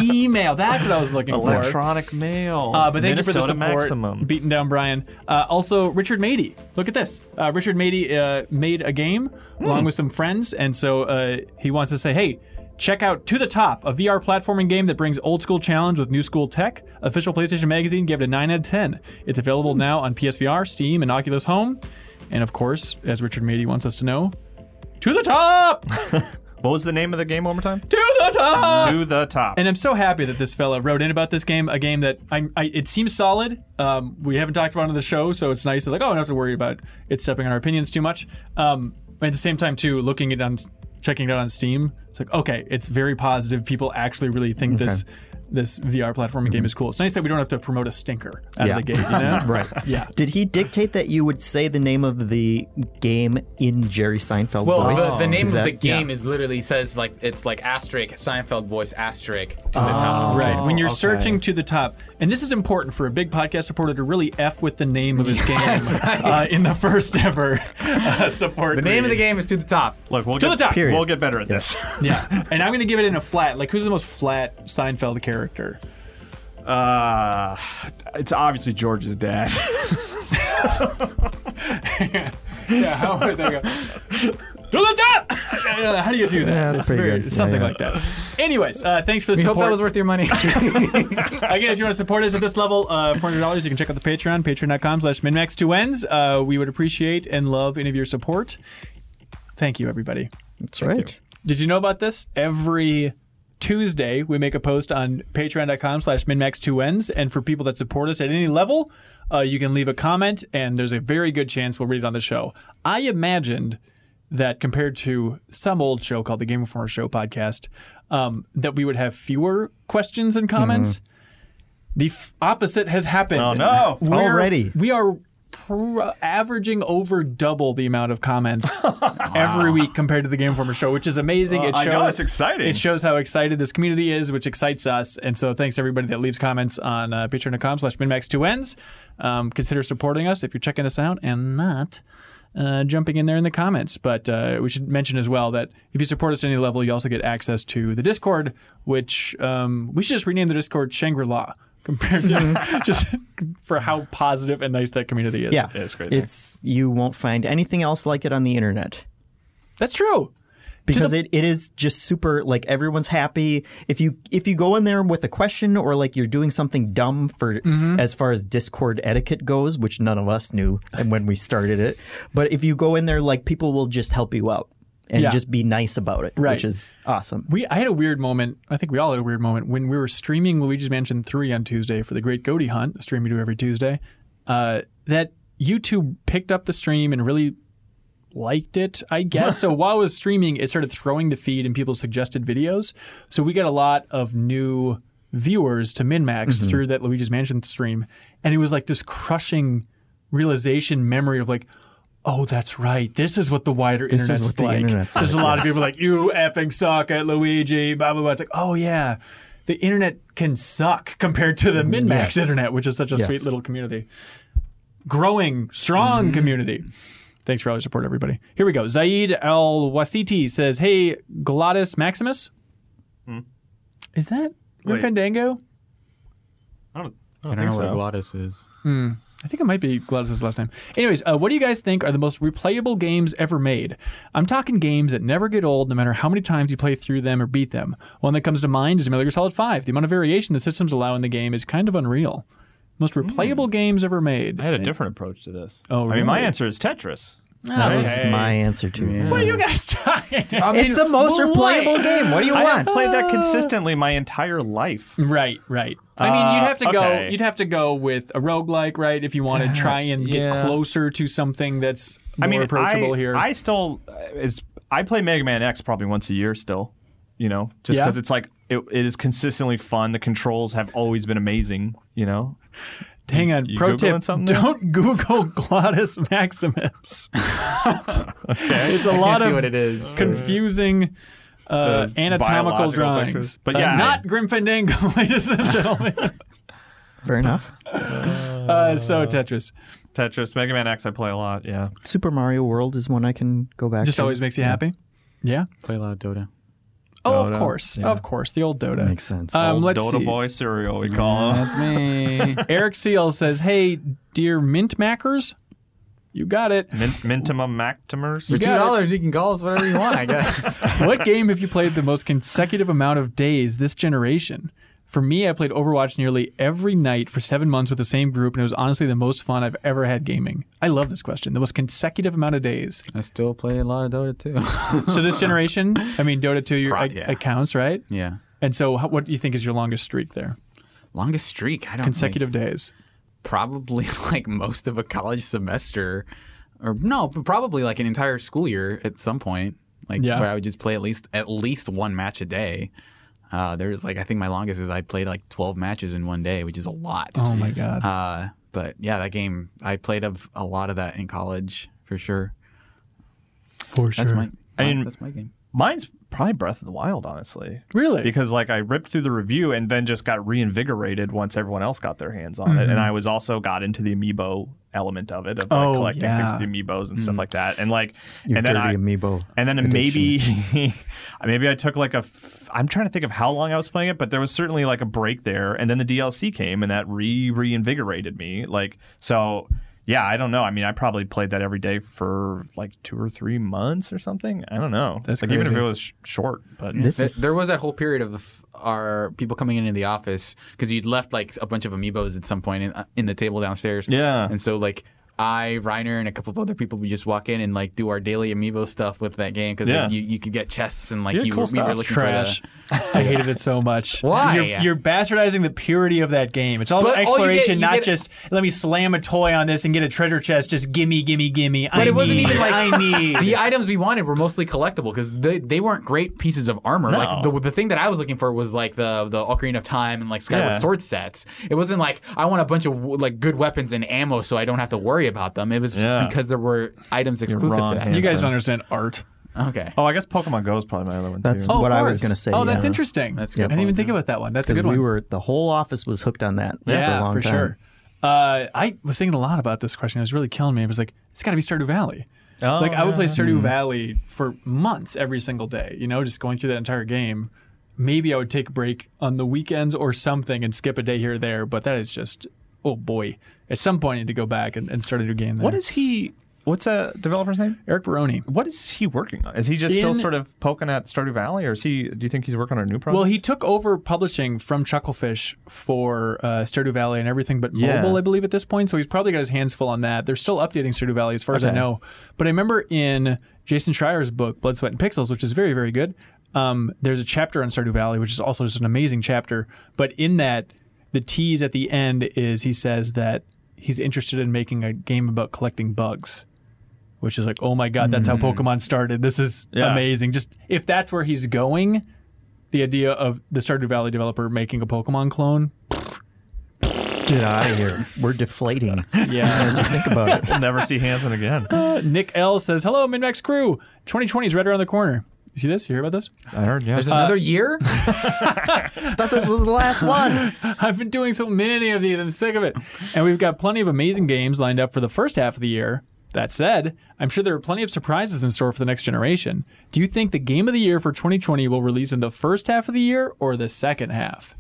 Speaker 1: Email. That's what I was looking for.
Speaker 3: Electronic mail.
Speaker 1: Uh, but thank
Speaker 3: Minnesota
Speaker 1: you for the support.
Speaker 3: Maximum.
Speaker 1: Beating down Brian. Uh, also, Richard Mady. Look at this. Uh, Richard Mady uh, made a game
Speaker 3: Hmm.
Speaker 1: along with some friends, and so uh, he wants to say, hey, check out To the Top, a VR platforming game that brings old school challenge with new school tech. Official PlayStation Magazine gave it a 9 out of 10. It's
Speaker 3: Hmm.
Speaker 1: available now on PSVR, Steam, and Oculus Home. And of course, as Richard Mady wants us to know, to the top! to
Speaker 3: what was the name of the game one more time?
Speaker 1: the top!
Speaker 3: to the top.
Speaker 1: Uh, And I'm so happy that this fella wrote in about this game, a game that I'm, I, it seems solid. Um, we haven't talked about it on the show, so it's nice that like, oh, I don't have to worry about it stepping on our opinions too much. Um, at the same time, too, looking it on, checking it out on Steam, it's like, okay, it's very positive. People actually really think this this VR platforming game is cool. It's nice that we don't have to promote a stinker out
Speaker 4: Yeah.
Speaker 1: of the gate, you know?
Speaker 4: Right.
Speaker 1: Yeah.
Speaker 4: Did he dictate that you would say the name of the game in Jerry Seinfeld
Speaker 2: Well,
Speaker 4: voice?
Speaker 2: the, the name
Speaker 4: Is
Speaker 2: of
Speaker 4: that-
Speaker 2: the game is literally says like it's like asterisk Seinfeld voice asterisk to the top.
Speaker 1: Right. When you're
Speaker 3: okay.
Speaker 1: searching to the top, and this is important for a big podcast supporter to really F with the name of his game uh, in the first ever uh, support.
Speaker 2: The name of the
Speaker 1: reading.
Speaker 2: game is to the top.
Speaker 3: Look, we'll
Speaker 1: To
Speaker 3: get,
Speaker 1: the top.
Speaker 3: We'll get better at this.
Speaker 1: Yeah. And I'm going to give it in a flat. Like, who's the most flat Seinfeld character?
Speaker 3: Uh, it's obviously George's dad.
Speaker 1: Yeah. How would they go? To the top! Yeah, How do you do that?
Speaker 4: Yeah, that's
Speaker 1: It's
Speaker 4: pretty
Speaker 1: very-
Speaker 4: good.
Speaker 1: it's Something
Speaker 4: Yeah,
Speaker 1: like that. Anyways, uh, thanks for the
Speaker 2: We hope
Speaker 1: support.
Speaker 2: that was worth your money.
Speaker 1: Again, if you want to support us at this level, uh, $400, you can check out the Patreon, patreon.com slash minmax2ends. Uh, we would appreciate and love any of your support. Thank you, everybody.
Speaker 4: That's right.
Speaker 1: Did you know about this? Every Tuesday, we make a post on patreon.com slash minmax2ends. And for people that support us at any level, uh, you can leave a comment, and there's a very good chance we'll read it on the show. I imagined that compared to some old show called the Game Informer Show podcast, um, that we would have fewer questions and comments. The f- opposite has happened.
Speaker 3: Mm-hmm. Oh, no.
Speaker 1: We're-
Speaker 4: Already.
Speaker 1: We are pr- averaging over double the amount of comments every week compared to the Game Informer show, which is amazing. it
Speaker 3: I
Speaker 1: shows
Speaker 3: know, it's exciting.
Speaker 1: It shows how excited this community is, which excites us. And so, thanks everybody that leaves comments on uh, patreon.com slash minmax2ends. Um, consider supporting us if you're checking this out and not uh, jumping in there in the comments. But uh, we should mention as well that if you support us at any level, you also get access to the Discord, which um, we should just rename the Discord Shangri La compared to just for how positive and nice that community is.
Speaker 4: Yeah.
Speaker 3: Yeah, it's great.
Speaker 4: It's you won't find anything else like it on the internet.
Speaker 1: That's true.
Speaker 4: because it, it is just super like everyone's happy if you if you go in there with a question or like you're doing something dumb for
Speaker 1: Mm-hmm.
Speaker 4: as far as discord etiquette goes which none of us knew and when we started it but if you go in there like people will just help you out and
Speaker 1: Yeah.
Speaker 4: just be nice about it
Speaker 1: Right.
Speaker 4: which is awesome
Speaker 1: We I had a weird moment. I think we all had a weird moment when we were streaming Luigi's Mansion 3 on Tuesday for the Great Goaty Hunt, a stream we do every Tuesday. Uh, that YouTube picked up the stream and really liked it, I guess. so while I was streaming, it started throwing the feed and people suggested videos. So we got a lot of new viewers to Minmax
Speaker 4: Mm-hmm.
Speaker 1: through that Luigi's Mansion stream. And it was like this crushing realization memory of like, oh, that's right. This is what the wider
Speaker 4: is
Speaker 1: internet's
Speaker 4: what the
Speaker 1: like.
Speaker 4: internet's
Speaker 1: There's
Speaker 4: like,
Speaker 1: a lot of people like, you effing suck at Luigi, blah, blah, blah. It's like, oh, yeah. The internet can suck compared to the Minmax
Speaker 4: Yes.
Speaker 1: internet, which is such a sweet little community. Growing, strong community. Thanks for all your support, everybody. Here we go. Zaid Al Wasiti says, "Hey, Glottis Maximus, is that Grim
Speaker 3: Wait.
Speaker 1: Fandango?
Speaker 3: I don't, I don't think so.
Speaker 2: Glottis is.
Speaker 1: I think it might be Glottis's last name. Anyways, uh, what do you guys think are the most replayable games ever made? I'm talking games that never get old, no matter how many times you play through them or beat them. One that comes to mind is Metal Gear Solid Five. The amount of variation the systems allow in the game is kind of unreal. Most replayable games ever made.
Speaker 3: I had a different approach to this.
Speaker 1: Oh,
Speaker 3: I mean, my
Speaker 1: really?
Speaker 3: answer is Tetris.
Speaker 4: that was
Speaker 3: Okay.
Speaker 4: my answer to it
Speaker 1: What are you guys talking?
Speaker 2: I
Speaker 4: it's the most
Speaker 2: well, wait.
Speaker 4: replayable game what do you
Speaker 3: I have
Speaker 4: want
Speaker 3: played that consistently my entire life.
Speaker 1: Right, right. I mean, you'd have to go.
Speaker 3: okay.
Speaker 1: You'd have to go with a roguelike, right? If you want to try and get
Speaker 3: Yeah.
Speaker 1: closer to something that's more
Speaker 3: I mean,
Speaker 1: approachable
Speaker 3: I,
Speaker 1: here.
Speaker 3: I still uh, is I play Mega Man X probably once a year still. You know, just
Speaker 1: Yeah.
Speaker 3: because it's like it, it is consistently fun. The controls have always been amazing. You know,
Speaker 1: Hang on.
Speaker 3: you
Speaker 1: pro
Speaker 3: Googling
Speaker 1: tip:
Speaker 3: something there?
Speaker 1: Don't Google Glottis Maximus. It's a lot
Speaker 2: see
Speaker 1: of
Speaker 2: what it is.
Speaker 1: confusing. Uh,
Speaker 3: It's a
Speaker 1: anatomical
Speaker 3: biological
Speaker 1: drawings,
Speaker 3: pictures. But
Speaker 1: Uh,
Speaker 3: yeah, I-
Speaker 1: not Grim Fandango, ladies and gentlemen.
Speaker 4: fair enough
Speaker 1: uh, so Tetris
Speaker 3: Tetris, Mega Man X, I play a lot. Yeah,
Speaker 4: super mario world is one i can go back
Speaker 1: just
Speaker 4: to
Speaker 1: always makes you happy. Yeah.
Speaker 2: Play a lot of Dota.
Speaker 1: Oh,
Speaker 3: Dota,
Speaker 1: of course,
Speaker 3: yeah.
Speaker 1: of course, the old Dota
Speaker 4: Makes sense.
Speaker 1: Um,
Speaker 3: Old
Speaker 1: let's
Speaker 3: Dota
Speaker 1: see.
Speaker 3: boy cereal we call him.
Speaker 2: me.
Speaker 1: Eric Seal says, "Hey, dear Mint Mackers, you got it.
Speaker 3: Min- Mintimum Mactimers.
Speaker 2: For two
Speaker 1: got it.
Speaker 2: dollars, you can call us whatever you want. I guess.
Speaker 1: what game have you played the most consecutive amount of days this generation? For me, I played Overwatch nearly every night for seven months with the same group, and it was honestly the most fun I've ever had gaming. I love this question. The most consecutive amount of days.
Speaker 2: I still play a lot of Dota too.
Speaker 1: So this generation, I mean, Dota 2 your,
Speaker 2: Pro-
Speaker 1: I-
Speaker 2: yeah.
Speaker 1: accounts, right?
Speaker 2: yeah.
Speaker 1: And so how, what do you think is your longest streak there?
Speaker 2: Longest streak. I don't think-
Speaker 1: Consecutive days.
Speaker 2: probably like most of a college semester or no but probably like an entire school year at some point like
Speaker 1: Yeah.
Speaker 2: where i would just play at least at least one match a day uh, there was like i think my longest is i played like 12 matches in one day which is a lot
Speaker 1: Oh my God.
Speaker 2: uh, but yeah that game i played of a lot of that in college for sure
Speaker 1: For
Speaker 2: that's my,
Speaker 3: I
Speaker 2: my-
Speaker 3: mean-
Speaker 2: that's my game
Speaker 3: Mine's probably Breath of the Wild, honestly.
Speaker 1: Really?
Speaker 3: Because like I ripped through the review and then just got reinvigorated once everyone else got their hands on it. And I was also got into the amiibo element of it of like
Speaker 1: Mm-hmm. Oh,
Speaker 3: collecting
Speaker 1: yeah. Mm.
Speaker 3: things with the amiibos and stuff like that. And like
Speaker 4: Your
Speaker 3: and
Speaker 4: dirty
Speaker 3: then I,
Speaker 4: amiibo.
Speaker 3: and then maybe maybe I took like a f- I'm trying to think of how long I was playing it, but there was certainly like a break there and then the DLC came and that re reinvigorated me. Like so yeah, I don't know. I mean, I probably played that every day for like 2 or 3 months or something. I don't know.
Speaker 1: That's
Speaker 3: like even if
Speaker 1: crazy.
Speaker 3: it was sh- short, but
Speaker 4: This
Speaker 2: Th-
Speaker 4: is
Speaker 2: there was that whole period of the f- our people coming into the office because you'd left like a bunch of amiibos at some point in, uh, in the table downstairs.
Speaker 3: Yeah.
Speaker 2: And so like I, Reiner, and a couple of other people would just walk in and like do our daily amiibo stuff with that game because
Speaker 3: Yeah.
Speaker 2: like, you you could get chests and like
Speaker 3: Yeah,
Speaker 2: you
Speaker 3: cool
Speaker 2: were, we were
Speaker 3: stuff.
Speaker 2: looking
Speaker 1: Trash.
Speaker 2: for the.
Speaker 1: I hated it so much.
Speaker 2: Why?
Speaker 1: You're, you're bastardizing the purity of that game. It's all
Speaker 2: But all
Speaker 1: about
Speaker 2: you get-
Speaker 1: exploration,
Speaker 2: you
Speaker 1: not
Speaker 2: get-
Speaker 1: just let me slam a toy on this and get a treasure chest. Just gimme, gimme, gimme. But I
Speaker 2: it wasn't
Speaker 1: need,
Speaker 2: even like-
Speaker 1: I need.
Speaker 2: The items we wanted were mostly collectible because they, they weren't great pieces of armor.
Speaker 3: No.
Speaker 2: Like the, the thing that I was looking for was like the the Ocarina of Time and like Skyward
Speaker 3: Yeah.
Speaker 2: Sword sets. It wasn't like I want a bunch of like good weapons and ammo so I don't have to worry about them. It was
Speaker 3: Yeah.
Speaker 2: because there were items exclusive
Speaker 3: wrong,
Speaker 2: to that.
Speaker 1: you
Speaker 3: Hanson.
Speaker 1: guys don't understand art.
Speaker 2: Okay.
Speaker 3: Oh, I guess Pokemon Go is probably my other one
Speaker 4: That's-
Speaker 3: too.
Speaker 4: Oh, What
Speaker 1: Of
Speaker 4: I was
Speaker 1: course.
Speaker 4: gonna say,
Speaker 1: Oh, that's
Speaker 4: yeah.
Speaker 1: interesting.
Speaker 2: That's
Speaker 1: I
Speaker 2: a good
Speaker 1: didn't even
Speaker 2: point,
Speaker 1: think
Speaker 2: yeah.
Speaker 1: about that one. That's a
Speaker 4: because
Speaker 1: good one.
Speaker 4: we were the whole office was hooked on that
Speaker 1: yeah,
Speaker 4: for a long
Speaker 1: for
Speaker 4: time.
Speaker 1: sure. Uh, I was thinking a lot about this question. It was really killing me. It was like, it's got to be Stardew Valley.
Speaker 3: Oh,
Speaker 1: like I would play
Speaker 3: yeah.
Speaker 4: Hmm.
Speaker 1: Stardew Valley for months every single day. You know, just going through that entire game. Maybe I would take a break on the weekends or something and skip a day here or there. But that is just, oh boy. At some point, I need to go back and, and start a new game. There.
Speaker 3: What is he? What's a developer's name?
Speaker 1: Eric Baroni?
Speaker 3: What is he working on? Is he just still
Speaker 1: In-
Speaker 3: sort of poking at Stardew Valley, or is he? Do you think he's working on a new project?
Speaker 1: Well, he took over publishing from Chucklefish for uh, Stardew Valley and everything but
Speaker 3: Yeah.
Speaker 1: mobile, I believe, at this point. So he's probably got his hands full on that. They're still updating Stardew Valley, as far as I
Speaker 3: Okay.
Speaker 1: know. But I remember in Jason Schreier's book, Blood, Sweat, and Pixels, which is very, very good, um, there's a chapter on Stardew Valley, which is also just an amazing chapter. But in that, the tease at the end is he says that he's interested in making a game about collecting bugs. Which is like, oh my god, that's how Pokemon started. This is
Speaker 3: Yeah.
Speaker 1: amazing. Just if that's where he's going, the idea of the Stardew Valley developer making a Pokemon clone.
Speaker 4: Get out of here. We're deflating.
Speaker 1: Yeah.
Speaker 4: Think about it.
Speaker 3: we'll never see Hanson again. I
Speaker 1: Nick L says, "Hello, Minmax crew. 2020 is right around the corner. You see this? You hear about this?
Speaker 3: heard. Yeah.
Speaker 2: There's
Speaker 1: uh,
Speaker 2: another year?
Speaker 4: I thought this was the last one.
Speaker 1: I've been doing so many of these. I'm sick of it. And we've got plenty of amazing games lined up for the first half of the year. That said, I'm sure there are plenty of surprises in store for the next generation. Do you think the game of the year for 2020 will release in the first half of the year or the second half?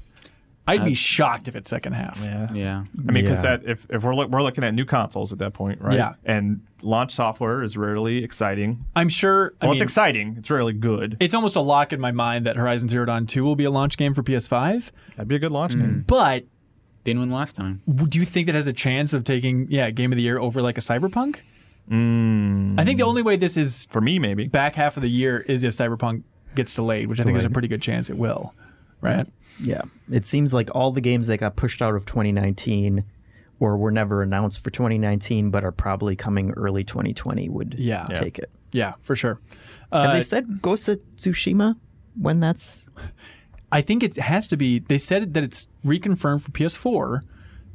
Speaker 1: I'd be shocked if it's second half.
Speaker 3: Uh, yeah.
Speaker 2: yeah.
Speaker 3: I mean, because
Speaker 4: Yeah.
Speaker 3: that if, if we're look, we're looking at new consoles at that point, right?
Speaker 1: Yeah.
Speaker 3: And launch software is rarely exciting.
Speaker 1: I'm sure. I
Speaker 3: Well,
Speaker 1: mean,
Speaker 3: it's exciting. It's rarely good.
Speaker 1: it's almost a lock in my mind that Horizon Zero Dawn 2 will be a launch game for PS5.
Speaker 3: That'd be a good launch
Speaker 1: Mm.
Speaker 3: game.
Speaker 1: But
Speaker 2: Didn't win last time.
Speaker 1: w- do you think that has a chance of taking, yeah, Game of the Year over like a Cyberpunk?
Speaker 3: Hmm.
Speaker 1: Mm. I think the only way this is
Speaker 3: For me, maybe.
Speaker 1: back half of the year is if Cyberpunk gets delayed, which I think there's a pretty good chance it will, right?
Speaker 4: Yeah. It seems like all the games that got pushed out of 2019 or were never announced for 2019 but are probably coming early 2020 would
Speaker 1: Yeah. Yeah.
Speaker 4: take it.
Speaker 1: Yeah, for sure.
Speaker 4: Have
Speaker 1: Uh,
Speaker 4: they said Ghost of Tsushima when that's
Speaker 1: I think it has to be. They said that it's reconfirmed for PS4,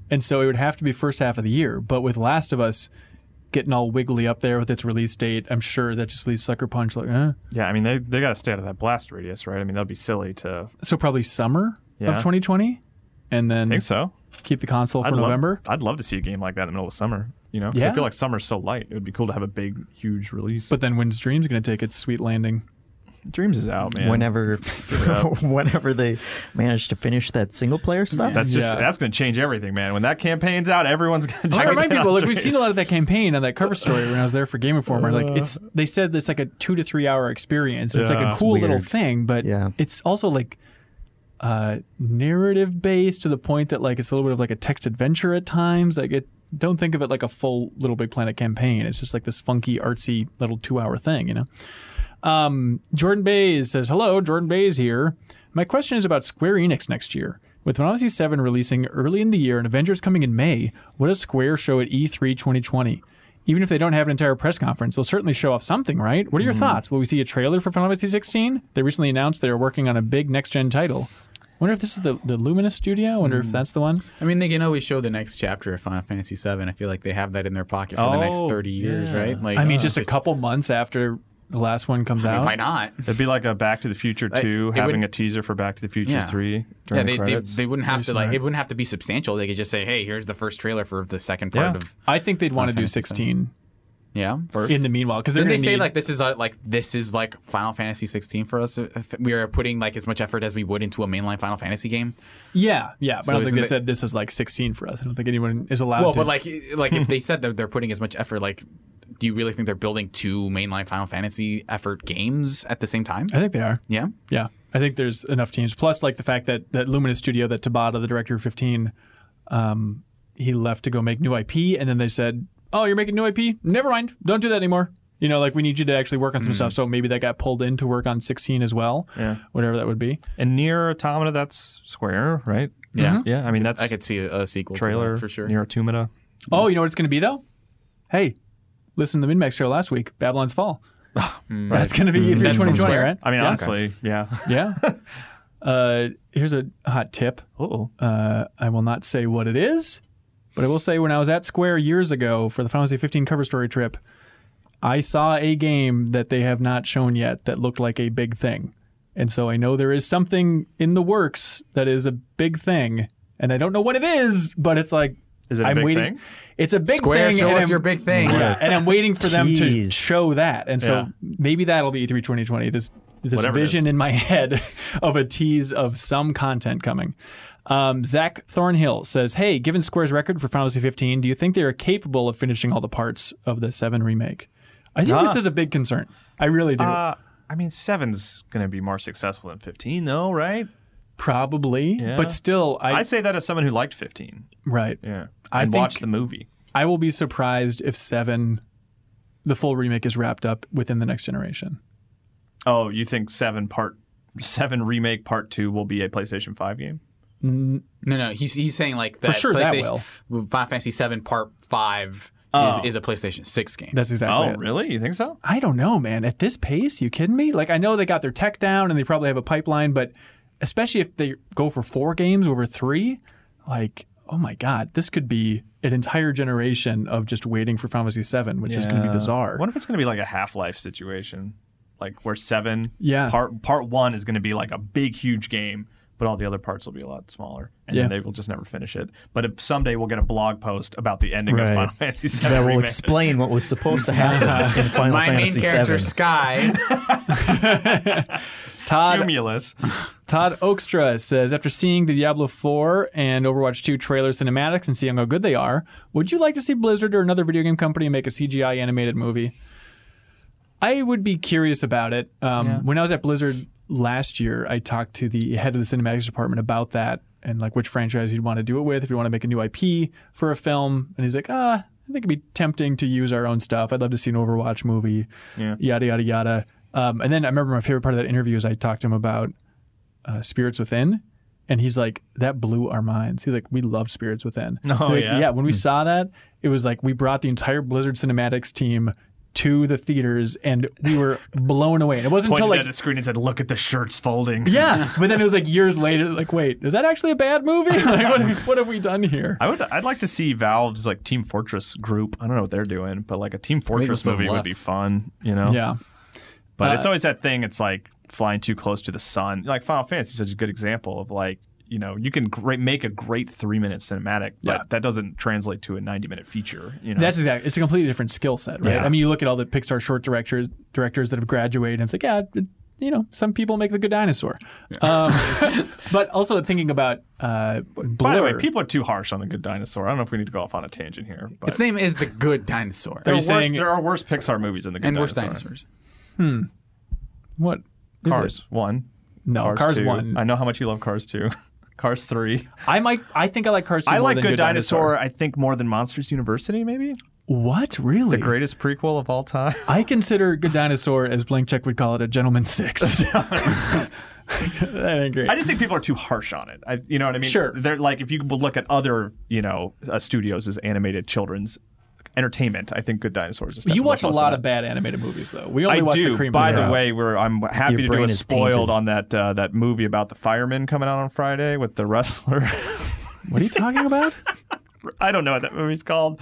Speaker 1: and so it would have to be first half of the year. But with Last of Us getting all wiggly up there with its release date, I'm sure that just leaves Sucker Punch like, eh.
Speaker 3: Yeah. I mean, they they got to stay out of that blast radius, right? I mean, that'd be silly to
Speaker 1: So probably summer
Speaker 3: Yeah.
Speaker 1: of 2020, and then
Speaker 3: think so.
Speaker 1: keep the console for
Speaker 3: I'd
Speaker 1: November.
Speaker 3: Love, I'd love to see a game like that in the middle of summer. You know, 'Cause
Speaker 1: Yeah.
Speaker 3: I feel like summer's so light. It would be cool to have a big, huge release.
Speaker 1: But then Wind's Dream's going to take its sweet landing.
Speaker 3: Dreams is out, man.
Speaker 4: whenever whenever they manage to finish that single player stuff.
Speaker 3: That's just
Speaker 1: Yeah.
Speaker 3: that's going to change everything, man. When that campaign's out, everyone's going to.
Speaker 1: I want to remind people like we've seen a lot of that campaign on that cover story when I was there for Game Informer. Like it's they said it's like a two to three hour experience. It's like
Speaker 3: Yeah.
Speaker 1: a cool little
Speaker 4: Weird.
Speaker 1: thing, but
Speaker 4: Yeah.
Speaker 1: it's also like uh, narrative based to the point that like it's a little bit of like a text adventure at times. Like it don't think of it like a full Little Big Planet campaign. It's just like this funky artsy little two hour thing, you know. Um, Jordan Bays says, Hello, Jordan Bays here. My question is about Square Enix next year. With Final Fantasy VII releasing early in the year and Avengers coming in May, what does Square show at E E3 2020? Even if they don't have an entire press conference, they'll certainly show off something, right? What are your
Speaker 6: Mm-hmm.
Speaker 1: thoughts? Will we see a trailer for Final Fantasy 16? They recently announced they are working on a big next gen title. Wonder if this is the, the Luminous studio? Wonder
Speaker 6: Mm.
Speaker 1: if that's the one?
Speaker 6: I mean, they can always show the next chapter of Final Fantasy VII. I feel like they have that in their pocket for the next
Speaker 3: Oh,
Speaker 6: thirty years, right? Like,
Speaker 1: I mean,
Speaker 6: uh,
Speaker 1: just a couple months after the last one comes
Speaker 6: I mean,
Speaker 1: out.
Speaker 6: why not?
Speaker 3: It'd be like a Back to the Future
Speaker 6: Like,
Speaker 3: two,
Speaker 6: it
Speaker 3: having
Speaker 6: would-
Speaker 3: a teaser for Back to the Future
Speaker 6: Yeah.
Speaker 3: three.
Speaker 6: Yeah,
Speaker 3: During
Speaker 6: they,
Speaker 3: the
Speaker 6: they,
Speaker 3: credits.
Speaker 6: they wouldn't have to like it wouldn't have to be substantial. They could just say, "Hey, here's the first trailer for the second part
Speaker 3: Yeah.
Speaker 6: of
Speaker 1: I think they'd want to do
Speaker 6: Fantasy VII.
Speaker 1: 16
Speaker 6: yeah."
Speaker 3: First.
Speaker 1: in the meanwhile. because
Speaker 6: Didn't they say like this is uh like this is like Final Fantasy 16 for us? If We are putting like as much effort as we would into a mainline Final Fantasy game.
Speaker 1: Yeah, yeah, but I don't
Speaker 6: isn't
Speaker 1: think they
Speaker 6: it-
Speaker 1: said this is like 16 for us. I don't think anyone is allowed
Speaker 6: Well,
Speaker 1: to.
Speaker 6: but like like if they said that they're putting as much effort, like do you really think they're building two mainline Final Fantasy effort games at the same time?
Speaker 1: I think they are.
Speaker 6: Yeah.
Speaker 1: Yeah, I think there's enough teams. Plus, like the fact that that Luminous Studio, that Tabata, the director of 15, um, he left to go make new IP, and then they said, "Oh, you're making new IP? Never mind, don't do that anymore." You know, like we need you to actually work on
Speaker 6: Hmm.
Speaker 1: some stuff. So maybe that got pulled in to work on 16 as well.
Speaker 3: Yeah.
Speaker 1: whatever that would be.
Speaker 3: and near Automata, that's Square, right?
Speaker 6: Yeah.
Speaker 1: Mm-hmm.
Speaker 3: Yeah, I mean that's
Speaker 6: I could see a, a sequel to that
Speaker 3: trailer
Speaker 6: for sure.
Speaker 3: Near Automata.
Speaker 1: Oh, you know what it's going to be though? Hey, listen to the Minmax show last week, Babylon's Fall. That's going to be E E3
Speaker 6: That's Hmm. from
Speaker 1: 2020,
Speaker 6: Square.
Speaker 1: right?
Speaker 3: I mean,
Speaker 1: Yeah.
Speaker 3: honestly, yeah.
Speaker 1: Yeah. uh, here's a hot tip.
Speaker 3: Oh,
Speaker 1: Uh, I will not say what it is, but I will say when I was at Square years ago for the Final Fantasy 15 cover story trip, I saw a game that they have not shown yet that looked like a big thing. And so I know there is something in the works that is a big thing, and I don't know what it is, but it's like
Speaker 3: Is it a
Speaker 1: I'm
Speaker 3: big
Speaker 1: waiting.
Speaker 3: thing?
Speaker 1: It's a big
Speaker 6: Square,
Speaker 1: thing.
Speaker 6: show
Speaker 1: and
Speaker 6: us
Speaker 1: I'm-
Speaker 6: your big thing.
Speaker 1: yeah, and I'm waiting for them to
Speaker 4: Jeez.
Speaker 1: show that. And so
Speaker 3: Yeah.
Speaker 1: maybe that'll be E E3 2020. This this
Speaker 3: Whatever it
Speaker 1: vision in my head of a tease of some content coming. Um, Zach Thornhill says, "Hey, given Square's record for Final Fantasy 15, do you think they are capable of finishing all the parts of the Seven remake? I think this is a big concern. I really do.
Speaker 3: Ah. Uh, I mean, seven's going to be more successful than fifteen, though, right?
Speaker 1: Probably, but still, I,
Speaker 3: I say that as someone who liked fifteen.
Speaker 1: right.
Speaker 3: Yeah,
Speaker 1: I
Speaker 3: and
Speaker 1: think-
Speaker 3: watched the movie.
Speaker 1: I will be surprised if Seven, the full remake, is wrapped up within the next generation.
Speaker 3: Oh, you think seven part seven remake part two will be a PlayStation Five game?
Speaker 6: No, no, he's he's saying like that
Speaker 1: sure that
Speaker 6: PlayStation- Final Fantasy Seven Part Five is, is a PlayStation Six game.
Speaker 1: That's exactly
Speaker 3: Oh,
Speaker 1: it.
Speaker 3: really? You think so?
Speaker 1: I don't know, man. At this pace, you kidding me? Like I know they got their tech down and they probably have a pipeline, but especially if they go for four games over three, like oh my god, this could be an entire generation of just waiting for Final Fantasy VII, which is going to be bizarre.
Speaker 3: What if it's going to be like a Half Life situation, like where seven,
Speaker 1: Yeah.
Speaker 3: part part one is going to be like a big, huge game, but all the other parts will be a lot smaller, and
Speaker 1: Yeah.
Speaker 3: then they will just never finish it. But if someday we'll get a blog post about the ending of
Speaker 4: Right.
Speaker 3: Final Fantasy VII
Speaker 4: that will
Speaker 3: remake.
Speaker 4: explain what was supposed to happen in Final
Speaker 6: My
Speaker 4: Fantasy
Speaker 6: main character
Speaker 4: VII.
Speaker 6: Sky.
Speaker 1: Todd
Speaker 3: Cumulus.
Speaker 1: Todd Oakstra says, after seeing the Diablo 4 and Overwatch 2 trailer cinematics and seeing how good they are, would you like to see Blizzard or another video game company make a CGI animated movie? I would be curious about it. Um, When I was at Blizzard last year, I talked to the head of the cinematics department about that and like which franchise you'd want to do it with, if you want to make a new IP for a film. And he's like, ah, I think it'd be tempting to use our own stuff. I'd love to see an Overwatch movie, yada, yada, yada. Um, and then I remember my favorite part of that interview is I talked to him about uh, Spirits Within, and he's like, that blew our minds. He's like, we loved Spirits Within. Oh
Speaker 3: yeah?
Speaker 1: yeah. When we saw that, it was like we brought the entire Blizzard Cinematics team to the theaters, and we were blown away. And it wasn't
Speaker 3: Pointed
Speaker 1: until like
Speaker 3: at the screen and said, "Look at the shirts folding."
Speaker 1: yeah, but then it was like years later, like wait, is that actually a bad movie? like what, what have we done here?
Speaker 3: I would. I'd like to see Valve's like Team Fortress group. I don't know what they're doing, but like a Team Fortress
Speaker 6: what's
Speaker 3: movie
Speaker 6: left.
Speaker 3: would be fun. You know.
Speaker 1: Yeah. Uh,
Speaker 3: But it's always that thing. It's like flying too close to the sun. Like Final Fantasy is such a good example of like you know you can great, make a great three minute cinematic, but
Speaker 1: Yeah.
Speaker 3: that doesn't translate to a ninety minute feature. You know.
Speaker 1: That's exactly. It's a completely different skill set, right?
Speaker 3: Yeah.
Speaker 1: I mean, you look at all the Pixar short directors directors that have graduated, and it's like, yeah, it you know, some people make the good dinosaur. Um, but also thinking about uh, Blur.
Speaker 3: By the way, people are too harsh on the Good Dinosaur. I don't know if we need to go off on a tangent here. But
Speaker 6: Its name is the Good Dinosaur.
Speaker 3: there, are
Speaker 1: you
Speaker 3: worse,
Speaker 1: saying-
Speaker 3: there are worse Pixar movies than the Good
Speaker 6: and worse
Speaker 3: Dinosaur.
Speaker 6: dinosaurs.
Speaker 1: what? is it?
Speaker 3: Cars one.
Speaker 1: No, Cars,
Speaker 3: two.
Speaker 1: one.
Speaker 3: I
Speaker 1: I,
Speaker 3: know how much you love Cars two. Cars three.
Speaker 1: might. I think I like Cars two
Speaker 3: I
Speaker 1: more
Speaker 3: like
Speaker 1: than
Speaker 3: Good Dinosaur, I think more than Monsters University. Maybe
Speaker 1: What really?
Speaker 3: the greatest prequel of all time.
Speaker 1: I consider Good Dinosaur, as Blank Check would call it, a gentleman's six. that ain't great.
Speaker 3: I just think people are too harsh on it. I, you know what I mean?
Speaker 1: Sure.
Speaker 3: They're like if you would look at other you know uh, studios as animated children's entertainment. I think Good Dinosaurs. Is
Speaker 1: you
Speaker 3: definitely
Speaker 1: watch a
Speaker 3: close to
Speaker 1: lot
Speaker 3: that.
Speaker 1: of bad animated movies, though. We only
Speaker 3: I
Speaker 1: watch
Speaker 3: do.
Speaker 1: the cream.
Speaker 3: By
Speaker 1: of
Speaker 3: the
Speaker 1: crop.
Speaker 3: way, we're I'm happy
Speaker 4: Your
Speaker 3: to do
Speaker 4: brain
Speaker 3: a
Speaker 4: is
Speaker 3: spoiled
Speaker 4: tainted.
Speaker 3: on that uh, that movie about the fireman coming out on Friday with the wrestler.
Speaker 1: what are you talking about?
Speaker 3: I don't know what that movie's called.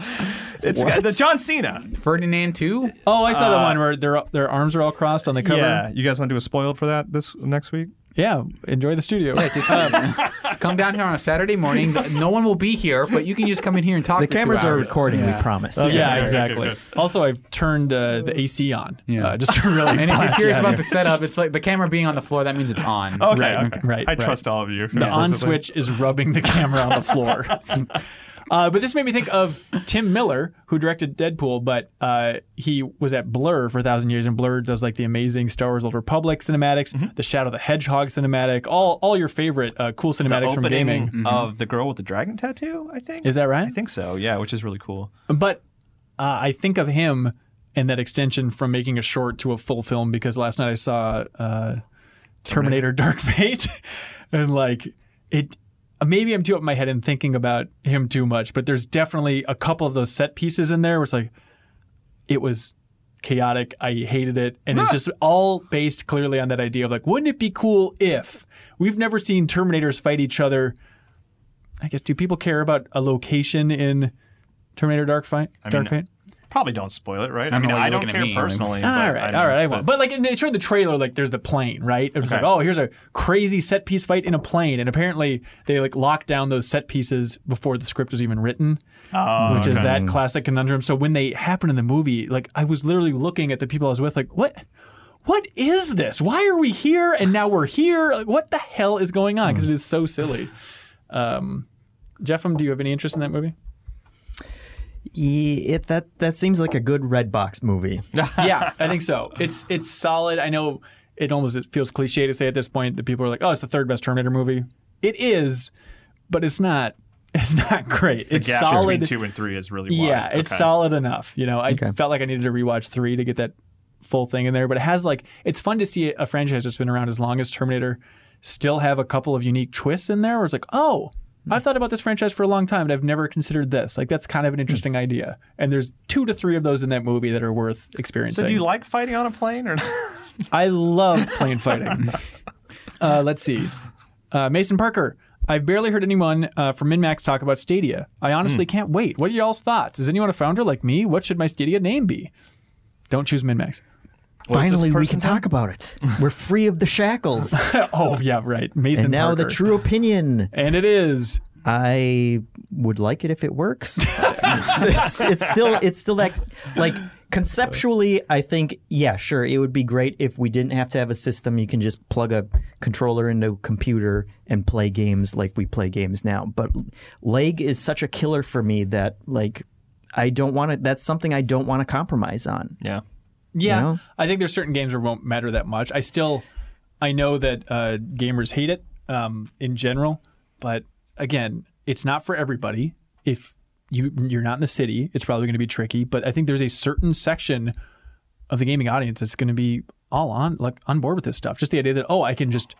Speaker 3: It's the John Cena.
Speaker 6: Ferdinand too.
Speaker 1: Oh, I saw the one where their their arms are all crossed on the cover.
Speaker 3: Yeah, you guys want to do a spoiled for that this next week?
Speaker 1: Yeah, enjoy the studio.
Speaker 6: Come down here on a Saturday morning. No one will be here, but you can just come in here and talk.
Speaker 4: The
Speaker 6: for two
Speaker 4: cameras are
Speaker 6: hours.
Speaker 4: recording, we promise.
Speaker 1: yeah, exactly. Also, I've turned uh, the AC on.
Speaker 6: Yeah.
Speaker 1: uh, just to really.
Speaker 6: And if you're
Speaker 1: blast
Speaker 6: curious
Speaker 1: you.
Speaker 6: about the setup, it's like the camera being on the floor. That means it's on.
Speaker 3: Okay,
Speaker 1: Right, Mm-hmm.
Speaker 3: okay.
Speaker 1: right,
Speaker 3: I
Speaker 1: right.
Speaker 3: trust all of you.
Speaker 1: the on switch is rubbing the camera on the floor. Uh, but this made me think of Tim Miller, who directed Deadpool, but uh, he was at Blur for a thousand years, and Blur does like the amazing Star Wars: Old Republic cinematics, the Shadow the Hedgehog cinematic, all all your favorite uh, cool cinematics from gaming. Mm-hmm.
Speaker 3: of the girl with the dragon tattoo. I think
Speaker 1: Is that right?
Speaker 3: I think so. Yeah, which is really cool.
Speaker 1: But uh, I think of him and that extension from making a short to a full film because last night I saw uh, Terminator Dark Fate and like it. Maybe I'm too up in my head and thinking about him too much, but there's definitely a couple of those set pieces in there where it's like it was chaotic. I hated it, and it's just all based clearly on that idea of like, wouldn't it be cool if we've never seen Terminators fight each other? I guess do people care about a location in Terminator Dark Fight? Dark
Speaker 3: mean,
Speaker 1: Fate?
Speaker 3: Probably don't spoil it, right? I,
Speaker 6: don't
Speaker 3: mean,
Speaker 6: know why
Speaker 3: I
Speaker 6: you're
Speaker 3: don't
Speaker 6: looking at
Speaker 3: care
Speaker 6: me.
Speaker 3: personally.
Speaker 1: All
Speaker 3: but
Speaker 1: right,
Speaker 3: I
Speaker 1: all
Speaker 3: know
Speaker 1: right, I
Speaker 3: that-
Speaker 1: won't. But like, in the, showed in the trailer, like there's the plane, right? It was
Speaker 3: Okay.
Speaker 1: like, oh, here's a crazy set piece fight in a plane, and apparently they like locked down those set pieces before the script was even written,
Speaker 3: Oh,
Speaker 1: which is
Speaker 3: okay.
Speaker 1: that classic conundrum. So when they happen in the movie, like I was literally looking at the people I was with, like what. What is this? Why are we here? And now we're here. Like, what the hell is going on? Because it is so silly. Um, Jeffem, do you have any interest in that movie?
Speaker 4: Yeah, it, that that seems like a good red box movie.
Speaker 1: yeah, I think so. It's it's solid. I know it almost it feels cliche to say at this point that people are like, "Oh, it's the third best Terminator movie." It is, but it's not. It's not great. It's
Speaker 3: gap
Speaker 1: solid.
Speaker 3: between two and three is really wide.
Speaker 1: yeah, it's
Speaker 3: Okay.
Speaker 1: solid enough. You know, I felt like I needed to rewatch three to get that full thing in there, but it has like it's fun to see a franchise that's been around as long as Terminator still have a couple of unique twists in there where it's like, oh. I've thought about this franchise for a long time, and I've never considered this. Like, that's kind of an interesting idea. And there's two to three of those in that movie that are worth experiencing.
Speaker 3: So do you like fighting on a plane or not?
Speaker 1: I love plane fighting. uh, let's see. Uh, Mason Parker. I've barely heard anyone uh, from MinMax talk about Stadia. I honestly can't wait. What are y'all's thoughts? Is anyone a founder like me? What should my Stadia name be? Don't choose MinMax.
Speaker 3: is this
Speaker 4: Finally, we can
Speaker 3: person's name?
Speaker 4: talk about it. We're free of the shackles.
Speaker 1: oh yeah, right. Mason
Speaker 4: and now the
Speaker 1: Parker.
Speaker 4: true opinion.
Speaker 1: And it is.
Speaker 4: I would like it if it works. it's, it's, it's still it's still that like conceptually I think yeah sure it would be great if we didn't have to have a system you can just plug a controller into a computer and play games like we play games now but leg is such a killer for me that like I don't want to that's something I don't want to compromise on.
Speaker 3: Yeah.
Speaker 1: Yeah,
Speaker 4: You know?
Speaker 1: I think there's certain games where it won't matter that much. I still, I know that uh, gamers hate it um, in general, but again, it's not for everybody. If you you're not in the city, it's probably going to be tricky. But I think there's a certain section of the gaming audience that's going to be all on like on board with this stuff. Just the idea that oh, I can just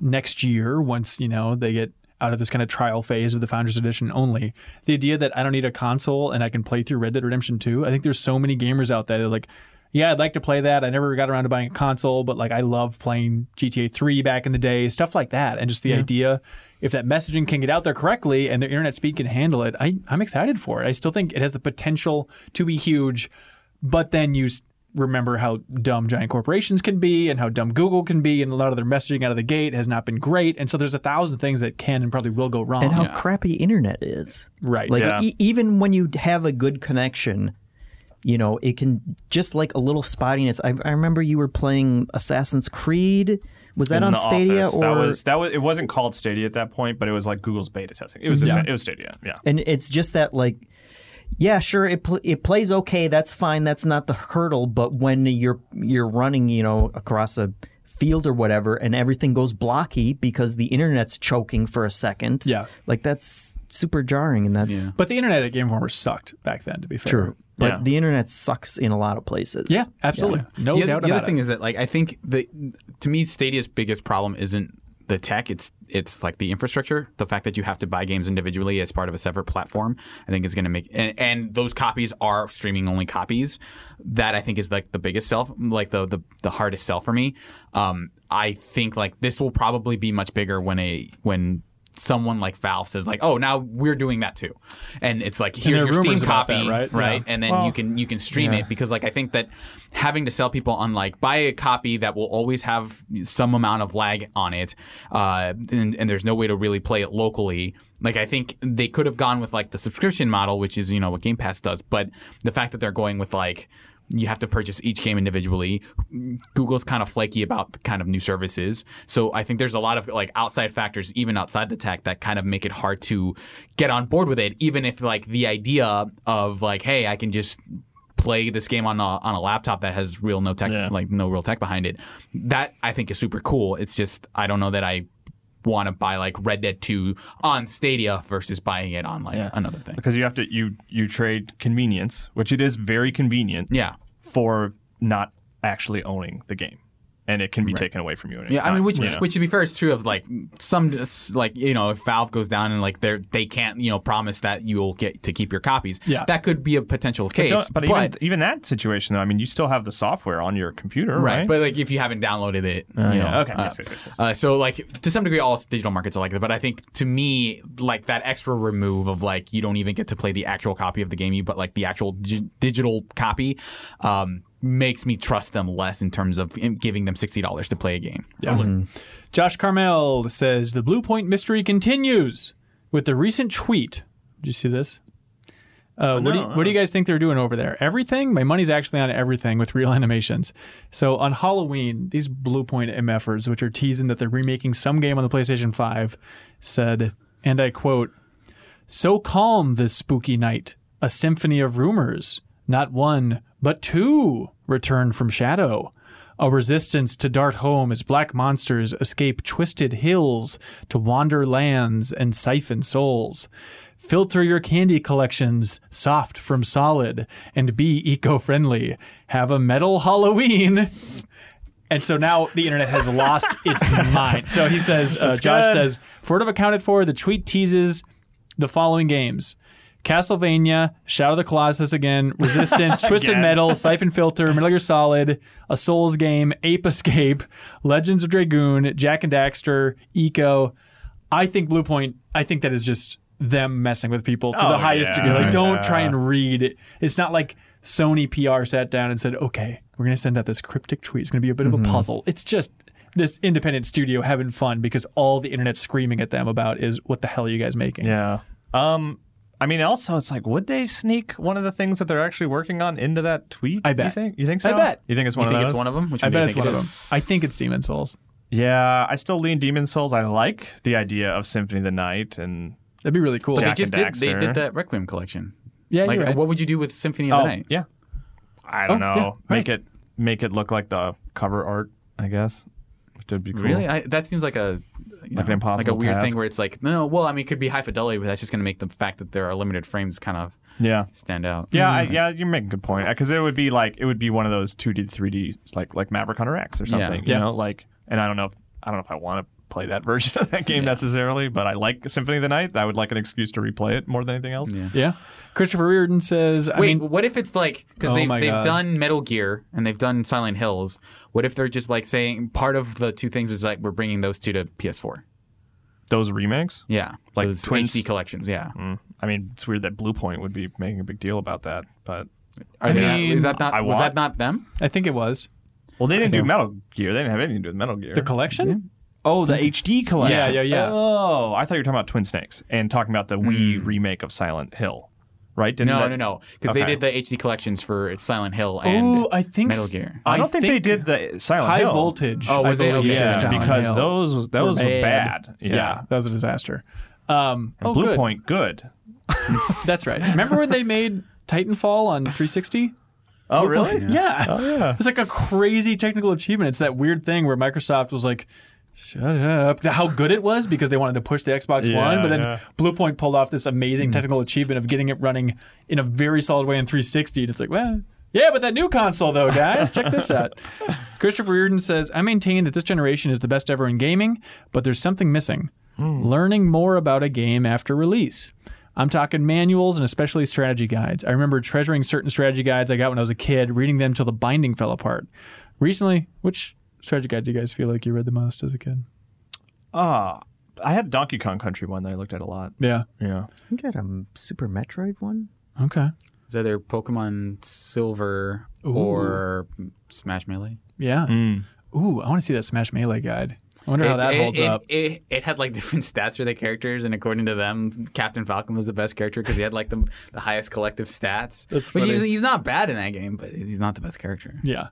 Speaker 1: next year once you know they get out of this kind of trial phase of the Founders Edition only, the idea that I don't need a console and I can play through Red Dead Redemption 2. I think there's so many gamers out there that are like, yeah, I'd like to play that. I never got around to buying a console, but like I love playing GTA 3 back in the day, stuff like that. And just the idea, if that messaging can get out there correctly and the internet speed can handle it, I, I'm excited for it. I still think it has the potential to be huge, but then you s- remember how dumb giant corporations can be and how dumb Google can be, and a lot of their messaging out of the gate has not been great. And so there's a thousand things that can and probably will go wrong.
Speaker 4: and how crappy internet is.
Speaker 1: Right.
Speaker 4: Like
Speaker 3: Oh, Yeah.
Speaker 4: e- even when you have a good connection, you know, it can just like a little spottiness. I, I remember you were playing Assassin's Creed. Was that
Speaker 3: in
Speaker 4: on
Speaker 3: the
Speaker 4: Stadia
Speaker 3: office.
Speaker 4: or
Speaker 3: that was that was it wasn't called Stadia at that point, but it was like Google's beta testing. It was it was Stadia. Yeah.
Speaker 4: and it's just that like yeah sure it, pl- it plays okay that's fine that's not the hurdle but when you're you're running you know across a field or whatever and everything goes blocky because the internet's choking for a second
Speaker 1: Yeah.
Speaker 4: like that's super jarring and that's
Speaker 1: But the internet at Game Informer sucked back then, to be fair.
Speaker 4: true but
Speaker 3: Yeah.
Speaker 4: the internet sucks in a lot of places
Speaker 1: Yeah, absolutely. No
Speaker 2: the other,
Speaker 1: doubt
Speaker 2: the
Speaker 1: about
Speaker 2: other thing
Speaker 1: it.
Speaker 2: is that like I think the to me Stadia's biggest problem isn't the tech it's it's like the infrastructure the fact that you have to buy games individually as part of a separate platform I think is going to make and, and those copies are streaming only copies that I think is like the biggest sell like the the, the hardest sell for me um, I think like this will probably be much bigger when a when someone like Valve says like oh now we're doing that too and it's like here's
Speaker 1: there are
Speaker 2: your Steam
Speaker 1: rumors about
Speaker 2: copy
Speaker 1: that, right?
Speaker 2: right
Speaker 1: Yeah.
Speaker 2: and then you can you can stream it because like I think that having to sell people on like buy a copy that will always have some amount of lag on it, uh, and, and there's no way to really play it locally. Like I think they could have gone with like the subscription model, which is you know what Game Pass does, but the fact that they're going with like you have to purchase each game individually. Google's kind of flaky about the kind of new services. So I think there's a lot of like outside factors, even outside the tech, that kind of make it hard to get on board with it. Even if like the idea of like, hey, I can just play this game on a, on a laptop that has real no tech,
Speaker 3: Yeah.
Speaker 2: like no real tech behind it. That I think is super cool. It's just I don't know that I want to buy like Red Dead 2 on Stadia versus buying it on like another thing.
Speaker 3: Because you have to you you trade convenience, which it is very convenient
Speaker 2: Yeah.
Speaker 3: for not actually owning the game. And it can be taken away from you. At any
Speaker 2: Yeah, I mean,
Speaker 3: time,
Speaker 2: which
Speaker 3: you know?
Speaker 2: which to be fair is true of like some like you know if Valve goes down and like they they can't you know promise that you'll get to keep your copies.
Speaker 1: Yeah.
Speaker 2: that could be a potential
Speaker 3: But
Speaker 2: case.
Speaker 3: don't- but, even, even that situation, though, I mean, you still have the software on your computer,
Speaker 2: right,
Speaker 3: right?
Speaker 2: but like if you haven't downloaded it, you
Speaker 3: yeah.
Speaker 2: know,
Speaker 3: Okay,
Speaker 2: uh,
Speaker 3: yes, yes, yes, yes.
Speaker 2: uh, so like to some degree, all digital markets are like that. But I think to me, like that extra remove of like you don't even get to play the actual copy of the game you, but like the actual dig- digital copy. Um, Makes me trust them less in terms of giving them sixty dollars to play a game.
Speaker 1: Josh Carmel says the Blue Point mystery continues with the recent tweet. Did you see this? Uh, what, do you, what do you guys think they're doing over there? Everything? My money's actually on everything with real animations. So on Halloween, these Blue Point MFers, which are teasing that they're remaking some game on the PlayStation 5, said, and I quote, So calm this spooky night, a symphony of rumors. Not one, but two return from shadow. A resistance to dart home as black monsters escape twisted hills to wander lands and siphon souls. Filter your candy collections soft from solid and be eco friendly. Have a metal Halloween. And so now the internet has lost its mind. So he says, uh, Josh
Speaker 3: good.
Speaker 1: says, for it have accounted for, the tweet teases the following games Castlevania, Shadow of the Colossus again, Resistance, Twisted
Speaker 3: Again.
Speaker 1: Metal, Siphon Filter, Metal Gear Solid, A Souls Game, Ape Escape, Legends of Dragoon, Jack and Daxter, Eco. I think Blue Point, I think that is just them messing with people to
Speaker 3: Oh,
Speaker 1: the highest
Speaker 3: yeah,
Speaker 1: degree. Like, don't
Speaker 3: yeah.
Speaker 1: try and read it. It's not like Sony PR sat down and said, okay, we're going to send out this cryptic tweet. It's going to be a bit of a puzzle. It's just this independent studio having fun because all the internet's screaming at them about is what the hell are you guys making?
Speaker 3: Yeah. Um, I mean, also, it's like, would they sneak one of the things that they're actually working on into that tweet?
Speaker 1: I
Speaker 3: You
Speaker 1: bet.
Speaker 3: think, you think
Speaker 1: I
Speaker 3: so?
Speaker 1: bet.
Speaker 3: You think it's
Speaker 2: You
Speaker 3: one
Speaker 2: think
Speaker 3: of
Speaker 2: it's
Speaker 3: those?
Speaker 2: one of them? Which
Speaker 1: I
Speaker 2: one do
Speaker 1: bet
Speaker 2: you
Speaker 1: it's
Speaker 2: think
Speaker 1: one
Speaker 2: it
Speaker 1: of
Speaker 2: is?
Speaker 1: them. I think it's Demon Souls.
Speaker 3: Yeah, I still lean Demon Souls. I like the idea of Symphony of the Night and
Speaker 1: That'd be really cool.
Speaker 3: Jack
Speaker 2: They just
Speaker 3: and
Speaker 2: did. They
Speaker 3: Daxter.
Speaker 2: did that Requiem collection.
Speaker 1: Yeah,
Speaker 2: like
Speaker 1: you're right.
Speaker 2: what would you do with Symphony of the Night?
Speaker 3: Oh, yeah. I don't
Speaker 1: Oh,
Speaker 3: know.
Speaker 1: yeah,
Speaker 3: Make it make it look like the cover art, I guess. Which would be cool.
Speaker 2: Really, I, that seems like a you know,
Speaker 3: an impossible
Speaker 2: like a weird
Speaker 3: task.
Speaker 2: thing where it's like no, well, I mean, it could be high fidelity, but that's just going to make the fact that there are limited frames kind of
Speaker 3: Yeah.
Speaker 2: stand out. Hmm.
Speaker 3: Yeah, I, yeah, you're making a good point. Because it would be like it would be one of those 2D, 3D like like Maverick Hunter X or something. You
Speaker 1: Yeah.
Speaker 3: know, like and I don't know if I don't know if I want to play that version of that game necessarily, but I like Symphony of the Night. I would like an excuse to replay it more than anything else. Yeah.
Speaker 1: yeah. Christopher Reardon says, I
Speaker 2: Wait,
Speaker 1: mean,
Speaker 2: what if it's like because
Speaker 1: Oh
Speaker 2: they,
Speaker 1: my
Speaker 2: they've
Speaker 1: God.
Speaker 2: done Metal Gear and they've done Silent Hills? What if they're just like saying part of the two things is like we're bringing those two to PS4?
Speaker 3: Those remakes?
Speaker 2: Yeah,
Speaker 3: Like
Speaker 2: those
Speaker 3: twins-
Speaker 2: HD collections. Yeah,
Speaker 3: Mm. I mean, it's weird that Blue Point would be making a big deal about that, but
Speaker 2: I
Speaker 1: mean,
Speaker 2: is that not
Speaker 3: I
Speaker 2: was that
Speaker 3: want-
Speaker 2: not them?
Speaker 1: I think it was.
Speaker 3: well, they didn't do Metal Gear. They didn't have anything to do with Metal Gear.
Speaker 1: The collection?
Speaker 3: Oh, the HD collection.
Speaker 1: Yeah, yeah, yeah.
Speaker 3: Oh, I thought you were talking about Twin Snakes and talking about the Wii remake of Silent Hill, right? Didn't
Speaker 6: No,
Speaker 3: that-
Speaker 6: no, no, because
Speaker 3: Okay.
Speaker 6: they did the HD collections for Silent Hill and
Speaker 1: Oh, I think
Speaker 6: Metal
Speaker 1: s-
Speaker 6: Gear.
Speaker 3: I don't think, they did the Silent
Speaker 1: high
Speaker 3: Hill.
Speaker 1: voltage.
Speaker 6: Oh,
Speaker 1: I
Speaker 6: was it?
Speaker 1: believe,
Speaker 6: Okay.
Speaker 1: did
Speaker 3: Yeah,
Speaker 1: Silent
Speaker 3: because
Speaker 1: Hill.
Speaker 3: those those were bad.
Speaker 1: Yeah. that was a disaster. Um, oh,
Speaker 3: Blue
Speaker 1: good.
Speaker 3: Point, good.
Speaker 1: That's right. Remember when they made Titanfall on 360?
Speaker 3: Oh, really?
Speaker 1: Yeah.
Speaker 3: Oh, yeah.
Speaker 1: It's like a crazy technical achievement. It's that weird thing where Microsoft was like, shut up, how good it was because they wanted to push the Xbox
Speaker 3: Yeah,
Speaker 1: One. But then
Speaker 3: yeah.
Speaker 1: Bluepoint pulled off this amazing technical achievement of getting it running in a very solid way in 360. And it's like, well, yeah, but that new console, though, guys, check this out. Christopher Reardon says, I maintain that this generation is the best ever in gaming, but there's something missing learning more about a game after release. I'm talking manuals and especially strategy guides. I remember treasuring certain strategy guides I got when I was a kid, reading them till the binding fell apart. Recently, which strategy guide do you guys feel like you read the most as a kid?
Speaker 3: Ah, I had Donkey Kong Country one that I looked at a lot.
Speaker 1: Yeah.
Speaker 3: Yeah.
Speaker 4: I think I had a um, Super Metroid one.
Speaker 1: Okay.
Speaker 6: Is either Pokemon Silver or Smash Melee?
Speaker 1: Yeah. Ooh, I want to see that Smash Melee guide. I wonder how that holds
Speaker 6: Mm. it,
Speaker 1: up.
Speaker 6: It, it had like different stats for the characters, and according to them, Captain Falcon was the best character because he had like the, the highest collective stats.
Speaker 1: That's
Speaker 6: which he's,
Speaker 1: funny.
Speaker 6: he's not bad in that game, but he's not the best character.
Speaker 1: yeah.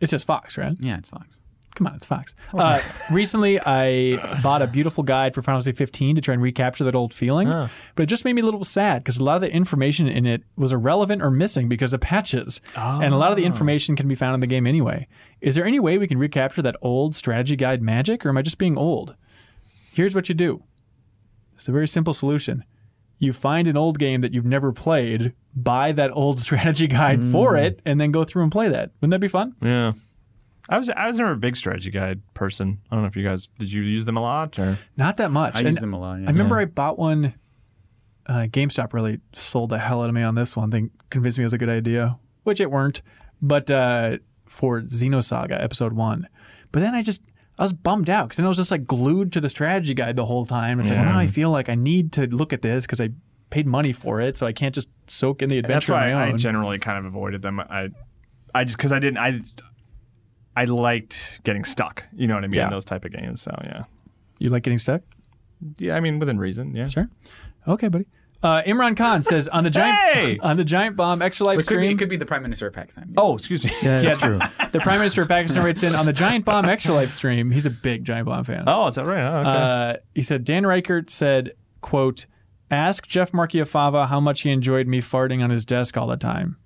Speaker 1: It's just Fox, right?
Speaker 6: Yeah, it's Fox.
Speaker 1: Come on, it's Fox. Uh, recently, I bought a beautiful guide for Final Fantasy 15 to try and recapture that old feeling, but it just made me a little sad because a lot of the information in it was irrelevant or missing because of patches, and a lot
Speaker 6: Ah.
Speaker 1: of the information can be found in the game anyway. Is there any way we can recapture that old strategy guide magic, or am I just being old? Here's what you do. It's a very simple solution. You find an old game that you've never played, buy that old strategy guide
Speaker 6: Mm.
Speaker 1: for it, and then go through and play that. Wouldn't that be fun?
Speaker 3: Yeah. I was I was never a big strategy guide person. I don't know if you guys did you use them a lot or
Speaker 1: Not that much.
Speaker 6: I
Speaker 1: And
Speaker 6: used them a lot. Yeah.
Speaker 1: I
Speaker 3: Mm-hmm.
Speaker 1: remember I bought one. Uh, GameStop really sold the hell out of me on this one. They convinced me it was a good idea, which it weren't. But uh, for Xenosaga Episode One, but then I just I was bummed out because then I was just like glued to the strategy guide the whole time. It's like well, now I feel like I need to look at this because I paid money for it, so I can't just soak in the
Speaker 3: that's
Speaker 1: adventure
Speaker 3: why
Speaker 1: on my
Speaker 3: I
Speaker 1: own.
Speaker 3: generally kind of avoided them. I I just because I didn't I I liked getting stuck. You know what I mean?
Speaker 1: Yeah.
Speaker 3: Those type of games. So yeah.
Speaker 1: you like getting stuck?
Speaker 3: Yeah, I mean within reason. Yeah.
Speaker 1: Sure. Okay, buddy. Uh, Imran Khan says on the giant
Speaker 3: Hey!
Speaker 1: on the giant bomb extra life
Speaker 6: It could, be,
Speaker 1: stream.
Speaker 6: it could be the Prime Minister of Pakistan.
Speaker 3: Oh, excuse me.
Speaker 4: that's true.
Speaker 1: The Prime Minister of Pakistan writes in on the Giant Bomb Extra Life stream. He's a big Giant Bomb fan.
Speaker 3: Oh, is that right? Oh, okay.
Speaker 1: Uh, he said Dan Reichert said, "quote Ask Jeff Markiafava how much he enjoyed me farting on his desk all the time,"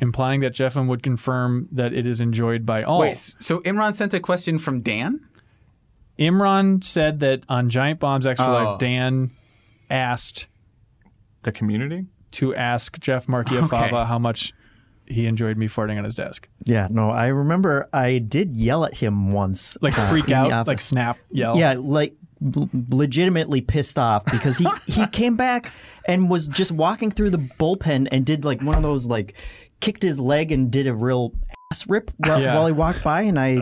Speaker 1: implying that Jeffin would confirm that it is enjoyed by all.
Speaker 6: Wait, so Imran sent a question from Dan?
Speaker 1: Imran said that on Giant Bomb's Extra
Speaker 6: Oh.
Speaker 1: Life, Dan asked
Speaker 3: the community?
Speaker 1: to ask Jeff Markiafava
Speaker 6: Okay.
Speaker 1: how much he enjoyed me farting on his desk,
Speaker 4: Yeah, no, I remember I did yell at him once.
Speaker 1: like
Speaker 4: uh,
Speaker 1: freak
Speaker 4: in the
Speaker 1: out,
Speaker 4: office.
Speaker 1: like snap, yell.
Speaker 4: Yeah, like l- legitimately pissed off because he he came back and was just walking through the bullpen and did like one of those like kicked his leg and did a real ass rip while,
Speaker 1: Yeah.
Speaker 4: while he walked by and I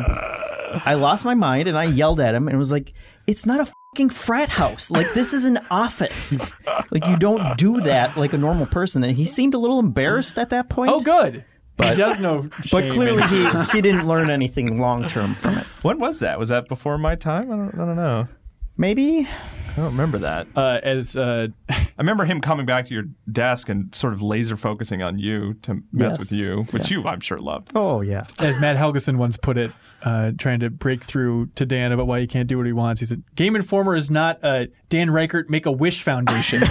Speaker 4: I lost my mind and I yelled at him and was like it's not a fucking frat house like this is an office like you don't do that like a normal person and he seemed a little embarrassed at that point
Speaker 1: Oh, good. But, he does know. shame
Speaker 4: but
Speaker 1: in-
Speaker 4: clearly he he didn't learn anything long term from it
Speaker 3: When was that? Was that before my time? I don't, I don't know.
Speaker 4: maybe
Speaker 3: 'Cause I don't remember that.
Speaker 1: uh, as uh,
Speaker 3: I remember him coming back to your desk and sort of laser focusing on you to mess
Speaker 4: Yes.
Speaker 3: with you, which you, I'm sure, loved.
Speaker 4: oh yeah
Speaker 1: as Matt Helgeson once put it, uh, trying to break through to Dan about why he can't do what he wants. He said, "Game Informer is not a Dan Reichert Make a Wish Foundation."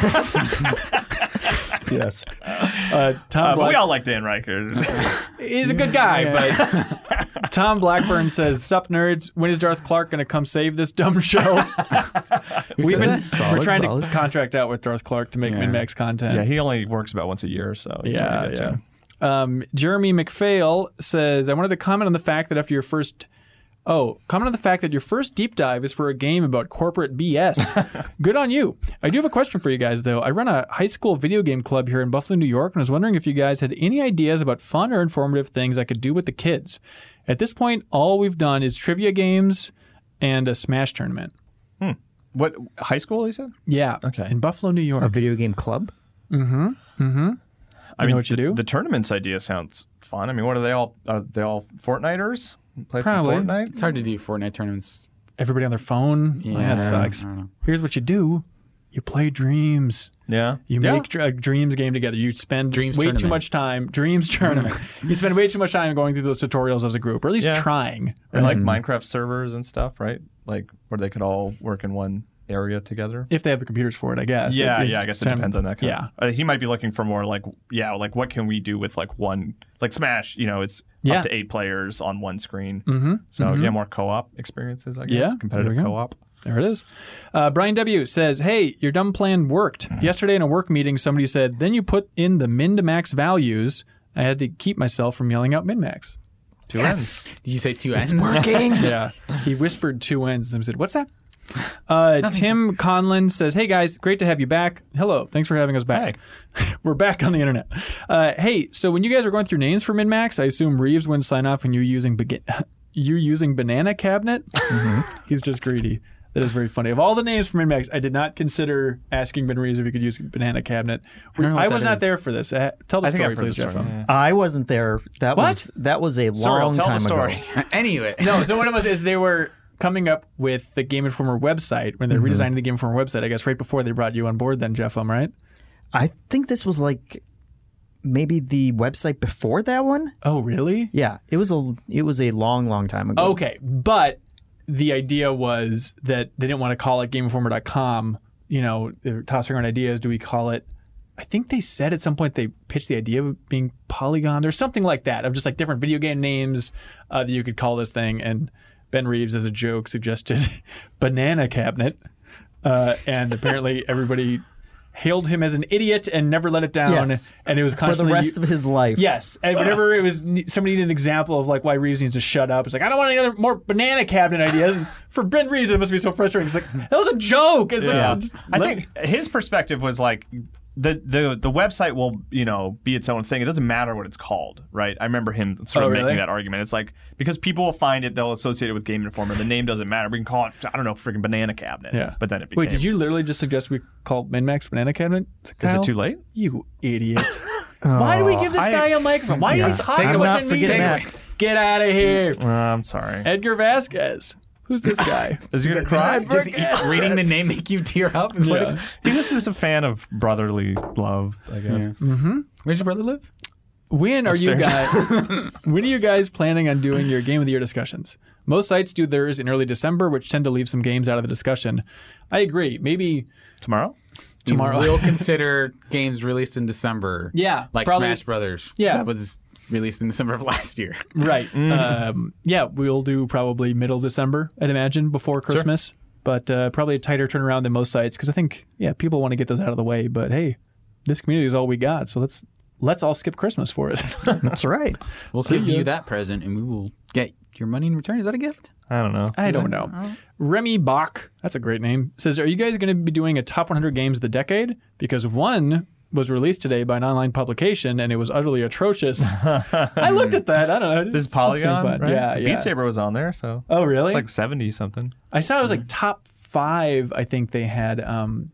Speaker 4: yes
Speaker 1: Uh, Tom
Speaker 3: Uh, but
Speaker 1: Black
Speaker 3: we all like Dan Reichert.
Speaker 1: is a good guy, but Tom Blackburn says, "Sup nerds, when is Darth Clark going to come save this dumb show?" We've been
Speaker 4: said that? Solid,
Speaker 1: we're trying to
Speaker 4: solid.
Speaker 1: contract out with Darth Clark to make
Speaker 6: Yeah.
Speaker 1: Minmax content.
Speaker 3: yeah, he only works about once a year, so he's
Speaker 1: Yeah,
Speaker 3: gonna get
Speaker 1: yeah.
Speaker 3: to.
Speaker 1: Um, Jeremy McPhail says, I wanted to comment on the fact that after your first. Oh, comment on the fact that your first deep dive is for a game about corporate BS. Good on you. I do have a question for you guys, though. I run a high school video game club here in Buffalo, New York, and I was wondering if you guys had any ideas about fun or informative things I could do with the kids. At this point, all we've done is trivia games and a Smash tournament.
Speaker 3: What high school? He said.
Speaker 1: Yeah.
Speaker 3: Okay.
Speaker 1: In Buffalo, New York.
Speaker 4: a video game club
Speaker 3: I
Speaker 1: know what you
Speaker 3: the,
Speaker 1: do?
Speaker 3: The tournaments idea sounds fun. I mean, what are they all? Are they all Fortniters? Play
Speaker 1: Probably.
Speaker 3: some Fortnite.
Speaker 6: It's hard to do Fortnite tournaments.
Speaker 1: Everybody on their phone. Yeah,
Speaker 6: Yeah,
Speaker 1: that sucks.
Speaker 6: I don't know.
Speaker 1: Here's what you do you play dreams.
Speaker 3: Yeah.
Speaker 1: You
Speaker 3: Yeah.
Speaker 1: make dr- a dreams game together. You spend
Speaker 6: Dreams
Speaker 1: way too
Speaker 6: tournament.
Speaker 1: much time. Dreams
Speaker 3: Mm.
Speaker 1: tournament. you spend way too much time going through those tutorials as a group, or at least
Speaker 3: Yeah.
Speaker 1: trying.
Speaker 3: and like Minecraft servers and stuff, right? Like where they could all work in one area together.
Speaker 1: If they have the computers for it, I guess.
Speaker 3: Yeah,
Speaker 1: It- it's
Speaker 3: yeah. I guess it
Speaker 1: time-
Speaker 3: depends on that. Kind
Speaker 1: yeah.
Speaker 3: Of, uh, he might be looking for more like, yeah, like what can we do with like one, like Smash? You know, it's
Speaker 1: Yeah.
Speaker 3: up to eight players on one screen.
Speaker 1: Mm-hmm.
Speaker 3: So yeah, more co-op experiences, I guess.
Speaker 1: Yeah,
Speaker 3: competitive
Speaker 1: there we go.
Speaker 3: co-op.
Speaker 1: There it is. Uh, Brian W says, "Hey, your dumb plan worked.
Speaker 3: Mm.
Speaker 1: Yesterday in a work meeting, somebody said, then you put in the min to max values. I had to keep myself from yelling out min max.
Speaker 4: Yes,
Speaker 6: Did you say two ends?
Speaker 4: working.
Speaker 1: yeah. He whispered two ends and said, What's that? Uh, Tim Conlon says, Hey guys, great to have you back. Hello. Thanks for having us back. we're back on the internet. Uh, hey, so when you guys were going through names for min max, I assume Reeves wouldn't sign off and you using begin- you using banana cabinet.
Speaker 3: Mm-hmm.
Speaker 1: He's just greedy. That is very funny. Of all the names for min max, I did not consider asking Ben Reeves if he could use banana cabinet. I,
Speaker 6: know what
Speaker 1: was
Speaker 6: that
Speaker 1: not
Speaker 6: is.
Speaker 1: there for this. Uh, tell the
Speaker 3: I think
Speaker 1: story,
Speaker 3: I've heard
Speaker 1: please,
Speaker 3: this
Speaker 1: Jeff.
Speaker 3: story.
Speaker 4: I wasn't there. That was that was a
Speaker 3: Sorry,
Speaker 4: long
Speaker 3: I'll tell
Speaker 4: time
Speaker 3: the story.
Speaker 4: ago.
Speaker 6: anyway.
Speaker 1: No, so what it was is they were coming up with the Game Informer website when they redesigning redesigning the Game Informer website. I guess right before they brought you on board, then Jeff, I'm right.
Speaker 4: I think this was like maybe the website before that one.
Speaker 1: Oh, really?
Speaker 4: Yeah, it was a it was a long, long time
Speaker 3: Oh,
Speaker 4: ago.
Speaker 1: Okay, but the idea was that they didn't want to call it GameInformer.com. You know, they were tossing around ideas. Do we call it? I think they said at some point they pitched the idea of it being Polygon or something like that, of just like different video game names uh, that you could call this thing. And Ben Reeves, as a joke, suggested Banana Cabinet. Uh, and apparently everybody hailed him as an idiot and never let it down.
Speaker 4: Yes.
Speaker 1: And it was
Speaker 4: For the
Speaker 1: constantly
Speaker 4: rest of his life.
Speaker 1: Yes, and whenever it was somebody needed an example of like why Reeves needs to shut up, it's like I don't want any other more banana cabinet ideas. And for Ben Reeves, it must be so frustrating. It's like that was a joke. It's
Speaker 3: Yeah.
Speaker 1: like, just
Speaker 3: I
Speaker 1: let-
Speaker 3: think his perspective was like the, the the website will you know be its own thing. It doesn't matter what it's called, right? I remember him sort of
Speaker 1: Oh, really?
Speaker 3: making that argument. It's like because people will find it, they'll associate it with Game Informer. The name doesn't matter. We can call it I don't know, freaking Banana Cabinet.
Speaker 1: Yeah,
Speaker 3: But then it became.
Speaker 1: wait. Did you literally just suggest we call Minmax banana cabinet?
Speaker 3: Is
Speaker 1: Kyle,
Speaker 3: it too late? Oh,
Speaker 1: You idiot. why do we give this
Speaker 3: I-
Speaker 1: guy a microphone? Why do we talk
Speaker 4: I'm
Speaker 1: so much
Speaker 4: not
Speaker 1: in
Speaker 4: forgetting
Speaker 1: meetings?
Speaker 4: that.
Speaker 1: Get out of here,
Speaker 3: Uh, I'm sorry.
Speaker 1: Edgar Vasquez. Who's this guy?
Speaker 3: Is he gonna cry?
Speaker 6: Does e- reading the name make you tear up? What
Speaker 1: Yeah.
Speaker 6: if-
Speaker 3: He just is a fan of brotherly love, I guess.
Speaker 6: Where's your brother live?
Speaker 1: When are you
Speaker 3: Upstairs.
Speaker 1: guys? when are you guys planning on doing your game of the year discussions? Most sites do theirs in early December, which tend to leave some games out of the discussion. I agree. Maybe
Speaker 3: Tomorrow?
Speaker 1: tomorrow.
Speaker 6: We'll consider games released in December.
Speaker 1: Yeah,
Speaker 6: Like
Speaker 1: probably-
Speaker 6: Smash Brothers.
Speaker 1: Yeah.
Speaker 6: That was released in December of last year.
Speaker 1: right. Um, yeah, we'll do probably middle December, I'd imagine, before Christmas. But uh, probably a tighter turnaround than most sites because I think yeah, people want to get those out of the way. But hey, this community is all we got, so let's let's all skip Christmas for it.
Speaker 4: that's right.
Speaker 6: We'll give you that present and we will get your money in return. Is that a gift?
Speaker 3: I don't know.
Speaker 1: I don't know.
Speaker 3: Oh.
Speaker 1: Remy Bach, that's a great name, says, Are you guys going to be doing a top 100 games of the decade? Because one was released today by an online publication and it was utterly atrocious. I looked at that. I don't know.
Speaker 3: This is
Speaker 1: It seemed
Speaker 3: Polygon,
Speaker 1: fun.
Speaker 3: right?
Speaker 1: Yeah, yeah.
Speaker 3: Beat Saber was on there, so
Speaker 1: Oh, really?
Speaker 3: it's like 70 something.
Speaker 1: I saw it was like
Speaker 3: Mm.
Speaker 1: top five, I think they had um,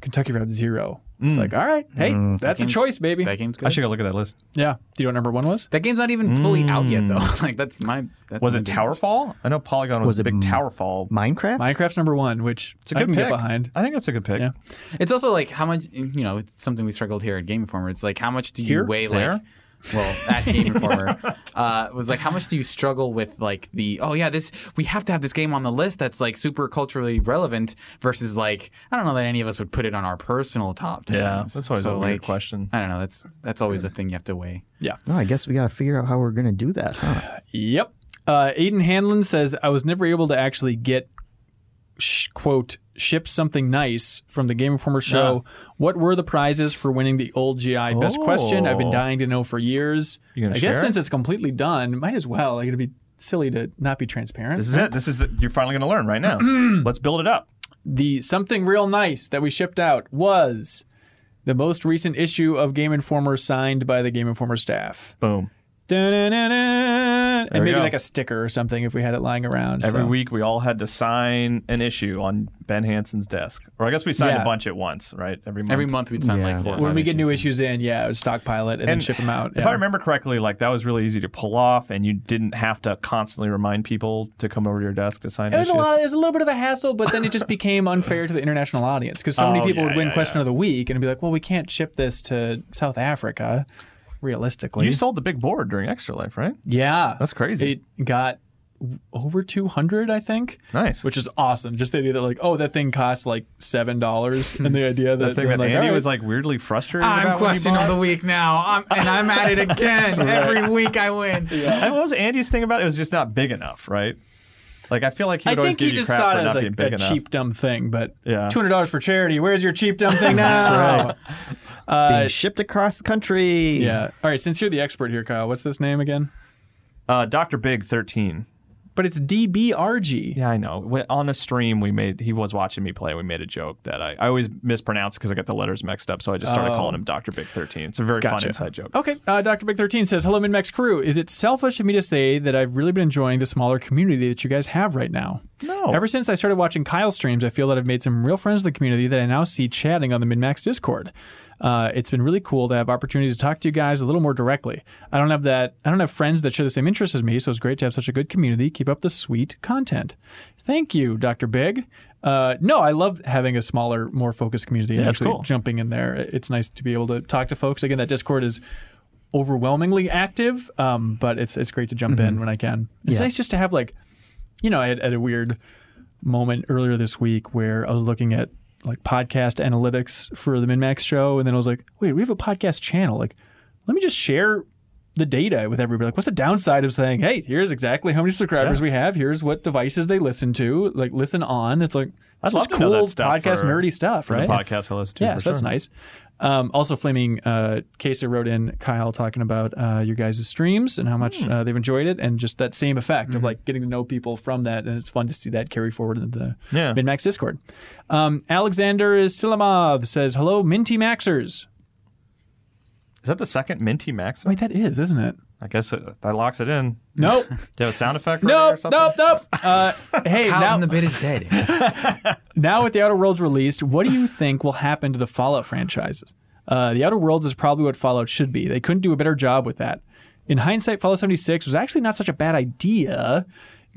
Speaker 1: Kentucky Route Zero.
Speaker 3: Mm.
Speaker 1: It's like, all right, hey, that's a
Speaker 6: game's-
Speaker 1: choice, baby.
Speaker 6: That game's good.
Speaker 3: I should go look at that list.
Speaker 1: yeah. Do you know what number one was?
Speaker 6: that game's not even fully out yet, though. like, that's my. That's
Speaker 3: Was
Speaker 6: my
Speaker 3: it
Speaker 6: big-
Speaker 3: Towerfall? I know Polygon was,
Speaker 4: Was
Speaker 3: a
Speaker 4: it
Speaker 3: big
Speaker 4: m-
Speaker 3: Towerfall.
Speaker 4: Minecraft.
Speaker 1: Minecraft's number one, which
Speaker 3: It's a
Speaker 1: I
Speaker 3: good
Speaker 1: can
Speaker 3: pick.
Speaker 1: get behind.
Speaker 3: I think that's a good pick.
Speaker 1: Yeah.
Speaker 6: It's also like how much, you know, it's something we struggled here at Game Informer. It's like how much do you
Speaker 1: Here?
Speaker 6: weigh,
Speaker 3: There?
Speaker 6: like. Well, at Game Informer, uh, was like, how much do you struggle with, like the oh yeah, this we have to have this game on the list that's like super culturally relevant versus like I don't know that any of us would put it on our personal top ten.
Speaker 3: Yeah, that's always
Speaker 6: so,
Speaker 3: a weird
Speaker 6: like,
Speaker 3: question.
Speaker 6: I don't know. That's that's always a thing you have to weigh.
Speaker 4: No, Oh, I guess we got to figure out how we're gonna do that. Huh?
Speaker 1: Yep. Uh, Aiden Hanlon says, I was never able to actually get, sh- quote, ship something nice from the Game Informer show. What were the prizes for winning the old GI? Best question. I've been
Speaker 3: Oh.
Speaker 1: dying to know for years.
Speaker 3: You gonna
Speaker 1: I guess
Speaker 3: share
Speaker 1: since it's completely done, might as well. Like, it'd be silly to not be transparent.
Speaker 3: This is it. This is the, you're finally going to learn right now. Let's build it up.
Speaker 1: the something real nice that we shipped out was the most recent issue of Game Informer signed by the Game Informer staff.
Speaker 3: Boom.
Speaker 1: Dun-dun-dun-dun. And
Speaker 3: we
Speaker 1: maybe
Speaker 3: go.
Speaker 1: like a sticker or something if we had it lying around.
Speaker 3: Every
Speaker 1: so.
Speaker 3: week we all had to sign an issue on Ben Hansen's desk, or I guess we signed
Speaker 1: Yeah.
Speaker 3: a bunch at once, right? Every month.
Speaker 6: Every month we'd sign
Speaker 4: Yeah.
Speaker 6: like four. or
Speaker 1: When
Speaker 6: five
Speaker 1: we get new
Speaker 6: issues.
Speaker 1: issues in, yeah, I would stockpile it and, then ship them out.
Speaker 3: If
Speaker 1: yeah.
Speaker 3: I remember correctly, like that was really easy to pull off, and you didn't have to constantly remind people to come over to your desk to sign
Speaker 1: It was
Speaker 3: issues.
Speaker 1: a lot. It was a little bit of a hassle, but then it just became unfair to the international audience because so many
Speaker 3: Oh,
Speaker 1: people
Speaker 3: yeah,
Speaker 1: would win
Speaker 3: yeah,
Speaker 1: question of the week and be like, "Well, we can't ship this to South Africa." Realistically,
Speaker 3: you sold the big board during Extra Life, right?
Speaker 1: yeah,
Speaker 3: That's crazy.
Speaker 1: It got w- over two hundred, I think.
Speaker 3: Nice.
Speaker 1: which is awesome. Just the idea that like, oh, that thing costs like seven dollars, and the idea that,
Speaker 3: the thing
Speaker 1: they're
Speaker 3: that
Speaker 1: like,
Speaker 3: Andy
Speaker 1: "All right."
Speaker 3: was like weirdly frustrated
Speaker 6: I'm
Speaker 3: about when he
Speaker 6: question of
Speaker 3: bought.
Speaker 6: the week now, I'm, and I'm at it again. Every week I win.
Speaker 3: And what was Andy's thing about? It It was just not big enough, right? Like I feel like he
Speaker 1: I
Speaker 3: would always
Speaker 1: think
Speaker 3: give
Speaker 1: he
Speaker 3: you
Speaker 1: just
Speaker 3: crap
Speaker 1: saw
Speaker 3: for
Speaker 1: it
Speaker 3: not
Speaker 1: as
Speaker 3: being
Speaker 1: like
Speaker 3: big
Speaker 1: a
Speaker 3: enough.
Speaker 1: cheap dumb thing, but
Speaker 3: Yeah.
Speaker 1: two hundred dollars for charity. Where's your cheap dumb thing now?
Speaker 3: Uh,
Speaker 4: Being shipped across the country.
Speaker 1: Yeah. All right. Since you're the expert here, Kyle, what's this name again?
Speaker 3: Uh, Doctor Big thirteen.
Speaker 1: But it's DBRG.
Speaker 3: Yeah, I know. We- On the stream, we made he was watching me play. We made a joke that I, I always mispronounce because I got the letters mixed up. So I just started
Speaker 1: Oh.
Speaker 3: calling him Doctor Big Thirteen. It's a very fun
Speaker 1: Gotcha.
Speaker 3: inside joke.
Speaker 1: Okay, uh, Dr. Big 13 says, Hello, MinMax crew. Is it selfish of me to say that I've really been enjoying the smaller community that you guys have right now?
Speaker 3: No.
Speaker 1: Ever since I started watching Kyle streams, I feel that I've made some real friends in the community that I now see chatting on the MinMax Discord. Uh, it's been really cool to have opportunity to talk to you guys a little more directly. I don't have that. I don't have friends that share the same interests as me, so it's great to have such a good community. Keep up the sweet content. Thank you, Dr. Big. Uh, no, I love having a smaller, more focused community and
Speaker 3: that's
Speaker 1: actually
Speaker 3: cool.
Speaker 1: jumping in there. It's nice to be able to talk to folks. Again, that Discord is overwhelmingly active, um, but it's it's great to jump
Speaker 3: Mm-hmm.
Speaker 1: in when I can. It's nice just to have like, you know, I had, had a weird moment earlier this week where I was looking at like podcast analytics for the MinMax show, and then I was like, wait, we have a podcast channel. Like, let me just share the data with everybody. Like, what's the downside of saying, hey, here's exactly how many subscribers we have. Here's what devices they listen to. Like, listen on. It's like
Speaker 3: I'd
Speaker 1: this
Speaker 3: love
Speaker 1: is
Speaker 3: to know
Speaker 1: cool
Speaker 3: that stuff
Speaker 1: podcast
Speaker 3: for-
Speaker 1: nerdy stuff,
Speaker 3: For
Speaker 1: right?
Speaker 3: the podcast I listen to.
Speaker 1: yeah,
Speaker 3: for
Speaker 1: so that's
Speaker 3: sure.
Speaker 1: nice. Um, also, Flaming uh, Kesa wrote in Kyle talking about uh, your guys' streams and how much
Speaker 3: Hmm.
Speaker 1: uh, they've enjoyed it, and just that same effect
Speaker 3: Mm-hmm.
Speaker 1: of like getting to know people from that, and it's fun to see that carry forward into the
Speaker 3: Yeah.
Speaker 1: MinMax Discord. Um, Alexander Silimov says, "Hello, Minty Maxers."
Speaker 3: Is that the second Minty Max?
Speaker 1: Wait, that is, isn't it?
Speaker 3: I guess it, that locks it in. Do
Speaker 1: Nope,
Speaker 3: you have a sound effect? right there or
Speaker 1: nope,
Speaker 3: something?
Speaker 1: nope, nope. Uh, hey,
Speaker 6: Out
Speaker 1: now,
Speaker 6: in the bit is dead.
Speaker 1: now with the Outer Worlds released, what do you think will happen to the Fallout franchises? Uh, the Outer Worlds is probably what Fallout should be. They couldn't do a better job with that. In hindsight, Fallout 76 was actually not such a bad idea,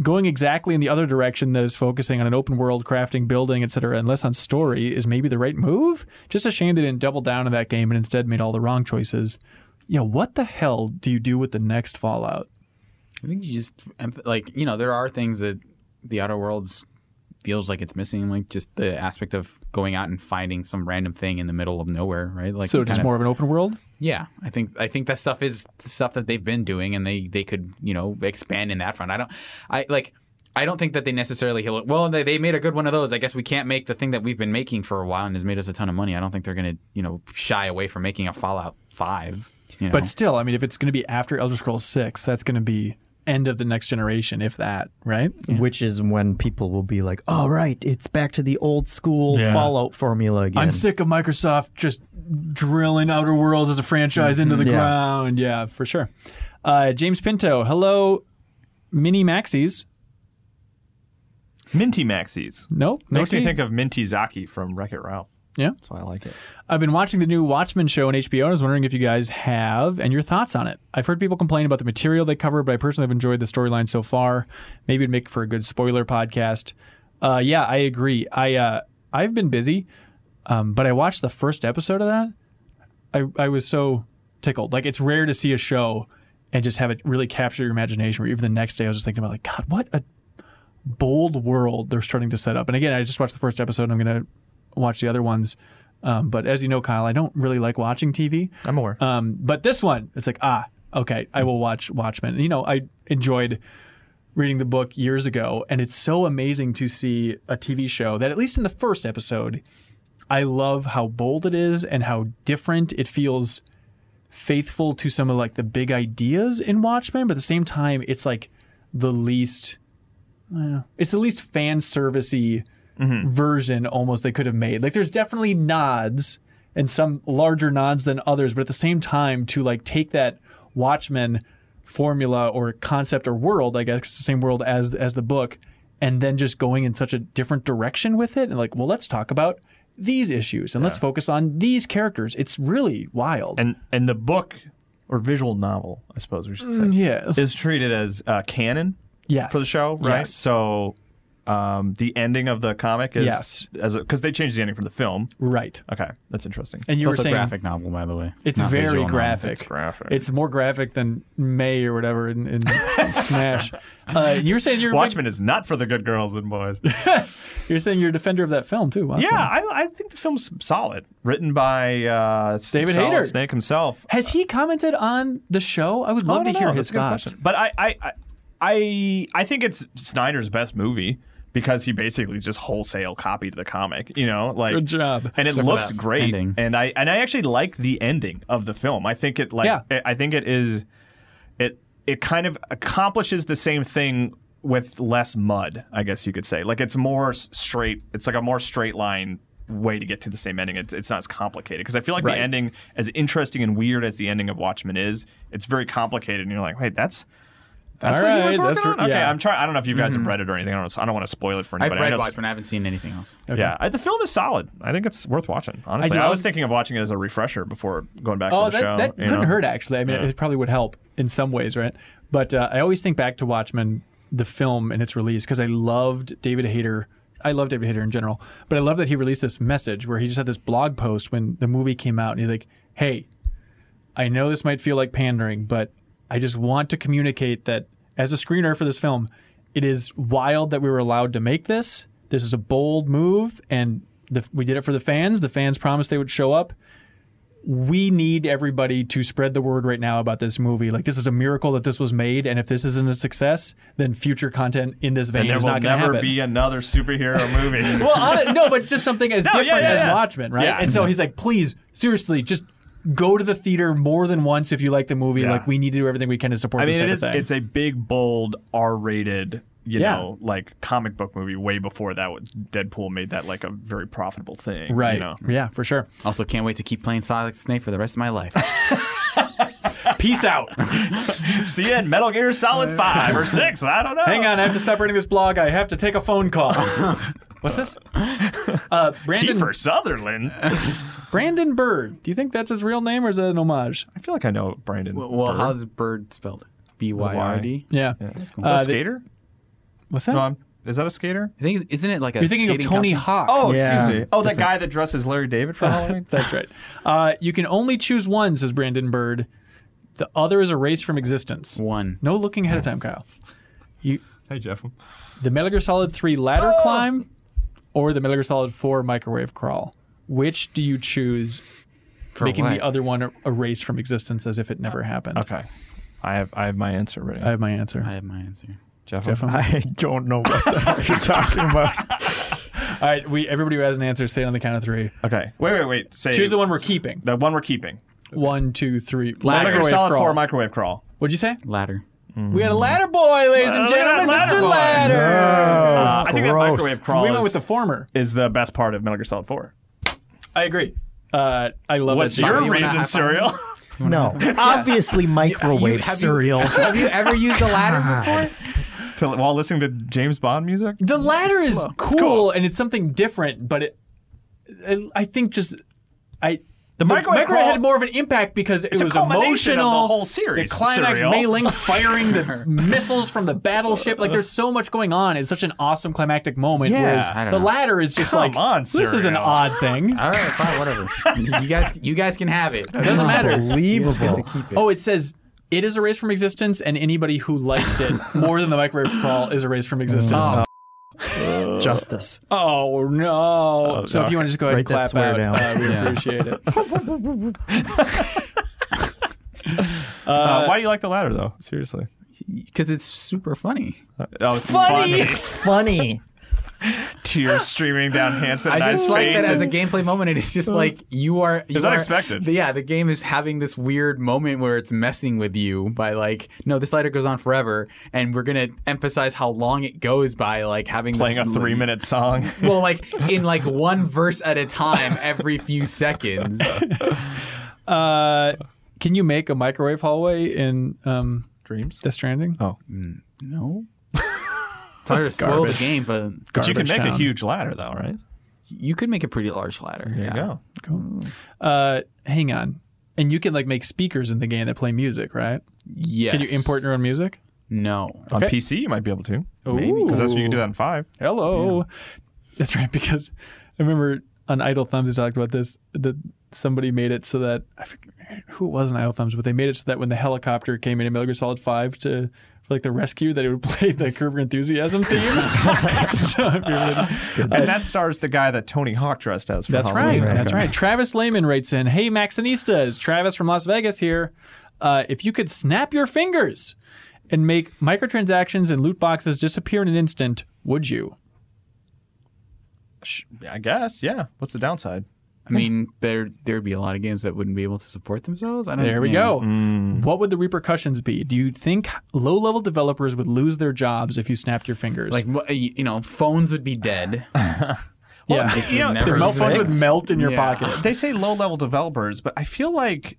Speaker 1: going exactly in the other direction that is focusing on an open world, crafting, building, etc., and less on story is maybe the right move. Just a shame they didn't double down on that game and instead made all the wrong choices. Yeah, what the hell do you do with the next Fallout?
Speaker 6: I think you just emph- like you know there are things that the outer worlds feels like it's missing, like just the aspect of going out and finding some random thing in the middle of nowhere, right? Like
Speaker 1: So just
Speaker 6: kinda-
Speaker 1: more of an open world?
Speaker 6: Yeah, I think I think that stuff is the stuff that they've been doing, and they they could you know expand in that front. I don't, I like. I don't think that they necessarily heal it. Well, they, they made a good one of those. I guess we can't make the thing that we've been making for a while and has made us a ton of money. I don't think they're going to, you know, shy away from making a Fallout 5. you know.
Speaker 1: But still, I mean, if it's going to be after Elder Scrolls Six, that's going to be end of the next generation, if that, right?
Speaker 4: Which is when people will be like, all right, it's back to the old school Fallout formula again.
Speaker 1: I'm sick of Microsoft just drilling Outer Worlds as a franchise into the
Speaker 3: Mm-hmm.
Speaker 4: Yeah.
Speaker 1: ground. Yeah, for sure. Uh, James Pinto, hello, Mini Maxis.
Speaker 3: Minty Maxis.
Speaker 1: Nope, no
Speaker 3: Makes me
Speaker 1: T.
Speaker 3: think of Minty Zaki from Wreck It Ralph.
Speaker 1: Yeah,
Speaker 3: That's why I like it.
Speaker 1: I've been watching the new Watchmen show on HBO, and I was wondering if you guys have and your thoughts on it. I've heard people complain about the material they cover, but I personally have enjoyed the storyline so far. Maybe it'd make for a good spoiler podcast. Uh, yeah, I agree. I uh, I've been busy, um, but I watched the first episode of that. I I was so tickled. Like it's rare to see a show and just have it really capture your imagination. Where even the next day, I was just thinking about like, God, what a bold world they're starting to set up. And again, I just watched the first episode. and I'm gonna watch the other ones. Um, but as you know, Kyle, I don't really like watching TV.
Speaker 3: I'm aware.
Speaker 1: Um, but this one, it's like ah, okay, I will watch Watchmen. You know, I enjoyed reading the book years ago, and it's so amazing to see a TV show that at least in the first episode, I love how bold it is and how different it feels faithful to some of like the big ideas in Watchmen, but at the same time, it's like the least well, it's the least fan servicey version almost they could have made. Like there's definitely nods and some larger nods than others, but at the same time to like take that Watchmen formula or concept or world, I guess 'cause it's the same world as as the book, and then just going in such a different direction with it, and like, well, let's talk about these issues and let's focus on these characters. It's really wild.
Speaker 3: and and the book or visual novel, I suppose we should say,
Speaker 1: yeah,
Speaker 3: is treated as uh, canon
Speaker 1: Mm, yes.
Speaker 3: for the show, right?
Speaker 1: Yes.
Speaker 3: So um, the ending of the comic is
Speaker 1: Yes.
Speaker 3: as because they changed the ending from the film.
Speaker 1: right.
Speaker 3: Okay, that's interesting.
Speaker 1: And you
Speaker 6: it's
Speaker 1: were
Speaker 6: also
Speaker 1: saying
Speaker 6: a graphic novel, by the way.
Speaker 1: It's
Speaker 6: Not
Speaker 1: very
Speaker 6: visual novel.
Speaker 1: graphic.
Speaker 3: It's graphic.
Speaker 1: It's more graphic than May or whatever in, in Smash. Uh, you were saying you're a big-
Speaker 3: Watchmen is not for the good girls and boys.
Speaker 1: you're saying you're a defender of that film too. Watchmen.
Speaker 3: yeah, I, I think the film's solid. Written by uh,
Speaker 1: David
Speaker 3: Solid
Speaker 1: Hayter.
Speaker 3: Snake himself.
Speaker 1: Has he commented on the show? I would love
Speaker 3: I
Speaker 1: to
Speaker 3: don't
Speaker 1: hear
Speaker 3: know.
Speaker 1: his
Speaker 3: That's a good
Speaker 1: thoughts.
Speaker 3: question. But I, I, I- I, I think it's Snyder's best movie because he basically just wholesale copied the comic. You know, like
Speaker 1: Good job.
Speaker 3: and it
Speaker 6: for
Speaker 3: looks
Speaker 6: that
Speaker 3: great.
Speaker 6: ending.
Speaker 3: And I and I actually like the ending of the film. I think it like
Speaker 1: Yeah.
Speaker 3: I- I think it is it it kind of accomplishes the same thing with less mud, I guess you could say. Like it's more s- straight. It's like a more straight line way to get to the same ending. It's, it's not as complicated because I feel like the ending, as interesting and weird as the ending of Watchmen is, it's very complicated. And you're like, wait, that's that's
Speaker 1: All
Speaker 3: what he was
Speaker 1: right,
Speaker 3: working
Speaker 1: that's
Speaker 3: on.
Speaker 1: where-
Speaker 3: Okay,
Speaker 1: yeah. Mm-hmm.
Speaker 3: I'm trying. I don't know if you guys have read it or anything. I don't, I don't want to spoil it for
Speaker 6: I've
Speaker 3: anybody. I
Speaker 6: read
Speaker 3: know it's-
Speaker 6: Watchmen. I haven't seen anything else.
Speaker 3: Yeah, I, the film is solid. I think it's worth watching. Honestly,
Speaker 1: I
Speaker 3: I,
Speaker 1: love-
Speaker 3: was thinking of watching it as a refresher before going back
Speaker 1: Oh,
Speaker 3: to the
Speaker 1: that,
Speaker 3: show.
Speaker 1: that
Speaker 3: you
Speaker 1: couldn't
Speaker 3: know?
Speaker 1: hurt actually. I mean,
Speaker 3: Yeah.
Speaker 1: it probably would help in some ways, right? But uh, I always think back to Watchmen, the film and its release, because I loved David Hayter. I love David Hayter in general, but I love that he released this message where he just had this blog post when the movie came out, and he's like, "Hey, I know this might feel like pandering, but I just want to communicate that as a screenwriter for this film, it is wild that we were allowed to make this. This is a bold move, and the, we did it for the fans. The fans promised they would show up. We need everybody to spread the word right now about this movie. Like, this is a miracle that this was made, and if this isn't a success, then future content in this vein
Speaker 3: And there
Speaker 1: is
Speaker 3: will
Speaker 1: not going to
Speaker 3: never
Speaker 1: happen.
Speaker 3: be another superhero movie.
Speaker 1: well, on it, no, but just something as
Speaker 3: yeah,
Speaker 1: different
Speaker 3: yeah,
Speaker 1: as
Speaker 3: yeah.
Speaker 1: Watchmen, right?
Speaker 3: Yeah.
Speaker 1: And so he's like, please, seriously, just go to the theater more than once if you like the movie.
Speaker 3: Yeah.
Speaker 1: Like, we need to do everything we can to support
Speaker 3: I mean,
Speaker 1: this
Speaker 3: it
Speaker 1: type
Speaker 3: is.
Speaker 1: of thing.
Speaker 3: It's a big, bold, R-rated. You
Speaker 1: Yeah.
Speaker 3: know, like comic book movie. Way before that, was- Deadpool made that like a very profitable thing.
Speaker 1: right.
Speaker 3: You know?
Speaker 1: Yeah, for sure.
Speaker 6: Also, can't wait to keep playing Sonic the Snake for the rest of my life.
Speaker 1: Peace out.
Speaker 3: See you in Metal Gear
Speaker 1: Uh,
Speaker 3: Solid Five or Six. I don't know.
Speaker 1: Hang on, I have to stop reading this blog. I have to take a phone call. What's this? Uh, Brandon
Speaker 3: Kiefer Sutherland. I
Speaker 1: Brandon Bird. Do you think that's his real name or is that an homage?
Speaker 3: feel like I know Brandon.
Speaker 6: well,
Speaker 3: Bird.
Speaker 6: how's bird spelled? B Y R D.
Speaker 1: Yeah.
Speaker 3: Is that
Speaker 1: uh,
Speaker 3: a
Speaker 1: the-
Speaker 3: skater?
Speaker 1: What's that?
Speaker 3: no, I'm, is that a skater?
Speaker 6: I think isn't it like a
Speaker 1: You're thinking of
Speaker 6: skating
Speaker 1: Tony
Speaker 6: company?
Speaker 1: Hawk.
Speaker 3: Oh,
Speaker 4: Yeah.
Speaker 3: excuse me. Oh, that guy that dresses Larry David for Halloween.
Speaker 1: That's right. Uh, you can only choose one, says Brandon Bird. The other is erased from existence.
Speaker 6: one.
Speaker 1: No looking ahead of time, Kyle. You,
Speaker 3: hey, Jeff.
Speaker 1: the Metal Gear Solid 3 ladder climb or the Metal Gear Solid 4 microwave crawl? Which do you choose,
Speaker 6: For
Speaker 1: making
Speaker 6: what?
Speaker 1: the other one er- erased from existence as if it never happened?
Speaker 3: Okay. I have I have my answer ready.
Speaker 1: I have my answer.
Speaker 6: I have my answer.
Speaker 3: Jeff,
Speaker 1: Jeff, I'm-
Speaker 4: I don't know what the hell you're talking about.
Speaker 1: all right, we everybody who has an answer, say it on the count of three.
Speaker 3: Okay. Wait, wait, wait. Say
Speaker 1: Choose the one we're keeping.
Speaker 3: The one we're keeping.
Speaker 1: One, two, three.
Speaker 6: Ladder.
Speaker 1: Microwave
Speaker 3: solid
Speaker 1: crawl.
Speaker 3: four microwave crawl.
Speaker 1: What'd you say?
Speaker 2: Mm-hmm.
Speaker 6: Ladder.
Speaker 1: We had a ladder boy, ladies and
Speaker 3: Uh, look at
Speaker 1: gentlemen,
Speaker 3: that ladder
Speaker 1: Mr.
Speaker 3: boy.
Speaker 1: Ladder.
Speaker 6: Oh,
Speaker 3: Uh, I think that
Speaker 4: gross.
Speaker 3: microwave crawl
Speaker 1: We went
Speaker 3: is,
Speaker 1: with the former.
Speaker 3: is the best part of Metal Gear Solid Four.
Speaker 1: I agree. Uh, I love
Speaker 3: What's
Speaker 1: that.
Speaker 3: your
Speaker 1: series.
Speaker 6: wanna
Speaker 3: reason,
Speaker 6: have fun?
Speaker 3: cereal?
Speaker 4: No, obviously microwave
Speaker 6: You- have you-
Speaker 4: cereal.
Speaker 6: Have you ever used a ladder before?
Speaker 3: to, while listening to James Bond music?
Speaker 1: The ladder is cool, and it's something different, but it, I- I think just I. The
Speaker 3: microwave crawl-
Speaker 1: had more of an impact because it
Speaker 3: a
Speaker 1: was
Speaker 3: culmination of the
Speaker 1: emotional.
Speaker 3: whole series,
Speaker 1: the climax,
Speaker 3: Serial.
Speaker 1: Mei Ling firing the missiles from the battleship. Like, there's so much going on. It's such an awesome climactic moment.
Speaker 3: Yeah.
Speaker 1: whereas
Speaker 6: I
Speaker 1: the
Speaker 6: don't know.
Speaker 1: ladder is just
Speaker 3: Come
Speaker 1: like,
Speaker 3: on,
Speaker 1: this is an
Speaker 3: Serial.
Speaker 1: odd thing.
Speaker 6: All right, fine, whatever. you guys, you guys can have it. It
Speaker 1: doesn't matter.
Speaker 4: Unbelievable.
Speaker 1: Oh, it says it is erased from existence, and anybody who likes it more than the microwave crawl is erased from existence.
Speaker 6: Oh.
Speaker 4: Justice.
Speaker 1: Oh no! so if you want to just go ahead and
Speaker 4: Break
Speaker 1: clap
Speaker 4: that swear
Speaker 1: out,
Speaker 4: down.
Speaker 1: uh, we
Speaker 6: Yeah.
Speaker 1: appreciate it.
Speaker 3: Uh, why do you like the ladder though? Seriously.
Speaker 6: Because it's super funny.
Speaker 3: Oh, it's
Speaker 1: Funny.
Speaker 3: funny.
Speaker 4: Funny.
Speaker 3: Tears streaming down Hanson.
Speaker 6: I just
Speaker 3: Knight's
Speaker 6: like
Speaker 3: face
Speaker 6: that as a
Speaker 3: and-
Speaker 6: gameplay moment. It is just like you are. You
Speaker 3: was
Speaker 6: are-
Speaker 3: unexpected.
Speaker 6: yeah, the game is having this weird moment where it's messing with you by like, no, this ladder goes on forever, and we're gonna emphasize how long it goes by like having
Speaker 3: playing
Speaker 6: this,
Speaker 3: a three minute song.
Speaker 6: Well, like in like one verse at a time, every few seconds.
Speaker 1: Uh, can you make a microwave hallway in um,
Speaker 3: Dreams.
Speaker 1: Death Stranding.
Speaker 3: Oh,
Speaker 6: No. Sorry to spoil the
Speaker 1: Garbage.
Speaker 6: game, but
Speaker 3: but you can
Speaker 1: Garbage
Speaker 3: make a
Speaker 1: Town.
Speaker 3: huge ladder though, right?
Speaker 6: you could make a pretty large ladder.
Speaker 3: There
Speaker 6: yeah.
Speaker 3: you go.
Speaker 1: Cool. Uh, hang on. And you can like make speakers in the game that play music, right?
Speaker 6: Yes.
Speaker 1: Can you import your own music?
Speaker 6: No.
Speaker 3: On PC, you might be able to.
Speaker 1: Ooh.
Speaker 3: Because that's you can do that in five.
Speaker 1: Hello. That's right, because I remember on Idle Thumbs they talked about this that somebody made it so that I forget who it was on Idle Thumbs, but they made it so that when the helicopter came in in Metal Gear Solid Five to for like the rescue, that it would play the Curb Your Enthusiasm theme. So if you're really-
Speaker 3: And that stars the guy that Tony Hawk dressed as. For
Speaker 1: That's right.
Speaker 3: Halloween.
Speaker 1: That's right. Travis Lehman writes in, "Hey Maxinistas, Travis from Las Vegas here. Uh, if you could snap your fingers and make microtransactions and loot boxes disappear in an instant, would you?"
Speaker 3: Sh- I guess. Yeah. What's the downside?
Speaker 6: I mean, there there'd be a lot of games that wouldn't be able to support themselves. I don't.
Speaker 1: There we
Speaker 6: yeah.
Speaker 1: go.
Speaker 6: Mm,
Speaker 1: What would the repercussions be? Do you think low-level developers would lose their jobs if you snapped your fingers?
Speaker 6: Like mo- you you know, phones would be dead.
Speaker 1: yeah,
Speaker 6: Just
Speaker 3: you know,
Speaker 6: would
Speaker 1: the
Speaker 6: never
Speaker 1: melt phones
Speaker 6: exist.
Speaker 1: would melt in your
Speaker 6: Yeah.
Speaker 1: pocket.
Speaker 3: They say low level developers, but I feel like.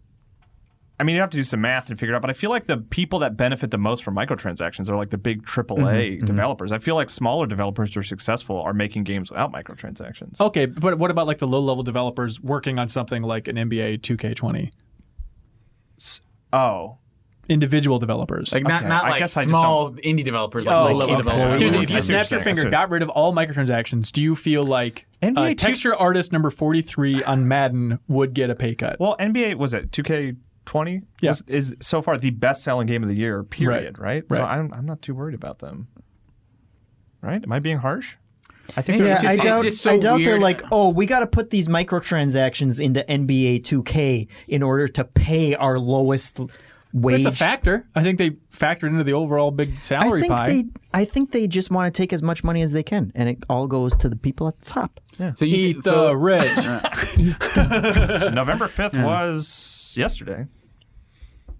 Speaker 3: I mean, you have to do some math and figure it out, but I feel like the people that benefit the most from microtransactions are like the big AAA developers. I feel like smaller developers who are successful are making games without microtransactions.
Speaker 1: Okay, but what about like the low-level developers working on something like an NBA 2K20?
Speaker 3: Oh.
Speaker 1: Individual developers.
Speaker 6: Like not
Speaker 3: Okay,
Speaker 6: not
Speaker 3: I
Speaker 6: like
Speaker 3: guess I just Oh,
Speaker 6: small indie developers, like low level
Speaker 3: okay.
Speaker 6: developers.
Speaker 1: Seriously,
Speaker 3: I
Speaker 1: if
Speaker 3: see
Speaker 1: you
Speaker 3: what you're
Speaker 1: snapped your
Speaker 3: saying, I
Speaker 1: finger,
Speaker 3: see what
Speaker 1: got rid of all microtransactions, do you feel like
Speaker 3: NBA
Speaker 1: uh,
Speaker 3: two-
Speaker 1: texture artist number 43 on Madden would get a pay cut?
Speaker 3: Well, NBA was it 2K20?
Speaker 1: Yeah.
Speaker 3: Was- is so far the best selling game of the year, period, right? So
Speaker 1: Right.
Speaker 3: I'm, I'm not too worried about them. Right? Am I being harsh? I think
Speaker 4: Yeah,
Speaker 3: there's
Speaker 6: just-
Speaker 4: I
Speaker 6: it's
Speaker 4: doubt.
Speaker 6: just so
Speaker 4: I doubt they're
Speaker 6: weird.
Speaker 4: like, oh, we got to put these microtransactions into NBA 2K in order to pay our lowest l-
Speaker 1: But
Speaker 4: wage.
Speaker 1: it's a factor. I think they factored into the overall big
Speaker 4: I
Speaker 1: salary
Speaker 4: think
Speaker 1: pie.
Speaker 4: they. I think they just want to take as much money as they can, and it all goes to the people at the top.
Speaker 6: So you
Speaker 1: Eat the
Speaker 6: so,
Speaker 1: rich.
Speaker 3: November 5th was yesterday.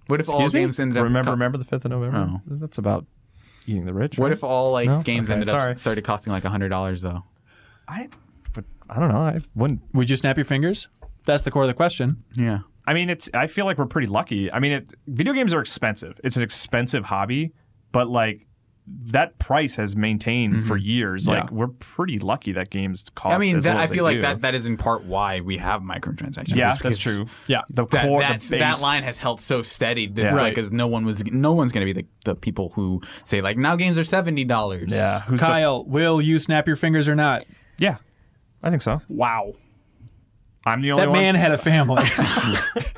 Speaker 6: what if all
Speaker 3: Excuse me?
Speaker 6: games ended up
Speaker 3: remember,
Speaker 6: co-
Speaker 3: remember the 5th of November? That's about eating the rich.
Speaker 6: Oh. What
Speaker 3: right?
Speaker 6: if all like
Speaker 3: No?
Speaker 6: games
Speaker 3: Okay,
Speaker 6: ended
Speaker 3: sorry.
Speaker 6: up started costing like hundred dollars though?
Speaker 3: I, but I don't know. I wouldn't.
Speaker 1: Would you snap your fingers? That's the core of the question.
Speaker 6: Yeah.
Speaker 3: I mean, it's. I feel like we're pretty lucky. I mean, it, video games are expensive. It's an expensive hobby, but like that price has maintained for years. Like we're pretty lucky that games cost.
Speaker 6: Mm-hmm. I mean,
Speaker 3: as
Speaker 6: that,
Speaker 3: little
Speaker 6: I
Speaker 3: as they
Speaker 6: feel like
Speaker 3: do.
Speaker 6: that that is in part why we have microtransactions.
Speaker 3: Yeah,
Speaker 6: is
Speaker 3: that's
Speaker 6: because
Speaker 3: true.
Speaker 1: Yeah.
Speaker 3: The
Speaker 6: That,
Speaker 3: core,
Speaker 6: that's-
Speaker 3: the
Speaker 6: that
Speaker 3: base.
Speaker 6: line has held so steady
Speaker 3: Yeah.
Speaker 6: because
Speaker 3: Right.
Speaker 6: no one was no one's going to be the, the people who say like now games are seventy dollars.
Speaker 3: Yeah, who's the-
Speaker 1: Kyle, will you snap your fingers or not?
Speaker 3: yeah, I think so.
Speaker 6: Wow.
Speaker 3: I'm the only
Speaker 1: That
Speaker 3: one.
Speaker 1: man had a family.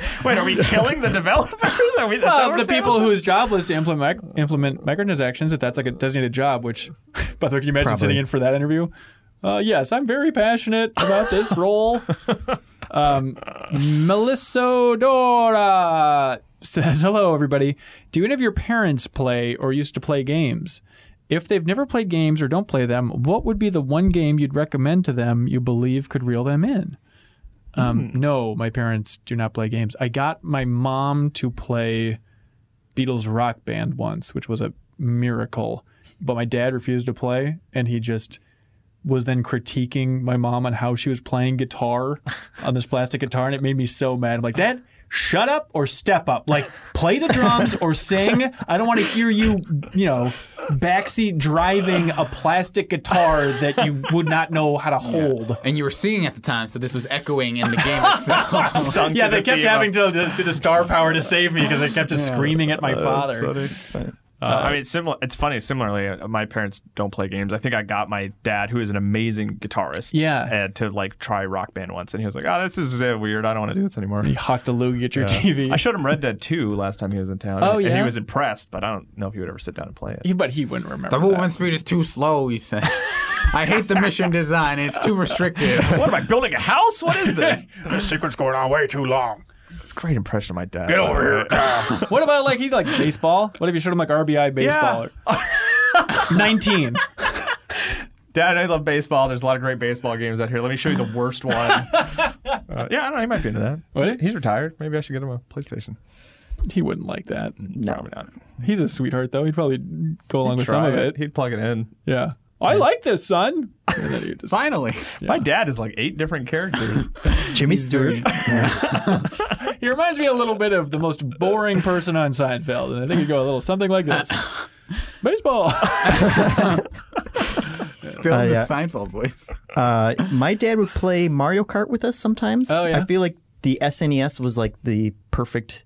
Speaker 3: Wait, are we killing the developers? Are we that's
Speaker 1: Uh,
Speaker 3: what
Speaker 1: the
Speaker 3: we're
Speaker 1: people
Speaker 3: saying?
Speaker 1: whose job was to implement implement microtransactions, if that's like a designated job, which, by the way, can you imagine sitting in for that interview? Uh, yes, I'm very passionate about this role. Um, Melissodora says, Hello, everybody. Do any of your parents play or used to play games? If they've never played games or don't play them, what would be the one game you'd recommend to them you believe could reel them in? Um, No, my parents do not play games. I got my mom to play Beatles Rock Band once, which was a miracle, but my dad refused to play and he just was then critiquing my mom on how she was playing guitar on this plastic guitar, and it made me so mad. I'm like, Dad, shut up or step up. Like, play the drums or sing. I don't want to hear you, you know, backseat driving a plastic guitar that you would not know how to hold.
Speaker 6: And you were singing at the time, so this was echoing in the game itself.
Speaker 3: Sunk
Speaker 1: Yeah,
Speaker 3: to
Speaker 1: they
Speaker 3: the
Speaker 1: kept
Speaker 3: theme of-
Speaker 1: having to to do the star power to save me because I kept just screaming at my father.
Speaker 3: Uh, I mean, similar. It's funny. Similarly, uh, my parents don't play games. I think I got my dad, who is an amazing guitarist,
Speaker 1: Yeah.
Speaker 3: uh, to like try Rock Band once, and he was like, "Oh, this is uh, weird. I don't want to do this anymore."
Speaker 1: You hucked a loogie at your TV.
Speaker 3: I showed him Red Dead Two last time he was in town.
Speaker 1: Oh,
Speaker 3: and, and he
Speaker 1: yeah?
Speaker 3: was impressed, but I don't know if he would ever sit down and play it.
Speaker 1: He- but he wouldn't remember.
Speaker 6: the
Speaker 1: that.
Speaker 6: movement speed is too slow, he said. I hate the mission design. It's too restrictive.
Speaker 3: What am I building a house? What is this?
Speaker 1: This secret's going on way too long.
Speaker 3: it's a great impression of my dad.
Speaker 1: Get over
Speaker 3: Uh,
Speaker 1: here. what about like he's like baseball? What if you showed him like RBI baseball? or- Nineteen.
Speaker 3: Dad, I love baseball. There's a lot of great baseball games out here. Let me show you the worst one. Uh, yeah, I don't know. He might be into that.
Speaker 1: Would he?
Speaker 3: He's retired. Maybe I should get him a PlayStation.
Speaker 1: He wouldn't like that.
Speaker 3: Probably not.
Speaker 1: He's a sweetheart though. He'd probably go along with some
Speaker 3: Try
Speaker 1: of it.
Speaker 3: He'd plug it in.
Speaker 1: Yeah. I like this, son. And then he'd just-
Speaker 6: Finally.
Speaker 3: My dad is like eight different characters.
Speaker 4: Jimmy Stewart.
Speaker 1: He reminds me a little bit of the most boring person on Seinfeld, and I think he'd go a little something like this: baseball.
Speaker 2: Still
Speaker 4: Uh,
Speaker 2: in the
Speaker 4: yeah.
Speaker 2: Seinfeld voice.
Speaker 4: Uh, my dad would play Mario Kart with us sometimes.
Speaker 1: Oh, yeah?
Speaker 4: I feel like the SNES was like the perfect.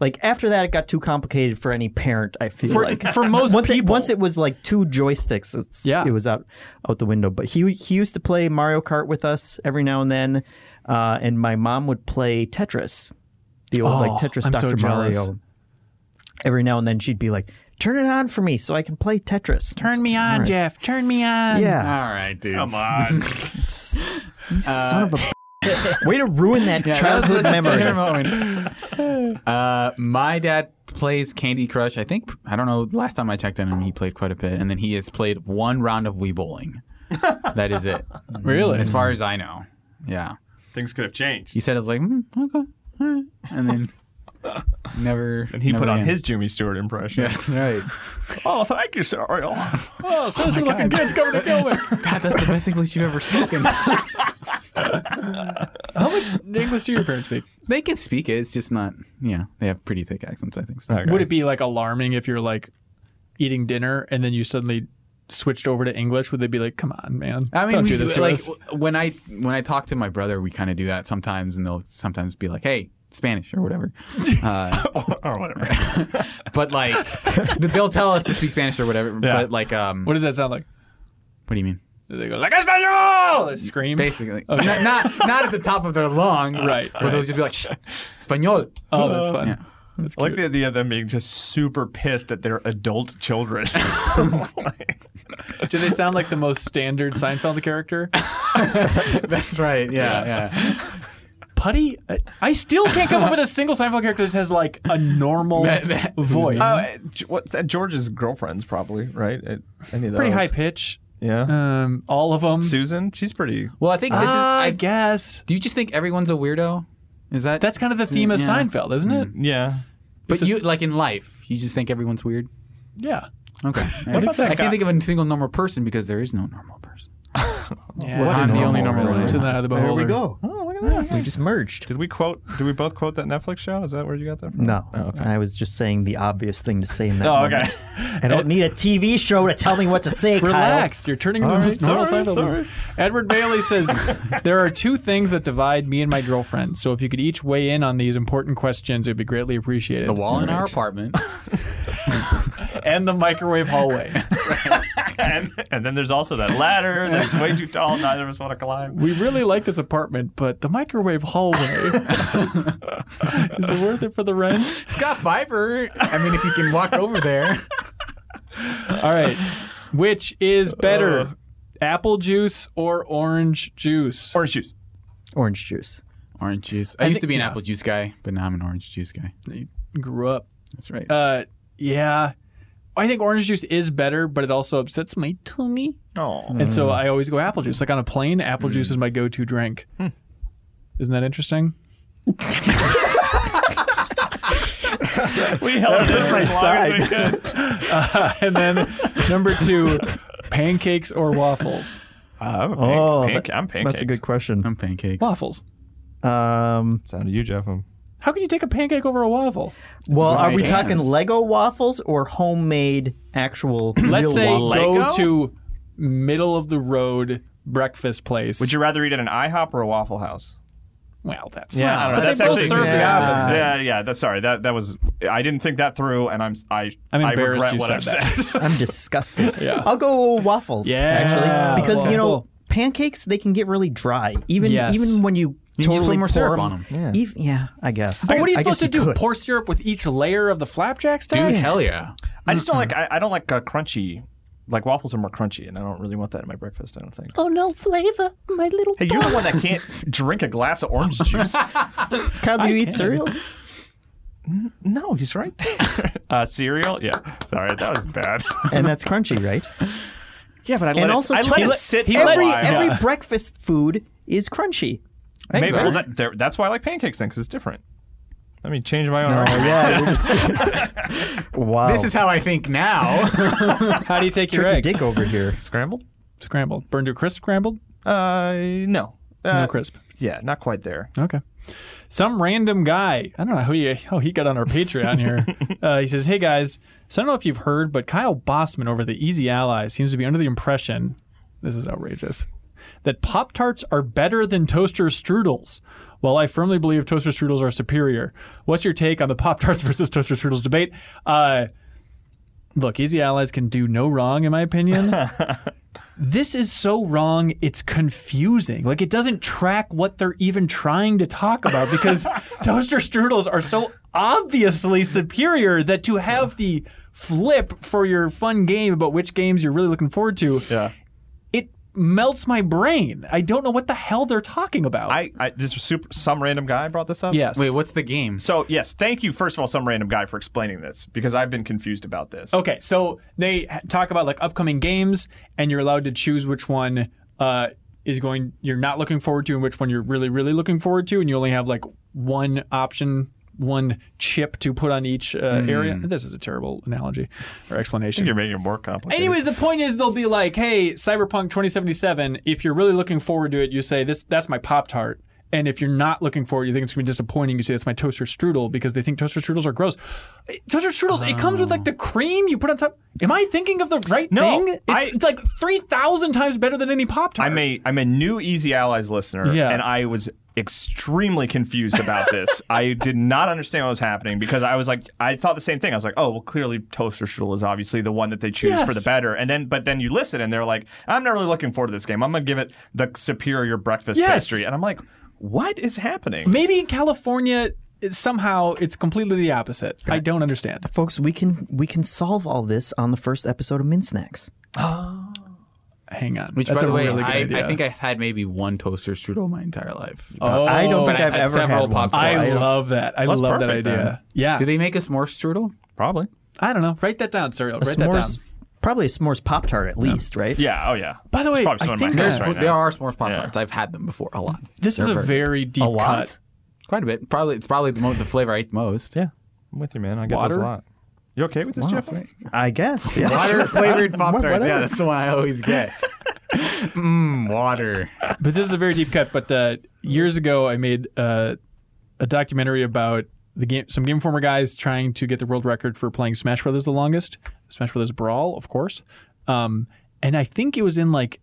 Speaker 4: Like after that, it got too complicated for any parent. I feel
Speaker 1: For-
Speaker 4: like
Speaker 1: for most
Speaker 4: once it,
Speaker 1: people.
Speaker 4: once it was like two joysticks, it's,
Speaker 1: Yeah.
Speaker 4: it was out out the window. But he he used to play Mario Kart with us every now and then, uh, and my mom would play Tetris, the old like
Speaker 1: Oh,
Speaker 4: Tetris
Speaker 1: I'm so
Speaker 4: Doctor
Speaker 1: jealous.
Speaker 4: Mario. Every now and then, she'd be like, "Turn it on for me, so I can play Tetris." Turn
Speaker 1: me on, Jeff. Turn me on.
Speaker 4: Yeah.
Speaker 2: All right, dude.
Speaker 3: Come on.
Speaker 4: Son of a way to ruin that childhood memory.
Speaker 2: Uh, my dad plays Candy Crush. I think I don't know. Last time I checked on him, he played quite a bit, and then he has played one round of Wii bowling. that is it,
Speaker 1: Really?
Speaker 2: as far as I know. Yeah,
Speaker 3: Things could have changed.
Speaker 2: he said it was like "Hmm, okay, all right," and then never.
Speaker 3: And he
Speaker 2: never
Speaker 3: put on
Speaker 2: again.
Speaker 3: his Jimmy Stewart impression.
Speaker 2: Yeah, that's right.
Speaker 3: Oh, thank you, sir. Oh,
Speaker 1: Oh, social looking kids coming to kill me.
Speaker 2: God, that's the best English you've ever spoken.
Speaker 1: How much English do your parents speak?
Speaker 2: they can speak it. It's just not. Yeah, they have pretty thick accents. I think. So.
Speaker 1: Would it be like alarming if you're like eating dinner and then you suddenly switched over to English? Would they be like, "Come on, man,
Speaker 2: I mean,
Speaker 1: don't
Speaker 2: we-
Speaker 1: do this to
Speaker 2: like
Speaker 1: us"?
Speaker 2: w- when I when I talk to my brother, we kind of do that sometimes, and they'll sometimes be like, "Hey, Spanish" or whatever. Uh,
Speaker 3: or oh, whatever.
Speaker 2: but like, they'll tell us to speak Spanish or whatever.
Speaker 3: Yeah.
Speaker 2: But like, um,
Speaker 1: What
Speaker 2: what,
Speaker 1: does that sound like?
Speaker 2: do you mean?
Speaker 1: Do they go like Espanol? They scream.
Speaker 2: Basically, not, not not at the top of their lungs,
Speaker 1: Right,
Speaker 2: But they'll just be like, "Shh, "Español."
Speaker 1: Oh, that's fun.
Speaker 3: I like the idea of them being just super pissed at their adult children. Oh, Like,
Speaker 1: Do they sound like the most standard Seinfeld character? Oh.
Speaker 2: that's right. Yeah, yeah.
Speaker 1: Putty. I- I still can't come up with a single Seinfeld character that has like a normal
Speaker 2: That- that-
Speaker 1: voice.
Speaker 3: oh, eh, G- what's uh, George's girlfriends probably right? Eh, Any of
Speaker 1: Pretty
Speaker 3: those.
Speaker 1: high pitch.
Speaker 3: Yeah.
Speaker 1: Um, all of them.
Speaker 3: Susan, she's pretty.
Speaker 2: Well, I think this is.
Speaker 1: I
Speaker 2: I,
Speaker 1: guess
Speaker 2: do you just think everyone's a weirdo? Is that
Speaker 1: that's kind of the theme of
Speaker 2: Yeah.
Speaker 1: Seinfeld, isn't it?
Speaker 3: Yeah.
Speaker 2: But you like in life, you just think everyone's weird.
Speaker 1: Yeah.
Speaker 2: Okay.
Speaker 1: What about that
Speaker 2: I
Speaker 1: guy-
Speaker 2: can't think of a single normal person because there is no normal person.
Speaker 1: yeah.
Speaker 4: What's
Speaker 2: I'm
Speaker 4: his
Speaker 2: the
Speaker 4: normal,
Speaker 2: only normal
Speaker 4: really?
Speaker 2: one.
Speaker 1: To the eye of the beholder.
Speaker 3: Oh, look at that.
Speaker 4: We just merged.
Speaker 3: Did we quote? Did we both quote that Netflix show? Is that where you got that from?
Speaker 4: No, I was just saying the obvious thing to say in that
Speaker 3: Oh, okay.
Speaker 4: moment. I don't need a TV show to tell me what to say, Kyle.
Speaker 1: Relax. You're turning into the
Speaker 3: Sorry,
Speaker 1: most normal
Speaker 3: sorry,
Speaker 1: Seinfeld.
Speaker 3: sorry.
Speaker 1: movie. Edward Bailey says there are two things that divide me and my girlfriend. So if you could each weigh in on these important questions, it'd be greatly appreciated.
Speaker 2: The wall in our apartment.
Speaker 1: and the microwave hallway.
Speaker 3: and, and then there's also that ladder that's way too tall. Neither of us want to climb.
Speaker 1: we really like this apartment, but the microwave hallway is it worth it for the rent?
Speaker 2: it's got fiber. I mean, if you can walk over there.
Speaker 1: All right, which is better,
Speaker 3: Uh.
Speaker 1: apple juice or orange juice?
Speaker 3: Orange juice.
Speaker 4: Orange juice.
Speaker 2: Orange juice. I, used to be an apple juice guy, but now I'm an orange juice guy.
Speaker 1: grew up.
Speaker 2: That's right.
Speaker 1: Uh, yeah. I think orange juice is better, but it also upsets my tummy.
Speaker 3: Oh,
Speaker 1: And
Speaker 4: Mm.
Speaker 1: so I always go apple juice. Like on a plane, apple juice is my go to drink.
Speaker 4: Hmm.
Speaker 1: Isn't that interesting?
Speaker 3: we held it in for as long as we could.
Speaker 1: and then number two, pancakes or waffles?
Speaker 3: I'm a pan-
Speaker 4: Oh,
Speaker 3: pan-
Speaker 4: that-
Speaker 3: I'm pancakes.
Speaker 4: That's a good question.
Speaker 2: I'm pancakes.
Speaker 1: Waffles.
Speaker 4: Um,
Speaker 3: Sound to you, Jeff. I'm-
Speaker 1: How can you take a pancake over a waffle?
Speaker 4: well, are
Speaker 2: my
Speaker 4: we
Speaker 2: hands.
Speaker 4: talking Lego waffles or homemade actual real
Speaker 1: Let's say
Speaker 4: waffles?
Speaker 1: go
Speaker 3: Lego?
Speaker 1: to middle of the road breakfast place.
Speaker 3: Would you rather eat at an IHOP or a Waffle House?
Speaker 1: Well, that's
Speaker 3: Yeah, I don't know.
Speaker 1: But
Speaker 3: that's
Speaker 1: they both
Speaker 3: actually,
Speaker 1: serve
Speaker 3: yeah,
Speaker 1: the opposite.
Speaker 3: Yeah, yeah. That's sorry. That that was. I didn't think that through, and I'm I
Speaker 1: I'm
Speaker 3: I
Speaker 1: embarrassed
Speaker 3: regret
Speaker 1: you
Speaker 3: what I've
Speaker 1: said
Speaker 3: said.
Speaker 4: I'm disgusted.
Speaker 1: Yeah.
Speaker 4: I'll go waffles.
Speaker 1: Yeah.
Speaker 4: actually, because you know
Speaker 1: Waffle.
Speaker 4: pancakes they can get really dry. Even
Speaker 1: Yes.
Speaker 4: even when you,
Speaker 2: You
Speaker 4: totally
Speaker 2: just put more
Speaker 4: pour
Speaker 2: syrup
Speaker 4: 'em.
Speaker 2: on them.
Speaker 4: Yeah. yeah, I guess.
Speaker 1: But what are you
Speaker 4: I guess
Speaker 1: supposed to do?
Speaker 4: could.
Speaker 1: Pour syrup with each layer of the flapjack stuff?
Speaker 2: Dude, hell yeah.
Speaker 3: I just don't like. I, I don't like uh, crunchy. Like waffles are more crunchy, and I don't really want that in my breakfast. I don't think.
Speaker 7: Oh no, flavor, my little.
Speaker 3: Hey, you're the one that can't drink a glass of orange juice.
Speaker 4: Kyle, do you eat cereal?
Speaker 3: no, he's right there. Uh, cereal? Yeah. Sorry, that was bad.
Speaker 4: and that's crunchy, right?
Speaker 3: yeah, but I let it,
Speaker 4: and also
Speaker 3: I let
Speaker 4: too,
Speaker 3: it sit for a
Speaker 4: every
Speaker 3: while.
Speaker 4: every breakfast food is crunchy.
Speaker 3: Maybe, well,
Speaker 2: Exactly.
Speaker 3: that, there- that's why I like pancakes then, because it's different. Let me change my own.
Speaker 4: Oh, yeah, we're just wow.
Speaker 2: This is how I think now.
Speaker 1: How do you take your
Speaker 4: tricky
Speaker 1: eggs?
Speaker 4: dick over here.
Speaker 3: Scrambled?
Speaker 1: Scrambled. Burned to a crisp scrambled?
Speaker 3: Uh, no. Uh,
Speaker 1: no crisp.
Speaker 3: Yeah, not quite there.
Speaker 1: Okay. Some random guy, I don't know who he, how he got on our Patreon here. uh, he says, "Hey guys, so I don't know if you've heard, but Kyle Bossman over the Easy Ally seems to be under the impression this is outrageous that Pop Tarts are better than toaster strudels. While I firmly believe toaster strudels are superior, what's your take on the Pop Tarts versus toaster strudels debate?" Uh, look, Easy Allies can do no wrong, in my opinion. this is so wrong, it's confusing. Like, it doesn't track what they're even trying to talk about because toaster strudels are so obviously superior that to have the flip for your fun game about which games you're really looking forward to,
Speaker 3: Yeah.
Speaker 1: it melts my brain. I don't know what the hell they're talking about.
Speaker 3: I, I this was super some random guy brought this up.
Speaker 1: yes.
Speaker 6: Wait, what's the game?
Speaker 3: So yes, thank you first of all, some random guy for explaining this because I've been confused about this.
Speaker 1: Okay, so they h- talk about like upcoming games, and you're allowed to choose which one uh, is going you're not looking forward to, and which one you're really really looking forward to, and you only have like one option, one chip to put on each uh,
Speaker 6: Hmm.
Speaker 1: area. This is a terrible analogy or explanation.
Speaker 3: You're making it more complicated.
Speaker 1: Anyways, the point is they'll be like, "Hey, Cyberpunk 2077, if you're really looking forward to it, you say this that's my Pop Tart." And if you're not looking forward, you think it's going to be disappointing, you say that's my toaster strudel because they think toaster strudels are gross. Eh, Toaster strudels, it comes with like the cream you put on top. Am I thinking of the right
Speaker 3: Oh. No,
Speaker 1: thing? It's,
Speaker 3: I-
Speaker 1: it's like 3,000 times better than any Pop Tart.
Speaker 3: I'm a I'm a new Easy Allies listener,
Speaker 1: Yeah.
Speaker 3: and I was extremely confused about this. I did not understand what was happening because I was like, I thought the same thing. I was like, oh well, clearly toaster strudel is obviously the one that they choose for the
Speaker 1: Yes.
Speaker 3: better, and then but then you listen and they're like, I'm not really looking forward to this game. I'm gonna give it the superior breakfast
Speaker 1: Yes.
Speaker 3: pastry, and I'm like, what is happening?
Speaker 1: Maybe in California, it- somehow it's completely the opposite. I don't understand.
Speaker 4: Folks, we can we can solve all this on the first episode of Min Snacks.
Speaker 1: Hang on.
Speaker 6: Which,
Speaker 1: that's
Speaker 6: by
Speaker 1: a
Speaker 6: the way,
Speaker 1: really good
Speaker 6: I,
Speaker 1: idea.
Speaker 6: I think I've had maybe one toaster strudel my entire life.
Speaker 1: oh,
Speaker 4: I don't think
Speaker 6: I've
Speaker 4: I've,
Speaker 6: had
Speaker 4: ever
Speaker 6: several
Speaker 4: had
Speaker 6: Pop
Speaker 4: one.
Speaker 6: Tarts.
Speaker 1: I
Speaker 6: Nice.
Speaker 1: love that. I
Speaker 3: That's
Speaker 1: love that
Speaker 3: perfect,
Speaker 1: idea.
Speaker 3: then.
Speaker 1: Yeah.
Speaker 6: Do they make a s'more strudel?
Speaker 3: Probably.
Speaker 1: I don't know. Write that down, Serial.
Speaker 4: A
Speaker 1: Write that down.
Speaker 4: s'mores, probably a s'mores Pop Tart at least, right?
Speaker 3: Yeah. Oh yeah.
Speaker 1: By the
Speaker 3: It's
Speaker 1: way,
Speaker 3: probably
Speaker 1: I
Speaker 3: still in my
Speaker 1: think
Speaker 3: house
Speaker 1: that-
Speaker 3: right
Speaker 6: there
Speaker 3: now.
Speaker 6: are s'more pop tarts. I've had them before a lot,
Speaker 1: This is a very deep
Speaker 4: A lot.
Speaker 1: cut.
Speaker 6: quite a bit. Probably it's probably the, mo- the flavor I eat most.
Speaker 3: Yeah, I'm with you, man. I get
Speaker 1: Water?
Speaker 3: those a lot. You okay with this, Jeff?
Speaker 4: I guess. Yeah.
Speaker 6: Water flavored pop tarts.
Speaker 4: whatever.
Speaker 6: Yeah, that's the one I always get. Mmm, water.
Speaker 1: But this is a very deep cut. But uh, years ago, I made uh, a documentary about the game, some Game Informer guys trying to get the world record for playing Smash Brothers the longest. Smash Brothers Brawl, of course. Um, and I think it was in like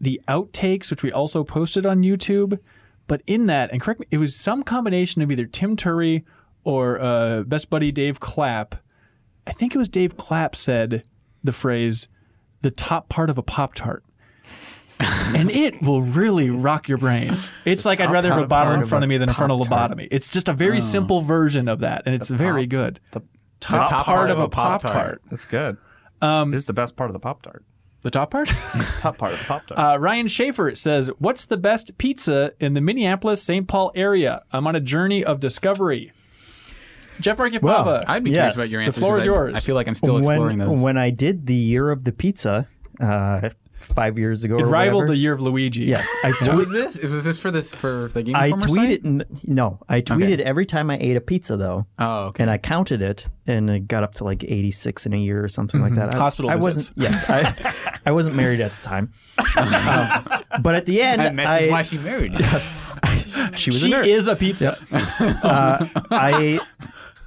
Speaker 1: the outtakes, which we also posted on YouTube. But in that, and correct me, it was some combination of either Tim Turry or uh, best buddy Dave Clapp. I think it was Dave Clapp said the phrase, "the top part of a Pop Tart." and it will really rock your brain. It's like I'd rather have a bottle in front of me than a frontal lobotomy. It's just a very simple version of that, and it's very good. The top,
Speaker 6: top
Speaker 1: part of a pop
Speaker 6: Pop-Tart.
Speaker 1: tart.
Speaker 3: That's good. Um, this is the best part of the pop tart.
Speaker 1: The top part.
Speaker 3: Top part of the pop tart.
Speaker 1: Uh, Ryan Schaefer says, "What's the best pizza in the Minneapolis-St. Paul area? I'm on a journey of discovery." Jeff Markifava.
Speaker 6: I'd be curious
Speaker 4: Yes,
Speaker 6: about your
Speaker 1: the
Speaker 6: answer.
Speaker 1: floor
Speaker 6: 'cause
Speaker 1: is
Speaker 6: I-
Speaker 1: yours.
Speaker 6: I feel like I'm still exploring
Speaker 4: when,
Speaker 6: those.
Speaker 4: when I did the year of the pizza uh, five years ago,
Speaker 1: it
Speaker 4: or
Speaker 1: rivaled
Speaker 4: whatever,
Speaker 1: the year of Luigi.
Speaker 4: Yes, I
Speaker 6: what
Speaker 4: tweeted.
Speaker 6: was this? Was this for this for the game?
Speaker 4: I
Speaker 6: Informer site?
Speaker 4: tweeted. N- no, I tweeted every time I ate a pizza though,
Speaker 6: Oh, okay.
Speaker 4: and I counted it, and it got up to like eighty six in a year or something like that. I,
Speaker 1: Hospital
Speaker 4: I
Speaker 1: visits.
Speaker 4: wasn't. Yes, I, I wasn't married at the time, Um, but at the end,
Speaker 6: And that's
Speaker 4: I-
Speaker 6: why she married. you.
Speaker 4: Yes. she was a
Speaker 1: she
Speaker 4: nurse.
Speaker 1: is a pizza.
Speaker 4: uh, I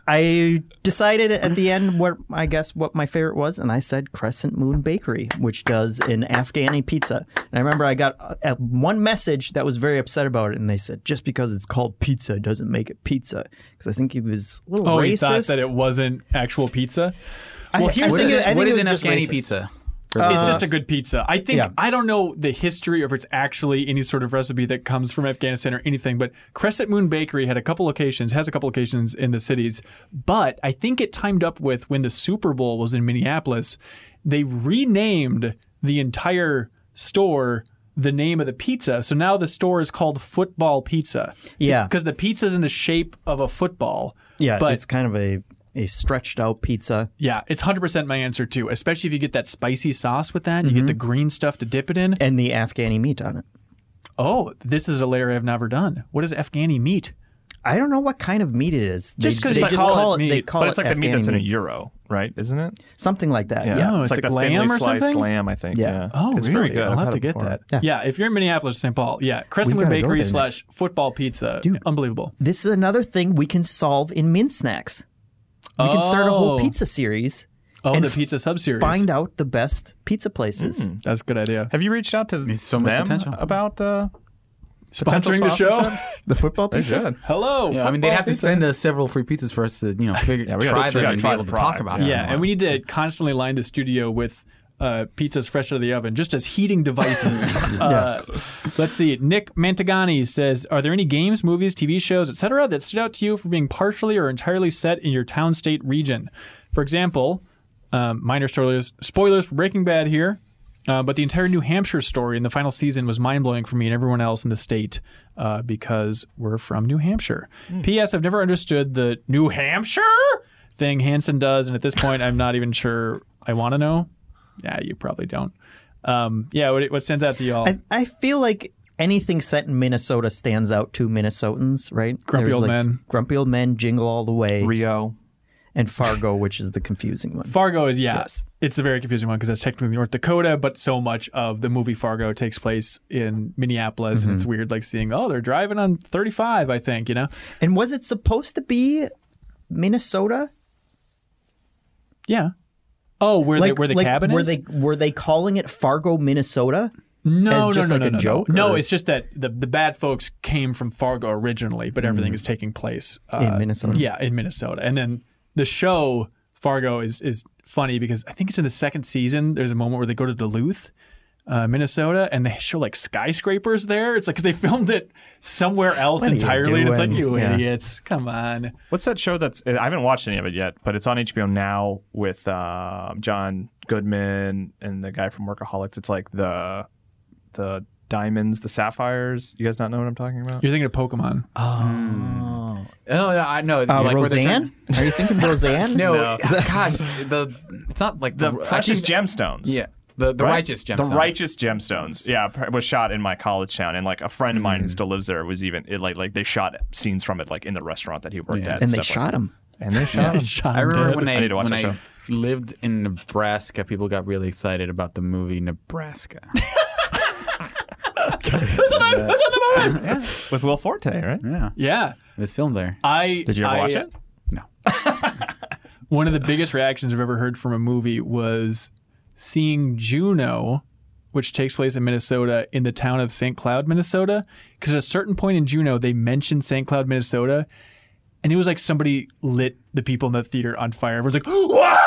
Speaker 4: I decided at the end what I guess what my favorite was, and I said Crescent Moon Bakery, which does an Afghani pizza. And I remember I got uh, one message that was very upset about it, and they said just because it's called pizza doesn't make it pizza, because I think he was a little
Speaker 1: Oh,
Speaker 4: racist.
Speaker 1: he thought that it wasn't actual pizza.
Speaker 4: I-
Speaker 1: Well,
Speaker 4: I
Speaker 1: here's
Speaker 6: What
Speaker 1: the thing.
Speaker 4: think it-
Speaker 6: is-
Speaker 4: I think
Speaker 6: what
Speaker 4: it
Speaker 6: is
Speaker 4: was
Speaker 6: an
Speaker 4: just
Speaker 6: Afghani
Speaker 4: racist.
Speaker 6: pizza? Uh,
Speaker 1: it's just a good pizza. I think
Speaker 4: Uh, yeah.
Speaker 1: I don't know the history or if it's actually any sort of recipe that comes from Afghanistan or anything, but Crescent Moon Bakery had a couple locations, has a couple locations in the cities, but I think it timed up with when the Super Bowl was in Minneapolis, they renamed the entire store the name of the pizza. So now the store is called Football Pizza.
Speaker 4: Yeah.
Speaker 1: Because the pizza's in the shape of a football.
Speaker 4: Yeah,
Speaker 1: But
Speaker 4: it's kind of a a stretched out pizza.
Speaker 1: yeah, it's 100% my answer too, especially if you get that spicy sauce with that, and you get the
Speaker 4: Mm-hmm.
Speaker 1: green stuff to dip it in.
Speaker 4: And the Afghani meat on it.
Speaker 1: Oh, this is a layer I've never done. What is Afghani meat?
Speaker 4: I don't know what kind of meat it is.
Speaker 1: Just
Speaker 4: They-
Speaker 1: 'cause
Speaker 4: they
Speaker 1: it's
Speaker 4: just
Speaker 1: called
Speaker 4: call it,
Speaker 1: meat,
Speaker 4: they call
Speaker 3: but
Speaker 4: it
Speaker 3: it's like the meat
Speaker 4: Afghani
Speaker 3: that's in a
Speaker 4: meat.
Speaker 3: euro. right? Isn't it?
Speaker 4: something like that. Yeah.
Speaker 1: Oh, it's
Speaker 3: like
Speaker 1: like
Speaker 3: a
Speaker 1: lamb
Speaker 3: thinly
Speaker 1: or
Speaker 3: sliced
Speaker 1: something?
Speaker 3: lamb, I think.
Speaker 4: Yeah.
Speaker 3: Yeah.
Speaker 1: Oh,
Speaker 3: it's
Speaker 1: really?
Speaker 3: very good.
Speaker 1: I'll
Speaker 3: I've
Speaker 1: have
Speaker 3: had
Speaker 1: to
Speaker 3: it
Speaker 1: get
Speaker 3: before.
Speaker 1: that.
Speaker 4: Yeah.
Speaker 1: Yeah. if you're in Minneapolis or St. Paul, yeah,
Speaker 4: We've
Speaker 1: Crescentwood
Speaker 4: gotta go
Speaker 1: Bakery
Speaker 4: there next.
Speaker 1: slash football pizza,
Speaker 4: Dude.
Speaker 1: unbelievable.
Speaker 4: This is another thing we can solve in Min Snacks. We can start a whole
Speaker 1: Oh.
Speaker 4: pizza series.
Speaker 1: Oh,
Speaker 4: and
Speaker 1: the pizza subseries.
Speaker 4: Find out the best pizza places.
Speaker 1: That's a good idea.
Speaker 3: Have you reached out to
Speaker 6: It's so much
Speaker 3: them
Speaker 6: potential.
Speaker 3: about uh, potential
Speaker 1: Sponsoring the show.
Speaker 3: sponsorship?
Speaker 4: The football pizza.
Speaker 1: Hello.
Speaker 6: I mean, they'd
Speaker 1: football
Speaker 6: have to
Speaker 1: pizza.
Speaker 6: send us several free pizzas for us to, you know, figure,
Speaker 3: we gotta-
Speaker 6: try
Speaker 3: we
Speaker 6: them
Speaker 3: gotta
Speaker 6: and
Speaker 3: try
Speaker 6: be
Speaker 3: the
Speaker 6: able to talk
Speaker 3: product,
Speaker 6: about
Speaker 1: Yeah,
Speaker 6: them.
Speaker 1: and we need to constantly line the studio with uh, pizzas fresh out of the oven, just as heating devices. Uh, Let's see. Nick Mantagani says, "Are there any games, movies, TV shows, etc., that stood out to you for being partially or entirely set in your town, state, region? For example, um, minor spoilers, spoilers for Breaking Bad here." Uh, but the entire New Hampshire story in the final season was mind blowing for me and everyone else in the state uh, because we're from New Hampshire. P.S. I've never understood the New Hampshire thing Hansen does, and at this point, I'm not even sure I want to know. Yeah, you probably don't. Um, yeah, what, what stands out to y'all?
Speaker 4: I, I feel like anything set in Minnesota stands out to Minnesotans, right?
Speaker 1: Grumpy
Speaker 4: There's
Speaker 1: Old
Speaker 4: like
Speaker 1: Men.
Speaker 4: Grumpy Old Men, Jingle All the Way,
Speaker 3: Rio.
Speaker 4: and Fargo, which is the confusing one.
Speaker 1: Fargo is yeah,
Speaker 4: Yes.
Speaker 1: it's the very confusing one because that's technically North Dakota, but so much of the movie Fargo takes place in Minneapolis, and it's
Speaker 4: Mm-hmm.
Speaker 1: weird like seeing oh they're driving on 35, I think you know.
Speaker 4: and was it supposed to be Minnesota?
Speaker 1: Yeah. Oh, where they where the
Speaker 4: like,
Speaker 1: cabin
Speaker 4: were
Speaker 1: is?
Speaker 4: They, were they calling it Fargo, Minnesota?
Speaker 1: no,
Speaker 4: as just
Speaker 1: no,
Speaker 4: like
Speaker 1: no,
Speaker 4: a
Speaker 1: no,
Speaker 4: joke,
Speaker 1: No, No,
Speaker 4: or-
Speaker 1: it's just that the the bad folks came from Fargo originally, but
Speaker 4: Mm-hmm.
Speaker 1: everything is taking place uh,
Speaker 4: In Minnesota.
Speaker 1: Yeah, in Minnesota, and then the show Fargo is is funny because I think it's in the second season. There's a moment where they go to Duluth. Uh, Minnesota, and they show like skyscrapers there. It's like 'cause they filmed it somewhere else
Speaker 4: are you
Speaker 1: entirely, and it's like
Speaker 4: doing?
Speaker 1: you
Speaker 4: Yeah.
Speaker 1: idiots, come on.
Speaker 3: What's that show that's I haven't watched any of it yet, but it's on HBO now with uh, John Goodman and the guy from Workaholics. It's like the the diamonds, the sapphires. You guys not know what I'm talking about?
Speaker 1: You're thinking of Pokemon.
Speaker 6: Oh, yeah, I know.
Speaker 4: Uh,
Speaker 6: like where they're
Speaker 4: Roseanne? Are you thinking
Speaker 6: trying-
Speaker 4: Roseanne?
Speaker 6: No, gosh, the it's not like
Speaker 3: the
Speaker 6: the
Speaker 3: precious
Speaker 6: actually-
Speaker 3: gemstones.
Speaker 6: Yeah, the the
Speaker 3: Right?
Speaker 6: righteous gemstone.
Speaker 3: The righteous gemstones. Yeah, pr- was shot in my college town, and like a friend of mine who still lives there was even it, like like they shot scenes from it like in the restaurant that he worked at,
Speaker 4: and they
Speaker 3: stuff
Speaker 4: shot
Speaker 3: like
Speaker 4: him.
Speaker 3: that. and they shot him.
Speaker 6: I remember when
Speaker 3: I
Speaker 6: I,
Speaker 3: need to watch
Speaker 6: when
Speaker 3: that
Speaker 6: I
Speaker 3: show.
Speaker 6: lived in Nebraska, people got really excited about the movie Nebraska.
Speaker 3: with Will Forte, right?
Speaker 6: yeah,
Speaker 1: Yeah,
Speaker 6: it was filmed there.
Speaker 1: I
Speaker 3: Did you ever
Speaker 1: I-
Speaker 3: watch it?
Speaker 6: No,
Speaker 1: one of the biggest reactions I've ever heard from a movie was seeing Juno, which takes place in Minnesota, in the town of St. Cloud, Minnesota. Because at a certain point in Juno, they mentioned St. Cloud, Minnesota, and it was like somebody lit the people in the theater on fire. Everyone's like, "What!"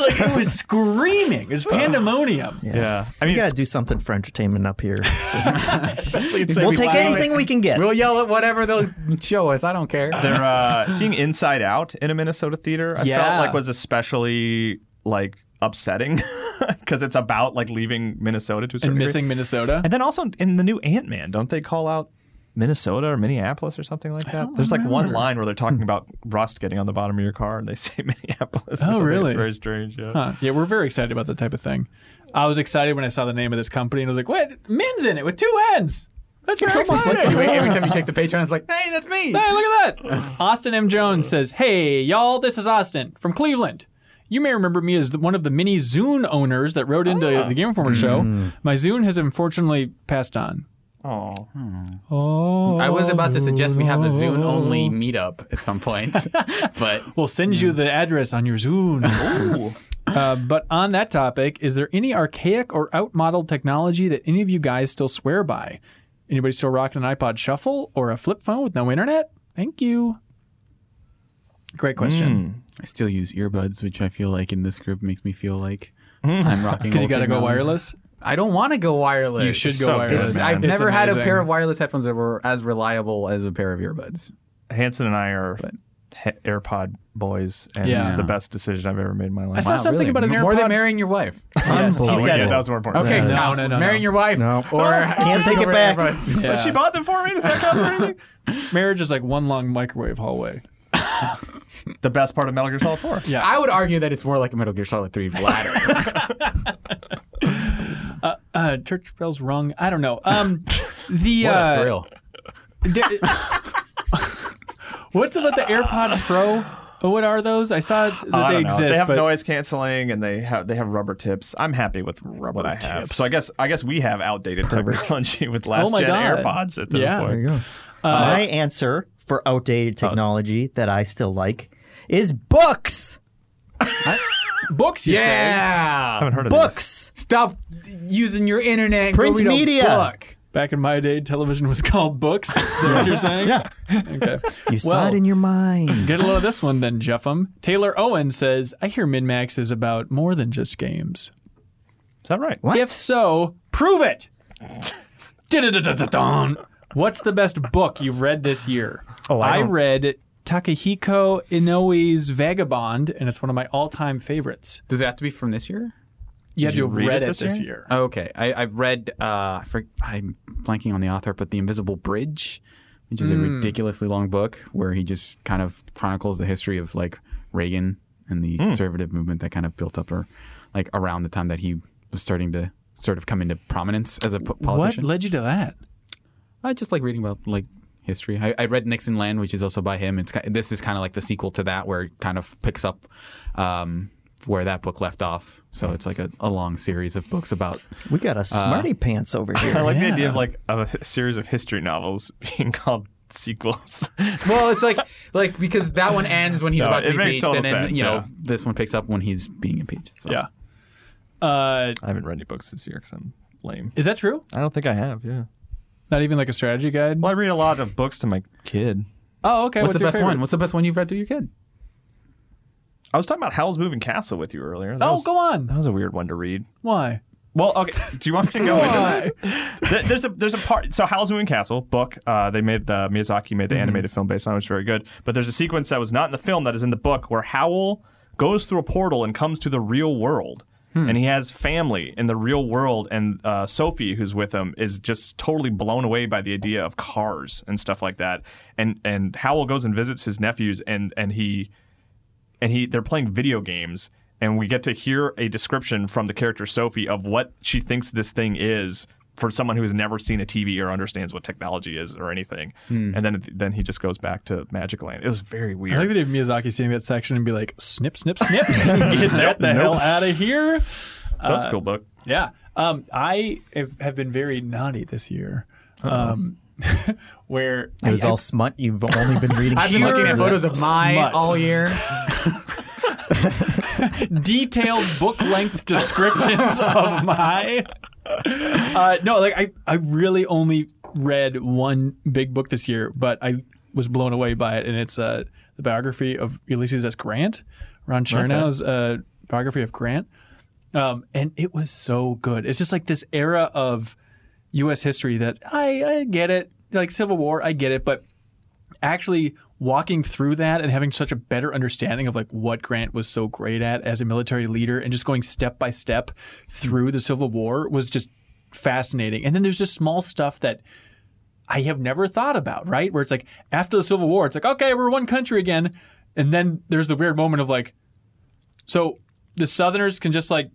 Speaker 1: Like it was screaming. It was pandemonium.
Speaker 3: Yeah, I mean,
Speaker 4: We got to
Speaker 3: it's-
Speaker 4: do something for entertainment up here.
Speaker 1: like
Speaker 4: we'll
Speaker 1: we
Speaker 4: take
Speaker 1: finally-
Speaker 4: anything we can get.
Speaker 6: we'll yell at whatever they'll show us. I don't care.
Speaker 3: they're uh, seeing Inside Out in a Minnesota theater. I
Speaker 1: Yeah.
Speaker 3: felt like was especially like upsetting because it's about like leaving Minnesota to a certain
Speaker 1: And
Speaker 3: degree.
Speaker 1: missing Minnesota.
Speaker 3: And then also in the new Ant Man, don't they call out Minnesota or Minneapolis or something like that? There's like one line where they're talking about rust getting on the bottom of your car, and they say Minneapolis. or
Speaker 1: Oh,
Speaker 3: something.
Speaker 1: really?
Speaker 3: It's very strange. Yeah.
Speaker 1: Huh. Uh, Yeah, we're very excited about that type of thing. I was excited when I saw the name of this company and I was like, "What? Men's in it with two N's." That's very
Speaker 4: almost like
Speaker 1: exciting."
Speaker 6: You wait, every time you check the Patreon, it's like, hey, that's me.
Speaker 1: Hey, look at that. Austin M. Jones says, Hey, y'all, this is Austin from Cleveland. You may remember me as the- one of the many Zune owners that wrote into the Game Informer show. My Zune has unfortunately passed on.
Speaker 3: Oh,
Speaker 1: Oh.
Speaker 6: I was about to suggest we have a Zune only meetup at some point, but
Speaker 1: We'll send you the address on your Zune. Uh, but on that topic, is there any archaic or outmodeled technology that any of you guys still swear by? Anybody still rocking an iPod Shuffle or a flip phone with no internet? Thank you. Great question.
Speaker 6: I still use earbuds, which I feel like in this group makes me feel like I'm rocking.
Speaker 2: Hmm.
Speaker 1: Because you
Speaker 6: old
Speaker 1: got to go
Speaker 6: technology.
Speaker 1: wireless.
Speaker 6: I don't want to go wireless.
Speaker 1: You should go
Speaker 3: so
Speaker 1: wireless.
Speaker 6: It's,
Speaker 3: man.
Speaker 6: I've
Speaker 3: It's
Speaker 6: never had a
Speaker 1: amazing.
Speaker 6: pair of wireless headphones that were as reliable as a pair of earbuds.
Speaker 3: Hanson and I are he- AirPod boys, and
Speaker 1: Yeah.
Speaker 3: it's the best decision I've ever made in my life.
Speaker 1: I saw something
Speaker 6: really?
Speaker 1: about an
Speaker 6: M- More
Speaker 1: AirPod.
Speaker 6: than marrying your wife.
Speaker 3: Oh,
Speaker 1: said
Speaker 3: yeah,
Speaker 1: it.
Speaker 3: that was more important.
Speaker 6: Okay,
Speaker 3: Yeah.
Speaker 1: no,
Speaker 3: Oh,
Speaker 6: no,
Speaker 1: no, no,
Speaker 6: marrying
Speaker 1: no.
Speaker 6: your wife.
Speaker 4: No.
Speaker 6: Or
Speaker 4: Can't take it
Speaker 6: over
Speaker 4: back.
Speaker 6: earbuds.
Speaker 3: But she bought them for me. Does that count for anything?
Speaker 1: Marriage is like one long microwave hallway.
Speaker 3: the best part of Metal Gear Solid 4.
Speaker 1: Yeah.
Speaker 6: I would argue that it's more like a Metal Gear Solid 3 bladder.
Speaker 1: Uh, church bells rung. I don't know. Um, the
Speaker 6: what
Speaker 1: uh,
Speaker 6: a thrill.
Speaker 1: there- what's about the AirPod Pro? Uh, What are those? I saw that
Speaker 3: I
Speaker 1: they
Speaker 3: don't know.
Speaker 1: exist.
Speaker 3: They have
Speaker 1: but
Speaker 3: noise canceling and they have they have rubber tips. I'm happy with what I have. So I guess I guess we have outdated technology with last
Speaker 1: my
Speaker 3: gen
Speaker 1: God.
Speaker 3: AirPods at this
Speaker 1: Yeah.
Speaker 3: point.
Speaker 1: There
Speaker 4: There you go. My answer for outdated technology that I still like is books.
Speaker 1: books, you say?
Speaker 6: Yeah.
Speaker 3: haven't heard of
Speaker 4: Books.
Speaker 6: Stop using your internet. And
Speaker 4: Print
Speaker 6: go read
Speaker 4: media.
Speaker 6: A book.
Speaker 1: Back in my day, television was called books. Is that what you're saying?
Speaker 4: Yeah.
Speaker 1: Okay.
Speaker 4: You saw it in your mind.
Speaker 1: Get a load of this one then, Jeffem. Taylor Owen says, I hear Min Max is about more than just games.
Speaker 3: Is that right?
Speaker 4: What?
Speaker 1: If so, prove it. Da-da-da-da-da-dun. What's the best book you've read this year?
Speaker 4: Oh, I don't-
Speaker 1: read Takahiko Inoue's Vagabond, and it's one of my all-time favorites.
Speaker 6: Does it have to be from this year?
Speaker 1: You have to have
Speaker 3: read
Speaker 1: read
Speaker 3: it
Speaker 1: it
Speaker 3: this
Speaker 1: this
Speaker 3: year?
Speaker 1: year.
Speaker 6: Oh, okay. I, I've read. Uh, I for, I'm blanking on the author, but The Invisible Bridge, which is a ridiculously long book where he just kind of chronicles the history of like Reagan and the conservative movement that kind of built up or like around the time that he was starting to sort of come into prominence as a po-
Speaker 1: what
Speaker 6: politician.
Speaker 1: led you to that?
Speaker 6: I just like reading about like history. I, I read Nixon Land, which is also by him. It's ki- this is kind of like the sequel to that, where it kind of picks up um, where that book left off. So it's like a, a long series of books about.
Speaker 4: We got a smarty pants over
Speaker 3: I
Speaker 4: here.
Speaker 3: like the idea of
Speaker 1: Yeah.
Speaker 3: like a series of history novels being called sequels.
Speaker 6: Well, it's like like because that one ends when he's
Speaker 3: No,
Speaker 6: about to
Speaker 3: it
Speaker 6: be
Speaker 3: makes
Speaker 6: impeached,
Speaker 3: total
Speaker 6: and then
Speaker 3: sense,
Speaker 6: you know
Speaker 3: yeah.
Speaker 6: this one picks up when he's being impeached. So.
Speaker 3: yeah.
Speaker 1: Uh,
Speaker 3: I haven't read any books this year because I'm lame.
Speaker 1: is that true?
Speaker 3: I don't think I have. Yeah.
Speaker 1: Not even like a strategy guide?
Speaker 3: Well, I read a lot of books to my kid.
Speaker 1: Oh, okay.
Speaker 6: What's,
Speaker 1: What's
Speaker 6: the
Speaker 1: your
Speaker 6: best
Speaker 1: favorite?
Speaker 6: one? What's the best one you've read to your kid?
Speaker 3: I was talking about Howl's Moving Castle with you earlier. That
Speaker 1: Oh,
Speaker 3: was,
Speaker 1: go
Speaker 3: That
Speaker 1: on.
Speaker 3: was a weird one to read.
Speaker 1: Why?
Speaker 3: Well, okay. Do you want me to go into that? There- There's a there's a part. So Howl's Moving Castle book. Uh, they made the Miyazaki made the animated film based on it, which is very good. But there's a sequence that was not in the film that is in the book where Howl goes through a portal and comes to the real world. And he has family in the real world, and uh, Sophie, who's with him, is just totally blown away by the idea of cars and stuff like that. And and Howl goes and visits his nephews, and and he and he they're playing video games and we get to hear a description from the character Sophie of what she thinks this thing is for someone who has never seen a TV or understands what technology is or anything. And then then he just goes back to Magic Land. It was very weird.
Speaker 1: Hmm. I like that if Miyazaki seeing that section and be like, snip, snip, snip, get that the hell out of here.
Speaker 3: so that's a cool book.
Speaker 1: Yeah. Um, I have, have been very naughty this year. Um, where
Speaker 4: It was
Speaker 1: I-
Speaker 4: all smut. You've only been reading
Speaker 6: I've been
Speaker 4: smut.
Speaker 6: looking at
Speaker 4: Is it?
Speaker 6: photos of my
Speaker 1: Smut.
Speaker 6: all year.
Speaker 1: detailed book length descriptions of my. Uh, no, like I, I really only read one big book this year, but I was blown away by it, and it's uh, the biography of Ulysses S. Grant, Ron Chernow's uh, biography of Grant, um, and it was so good. It's just like this era of U.S. history that I, I get it, like Civil War, I get it, but actually walking through that and having such a better understanding of like what Grant was so great at as a military leader and just going step by step through the Civil War was just fascinating. And then there's just small stuff that I have never thought about, right? Where it's like after the Civil War, it's like, okay, we're one country again. And then there's the weird moment of like, so the Southerners can just like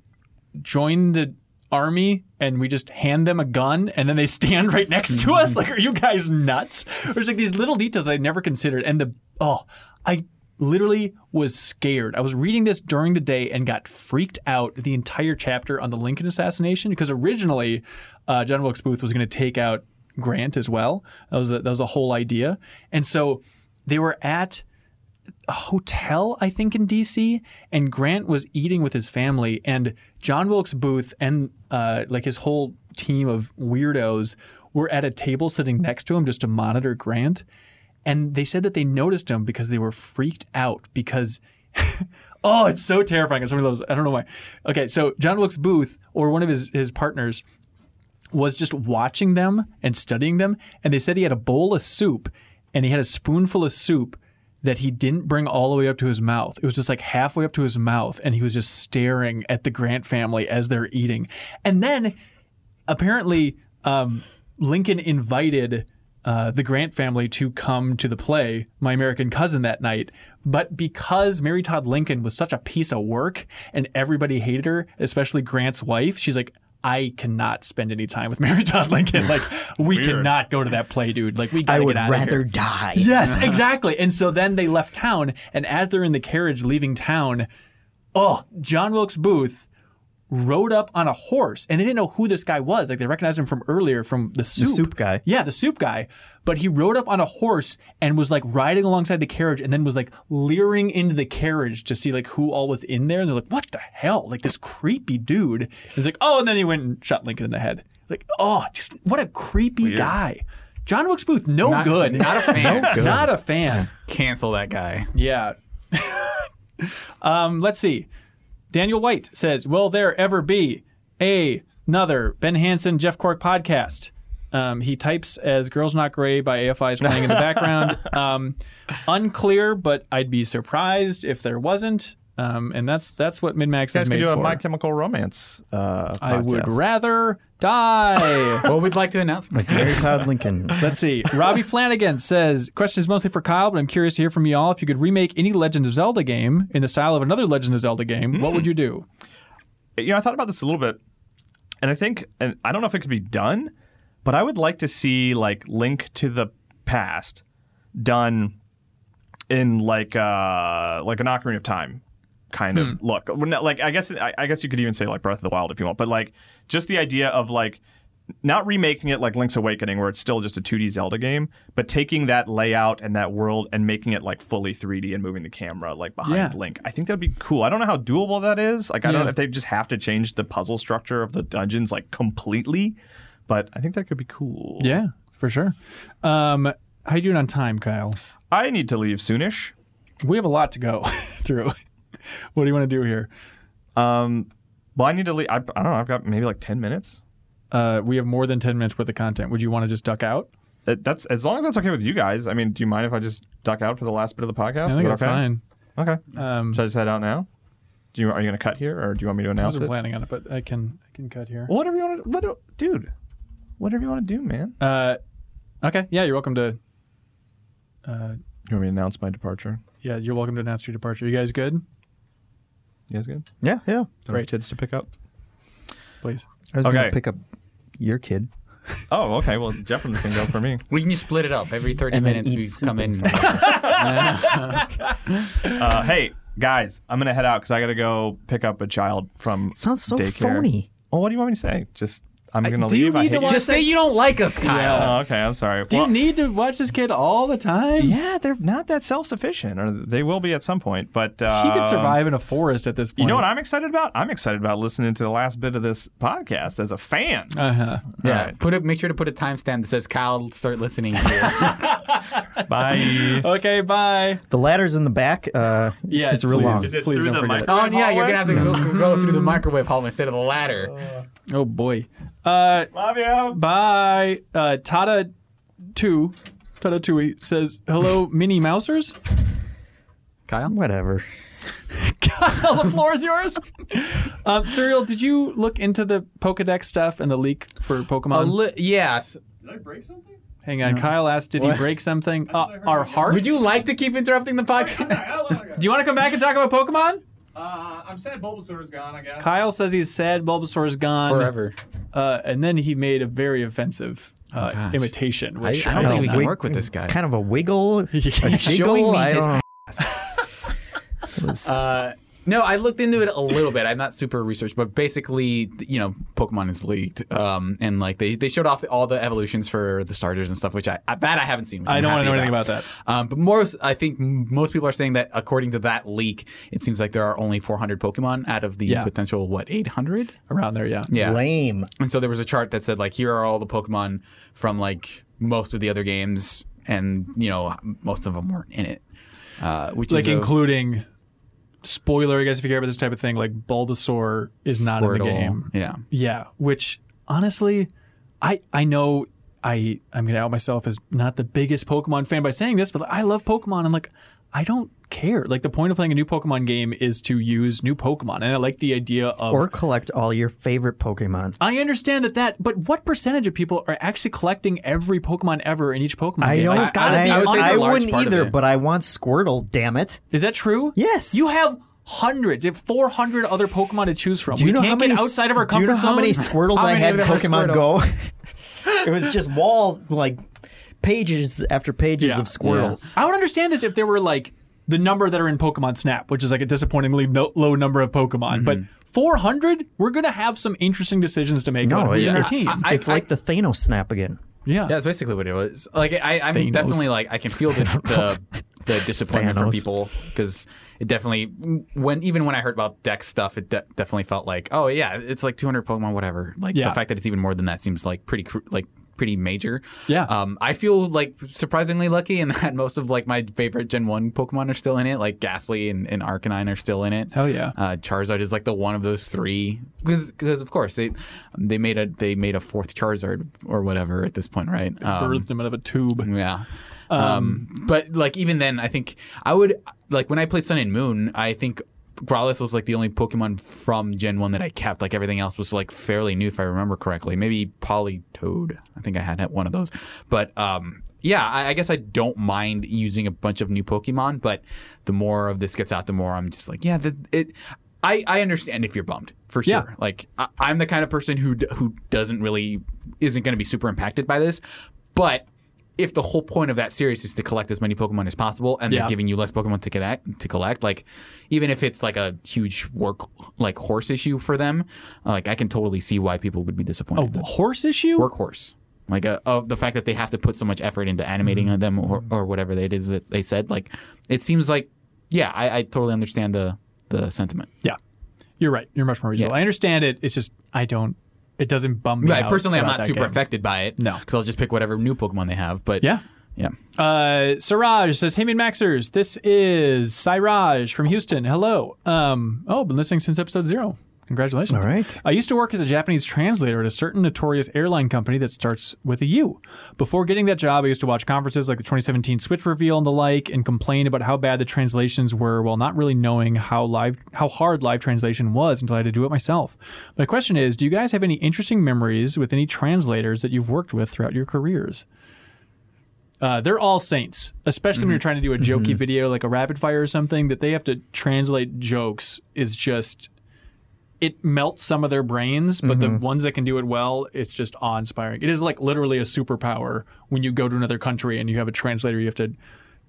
Speaker 1: join the army and we just hand them a gun and then they stand right next to us? Like, are you guys nuts? There's like these little details I never considered. And the, oh, I literally was scared. I was reading this during the day and got freaked out the entire chapter on the Lincoln assassination because originally uh, John Wilkes Booth was going to take out Grant as well. That was, the, that was the whole idea. And so they were at, hotel, I think, in DC, and Grant was eating with his family, and John Wilkes Booth and uh, like his whole team of weirdos were at a table sitting next to him just to monitor Grant, and they said that they noticed him because they were freaked out because. Oh, it's so terrifying. It's one of those. I don't know why. Okay, so John Wilkes Booth or one of his, his partners was just watching them and studying them. And they said he had a bowl of soup and he had a spoonful of soup that he didn't bring all the way up to his mouth. It was just like halfway up to his mouth. And he was just staring at the Grant family as they're eating. And then apparently um, Lincoln invited uh, the Grant family to come to the play, My American Cousin, that night. But because Mary Todd Lincoln was such a piece of work and everybody hated her, especially Grant's wife, she's like, I cannot spend any time with Mary Todd Lincoln. Like, we cannot go to that play, dude. Like, we
Speaker 4: I
Speaker 1: gotta
Speaker 4: would
Speaker 1: get out of here.
Speaker 4: rather die.
Speaker 1: Yes, exactly. And so then they left town, and as they're in the carriage leaving town, oh, John Wilkes Booth rode up on a horse, and they didn't know who this guy was. Like they recognized him from earlier from the soup.
Speaker 4: soup guy.
Speaker 1: Yeah, the soup guy. But he rode up on a horse and was like riding alongside the carriage, and then was like leering into the carriage to see like who all was in there. And they're like, "What the hell? Like this creepy dude." And it's like, "Oh," and then he went and shot Lincoln in the head. Like, oh, just what a creepy guy. John Wilkes Booth, no
Speaker 2: Not-
Speaker 1: good.
Speaker 2: Not a fan.
Speaker 1: Not a fan.
Speaker 2: Cancel that guy.
Speaker 1: Yeah. um, let's see. Daniel White says, "Will there ever be a another Ben Hansen Jeff Cork podcast?" Um, he types as "Girls Not Gray" by AFI is playing in the background. Um, unclear, but I'd be surprised if there wasn't. Um, and that's that's what Midmax
Speaker 3: guys
Speaker 1: is
Speaker 3: could
Speaker 1: made
Speaker 3: do a
Speaker 1: for.
Speaker 3: My Chemical Romance. Uh,
Speaker 1: I would
Speaker 3: podcast.
Speaker 1: rather die.
Speaker 2: Well, we'd like to announce.
Speaker 4: Mary Todd Lincoln.
Speaker 1: Let's see. Robbie Flanagan says, question is mostly for Kyle, but I'm curious to hear from y'all. If you could remake any Legend of Zelda game in the style of another Legend of Zelda game, what would you do?
Speaker 3: you know, I thought about this a little bit, and I think, and I don't know if it could be done, but I would like to see like Link to the Past done in like uh like an Ocarina of Time kind
Speaker 1: Hmm.
Speaker 3: of look. Well, not- Like I guess I, I guess you could even say like Breath of the Wild if you want, but like just the idea of like not remaking it like Link's Awakening where it's still just a 2D Zelda game, but taking that layout and that world and making it like fully 3D and moving the camera like behind
Speaker 1: Yeah.
Speaker 3: Link. I think that'd be cool. I don't know how doable that is. Like I don't
Speaker 1: Yeah.
Speaker 3: know if they just have to change the puzzle structure of the dungeons like completely, but I think that could be cool.
Speaker 1: Yeah, for sure. Um, how you doing on time, Kyle?
Speaker 3: I need to leave soonish.
Speaker 1: We have a lot to go through. what do you want to do here?
Speaker 3: Um well, I need to leave. I, I don't know. I've got maybe like 10 minutes.
Speaker 1: Uh, we have more than 10 minutes worth of content. Would you want to just duck out?
Speaker 3: That- Uh, That's as long as that's okay with you guys. I mean, do you mind if I just duck out for the last bit of the podcast?
Speaker 1: I
Speaker 3: Is
Speaker 1: think
Speaker 3: that
Speaker 1: that's
Speaker 3: okay?
Speaker 1: fine.
Speaker 3: Okay.
Speaker 1: Um,
Speaker 3: Should I just head out now? Do you are you going to cut here, or do you want me to
Speaker 1: I
Speaker 3: announce
Speaker 1: wasn't
Speaker 3: it?
Speaker 1: planning on it, but I can I can cut here.
Speaker 3: Whatever you want to, what, do- dude. Whatever you want to do, man.
Speaker 1: Uh, okay. Yeah, you're welcome to. Uh,
Speaker 3: You want me to announce my departure?
Speaker 1: yeah, you're welcome to announce your departure. You guys good?
Speaker 3: You guys good?
Speaker 4: Yeah, yeah.
Speaker 1: Great.
Speaker 3: Kids to pick up.
Speaker 1: Please.
Speaker 4: I was
Speaker 3: Okay.
Speaker 4: gonna pick up your kid.
Speaker 3: Oh, okay. Well, Jeff can go for me.
Speaker 2: We can just split it up every 30
Speaker 4: And then
Speaker 2: minutes.
Speaker 4: eat
Speaker 2: We
Speaker 4: soup
Speaker 2: come in.
Speaker 3: Uh, hey, guys, I'm gonna head out because I gotta go pick up a child from.
Speaker 4: Sounds so
Speaker 3: daycare.
Speaker 4: phony.
Speaker 3: Well, what do you want me to say? Just I'm gonna
Speaker 1: do
Speaker 3: leave.
Speaker 1: you
Speaker 3: I
Speaker 1: need to
Speaker 3: hate you.
Speaker 1: watch-
Speaker 2: just say you don't like us, Kyle.
Speaker 3: Oh, okay. I'm sorry.
Speaker 1: Do
Speaker 3: Well,
Speaker 1: you need to watch this kid all the time?
Speaker 3: yeah, they're not that self-sufficient, or they will be at some point. But uh,
Speaker 1: She could survive in a forest at this point.
Speaker 3: You know what I'm excited about? I'm excited about listening to the last bit of this podcast as a fan.
Speaker 1: Uh huh.
Speaker 2: Yeah.
Speaker 3: Alright.
Speaker 2: Put a, make sure to put a timestamp that says Kyle start listening here.
Speaker 3: Bye.
Speaker 1: Okay, bye.
Speaker 4: The ladder's in the back. Uh,
Speaker 1: Yeah,
Speaker 4: it's real
Speaker 1: please.
Speaker 4: long.
Speaker 1: Is it Please through don't the forget it.
Speaker 2: oh yeah, you're gonna have to go, go through the microwave hall instead of the ladder.
Speaker 1: Oh boy. Uh,
Speaker 3: Love you.
Speaker 1: bye. Uh, Tata two, Tata Tui says hello, Minnie Mousers.
Speaker 4: Whatever.
Speaker 1: Kyle, the floor is yours. um, Serial, did you look into the Pokedex stuff and the leak for Pokemon?
Speaker 2: yeah.
Speaker 3: Did I break something?
Speaker 1: Hang on. Kyle asked, did he break something? Uh, our hearts.
Speaker 2: Would you like to keep interrupting the podcast?
Speaker 1: Do you want to come back and talk about Pokemon?
Speaker 3: Uh, I'm sad Bulbasaur's gone, I guess.
Speaker 1: Kyle says he's sad Bulbasaur's gone Uh, and then he made a very offensive uh,
Speaker 2: gosh.
Speaker 1: imitation,
Speaker 2: I, I
Speaker 1: which
Speaker 2: don't think we
Speaker 4: know.
Speaker 2: can
Speaker 4: Wait,
Speaker 2: work with this guy.
Speaker 4: Kind of a wiggle, a
Speaker 2: showing
Speaker 4: jiggle.
Speaker 2: me
Speaker 4: I
Speaker 2: his
Speaker 4: don't know.
Speaker 2: Uh, no, I looked into it a little bit. I'm not super researched, but basically, you know, Pokemon is leaked, um, and like they, they showed off all the evolutions for the starters and stuff, which I that I haven't seen. Which
Speaker 1: I
Speaker 2: I'm
Speaker 1: don't
Speaker 2: happy
Speaker 1: want to know anything
Speaker 2: about.
Speaker 1: about that.
Speaker 2: Um, but more, I think m- most people are saying that according to that leak, it seems like there are only 400 Pokemon out of the
Speaker 1: Yeah.
Speaker 2: potential what 800.
Speaker 1: Around there, yeah.
Speaker 2: Yeah,
Speaker 4: Lame.
Speaker 2: and so there was a chart that said like here are all the Pokemon from like most of the other games, and you know most of them weren't in it. Uh, which
Speaker 1: Like
Speaker 2: is a-
Speaker 1: including spoiler, I guess if you care about this type of thing, like Bulbasaur is not in the
Speaker 2: Squirtle.
Speaker 1: game.
Speaker 2: Yeah.
Speaker 1: Yeah, which honestly, I I know I I'm gonna out myself as not the biggest Pokemon fan by saying this, but I love Pokemon. I'm like I don't care. Like the point of playing a new Pokemon game is to use new Pokemon, and I like the idea of.
Speaker 4: Or collect all your favorite Pokemon.
Speaker 1: I understand that that, but what percentage of people are actually collecting every Pokemon ever in each Pokemon
Speaker 4: I
Speaker 1: game?
Speaker 4: don't.
Speaker 1: Like,
Speaker 4: I,
Speaker 1: it's gotta be
Speaker 2: I would say
Speaker 1: unfair.
Speaker 2: it's a large
Speaker 4: wouldn't
Speaker 2: part of
Speaker 4: either,
Speaker 2: it.
Speaker 4: but I want Squirtle. Damn it!
Speaker 1: Is that true?
Speaker 4: Yes.
Speaker 1: You have hundreds. They have 400 other Pokemon to choose from.
Speaker 4: Do you
Speaker 1: we
Speaker 4: know
Speaker 1: can't
Speaker 4: how many
Speaker 1: get outside of our comfort
Speaker 4: Do you know
Speaker 1: zone.
Speaker 4: how many Squirtles
Speaker 8: How
Speaker 4: I
Speaker 8: many
Speaker 4: had in
Speaker 8: of them are
Speaker 4: Pokemon Go? it was just walls, like pages after pages
Speaker 1: Yeah.
Speaker 4: of squirrels.
Speaker 1: I would understand this if there were like the number that are in Pokemon Snap, which is like a disappointingly no- low number of Pokemon, but
Speaker 4: Mm-hmm.
Speaker 1: 400, we're gonna have some interesting decisions to make about who's in our
Speaker 4: it's,
Speaker 1: team.
Speaker 4: it's, like the Thanos snap again.
Speaker 1: yeah.
Speaker 2: Yeah, that's basically what it was. Like, I, I'm definitely like, I can feel the the, the disappointment from
Speaker 4: Thanos.
Speaker 2: people because it definitely when even when I heard about Dex stuff, it de- definitely felt like, oh yeah, it's like 200 Pokemon, whatever. Like
Speaker 1: Yeah.
Speaker 2: the fact that it's even more than that seems like pretty cr- like pretty major.
Speaker 1: Yeah.
Speaker 2: Um, I feel like surprisingly lucky in that most of like my favorite Gen One Pokemon are still in it. Like Ghastly and, and Arcanine are still in it.
Speaker 1: Hell yeah.
Speaker 2: Uh, Charizard is like the one of those three because of course they they made a they made a fourth Charizard or whatever at this point, right? Um,
Speaker 1: Birthed him out of a tube.
Speaker 2: yeah. Um, but like even then, I think I would like when I played Sun and Moon. I think Growlithe was like the only Pokemon from Gen One that I kept. Like everything else was like fairly new, if I remember correctly. Maybe Politoed. I think I had had one of those. But um, yeah, I, I guess I don't mind using a bunch of new Pokemon. But the more of this gets out, the more I'm just like, yeah, the, it. I, I understand if you're bummed for sure.
Speaker 1: Yeah.
Speaker 2: Like I, I'm the kind of person who d- who doesn't really isn't going to be super impacted by this, but if the whole point of that series is to collect as many Pokemon as possible, and
Speaker 1: Yeah.
Speaker 2: they're giving you less Pokemon to collect, to collect, like even if it's like a huge work like horse issue for them, like I can totally see why people would be disappointed.
Speaker 1: A
Speaker 2: That's
Speaker 1: horse issue?
Speaker 2: workhorse, like uh, of the fact that they have to put so much effort into animating them or, or whatever it is that they said. Like it seems like, yeah, I, I totally understand the the sentiment.
Speaker 1: Yeah. You're right. You're much more reasonable.
Speaker 2: Yeah.
Speaker 1: I understand it. It's just, I don't, it doesn't bum me
Speaker 2: Right.
Speaker 1: out
Speaker 2: Personally, I'm
Speaker 1: about
Speaker 2: not
Speaker 1: that
Speaker 2: super
Speaker 1: game.
Speaker 2: affected by it.
Speaker 1: No.
Speaker 2: because I'll just pick whatever new Pokemon they have. But
Speaker 1: Yeah.
Speaker 2: yeah.
Speaker 1: Uh, Siraj says, Hey, Min Maxers, this is Siraj from Houston. Hello. Um, oh, been listening since episode zero. Congratulations.
Speaker 4: All right.
Speaker 1: I used to work as a Japanese translator at a certain notorious airline company that starts with a U. Before getting that job, I used to watch conferences like the 2017 Switch reveal and the like and complain about how bad the translations were while not really knowing how live how hard live translation was until I had to do it myself. My question is, do you guys have any interesting memories with any translators that you've worked with throughout your careers? Uh, they're all saints, especially when you're trying to do a jokey video like a rapid fire or something that they have to translate jokes is just it melts some of their brains, but the ones that can do it well, it's just awe inspiring. It is like literally a superpower when you go to another country and you have a translator you have to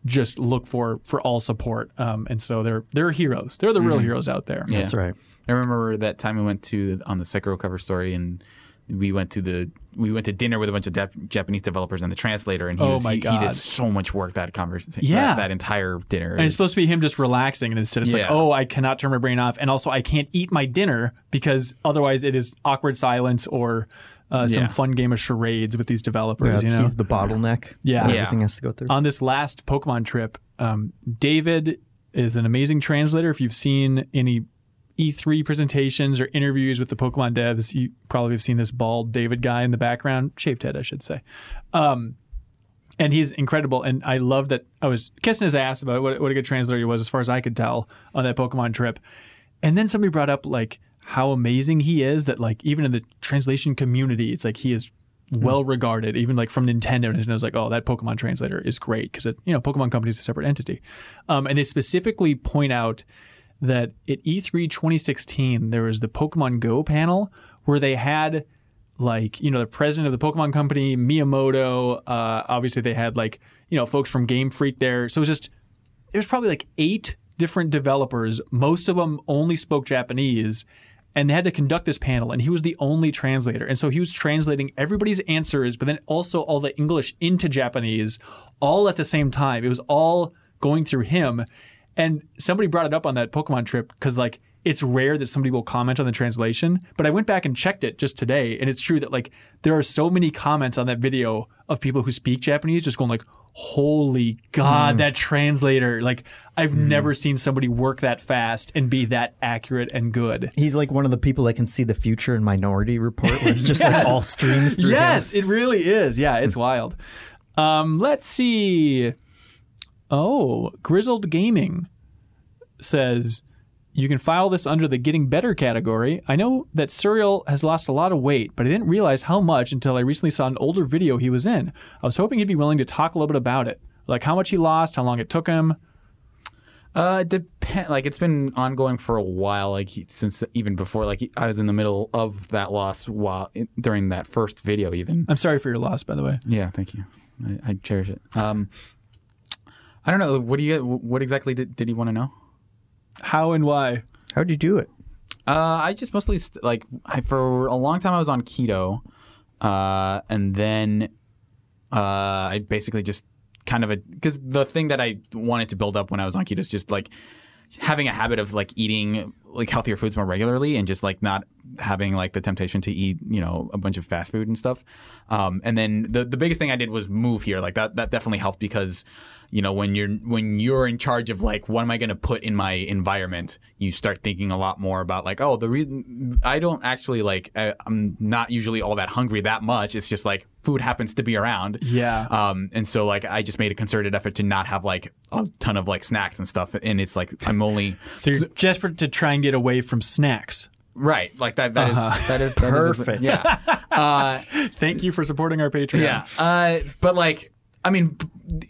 Speaker 1: just look for for all support. Um, and so they're they're heroes. They're the real heroes out there.
Speaker 2: Yeah.
Speaker 4: That's right.
Speaker 2: I remember that time we went to the, on the Sekiro cover story, and we went to the we went to dinner with a bunch of Jap- Japanese developers and the translator, and he,
Speaker 1: Oh
Speaker 2: was,
Speaker 1: my
Speaker 2: he, he
Speaker 1: God.
Speaker 2: did so much work that conversation,
Speaker 1: Yeah.
Speaker 2: that, that entire dinner.
Speaker 1: And it's supposed to be him just relaxing, and instead it's like,
Speaker 2: Yeah.
Speaker 1: oh, I cannot turn my brain off, and also I can't eat my dinner because otherwise it is awkward silence or uh, some
Speaker 2: Yeah.
Speaker 1: fun game of charades with these developers. you know,
Speaker 4: He's the bottleneck.
Speaker 1: Yeah.
Speaker 4: that
Speaker 1: Yeah.
Speaker 4: everything has to go through.
Speaker 1: on this last Pokemon trip, um, David is an amazing translator. If you've seen any E3 presentations or interviews with the Pokemon devs, you probably have seen this bald David guy in the background, shaved head, I should say. Um, and he's incredible. And I love that I was kissing his ass about what, what a good translator he was, as far as I could tell, on that Pokemon trip. And then somebody brought up like how amazing he is that like even in the translation community, it's like he is well regarded, even like from Nintendo. And Nintendo's like, oh, that Pokemon translator is great because you know Pokemon Company is a separate entity, um, and they specifically point out that at E E3 2016 there was the Pokemon Go panel where they had like you know the president of the Pokemon Company, Miyamoto. Uh, obviously, they had like you know folks from Game Freak there, so it was just there's probably like eight different developers. Most of them only spoke Japanese, and they had to conduct this panel. And he was the only translator, and so he was translating everybody's answers, but then also all the English into Japanese, all at the same time. It was all going through him. And somebody brought it up on that Pokemon trip because like it's rare that somebody will comment on the translation, but I went back and checked it just today, and it's true that like there are so many comments on that video of people who speak Japanese just going like, "Holy God, that translator!" Like I've never seen somebody work that fast and be that accurate and good.
Speaker 4: He's like one of the people that can see the future in Minority Report, where it's just like all streams through. him.
Speaker 1: Yes, it really is. Yeah, it's wild. Um, let's see. Oh, Grizzled Gaming says you can file this under the getting better category. I know that Serial has lost a lot of weight, but I didn't realize how much until I recently saw an older video he was in. I was hoping he'd be willing to talk a little bit about it, like how much he lost, how long it took him.
Speaker 2: Uh, depend. Like it's been ongoing for a while. Like he- since even before. Like he- I was in the middle of that loss while during that first video. Even.
Speaker 1: I'm sorry for your loss, by the way.
Speaker 2: Yeah. Thank you. I, I cherish it. Um, I don't know. What do you? What exactly did did he want to know?
Speaker 1: How and why?
Speaker 4: How'd you do it?
Speaker 2: Uh, I just mostly st- like I, for a long time I was on keto, uh, and then uh, I basically just kind of a because the thing that I wanted to build up when I was on keto is just like having a habit of like eating like healthier foods more regularly and just like not having like the temptation to eat you know a bunch of fast food and stuff um, and then the the biggest thing I did was move here like that that definitely helped because you know when you're when you're in charge of like what am I going to put in my environment you start thinking a lot more about like oh the reason I don't actually like I, I'm not usually all that hungry that much it's just like food happens to be around
Speaker 1: Yeah.
Speaker 2: um, and so like I just made a concerted effort to not have like a ton of like snacks and stuff and it's like I'm only
Speaker 1: So you're desperate to try and get away from snacks.
Speaker 2: Right, like that. That is
Speaker 1: Uh-huh.
Speaker 2: that is that is a-
Speaker 4: Perfect.
Speaker 2: yeah, uh,
Speaker 1: Thank you for supporting our Patreon.
Speaker 2: yeah. Uh, but like, I mean, b-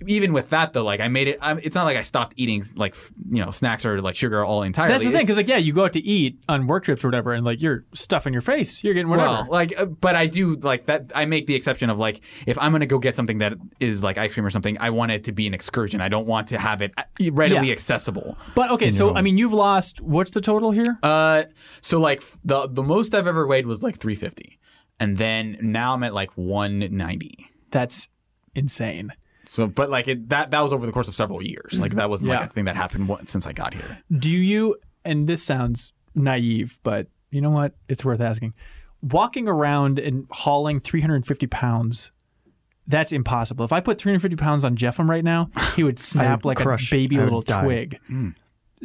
Speaker 2: even with that though, like I made it. I, it's not like I stopped eating like f- you know snacks or like sugar all entirely.
Speaker 1: That's the thing,
Speaker 2: It's-
Speaker 1: because like, yeah, you go out to eat on work trips or whatever, and like you're stuffing your face, you're getting whatever.
Speaker 2: Well, like, uh, but I do like that. I make the exception of like, if I'm gonna go get something that is like ice cream or something, I want it to be an excursion. I don't want to have it uh, readily
Speaker 1: Yeah.
Speaker 2: accessible.
Speaker 1: but okay, so I mean, you've lost. What's the total here?
Speaker 2: Uh, so like f- the the most I've ever weighed was like 350, and then now I'm at like 190.
Speaker 1: That's insane.
Speaker 2: So, but like it, that that was over the course of several years. Like that wasn't
Speaker 1: Yeah.
Speaker 2: like a thing that happened once, since I got here.
Speaker 1: Do you? And this sounds naive, but you know what? It's worth asking. Walking around and hauling 350 pounds. That's impossible. If I put 350 pounds on Jeffem right now, he would snap like
Speaker 4: crush.
Speaker 1: a baby
Speaker 4: I would
Speaker 1: little
Speaker 4: die.
Speaker 1: twig.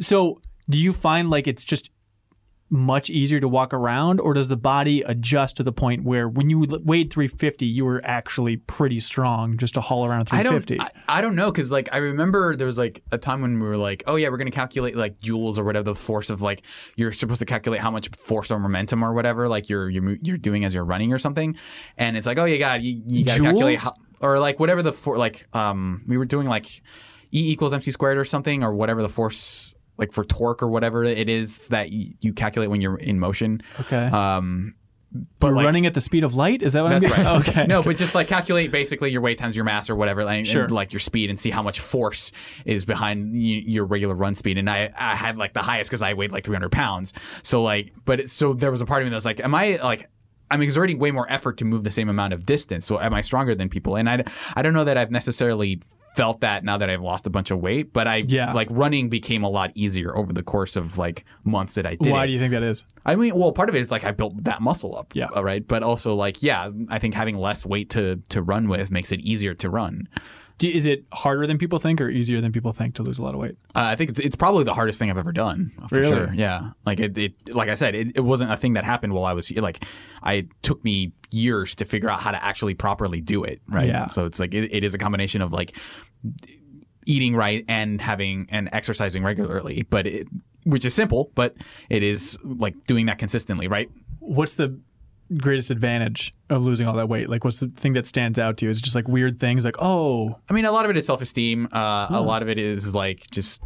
Speaker 1: So, do you find like it's just much easier to walk around, or does the body adjust to the point where when you l- weighed 350, you were actually pretty strong just to haul around
Speaker 2: I don't,
Speaker 1: 350?
Speaker 2: I, I don't know, because like I remember there was like a time when we were like, oh yeah, we're gonna calculate like joules or whatever the force of like you're supposed to calculate how much force or momentum or whatever like you're you're, mo- you're doing as you're running or something, and it's like oh yeah, God, you, you gotta calculate
Speaker 1: Joules?
Speaker 2: how, or like whatever the for like um we were doing like E equals mc squared or something or whatever the force like for torque or whatever it is that y- you calculate when you're in motion.
Speaker 1: okay.
Speaker 2: Um,
Speaker 1: but
Speaker 2: like-
Speaker 1: running at the speed of light? Is that what I'm
Speaker 2: That's right.
Speaker 1: Okay.
Speaker 2: No, but just like calculate basically your weight times your mass or whatever, like, and,
Speaker 1: Sure.
Speaker 2: like your speed, and see how much force is behind y- your regular run speed. And I, I had like the highest because I weighed like 300 pounds. So like, but it, so there was a part of me that was like, am I like. I'm exerting way more effort to move the same amount of distance. So, am I stronger than people? And I, I don't know that I've necessarily felt that now that I've lost a bunch of weight, but I,
Speaker 1: Yeah.
Speaker 2: like, running became a lot easier over the course of like months that I did.
Speaker 1: Why
Speaker 2: it.
Speaker 1: do you think that is?
Speaker 2: I mean, well, part of it is like I built that muscle up,
Speaker 1: Yeah.
Speaker 2: all right. But also, like, yeah, I think having less weight to to run with makes it easier to run.
Speaker 1: Do, is it harder than people think or easier than people think to lose a lot of weight?
Speaker 2: Uh, I think it's, it's probably the hardest thing I've ever done. For
Speaker 1: Really?
Speaker 2: sure. Yeah. Like it, it like I said, it, it wasn't a thing that happened while I was like I took me years to figure out how to actually properly do it. Right.
Speaker 1: Yeah.
Speaker 2: So it's like it, it is a combination of like eating right and having and exercising regularly, but it which is simple, but it is like doing that consistently, right?
Speaker 1: What's the greatest advantage of losing all that weight? Like, what's the thing that stands out to you? Is it just like weird things like, oh,
Speaker 2: I mean, a lot of it is self esteem. Uh, A lot of it is like just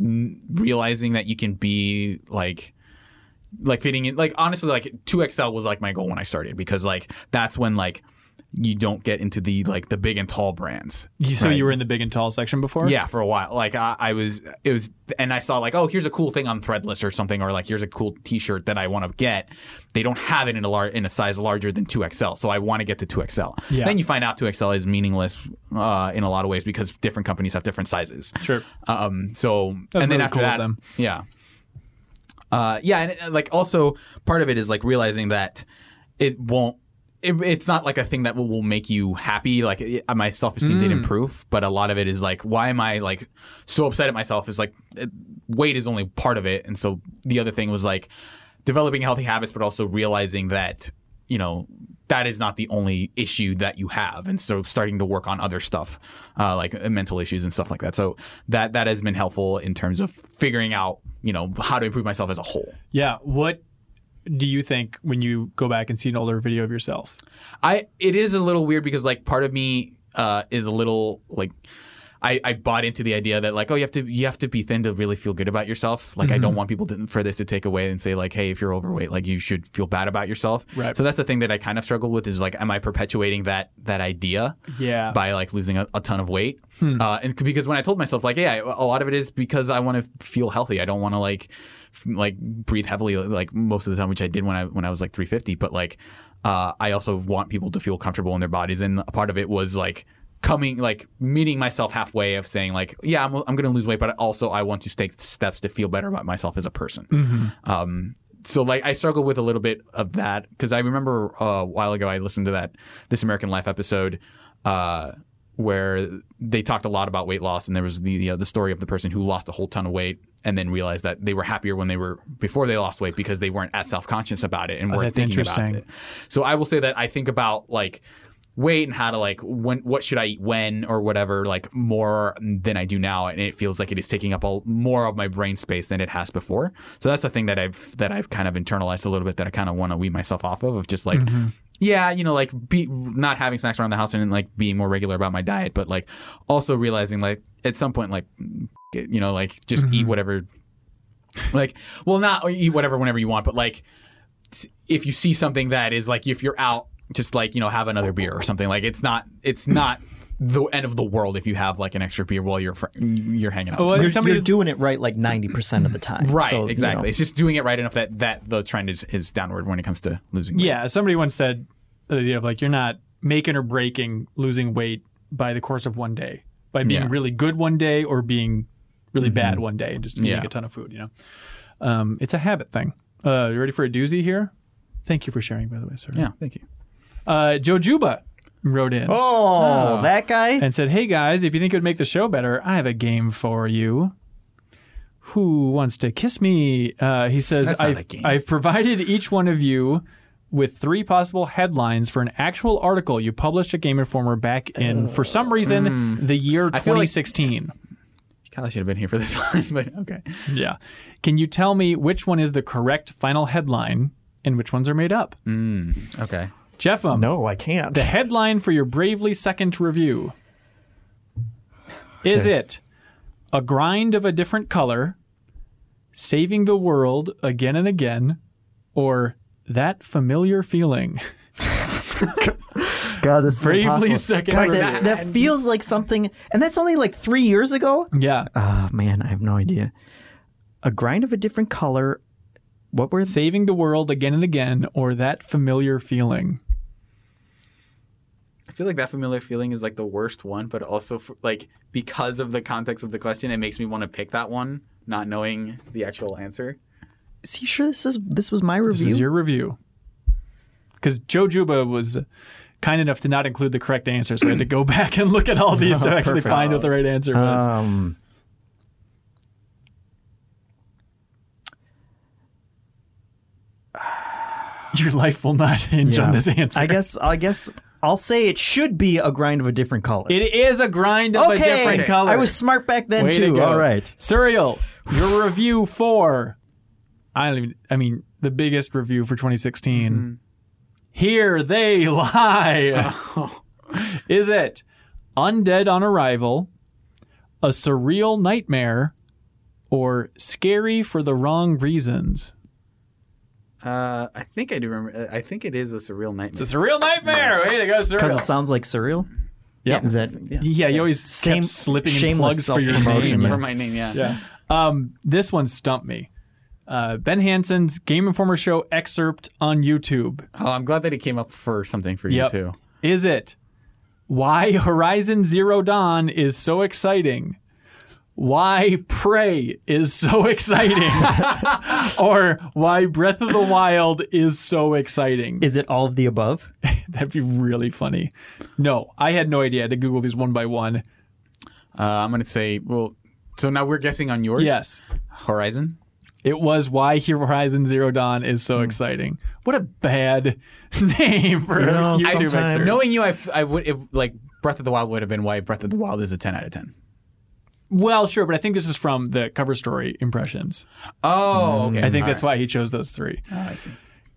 Speaker 2: n- realizing that you can be like. Like fitting in, like honestly, like two XL was like my goal when I started because like that's when like you don't get into the like the big and tall brands.
Speaker 1: you, so
Speaker 2: Right.
Speaker 1: you were in the big and tall section before?
Speaker 2: Yeah, for a while. Like I, I was, it was, and I saw like, oh, here's a cool thing on Threadless or something, or like here's a cool T-shirt that I want to get. They don't have it in a lar- in a size larger than two XL, so I want to get to two XL.
Speaker 1: Yeah.
Speaker 2: Then you find out two XL is meaningless uh, in a lot of ways because different companies have different sizes.
Speaker 1: Sure.
Speaker 2: Um. So
Speaker 1: That's
Speaker 2: and then
Speaker 1: really
Speaker 2: after
Speaker 1: cool of
Speaker 2: that,
Speaker 1: them.
Speaker 2: yeah. Uh, yeah, and uh, like also part of it is like realizing that it won't. It, it's not like a thing that will, will make you happy. Like it, uh, my self esteem
Speaker 1: Mm.
Speaker 2: did improve, but a lot of it is like, why am I like so upset at myself? Is like it, weight is only part of it, and so the other thing was like developing healthy habits, but also realizing that you know that is not the only issue that you have, and so starting to work on other stuff uh, like uh, mental issues and stuff like that. So that that has been helpful in terms of figuring out you know how to improve myself as a whole.
Speaker 1: Yeah. What do you think when you go back and see an older video of yourself?
Speaker 2: I it is a little weird because like part of me uh, is a little like. I- I, I bought into the idea that like oh you have to you have to be thin to really feel good about yourself. Like I
Speaker 1: Mm-hmm.
Speaker 2: don't want people to, for this to take away and say like hey if you're overweight like you should feel bad about yourself.
Speaker 1: Right.
Speaker 2: So that's the thing that I kind of struggle with is like am I perpetuating that that idea?
Speaker 1: Yeah.
Speaker 2: By like losing a, a ton of weight. Uh, and c- because when I told myself like yeah I- a lot of it is because I want to feel healthy. I don't want to like f- like breathe heavily like most of the time which I did when I when I was like 350 but like uh, I also want people to feel comfortable in their bodies and a part of it was like coming like meeting myself halfway of saying like yeah I'm, I'm gonna lose weight but also I want to take steps to feel better about myself as a person um, so like I struggle with a little bit of that because I remember uh, a while ago I listened to that This American Life episode uh, where they talked a lot about weight loss and there was the you know, the story of the person who lost a whole ton of weight and then realized that they were happier when they were before they lost weight because they weren't as self conscious about it and weren't
Speaker 1: Oh, that's
Speaker 2: thinking
Speaker 1: interesting.
Speaker 2: about it. So I will say that I think about like weight and how to like when what should I eat when or whatever like more than I do now and it feels like it is taking up all more of my brain space than it has before. So that's the thing that I've that I've kind of internalized a little bit that I kind of want to wean myself off of of just like yeah, you know like be not having snacks around the house and like being more regular about my diet but like also realizing like at some point like it, you know like just
Speaker 4: Mm-hmm.
Speaker 2: eat whatever like well not eat whatever whenever you want but like if you see something that is like if you're out just like you know have another beer or something like it's not it's not the end of the world if you have like an extra beer while you're fr- you're hanging out
Speaker 1: Well,
Speaker 4: You're,
Speaker 1: somebody-
Speaker 4: you're doing it right like 90% of the time.
Speaker 2: right
Speaker 4: So, you know,
Speaker 2: exactly it's just doing it right enough that that the trend is is downward when it comes to losing weight.
Speaker 1: Yeah, somebody once said the idea of like you're not making or breaking losing weight by the course of one day, by being
Speaker 2: Yeah. Mm-hmm.
Speaker 1: really good one day or being really bad one day and just eating
Speaker 2: Yeah.
Speaker 1: a ton of food. You know, um, it's a habit thing. Uh, you ready for a doozy here? Thank you for sharing, by the way, sir.
Speaker 2: yeah thank you
Speaker 1: Uh, Joe Juba wrote in
Speaker 4: Oh, that guy?
Speaker 1: and said, "Hey guys, if you think it would make the show better, I have a game for you." Who wants to kiss me? Uh, he says,
Speaker 2: That's not a
Speaker 1: I've,
Speaker 2: game.
Speaker 1: "I've provided each one of you with three possible headlines for an actual article you published at Game Informer back in, for some reason, the year
Speaker 2: Oh. Mm. feel like-
Speaker 1: 2016."
Speaker 2: kind of should have been here for this one but okay
Speaker 1: yeah. Can you tell me which one is the correct final headline and which ones are made up?
Speaker 2: Mm.
Speaker 1: um,
Speaker 2: okay
Speaker 1: Jeffem,
Speaker 4: No, I can't.
Speaker 1: the headline for your bravely second review is it a grind of a different color saving the world again and again or that familiar feeling
Speaker 4: God, this is
Speaker 1: Bravely
Speaker 4: impossible.
Speaker 1: second
Speaker 4: God,
Speaker 1: review.
Speaker 4: that, that feels like something, and that's only like three years ago.
Speaker 1: yeah
Speaker 4: Oh man, I have no idea. A grind of a different color. What were they?
Speaker 1: saving the world again and again or that familiar feeling
Speaker 2: I feel like that familiar feeling is like the worst one, but also f like because of the context of the question, it makes me want to pick that one, not knowing the actual answer.
Speaker 4: Is he sure this is this was my
Speaker 1: this
Speaker 4: review?
Speaker 1: is your review because joe juba was kind enough to not include the correct answer so i had to go back and look at all these to actually find what the right answer was
Speaker 4: um.
Speaker 1: your life will not hinge
Speaker 4: yeah.
Speaker 1: on this answer
Speaker 4: I guess. I guess. I'll say it should be a grind of a different color.
Speaker 1: It is a grind of
Speaker 4: okay.
Speaker 1: a different color.
Speaker 4: I was smart back then
Speaker 1: Way
Speaker 4: too.
Speaker 1: to go.
Speaker 4: All right.
Speaker 1: Surreal, your review for I don't even I mean the biggest review for 2016.
Speaker 4: Mm-hmm.
Speaker 1: Here they lie. is it Undead on Arrival, a surreal nightmare, or scary for the wrong reasons?
Speaker 2: Uh, I think I do remember. I think it is a surreal nightmare.
Speaker 1: It's a surreal nightmare. Way to go,
Speaker 4: Because
Speaker 1: surreal.
Speaker 4: it sounds like surreal.
Speaker 1: Yep.
Speaker 4: Is that
Speaker 1: yeah, you always
Speaker 4: Same-
Speaker 1: kept slipping in plugs
Speaker 4: shameless
Speaker 1: for your
Speaker 4: self-promotion,
Speaker 1: name.
Speaker 4: yeah.
Speaker 2: for my name, yeah.
Speaker 1: Yeah. Um, this one stumped me. Uh, ben Hansen's Game Informer show excerpt on YouTube.
Speaker 2: Oh, I'm glad that it came up for something for
Speaker 1: Yep.
Speaker 2: you too.
Speaker 1: Is it why Horizon Zero Dawn is so exciting? Why Prey is so exciting? or why Breath of the Wild is so exciting?
Speaker 4: Is it all of the above?
Speaker 1: That'd be really funny. No, I had no idea. I had to Google these one by one.
Speaker 2: Uh, I'm gonna say well. So now we're guessing on yours.
Speaker 1: Yes.
Speaker 2: Horizon.
Speaker 1: It was why Horizon Zero Dawn is
Speaker 4: Hmm.
Speaker 1: so exciting. What a bad name for
Speaker 4: You know,
Speaker 1: a YouTube
Speaker 4: sometimes-
Speaker 1: excerpt.
Speaker 2: Knowing you, I, f- I would it, like Breath of the Wild would have been why Breath of the Wild is a 10 out of 10.
Speaker 1: Well, sure, but I think this is from the cover story impressions.
Speaker 2: Oh, okay.
Speaker 1: Mm, I think that's why he chose those three.
Speaker 2: why. I see.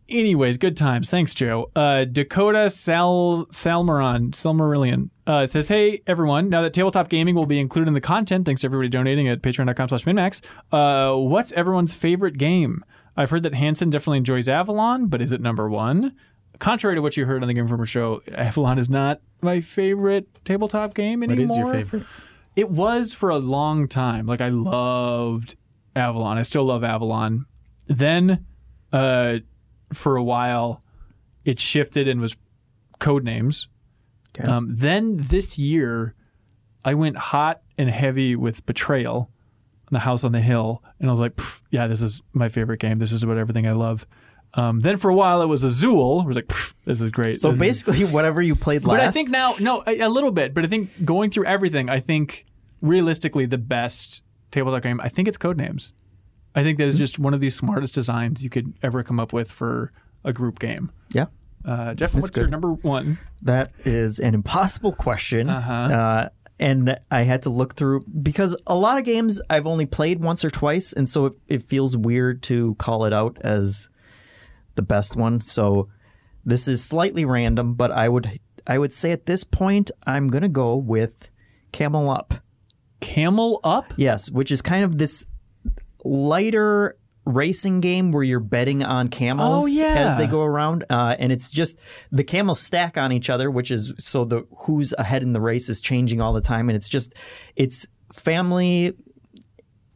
Speaker 1: Anyways, good times. Thanks, Joe. Uh, Dakota Sal Salmaron Salmarillion uh, says, "Hey everyone, now that tabletop gaming will be included in the content, thanks to everybody donating at Patreon.com/minmax. Uh, what's everyone's favorite game? I've heard that Hanson definitely enjoys Avalon, but is it number one? Contrary to what you heard on the Game Informer show, Avalon is not my favorite tabletop game anymore.
Speaker 2: is your favorite?
Speaker 1: It was for a long time. Like I loved Avalon. I still love Avalon. Then, uh, for a while, it shifted and was code names. Um, then this year, I went hot and heavy with Betrayal, and The House on the Hill, and I was like, "Pff, yeah, this is my favorite game. This is about everything I love. Um, then for a while, it was Azul. I was like, "Pff, this is great.
Speaker 4: So
Speaker 1: This is-
Speaker 4: basically, whatever you played last.
Speaker 1: but I think now, no, a, a little bit. But I think going through everything, I think realistically the best tabletop game, I think it's Codenames. I think that is just one of the smartest designs you could ever come up with for a group game.
Speaker 4: yeah,
Speaker 1: Uh, Jeff, what's
Speaker 4: good.
Speaker 1: your number one?
Speaker 4: that is an impossible question. Uh-huh. and I had to look through because a lot of games I've only played once or twice, and so it, it feels weird to call it out as the best one. So this is slightly random, but I would I would say at this point I'm gonna go with Camel Up.
Speaker 1: Camel Up?
Speaker 4: Yes, which is kind of this lighter racing game where you're betting on camels
Speaker 1: Oh, yeah.
Speaker 4: as they go around, uh, and it's just the camels stack on each other, which is so the who's ahead in the race is changing all the time, and it's just it's family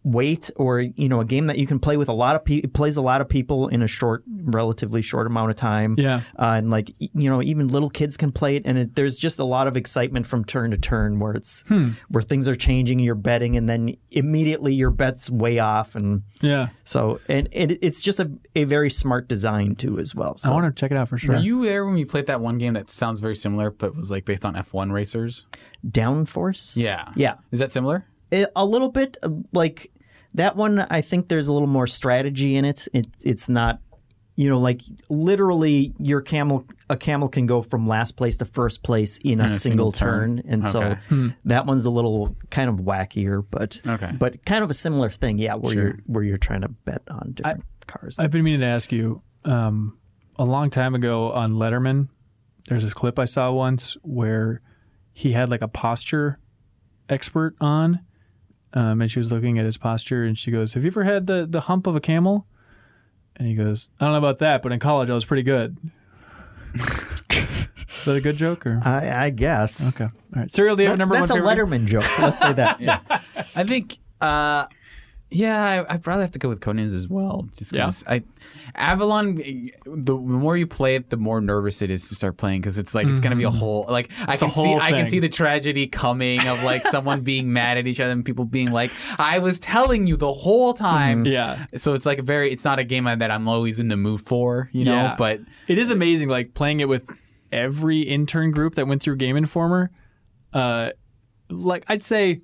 Speaker 4: weight or you know a game that you can play with a lot of people plays a lot of people in a short relatively short amount of time
Speaker 1: Yeah.
Speaker 4: uh, and like y- you know even little kids can play it and it, there's just a lot of excitement from turn to turn where it's
Speaker 1: Hmm.
Speaker 4: where things are changing you're betting and then immediately your bet's way off and
Speaker 1: Yeah.
Speaker 4: so and it, it's just a, a very smart design too as well so
Speaker 1: I want to check it out for sure.
Speaker 6: Were you there when we played that one game that sounds very similar, but was like based on F1 racers?
Speaker 4: downforce
Speaker 6: Yeah.
Speaker 4: yeah
Speaker 6: Is that similar?
Speaker 4: It- a little bit uh, like that one i think there's a little more strategy in it, it it's not you know like literally your camel a camel can go from last place to first place in a, single, turn. and so
Speaker 6: Okay.
Speaker 1: Hmm.
Speaker 4: that one's a little kind of wackier but
Speaker 6: Okay.
Speaker 4: but kind of a similar thing yeah where you're where you're trying to bet on different cars
Speaker 1: I've been meaning to ask you um, a long time ago on Letterman. There's this clip I saw once where he had like a posture expert on, um, and she was looking at his posture, and she goes, "Have you ever had the the hump of a camel?" And he goes, "I don't know about that, but in college I was pretty good." Is that a good joke or?
Speaker 4: I, I guess
Speaker 1: Okay. All right. Serial, do you have
Speaker 4: that's,
Speaker 1: a number
Speaker 4: that's a
Speaker 1: one favorite game?
Speaker 4: letterman joke let's say that
Speaker 6: I think, uh, yeah, I, I'd probably have to go with Conan's as well. Just 'cause I, Avalon, the, the more you play it, the more nervous it is to start playing because it's like it's gonna be a whole like I can
Speaker 1: Mm-hmm. a
Speaker 6: see
Speaker 1: whole
Speaker 6: I can
Speaker 1: thing.
Speaker 6: see the tragedy coming of like someone being mad at each other and people being like, I was telling you the whole time.
Speaker 1: Mm-hmm. Yeah.
Speaker 6: So it's like a very it's not a game that I'm always in the mood for, you know.
Speaker 1: Yeah.
Speaker 6: But
Speaker 1: It is amazing, like playing it with every intern group that went through Game Informer. Uh, like I'd say,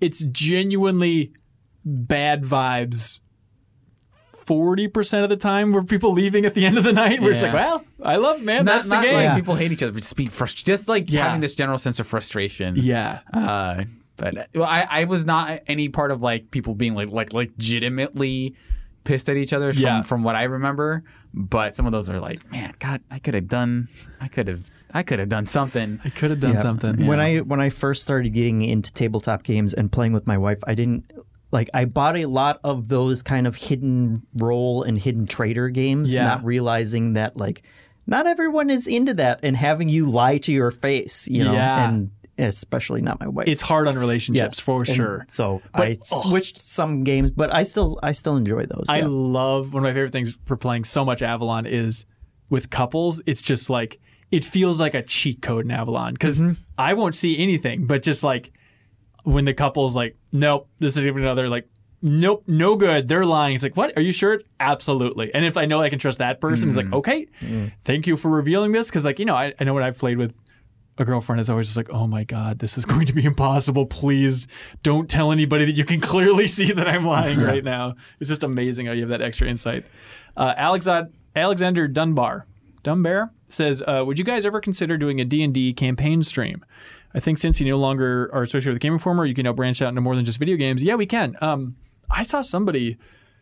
Speaker 1: it's genuinely bad vibes. Forty percent of the time, were people leaving at the end of the night, where it's
Speaker 6: Yeah.
Speaker 1: like, "Well, I love man,
Speaker 6: not,
Speaker 1: that's the
Speaker 6: not
Speaker 1: game."
Speaker 6: like
Speaker 4: Yeah.
Speaker 6: people hate each other, but just be frust- just like
Speaker 1: Yeah.
Speaker 6: having this general sense of frustration.
Speaker 1: yeah,
Speaker 6: Uh, but uh, well, I, I was not any part of like people being like like legitimately pissed at each other from,
Speaker 1: Yeah.
Speaker 6: from what I remember. But some of those are like, man, God, I could have done, I could have, I could have done something.
Speaker 1: I could have done
Speaker 4: Yeah.
Speaker 1: something.
Speaker 4: When I when I first started getting into tabletop games and playing with my wife, I didn't like I bought a lot of those kind of hidden role and hidden traitor games,
Speaker 1: Yeah.
Speaker 4: not realizing that like not everyone is into that and having you lie to your face, you know,
Speaker 1: Yeah.
Speaker 4: and especially not my wife.
Speaker 1: it's hard on relationships
Speaker 4: Yes.
Speaker 1: for
Speaker 4: And
Speaker 1: sure.
Speaker 4: So
Speaker 1: But-
Speaker 4: I switched some games, but I still I still enjoy those.
Speaker 1: I
Speaker 4: yeah.
Speaker 1: love one of my favorite things for playing so much Avalon is with couples. It's just like it feels like a cheat code in Avalon because I won't see anything, but just like when the couple's like, nope, this is even another like. Nope, no good. They're lying. It's like, what? Are you sure? It's absolutely. And if I know I can trust that person, it's like, okay, thank you for revealing this. Cause, like, you know, I, I know when I've played with a girlfriend is always just like, oh my God, this is going to be impossible. Please don't tell anybody that you can clearly see that I'm lying right now. It's just amazing how you have that extra insight. Uh, Alexad- Alexander Dunbar, Dunbar says, uh, would you guys ever consider doing a D&D campaign stream? I think since you no longer are associated with Game Informer, you can now branch out into more than just video games. Yeah, we can. Um, I saw somebody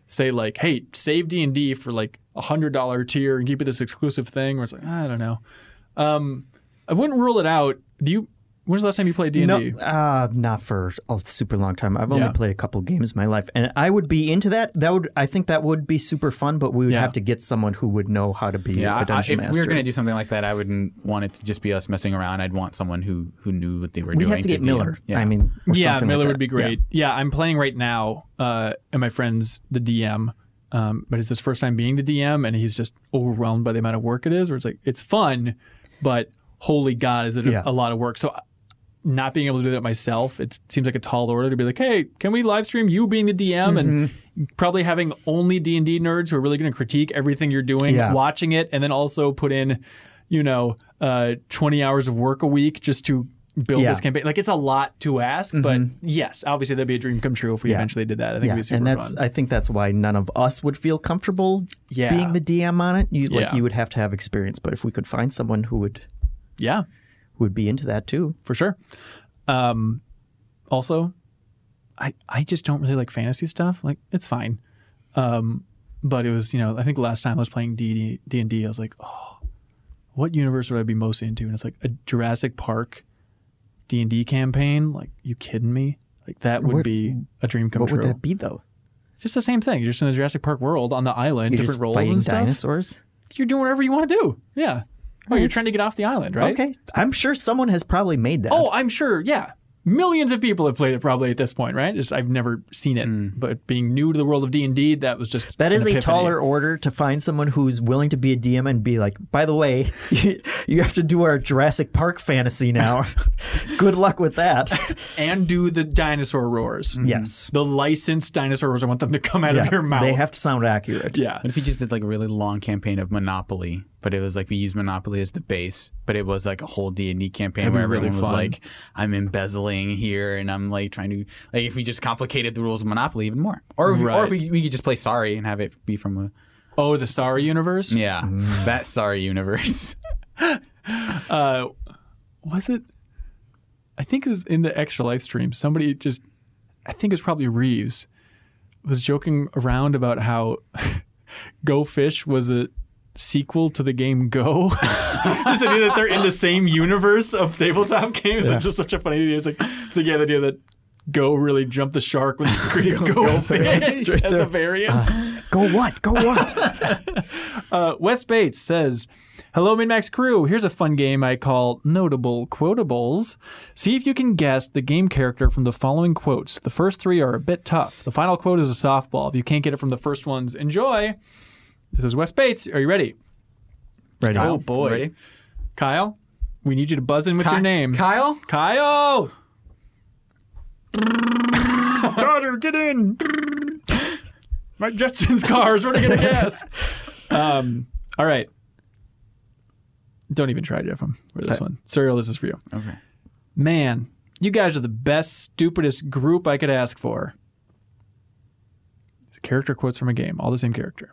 Speaker 1: say like, hey, save D&D for like a hundred dollar tier and keep it this exclusive thing, where it's like I don't know. Um, I wouldn't rule it out. Do you? When's the last time you played D and
Speaker 4: No,
Speaker 1: D?
Speaker 4: uh, not for a super long time. I've only
Speaker 1: Yeah.
Speaker 4: played a couple games in my life, and I would be into that. That would, I think, that would be super fun. But we would
Speaker 1: Yeah.
Speaker 4: have to get someone who would know how to be
Speaker 6: Yeah, I-
Speaker 4: a
Speaker 6: I, if
Speaker 4: dungeon
Speaker 6: we
Speaker 4: master.
Speaker 6: were gonna do something like that, I wouldn't want it to just be us messing around. I'd want someone who who knew what they were
Speaker 4: we
Speaker 6: doing.
Speaker 4: have to get
Speaker 6: be-
Speaker 4: Miller.
Speaker 6: yeah.
Speaker 4: I mean, or
Speaker 1: yeah,
Speaker 4: something like
Speaker 1: Miller
Speaker 4: that.
Speaker 1: would be great. Yeah. I'm playing right now, uh, and my friend's the DM, um, but it's his first time being the DM, and he's just overwhelmed by the amount of work it is. Where it's like it's fun, but holy god, is it a-
Speaker 4: Yeah.
Speaker 1: a lot of work? So, uh, not being able to do that myself, it seems like a tall order to be like, hey, can we live stream you being the DM
Speaker 4: Mm-hmm.
Speaker 1: and probably having only D and D nerds who are really going to critique everything you're doing,
Speaker 4: Yeah.
Speaker 1: watching it, and then also put in, you know, uh, 20 hours of work a week just to build
Speaker 4: Yeah. Mm-hmm.
Speaker 1: this campaign. Like it's a lot to ask, but yes, obviously that'd be a dream come true if we
Speaker 4: Yeah.
Speaker 1: eventually did that. I think
Speaker 4: Yeah,
Speaker 1: it'd be super
Speaker 4: and that's
Speaker 1: fun.
Speaker 4: I think that's why none of us would feel comfortable
Speaker 1: Yeah.
Speaker 4: being the DM on it. You like
Speaker 1: Yeah.
Speaker 4: you would have to have experience, but if we could find someone who would
Speaker 1: yeah,
Speaker 4: who would be into that too.
Speaker 1: for sure. Um, also, I I just don't really like fantasy stuff. Like it's fine, um, but it was you know I think last time I was playing D D and D I was like oh, what universe would I be most into? And it's like a Jurassic Park D and D campaign. Like you kidding me? Like that would
Speaker 4: What-
Speaker 1: be a dream come
Speaker 4: What
Speaker 1: true.
Speaker 4: would that be though?
Speaker 1: just the same thing. You're just in the Jurassic Park world on the island,
Speaker 4: You're
Speaker 1: different
Speaker 4: just
Speaker 1: roles
Speaker 4: fighting
Speaker 1: and stuff.
Speaker 4: dinosaurs.
Speaker 1: You're doing whatever you want to do. Yeah. Oh, you're trying to get off the island, right?
Speaker 4: Okay, I'm sure someone has probably made that.
Speaker 1: Oh, I'm sure. Yeah. Millions of people have played it probably at this point, right? Just I've never seen it, but being new to the world of D and D, that was just
Speaker 4: Hmm. That
Speaker 1: an
Speaker 4: is a
Speaker 1: epiphany.
Speaker 4: taller order to find someone who's willing to be a DM and be like, by the way, you, you have to do our Jurassic Park fantasy now. Good luck with that.
Speaker 1: and do the dinosaur roars.
Speaker 4: yes.
Speaker 1: The licensed dinosaur roars. I want them to come out
Speaker 4: Mm-hmm. Yeah,
Speaker 1: of your mouth.
Speaker 4: They have to sound accurate.
Speaker 1: yeah.
Speaker 6: What if you just did like a really long campaign of Monopoly, but it was like we used Monopoly as the base, but it was like a whole D and D campaign where everyone was like, "I'm embezzling here," and I'm like trying to like if we just complicated the rules of Monopoly even more, or if, or
Speaker 1: Right.
Speaker 6: if we, we could just play Sorry and have it be from a
Speaker 1: Oh, the Sorry universe.
Speaker 6: yeah
Speaker 1: Mm.
Speaker 6: that Sorry universe.
Speaker 1: uh, was it? I think it was in the extra live stream. Somebody just, I think it was probably Reeves, was joking around about how Go Fish was a sequel to the game Go. just the idea that they're in the same universe of tabletop games is just such a funny idea. It's like, it's like yeah, the idea that Go really jumped the shark with creating Go, Fish Uh, as a variant.
Speaker 4: Go what? Go what?
Speaker 1: Uh, Wes Bates says, Hello, Minmax crew. Here's a fun game I call Notable Quotables. See if you can guess the game character from the following quotes. The first three are a bit tough. The final quote is a softball. If you can't get it from the first ones, enjoy. This is Wes Bates. Are you ready?
Speaker 4: Ready.
Speaker 1: Oh, boy.
Speaker 6: Ready?
Speaker 1: Kyle, we need you to buzz in with
Speaker 6: Ki-
Speaker 1: your name.
Speaker 6: Kyle.
Speaker 1: Kyle! Daughter, get in! My Jetson's car is running out of gas. Um, all right. Don't even try, Jeff. I'm for this one. Serial, this is for you.
Speaker 6: Okay.
Speaker 1: Man, you guys are the best, stupidest group I could ask for. It's Character quotes from a game, all the same character.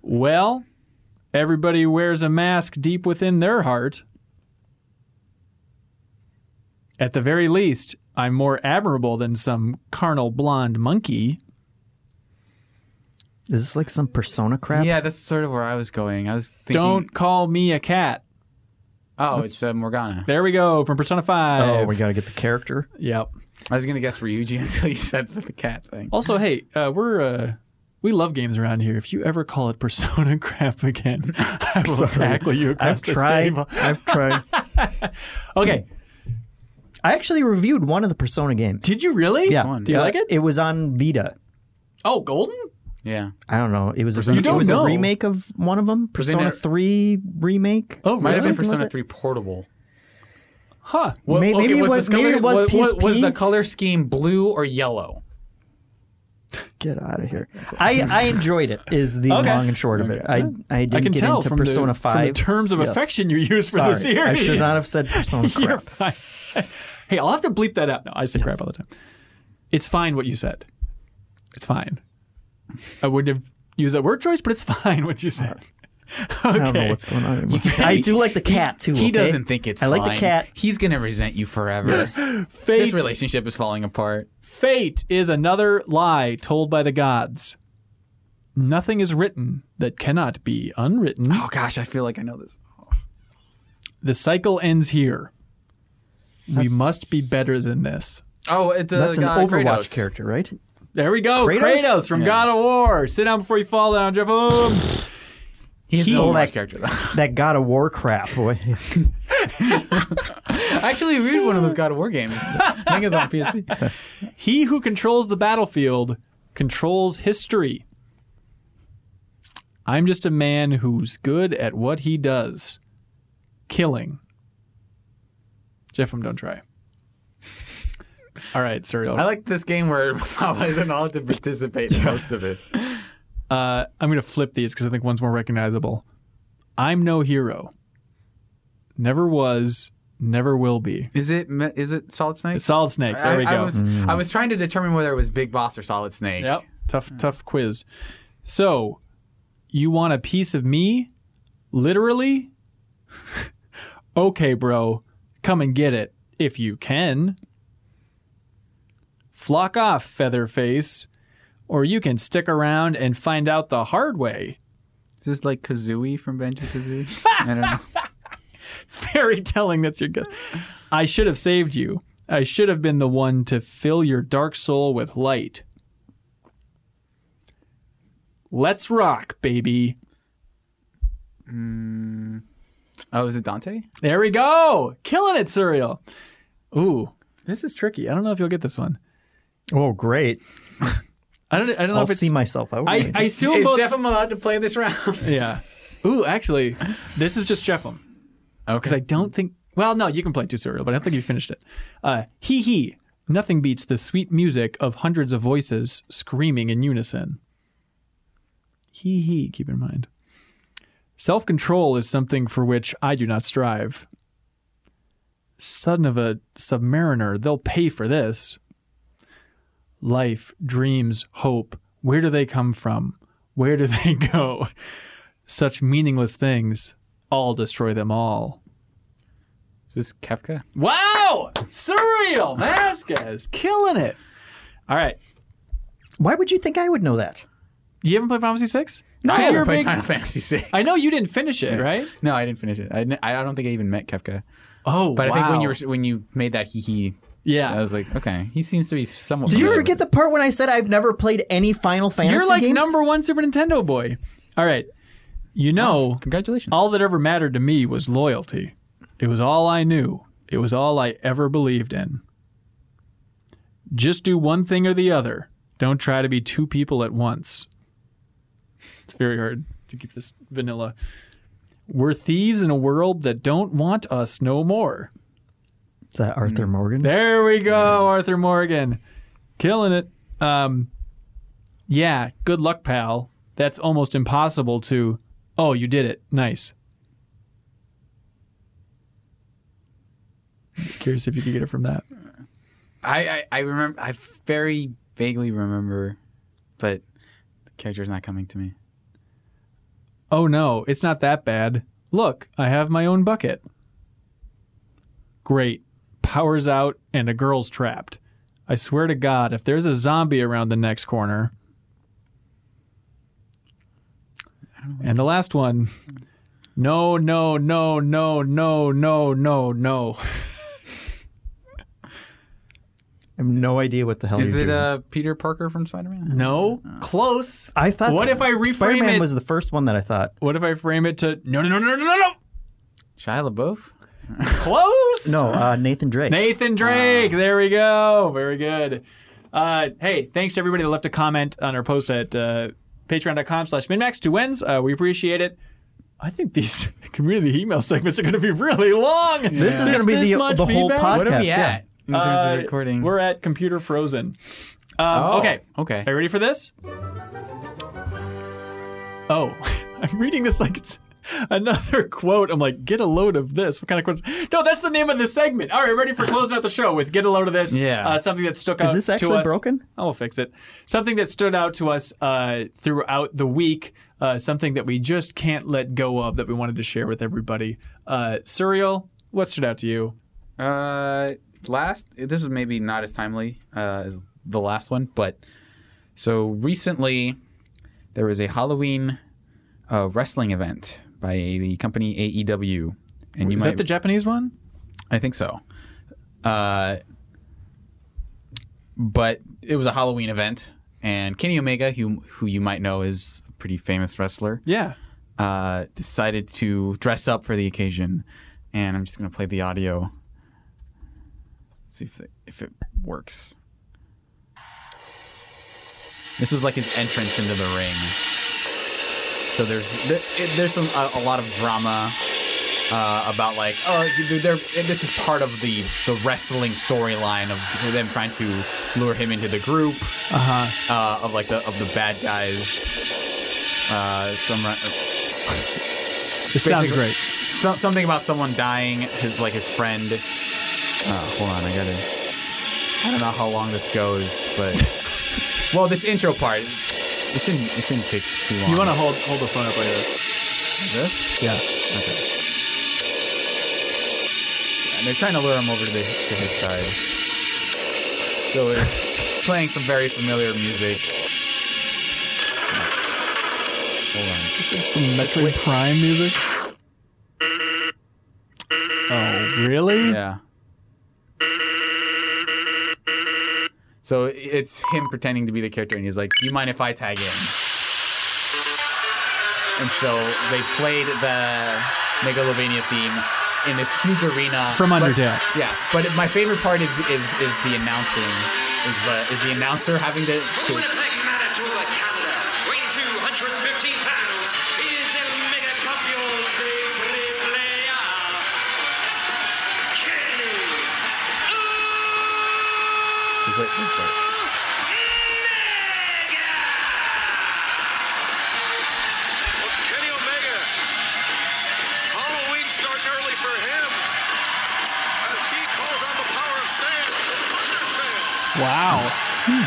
Speaker 1: Well, everybody wears a mask deep within their heart. At the very least, I'm more admirable than some carnal blonde monkey.
Speaker 4: Is this like some persona crap?
Speaker 6: Yeah, that's sort of where I was going. I was thinking.
Speaker 1: Don't call me a cat.
Speaker 6: Oh, it's uh, Morgana.
Speaker 1: There we go from Persona 5.
Speaker 4: Oh, we gotta get the character.
Speaker 1: Yep.
Speaker 6: I was gonna guess Ryuji until you said the cat thing.
Speaker 1: Also, hey, uh, we're uh, we love games around here. If you ever call it Persona crap again, I will tackle you across
Speaker 4: I've
Speaker 1: the
Speaker 4: tried.
Speaker 1: table.
Speaker 4: I've tried.
Speaker 1: Okay,
Speaker 4: I actually reviewed one of the Persona games.
Speaker 1: did you really?
Speaker 4: Yeah.
Speaker 1: Do you
Speaker 4: Uh,
Speaker 1: like it?
Speaker 4: It was on Vita.
Speaker 1: Oh, Golden.
Speaker 6: Yeah.
Speaker 4: I don't know. It was a,
Speaker 6: Persona- You
Speaker 4: it
Speaker 1: don't
Speaker 4: was
Speaker 1: know.
Speaker 4: a remake of one of them, Persona
Speaker 6: never-
Speaker 4: 3 remake.
Speaker 1: Oh,
Speaker 6: Might have been
Speaker 1: really?
Speaker 4: Something like
Speaker 6: Persona
Speaker 4: that.
Speaker 6: 3 Portable.
Speaker 1: Huh.
Speaker 6: What-
Speaker 4: May- maybe it
Speaker 6: the
Speaker 4: was- maybe it was
Speaker 6: was,
Speaker 4: PSP?
Speaker 6: the color scheme blue or yellow?
Speaker 4: Get out of here. I, I enjoyed it. Is the
Speaker 1: Okay.
Speaker 4: long and short of it. I I didn't
Speaker 1: I can
Speaker 4: get
Speaker 1: tell
Speaker 4: into
Speaker 1: from
Speaker 4: Persona
Speaker 1: the, from the
Speaker 4: Five.
Speaker 1: terms of
Speaker 4: Yes.
Speaker 1: affection you use for
Speaker 4: Sorry,
Speaker 1: the series.
Speaker 4: I should not have said Persona
Speaker 1: You're
Speaker 4: crap.
Speaker 1: fine. hey, I'll have to bleep that out. No, I say crap all the time. It's fine what you said. It's fine. I wouldn't have used that word choice, but it's fine what you said. Okay.
Speaker 4: I don't know what's going on. Anymore. I do like the cat too.
Speaker 6: He
Speaker 4: okay?
Speaker 6: doesn't think it's
Speaker 4: I like the
Speaker 6: fine.
Speaker 4: cat.
Speaker 6: He's going to resent you forever. This
Speaker 1: Fate
Speaker 6: relationship is falling apart.
Speaker 1: Fate is another lie told by the gods. Nothing is written that cannot be unwritten.
Speaker 2: Oh gosh, I feel like I know this.
Speaker 1: The cycle ends here. We must be better than this.
Speaker 2: Oh, it's uh,
Speaker 4: That's an
Speaker 2: uh,
Speaker 4: Overwatch
Speaker 2: Kratos.
Speaker 4: character, right?
Speaker 1: There we go. Kratos,
Speaker 4: Kratos?
Speaker 1: from God of War. Sit down before you fall down, Jeff. Boom.
Speaker 2: He's
Speaker 4: He-
Speaker 2: an
Speaker 4: Oh,
Speaker 2: Overwatch
Speaker 4: that-
Speaker 2: character. though.
Speaker 4: That God of War crap. Boy.
Speaker 2: I actually read one of those God of War games. I think it's on PSP.
Speaker 1: He who controls the battlefield controls history. I'm just a man who's good at what he does. Killing. Jeff, um, don't try. All right, sorry.
Speaker 2: I like this game where Papa isn't allowed to participate in most of it.
Speaker 1: Uh, I'm going to flip these because I think one's more recognizable. I'm no hero. Never was, never will be.
Speaker 2: Is it me- is it Solid Snake?
Speaker 1: It's Solid Snake. There we
Speaker 2: I,
Speaker 1: go.
Speaker 2: I was I was trying to determine whether it was Big Boss or Solid Snake.
Speaker 1: Yep. Tough, tough quiz. So, you want a piece of me? Literally? okay, bro. Come and get it if you can. Flock off, Featherface, or you can stick around and find out the hard way.
Speaker 2: Is this like Kazooie from Banjo Kazooie? I don't know.
Speaker 1: Very telling that's your guess. I should have saved you. I should have been the one to fill your dark soul with light. Let's rock, baby.
Speaker 2: Oh, is it Dante?
Speaker 1: There we go. Killing it, Surreal. Ooh, this is tricky. I don't know if you'll get this one.
Speaker 4: oh, great.
Speaker 1: I don't, I don't know
Speaker 4: I'll
Speaker 1: if it's...
Speaker 4: see myself out.
Speaker 1: I, I assume
Speaker 2: Is
Speaker 1: both...
Speaker 2: Jeff allowed to play this round?
Speaker 1: yeah. Ooh, actually, this is just Jeffem. Because I don't think... Well, no, you can play it too, Surreal, but I don't think you finished it. Uh, hee hee. Nothing beats the sweet music of hundreds of voices screaming in unison. Hee hee, keep in mind. Self control is something for which I do not strive. Son of a submariner, they'll pay for this. Life, dreams, hope, where do they come from? Where do they go? Such meaningless things, all destroy them all.
Speaker 2: Is this Kefka?
Speaker 1: Wow! Surreal! Vasquez, killing it. All right.
Speaker 4: Why would you think I would know that?
Speaker 1: You haven't played Final Fantasy 6?
Speaker 4: No,
Speaker 2: I
Speaker 1: You're
Speaker 2: haven't
Speaker 1: a
Speaker 2: played
Speaker 1: big-
Speaker 2: Final Fantasy VI.
Speaker 1: I know you didn't finish it, right?
Speaker 2: No, I didn't finish it. I, didn't- I don't think I even met Kefka.
Speaker 1: Oh,
Speaker 2: But I think when you
Speaker 1: wow.
Speaker 2: were when you made that hee hee,
Speaker 1: yeah,
Speaker 2: I was like, okay, he seems to be somewhat.
Speaker 4: Did you
Speaker 2: familiar
Speaker 4: forget
Speaker 2: with
Speaker 4: the part when I said I've never played any Final Fantasy
Speaker 1: You're like
Speaker 4: games?
Speaker 1: number one Super Nintendo boy. All right. You know,
Speaker 2: it. Congratulations.
Speaker 1: all that ever mattered to me was loyalty. It was all I knew. It was all I ever believed in. Just do one thing or the other. Don't try to be two people at once. It's very hard to keep this vanilla. We're thieves in a world that don't want us no more.
Speaker 4: Is that Arthur
Speaker 1: Mm.
Speaker 4: Morgan?
Speaker 1: There we go, Arthur Morgan. Killing it. Um, yeah, good luck, pal. That's almost impossible to. Oh, you did it. Nice. Curious if you could get it from that.
Speaker 2: I, I I remember. I very vaguely remember, but the character's not coming to me.
Speaker 1: Oh no, it's not that bad. Look, I have my own bucket. Great. Power's out and a girl's trapped. I swear to God, if there's a zombie around the next corner. And the last one. No, no, no, no, no, no, no, no.
Speaker 4: I have no idea what the hell
Speaker 2: Is
Speaker 4: you're
Speaker 2: it
Speaker 4: doing.
Speaker 2: uh, Peter Parker from Spider Man?
Speaker 1: No? Close.
Speaker 4: I thought.
Speaker 1: What if I reframe
Speaker 4: Spider-Man
Speaker 1: it-
Speaker 4: was the first one that I thought.
Speaker 1: What if I frame it to no, no, no, no, no, no, no?
Speaker 2: Shia LaBeouf.
Speaker 1: Close?
Speaker 4: No, uh, Nathan Drake.
Speaker 1: Nathan Drake. there we go. Very good. Uh, hey, thanks to everybody that left a comment on our post at uh, patreon.com slash minmax to wins. Uh, we appreciate it. I think these community email segments are going to be really long.
Speaker 4: This is
Speaker 1: There's
Speaker 4: going to be
Speaker 1: this
Speaker 4: the,
Speaker 1: much
Speaker 4: the whole
Speaker 1: feedback.
Speaker 4: podcast.
Speaker 2: What are we
Speaker 4: yeah.
Speaker 2: at in terms
Speaker 1: Uh,
Speaker 2: of recording?
Speaker 1: We're at computer frozen. Um,
Speaker 2: Oh,
Speaker 1: okay.
Speaker 2: okay.
Speaker 1: Are you ready for this? Oh, I'm reading this like it's another quote. I'm like, get a load of this. What kind of quotes? No, that's the name of the segment. All right, ready for closing out the show with get a load of this.
Speaker 2: Yeah.
Speaker 1: Uh, something that stuck out
Speaker 4: Is this
Speaker 1: to
Speaker 4: actually
Speaker 1: us-
Speaker 4: broken?
Speaker 1: I will fix it. Something that stood out to us uh, throughout the week, uh, something that we just can't let go of that we wanted to share with everybody. Uh, Surreal, what stood out to you?
Speaker 2: Uh, last this is maybe not as timely uh, as the last one, but so recently there was a Halloween uh, wrestling event by the company AEW, and you
Speaker 1: Is
Speaker 2: might
Speaker 1: that the Japanese one?
Speaker 2: I think so. Uh, but it was a Halloween event, and Kenny Omega, who who you might know is a pretty famous wrestler,
Speaker 1: Yeah.
Speaker 2: uh, decided to dress up for the occasion. And I'm just gonna play the audio. See if the, if it works. This was like his entrance into the ring. So there's there, it- there's some, uh, a, a lot of drama uh, about like oh they're, they're- this is part of the the wrestling storyline of them trying to lure him into the group uh-huh. of like the of the bad guys. Uh, some
Speaker 1: This sounds
Speaker 2: Basically,
Speaker 1: great.
Speaker 2: so, something about someone dying, his like his friend. Uh, hold on, I gotta. I don't know how long this goes, but well, this intro part. It shouldn't. It shouldn't take too long.
Speaker 1: You want to hold hold the phone up like this?
Speaker 2: this?
Speaker 1: Yeah.
Speaker 2: Okay. And they're trying to lure him over to, the, to his side. So it's playing some very familiar music. Hold on.
Speaker 1: Some Metroid Prime music. Oh, really?
Speaker 2: Yeah. So it's him pretending to be the character, and he's like, "Do you mind if I tag in?" And so they played the Megalovania theme in this huge arena
Speaker 1: From
Speaker 2: But-
Speaker 1: Undertale.
Speaker 2: yeah, but my favorite part is is is the announcing, is the is the announcer having to.
Speaker 9: From
Speaker 2: to
Speaker 9: Winnipeg, Manitoba, Canada, weighing 215 pounds, is El Mega Campeón de Triple A, Kenny
Speaker 2: he's like, he's like-
Speaker 9: Omega!
Speaker 10: Well, Kenny Omega, Halloween starting early for him as he calls on the power of sand from Undertale.
Speaker 1: Wow. Hmm.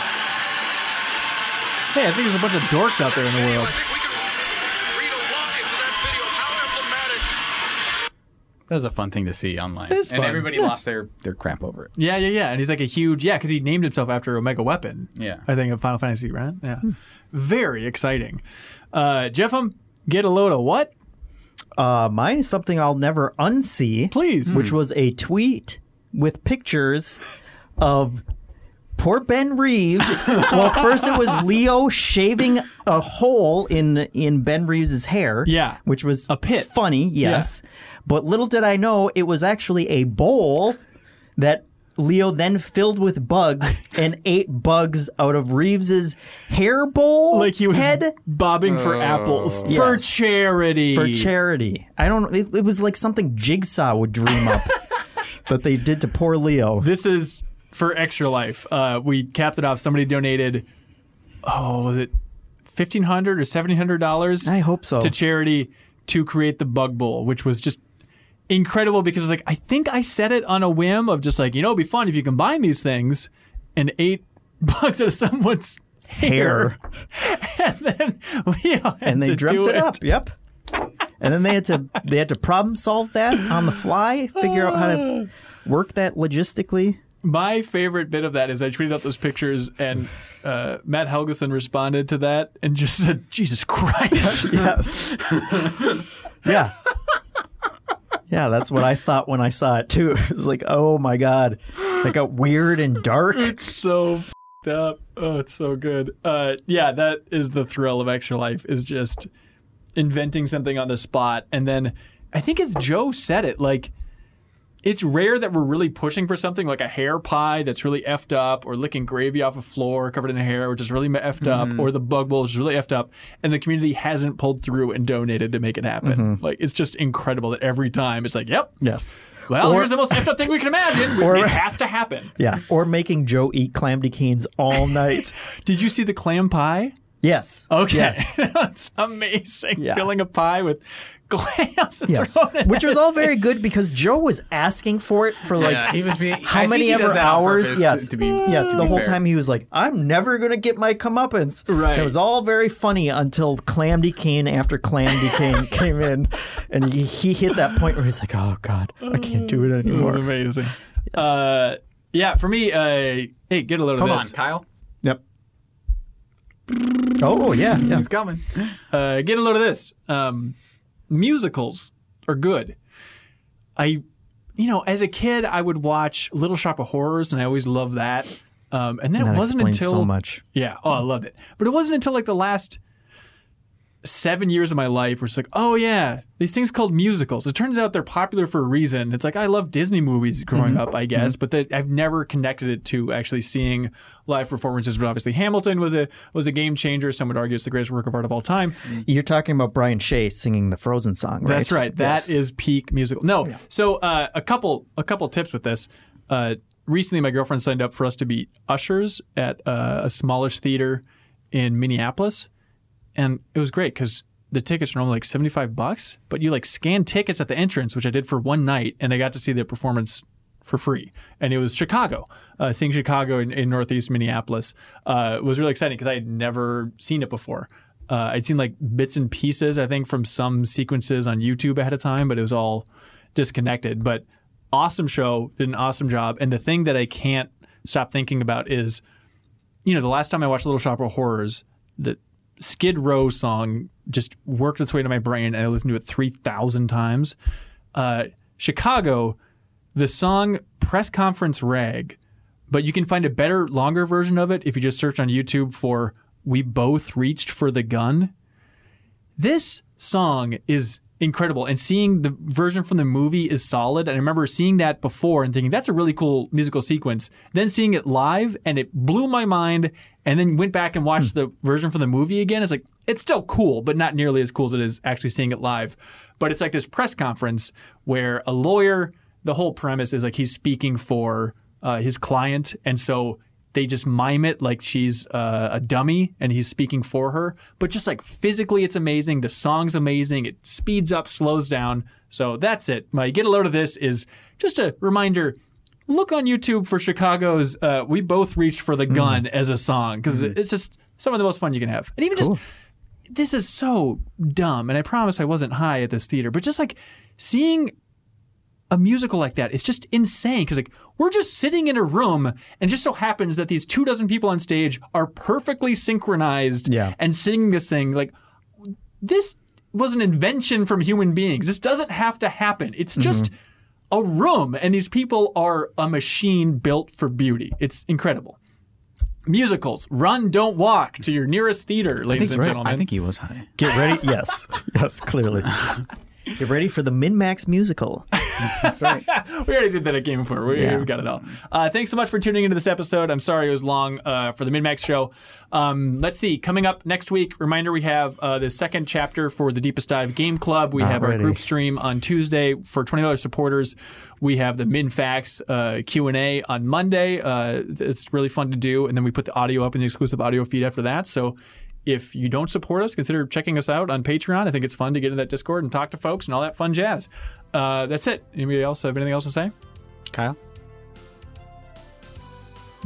Speaker 1: Hey, I think there's a bunch of dorks out there in the world.
Speaker 10: I think we can read a lot into that video of how emblematic
Speaker 2: that was a fun thing to see online,
Speaker 1: It is
Speaker 2: and
Speaker 1: fun.
Speaker 2: everybody
Speaker 1: Yeah.
Speaker 2: lost their their crap over it.
Speaker 1: Yeah, yeah, yeah. And he's like a huge yeah, because he named himself after Omega Weapon.
Speaker 2: Yeah. Hmm.
Speaker 1: I think of Final Fantasy, right? Yeah. Very exciting. Uh, Jeff, um, get a load of what?
Speaker 4: Uh, mine is something I'll never unsee.
Speaker 1: Please. Hmm.
Speaker 4: Which was a tweet with pictures of poor Ben Reeves. well, first it was Leo shaving a hole in in Ben Reeves's hair.
Speaker 1: Yeah.
Speaker 4: Which was
Speaker 1: A pit.
Speaker 4: Funny, yes. But little did I know it was actually a bowl that Leo then filled with bugs and ate bugs out of Reeves's hair bowl
Speaker 1: Like he was
Speaker 4: head
Speaker 1: bobbing
Speaker 2: Oh.
Speaker 1: for apples for
Speaker 4: Yes.
Speaker 1: charity.
Speaker 4: for charity. I don't. It, it was like something Jigsaw would dream up that they did to poor Leo.
Speaker 1: This is for extra life. Uh, we capped it off. Somebody donated. Oh, was it fifteen hundred or seventeen hundred dollars?
Speaker 4: I hope so.
Speaker 1: to charity to create the Bug Bowl, which was just incredible because like I think I said it on a whim of just like you know it'd be fun if you combine these things and ate bugs out of someone's hair,
Speaker 4: Hair.
Speaker 1: and then Leo had
Speaker 4: and they
Speaker 1: to
Speaker 4: dreamt
Speaker 1: do
Speaker 4: it,
Speaker 1: it,
Speaker 4: up. Yep. And then they had to they had to problem solve that on the fly, figure out how to work that logistically.
Speaker 1: My favorite bit of that is I tweeted out those pictures and uh, Matt Helgeson responded to that and just said Jesus Christ.
Speaker 4: Yes. yeah. Yeah, that's what I thought when I saw it too. It was like, oh my god, that got weird and dark.
Speaker 1: so f***ed up. Oh, it's so good. Uh, yeah, that is the thrill of Extra Life is just inventing something on the spot. And then I think as Joe said it, like it's rare that we're really pushing for something like a hair pie that's really effed up or licking gravy off a floor covered in hair, which is really me- effed up,
Speaker 4: Mm-hmm.
Speaker 1: or the bug bowl, which is really effed up. And the community hasn't pulled through and donated to make it happen.
Speaker 4: Mm-hmm.
Speaker 1: Like it's just incredible that every time it's like, yep,
Speaker 4: Yes.
Speaker 1: well,
Speaker 4: Or-
Speaker 1: here's the most effed up thing we can imagine.
Speaker 4: Or-
Speaker 1: it has to happen.
Speaker 4: Yeah. Or making Joe eat clam canes all night.
Speaker 1: Did you see the clam pie?
Speaker 4: Yes.
Speaker 1: Okay.
Speaker 4: Yes.
Speaker 1: That's amazing.
Speaker 4: Yeah.
Speaker 1: Filling a pie with clams and
Speaker 4: Yes.
Speaker 1: throwing it
Speaker 4: Which
Speaker 1: at his
Speaker 4: was all very
Speaker 1: face.
Speaker 4: good because Joe was asking for it for like
Speaker 2: Yeah, he was being
Speaker 4: how
Speaker 2: I think
Speaker 4: many
Speaker 2: he does
Speaker 4: ever
Speaker 2: that on
Speaker 4: hours.
Speaker 2: purpose to-
Speaker 4: Yes.
Speaker 2: to be-
Speaker 4: yes.
Speaker 2: to
Speaker 4: The
Speaker 2: be
Speaker 4: whole
Speaker 2: fair.
Speaker 4: time he was like, I'm never going to get my comeuppance.
Speaker 1: Right.
Speaker 4: And it was all very funny until Clamdy Kane after Clamdy Kane came in and he, he hit that point where he's like, oh God, I can't do it
Speaker 1: It was
Speaker 4: anymore.
Speaker 1: amazing. Uh, yeah, for me, uh, hey, get a load
Speaker 2: Hold
Speaker 1: of
Speaker 2: on,
Speaker 1: this.
Speaker 2: Kyle.
Speaker 4: Yep. Oh yeah, yeah.
Speaker 2: coming.
Speaker 1: Uh, get a load of this. Um, musicals are good. I, you know, as a kid, I would watch Little Shop of Horrors, and I always loved that. Um, and then
Speaker 4: That
Speaker 1: it wasn't
Speaker 4: explains
Speaker 1: until
Speaker 4: so much.
Speaker 1: yeah, oh, I loved it. But it wasn't until like the last seven years of my life where it's like, oh yeah, these things called musicals. It turns out they're popular for a reason. It's like I love Disney movies growing
Speaker 4: Mm-hmm.
Speaker 1: up, I guess, but that I've never connected it to actually seeing live performances. But obviously, Hamilton was a was a game changer. Some would argue it's the greatest work of art of all time.
Speaker 4: You're talking about Brian Shea singing the Frozen song, right?
Speaker 1: That's right. That is peak musical. No, so uh, a couple a couple tips with this. Uh, recently, my girlfriend signed up for us to be ushers at uh, a smallish theater in Minneapolis, and it was great because the tickets are normally like seventy five bucks, but you like scan tickets at the entrance, which I did for one night, and I got to see the performance for free. And it was Chicago. Uh, seeing Chicago in, in Northeast Minneapolis uh, was really exciting because I had never seen it before. Uh, I'd seen like bits and pieces, I think, from some sequences on YouTube ahead of time, but it was all disconnected. But awesome show, did an awesome job. And the thing that I can't stop thinking about is, you know, the last time I watched Little Shop of Horrors, the Skid Row song just worked its way to my brain, and I listened to it three thousand times. Uh, Chicago, the song "Press Conference Rag," but you can find a better, longer version of it if you just search on YouTube for "We Both Reached for the Gun." This song is incredible, and seeing the version from the movie is solid. And I remember seeing that before and thinking that's a really cool musical sequence. Then seeing it live, and it blew my mind. And then went back and watched the version from the movie again. It's like it's still cool, but not nearly as cool as it is actually seeing it live. But it's like this press conference where a lawyer the whole premise is like he's speaking for uh, his client, and so they just mime it like she's uh, a dummy and he's speaking for her. But just like physically, it's amazing. The song's amazing. It speeds up, slows down. So that's it. My get a load of this is just a reminder. Look on YouTube for Chicago's uh, "We Both Reached for the Gun" as a song because it's just some of the most fun you can have, and even just this is so dumb and i promise i wasn't high at this theater but just like seeing a musical like that is just insane because like we're just sitting in a room and it just so happens that these two dozen people on stage are perfectly synchronized
Speaker 4: Yeah.
Speaker 1: and singing this thing like this was an invention from human beings this doesn't have to happen it's
Speaker 6: Mm-hmm.
Speaker 1: just a room and these people are a machine built for beauty it's incredible musicals run don't walk to your nearest theater ladies and gentlemen
Speaker 6: I think he was high.
Speaker 4: Get ready. Yes. Yes, clearly. Get ready for the Min Max musical.
Speaker 6: That's right.
Speaker 1: we already did that at Game Four. We,
Speaker 4: Yeah.
Speaker 1: we got it all. Uh, thanks so much for tuning into this episode. I'm sorry it was long uh, for the Midmax show. Um, let's see. Coming up next week, reminder we have uh, the second chapter for the Deepest Dive Game Club. We have our
Speaker 4: Alrighty.
Speaker 1: group stream on Tuesday for twenty dollars supporters. We have the Min Facts uh, Q and A on Monday. Uh, it's really fun to do, and then we put the audio up in the exclusive audio feed after that. So. If you don't support us, consider checking us out on Patreon. I think it's fun to get in that Discord and talk to folks and all that fun jazz. Uh, that's it. Anybody else have anything else to say?
Speaker 6: Kyle?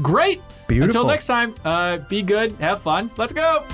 Speaker 1: Great.
Speaker 4: Beautiful.
Speaker 1: Until next time, uh, be good, have fun. Let's go.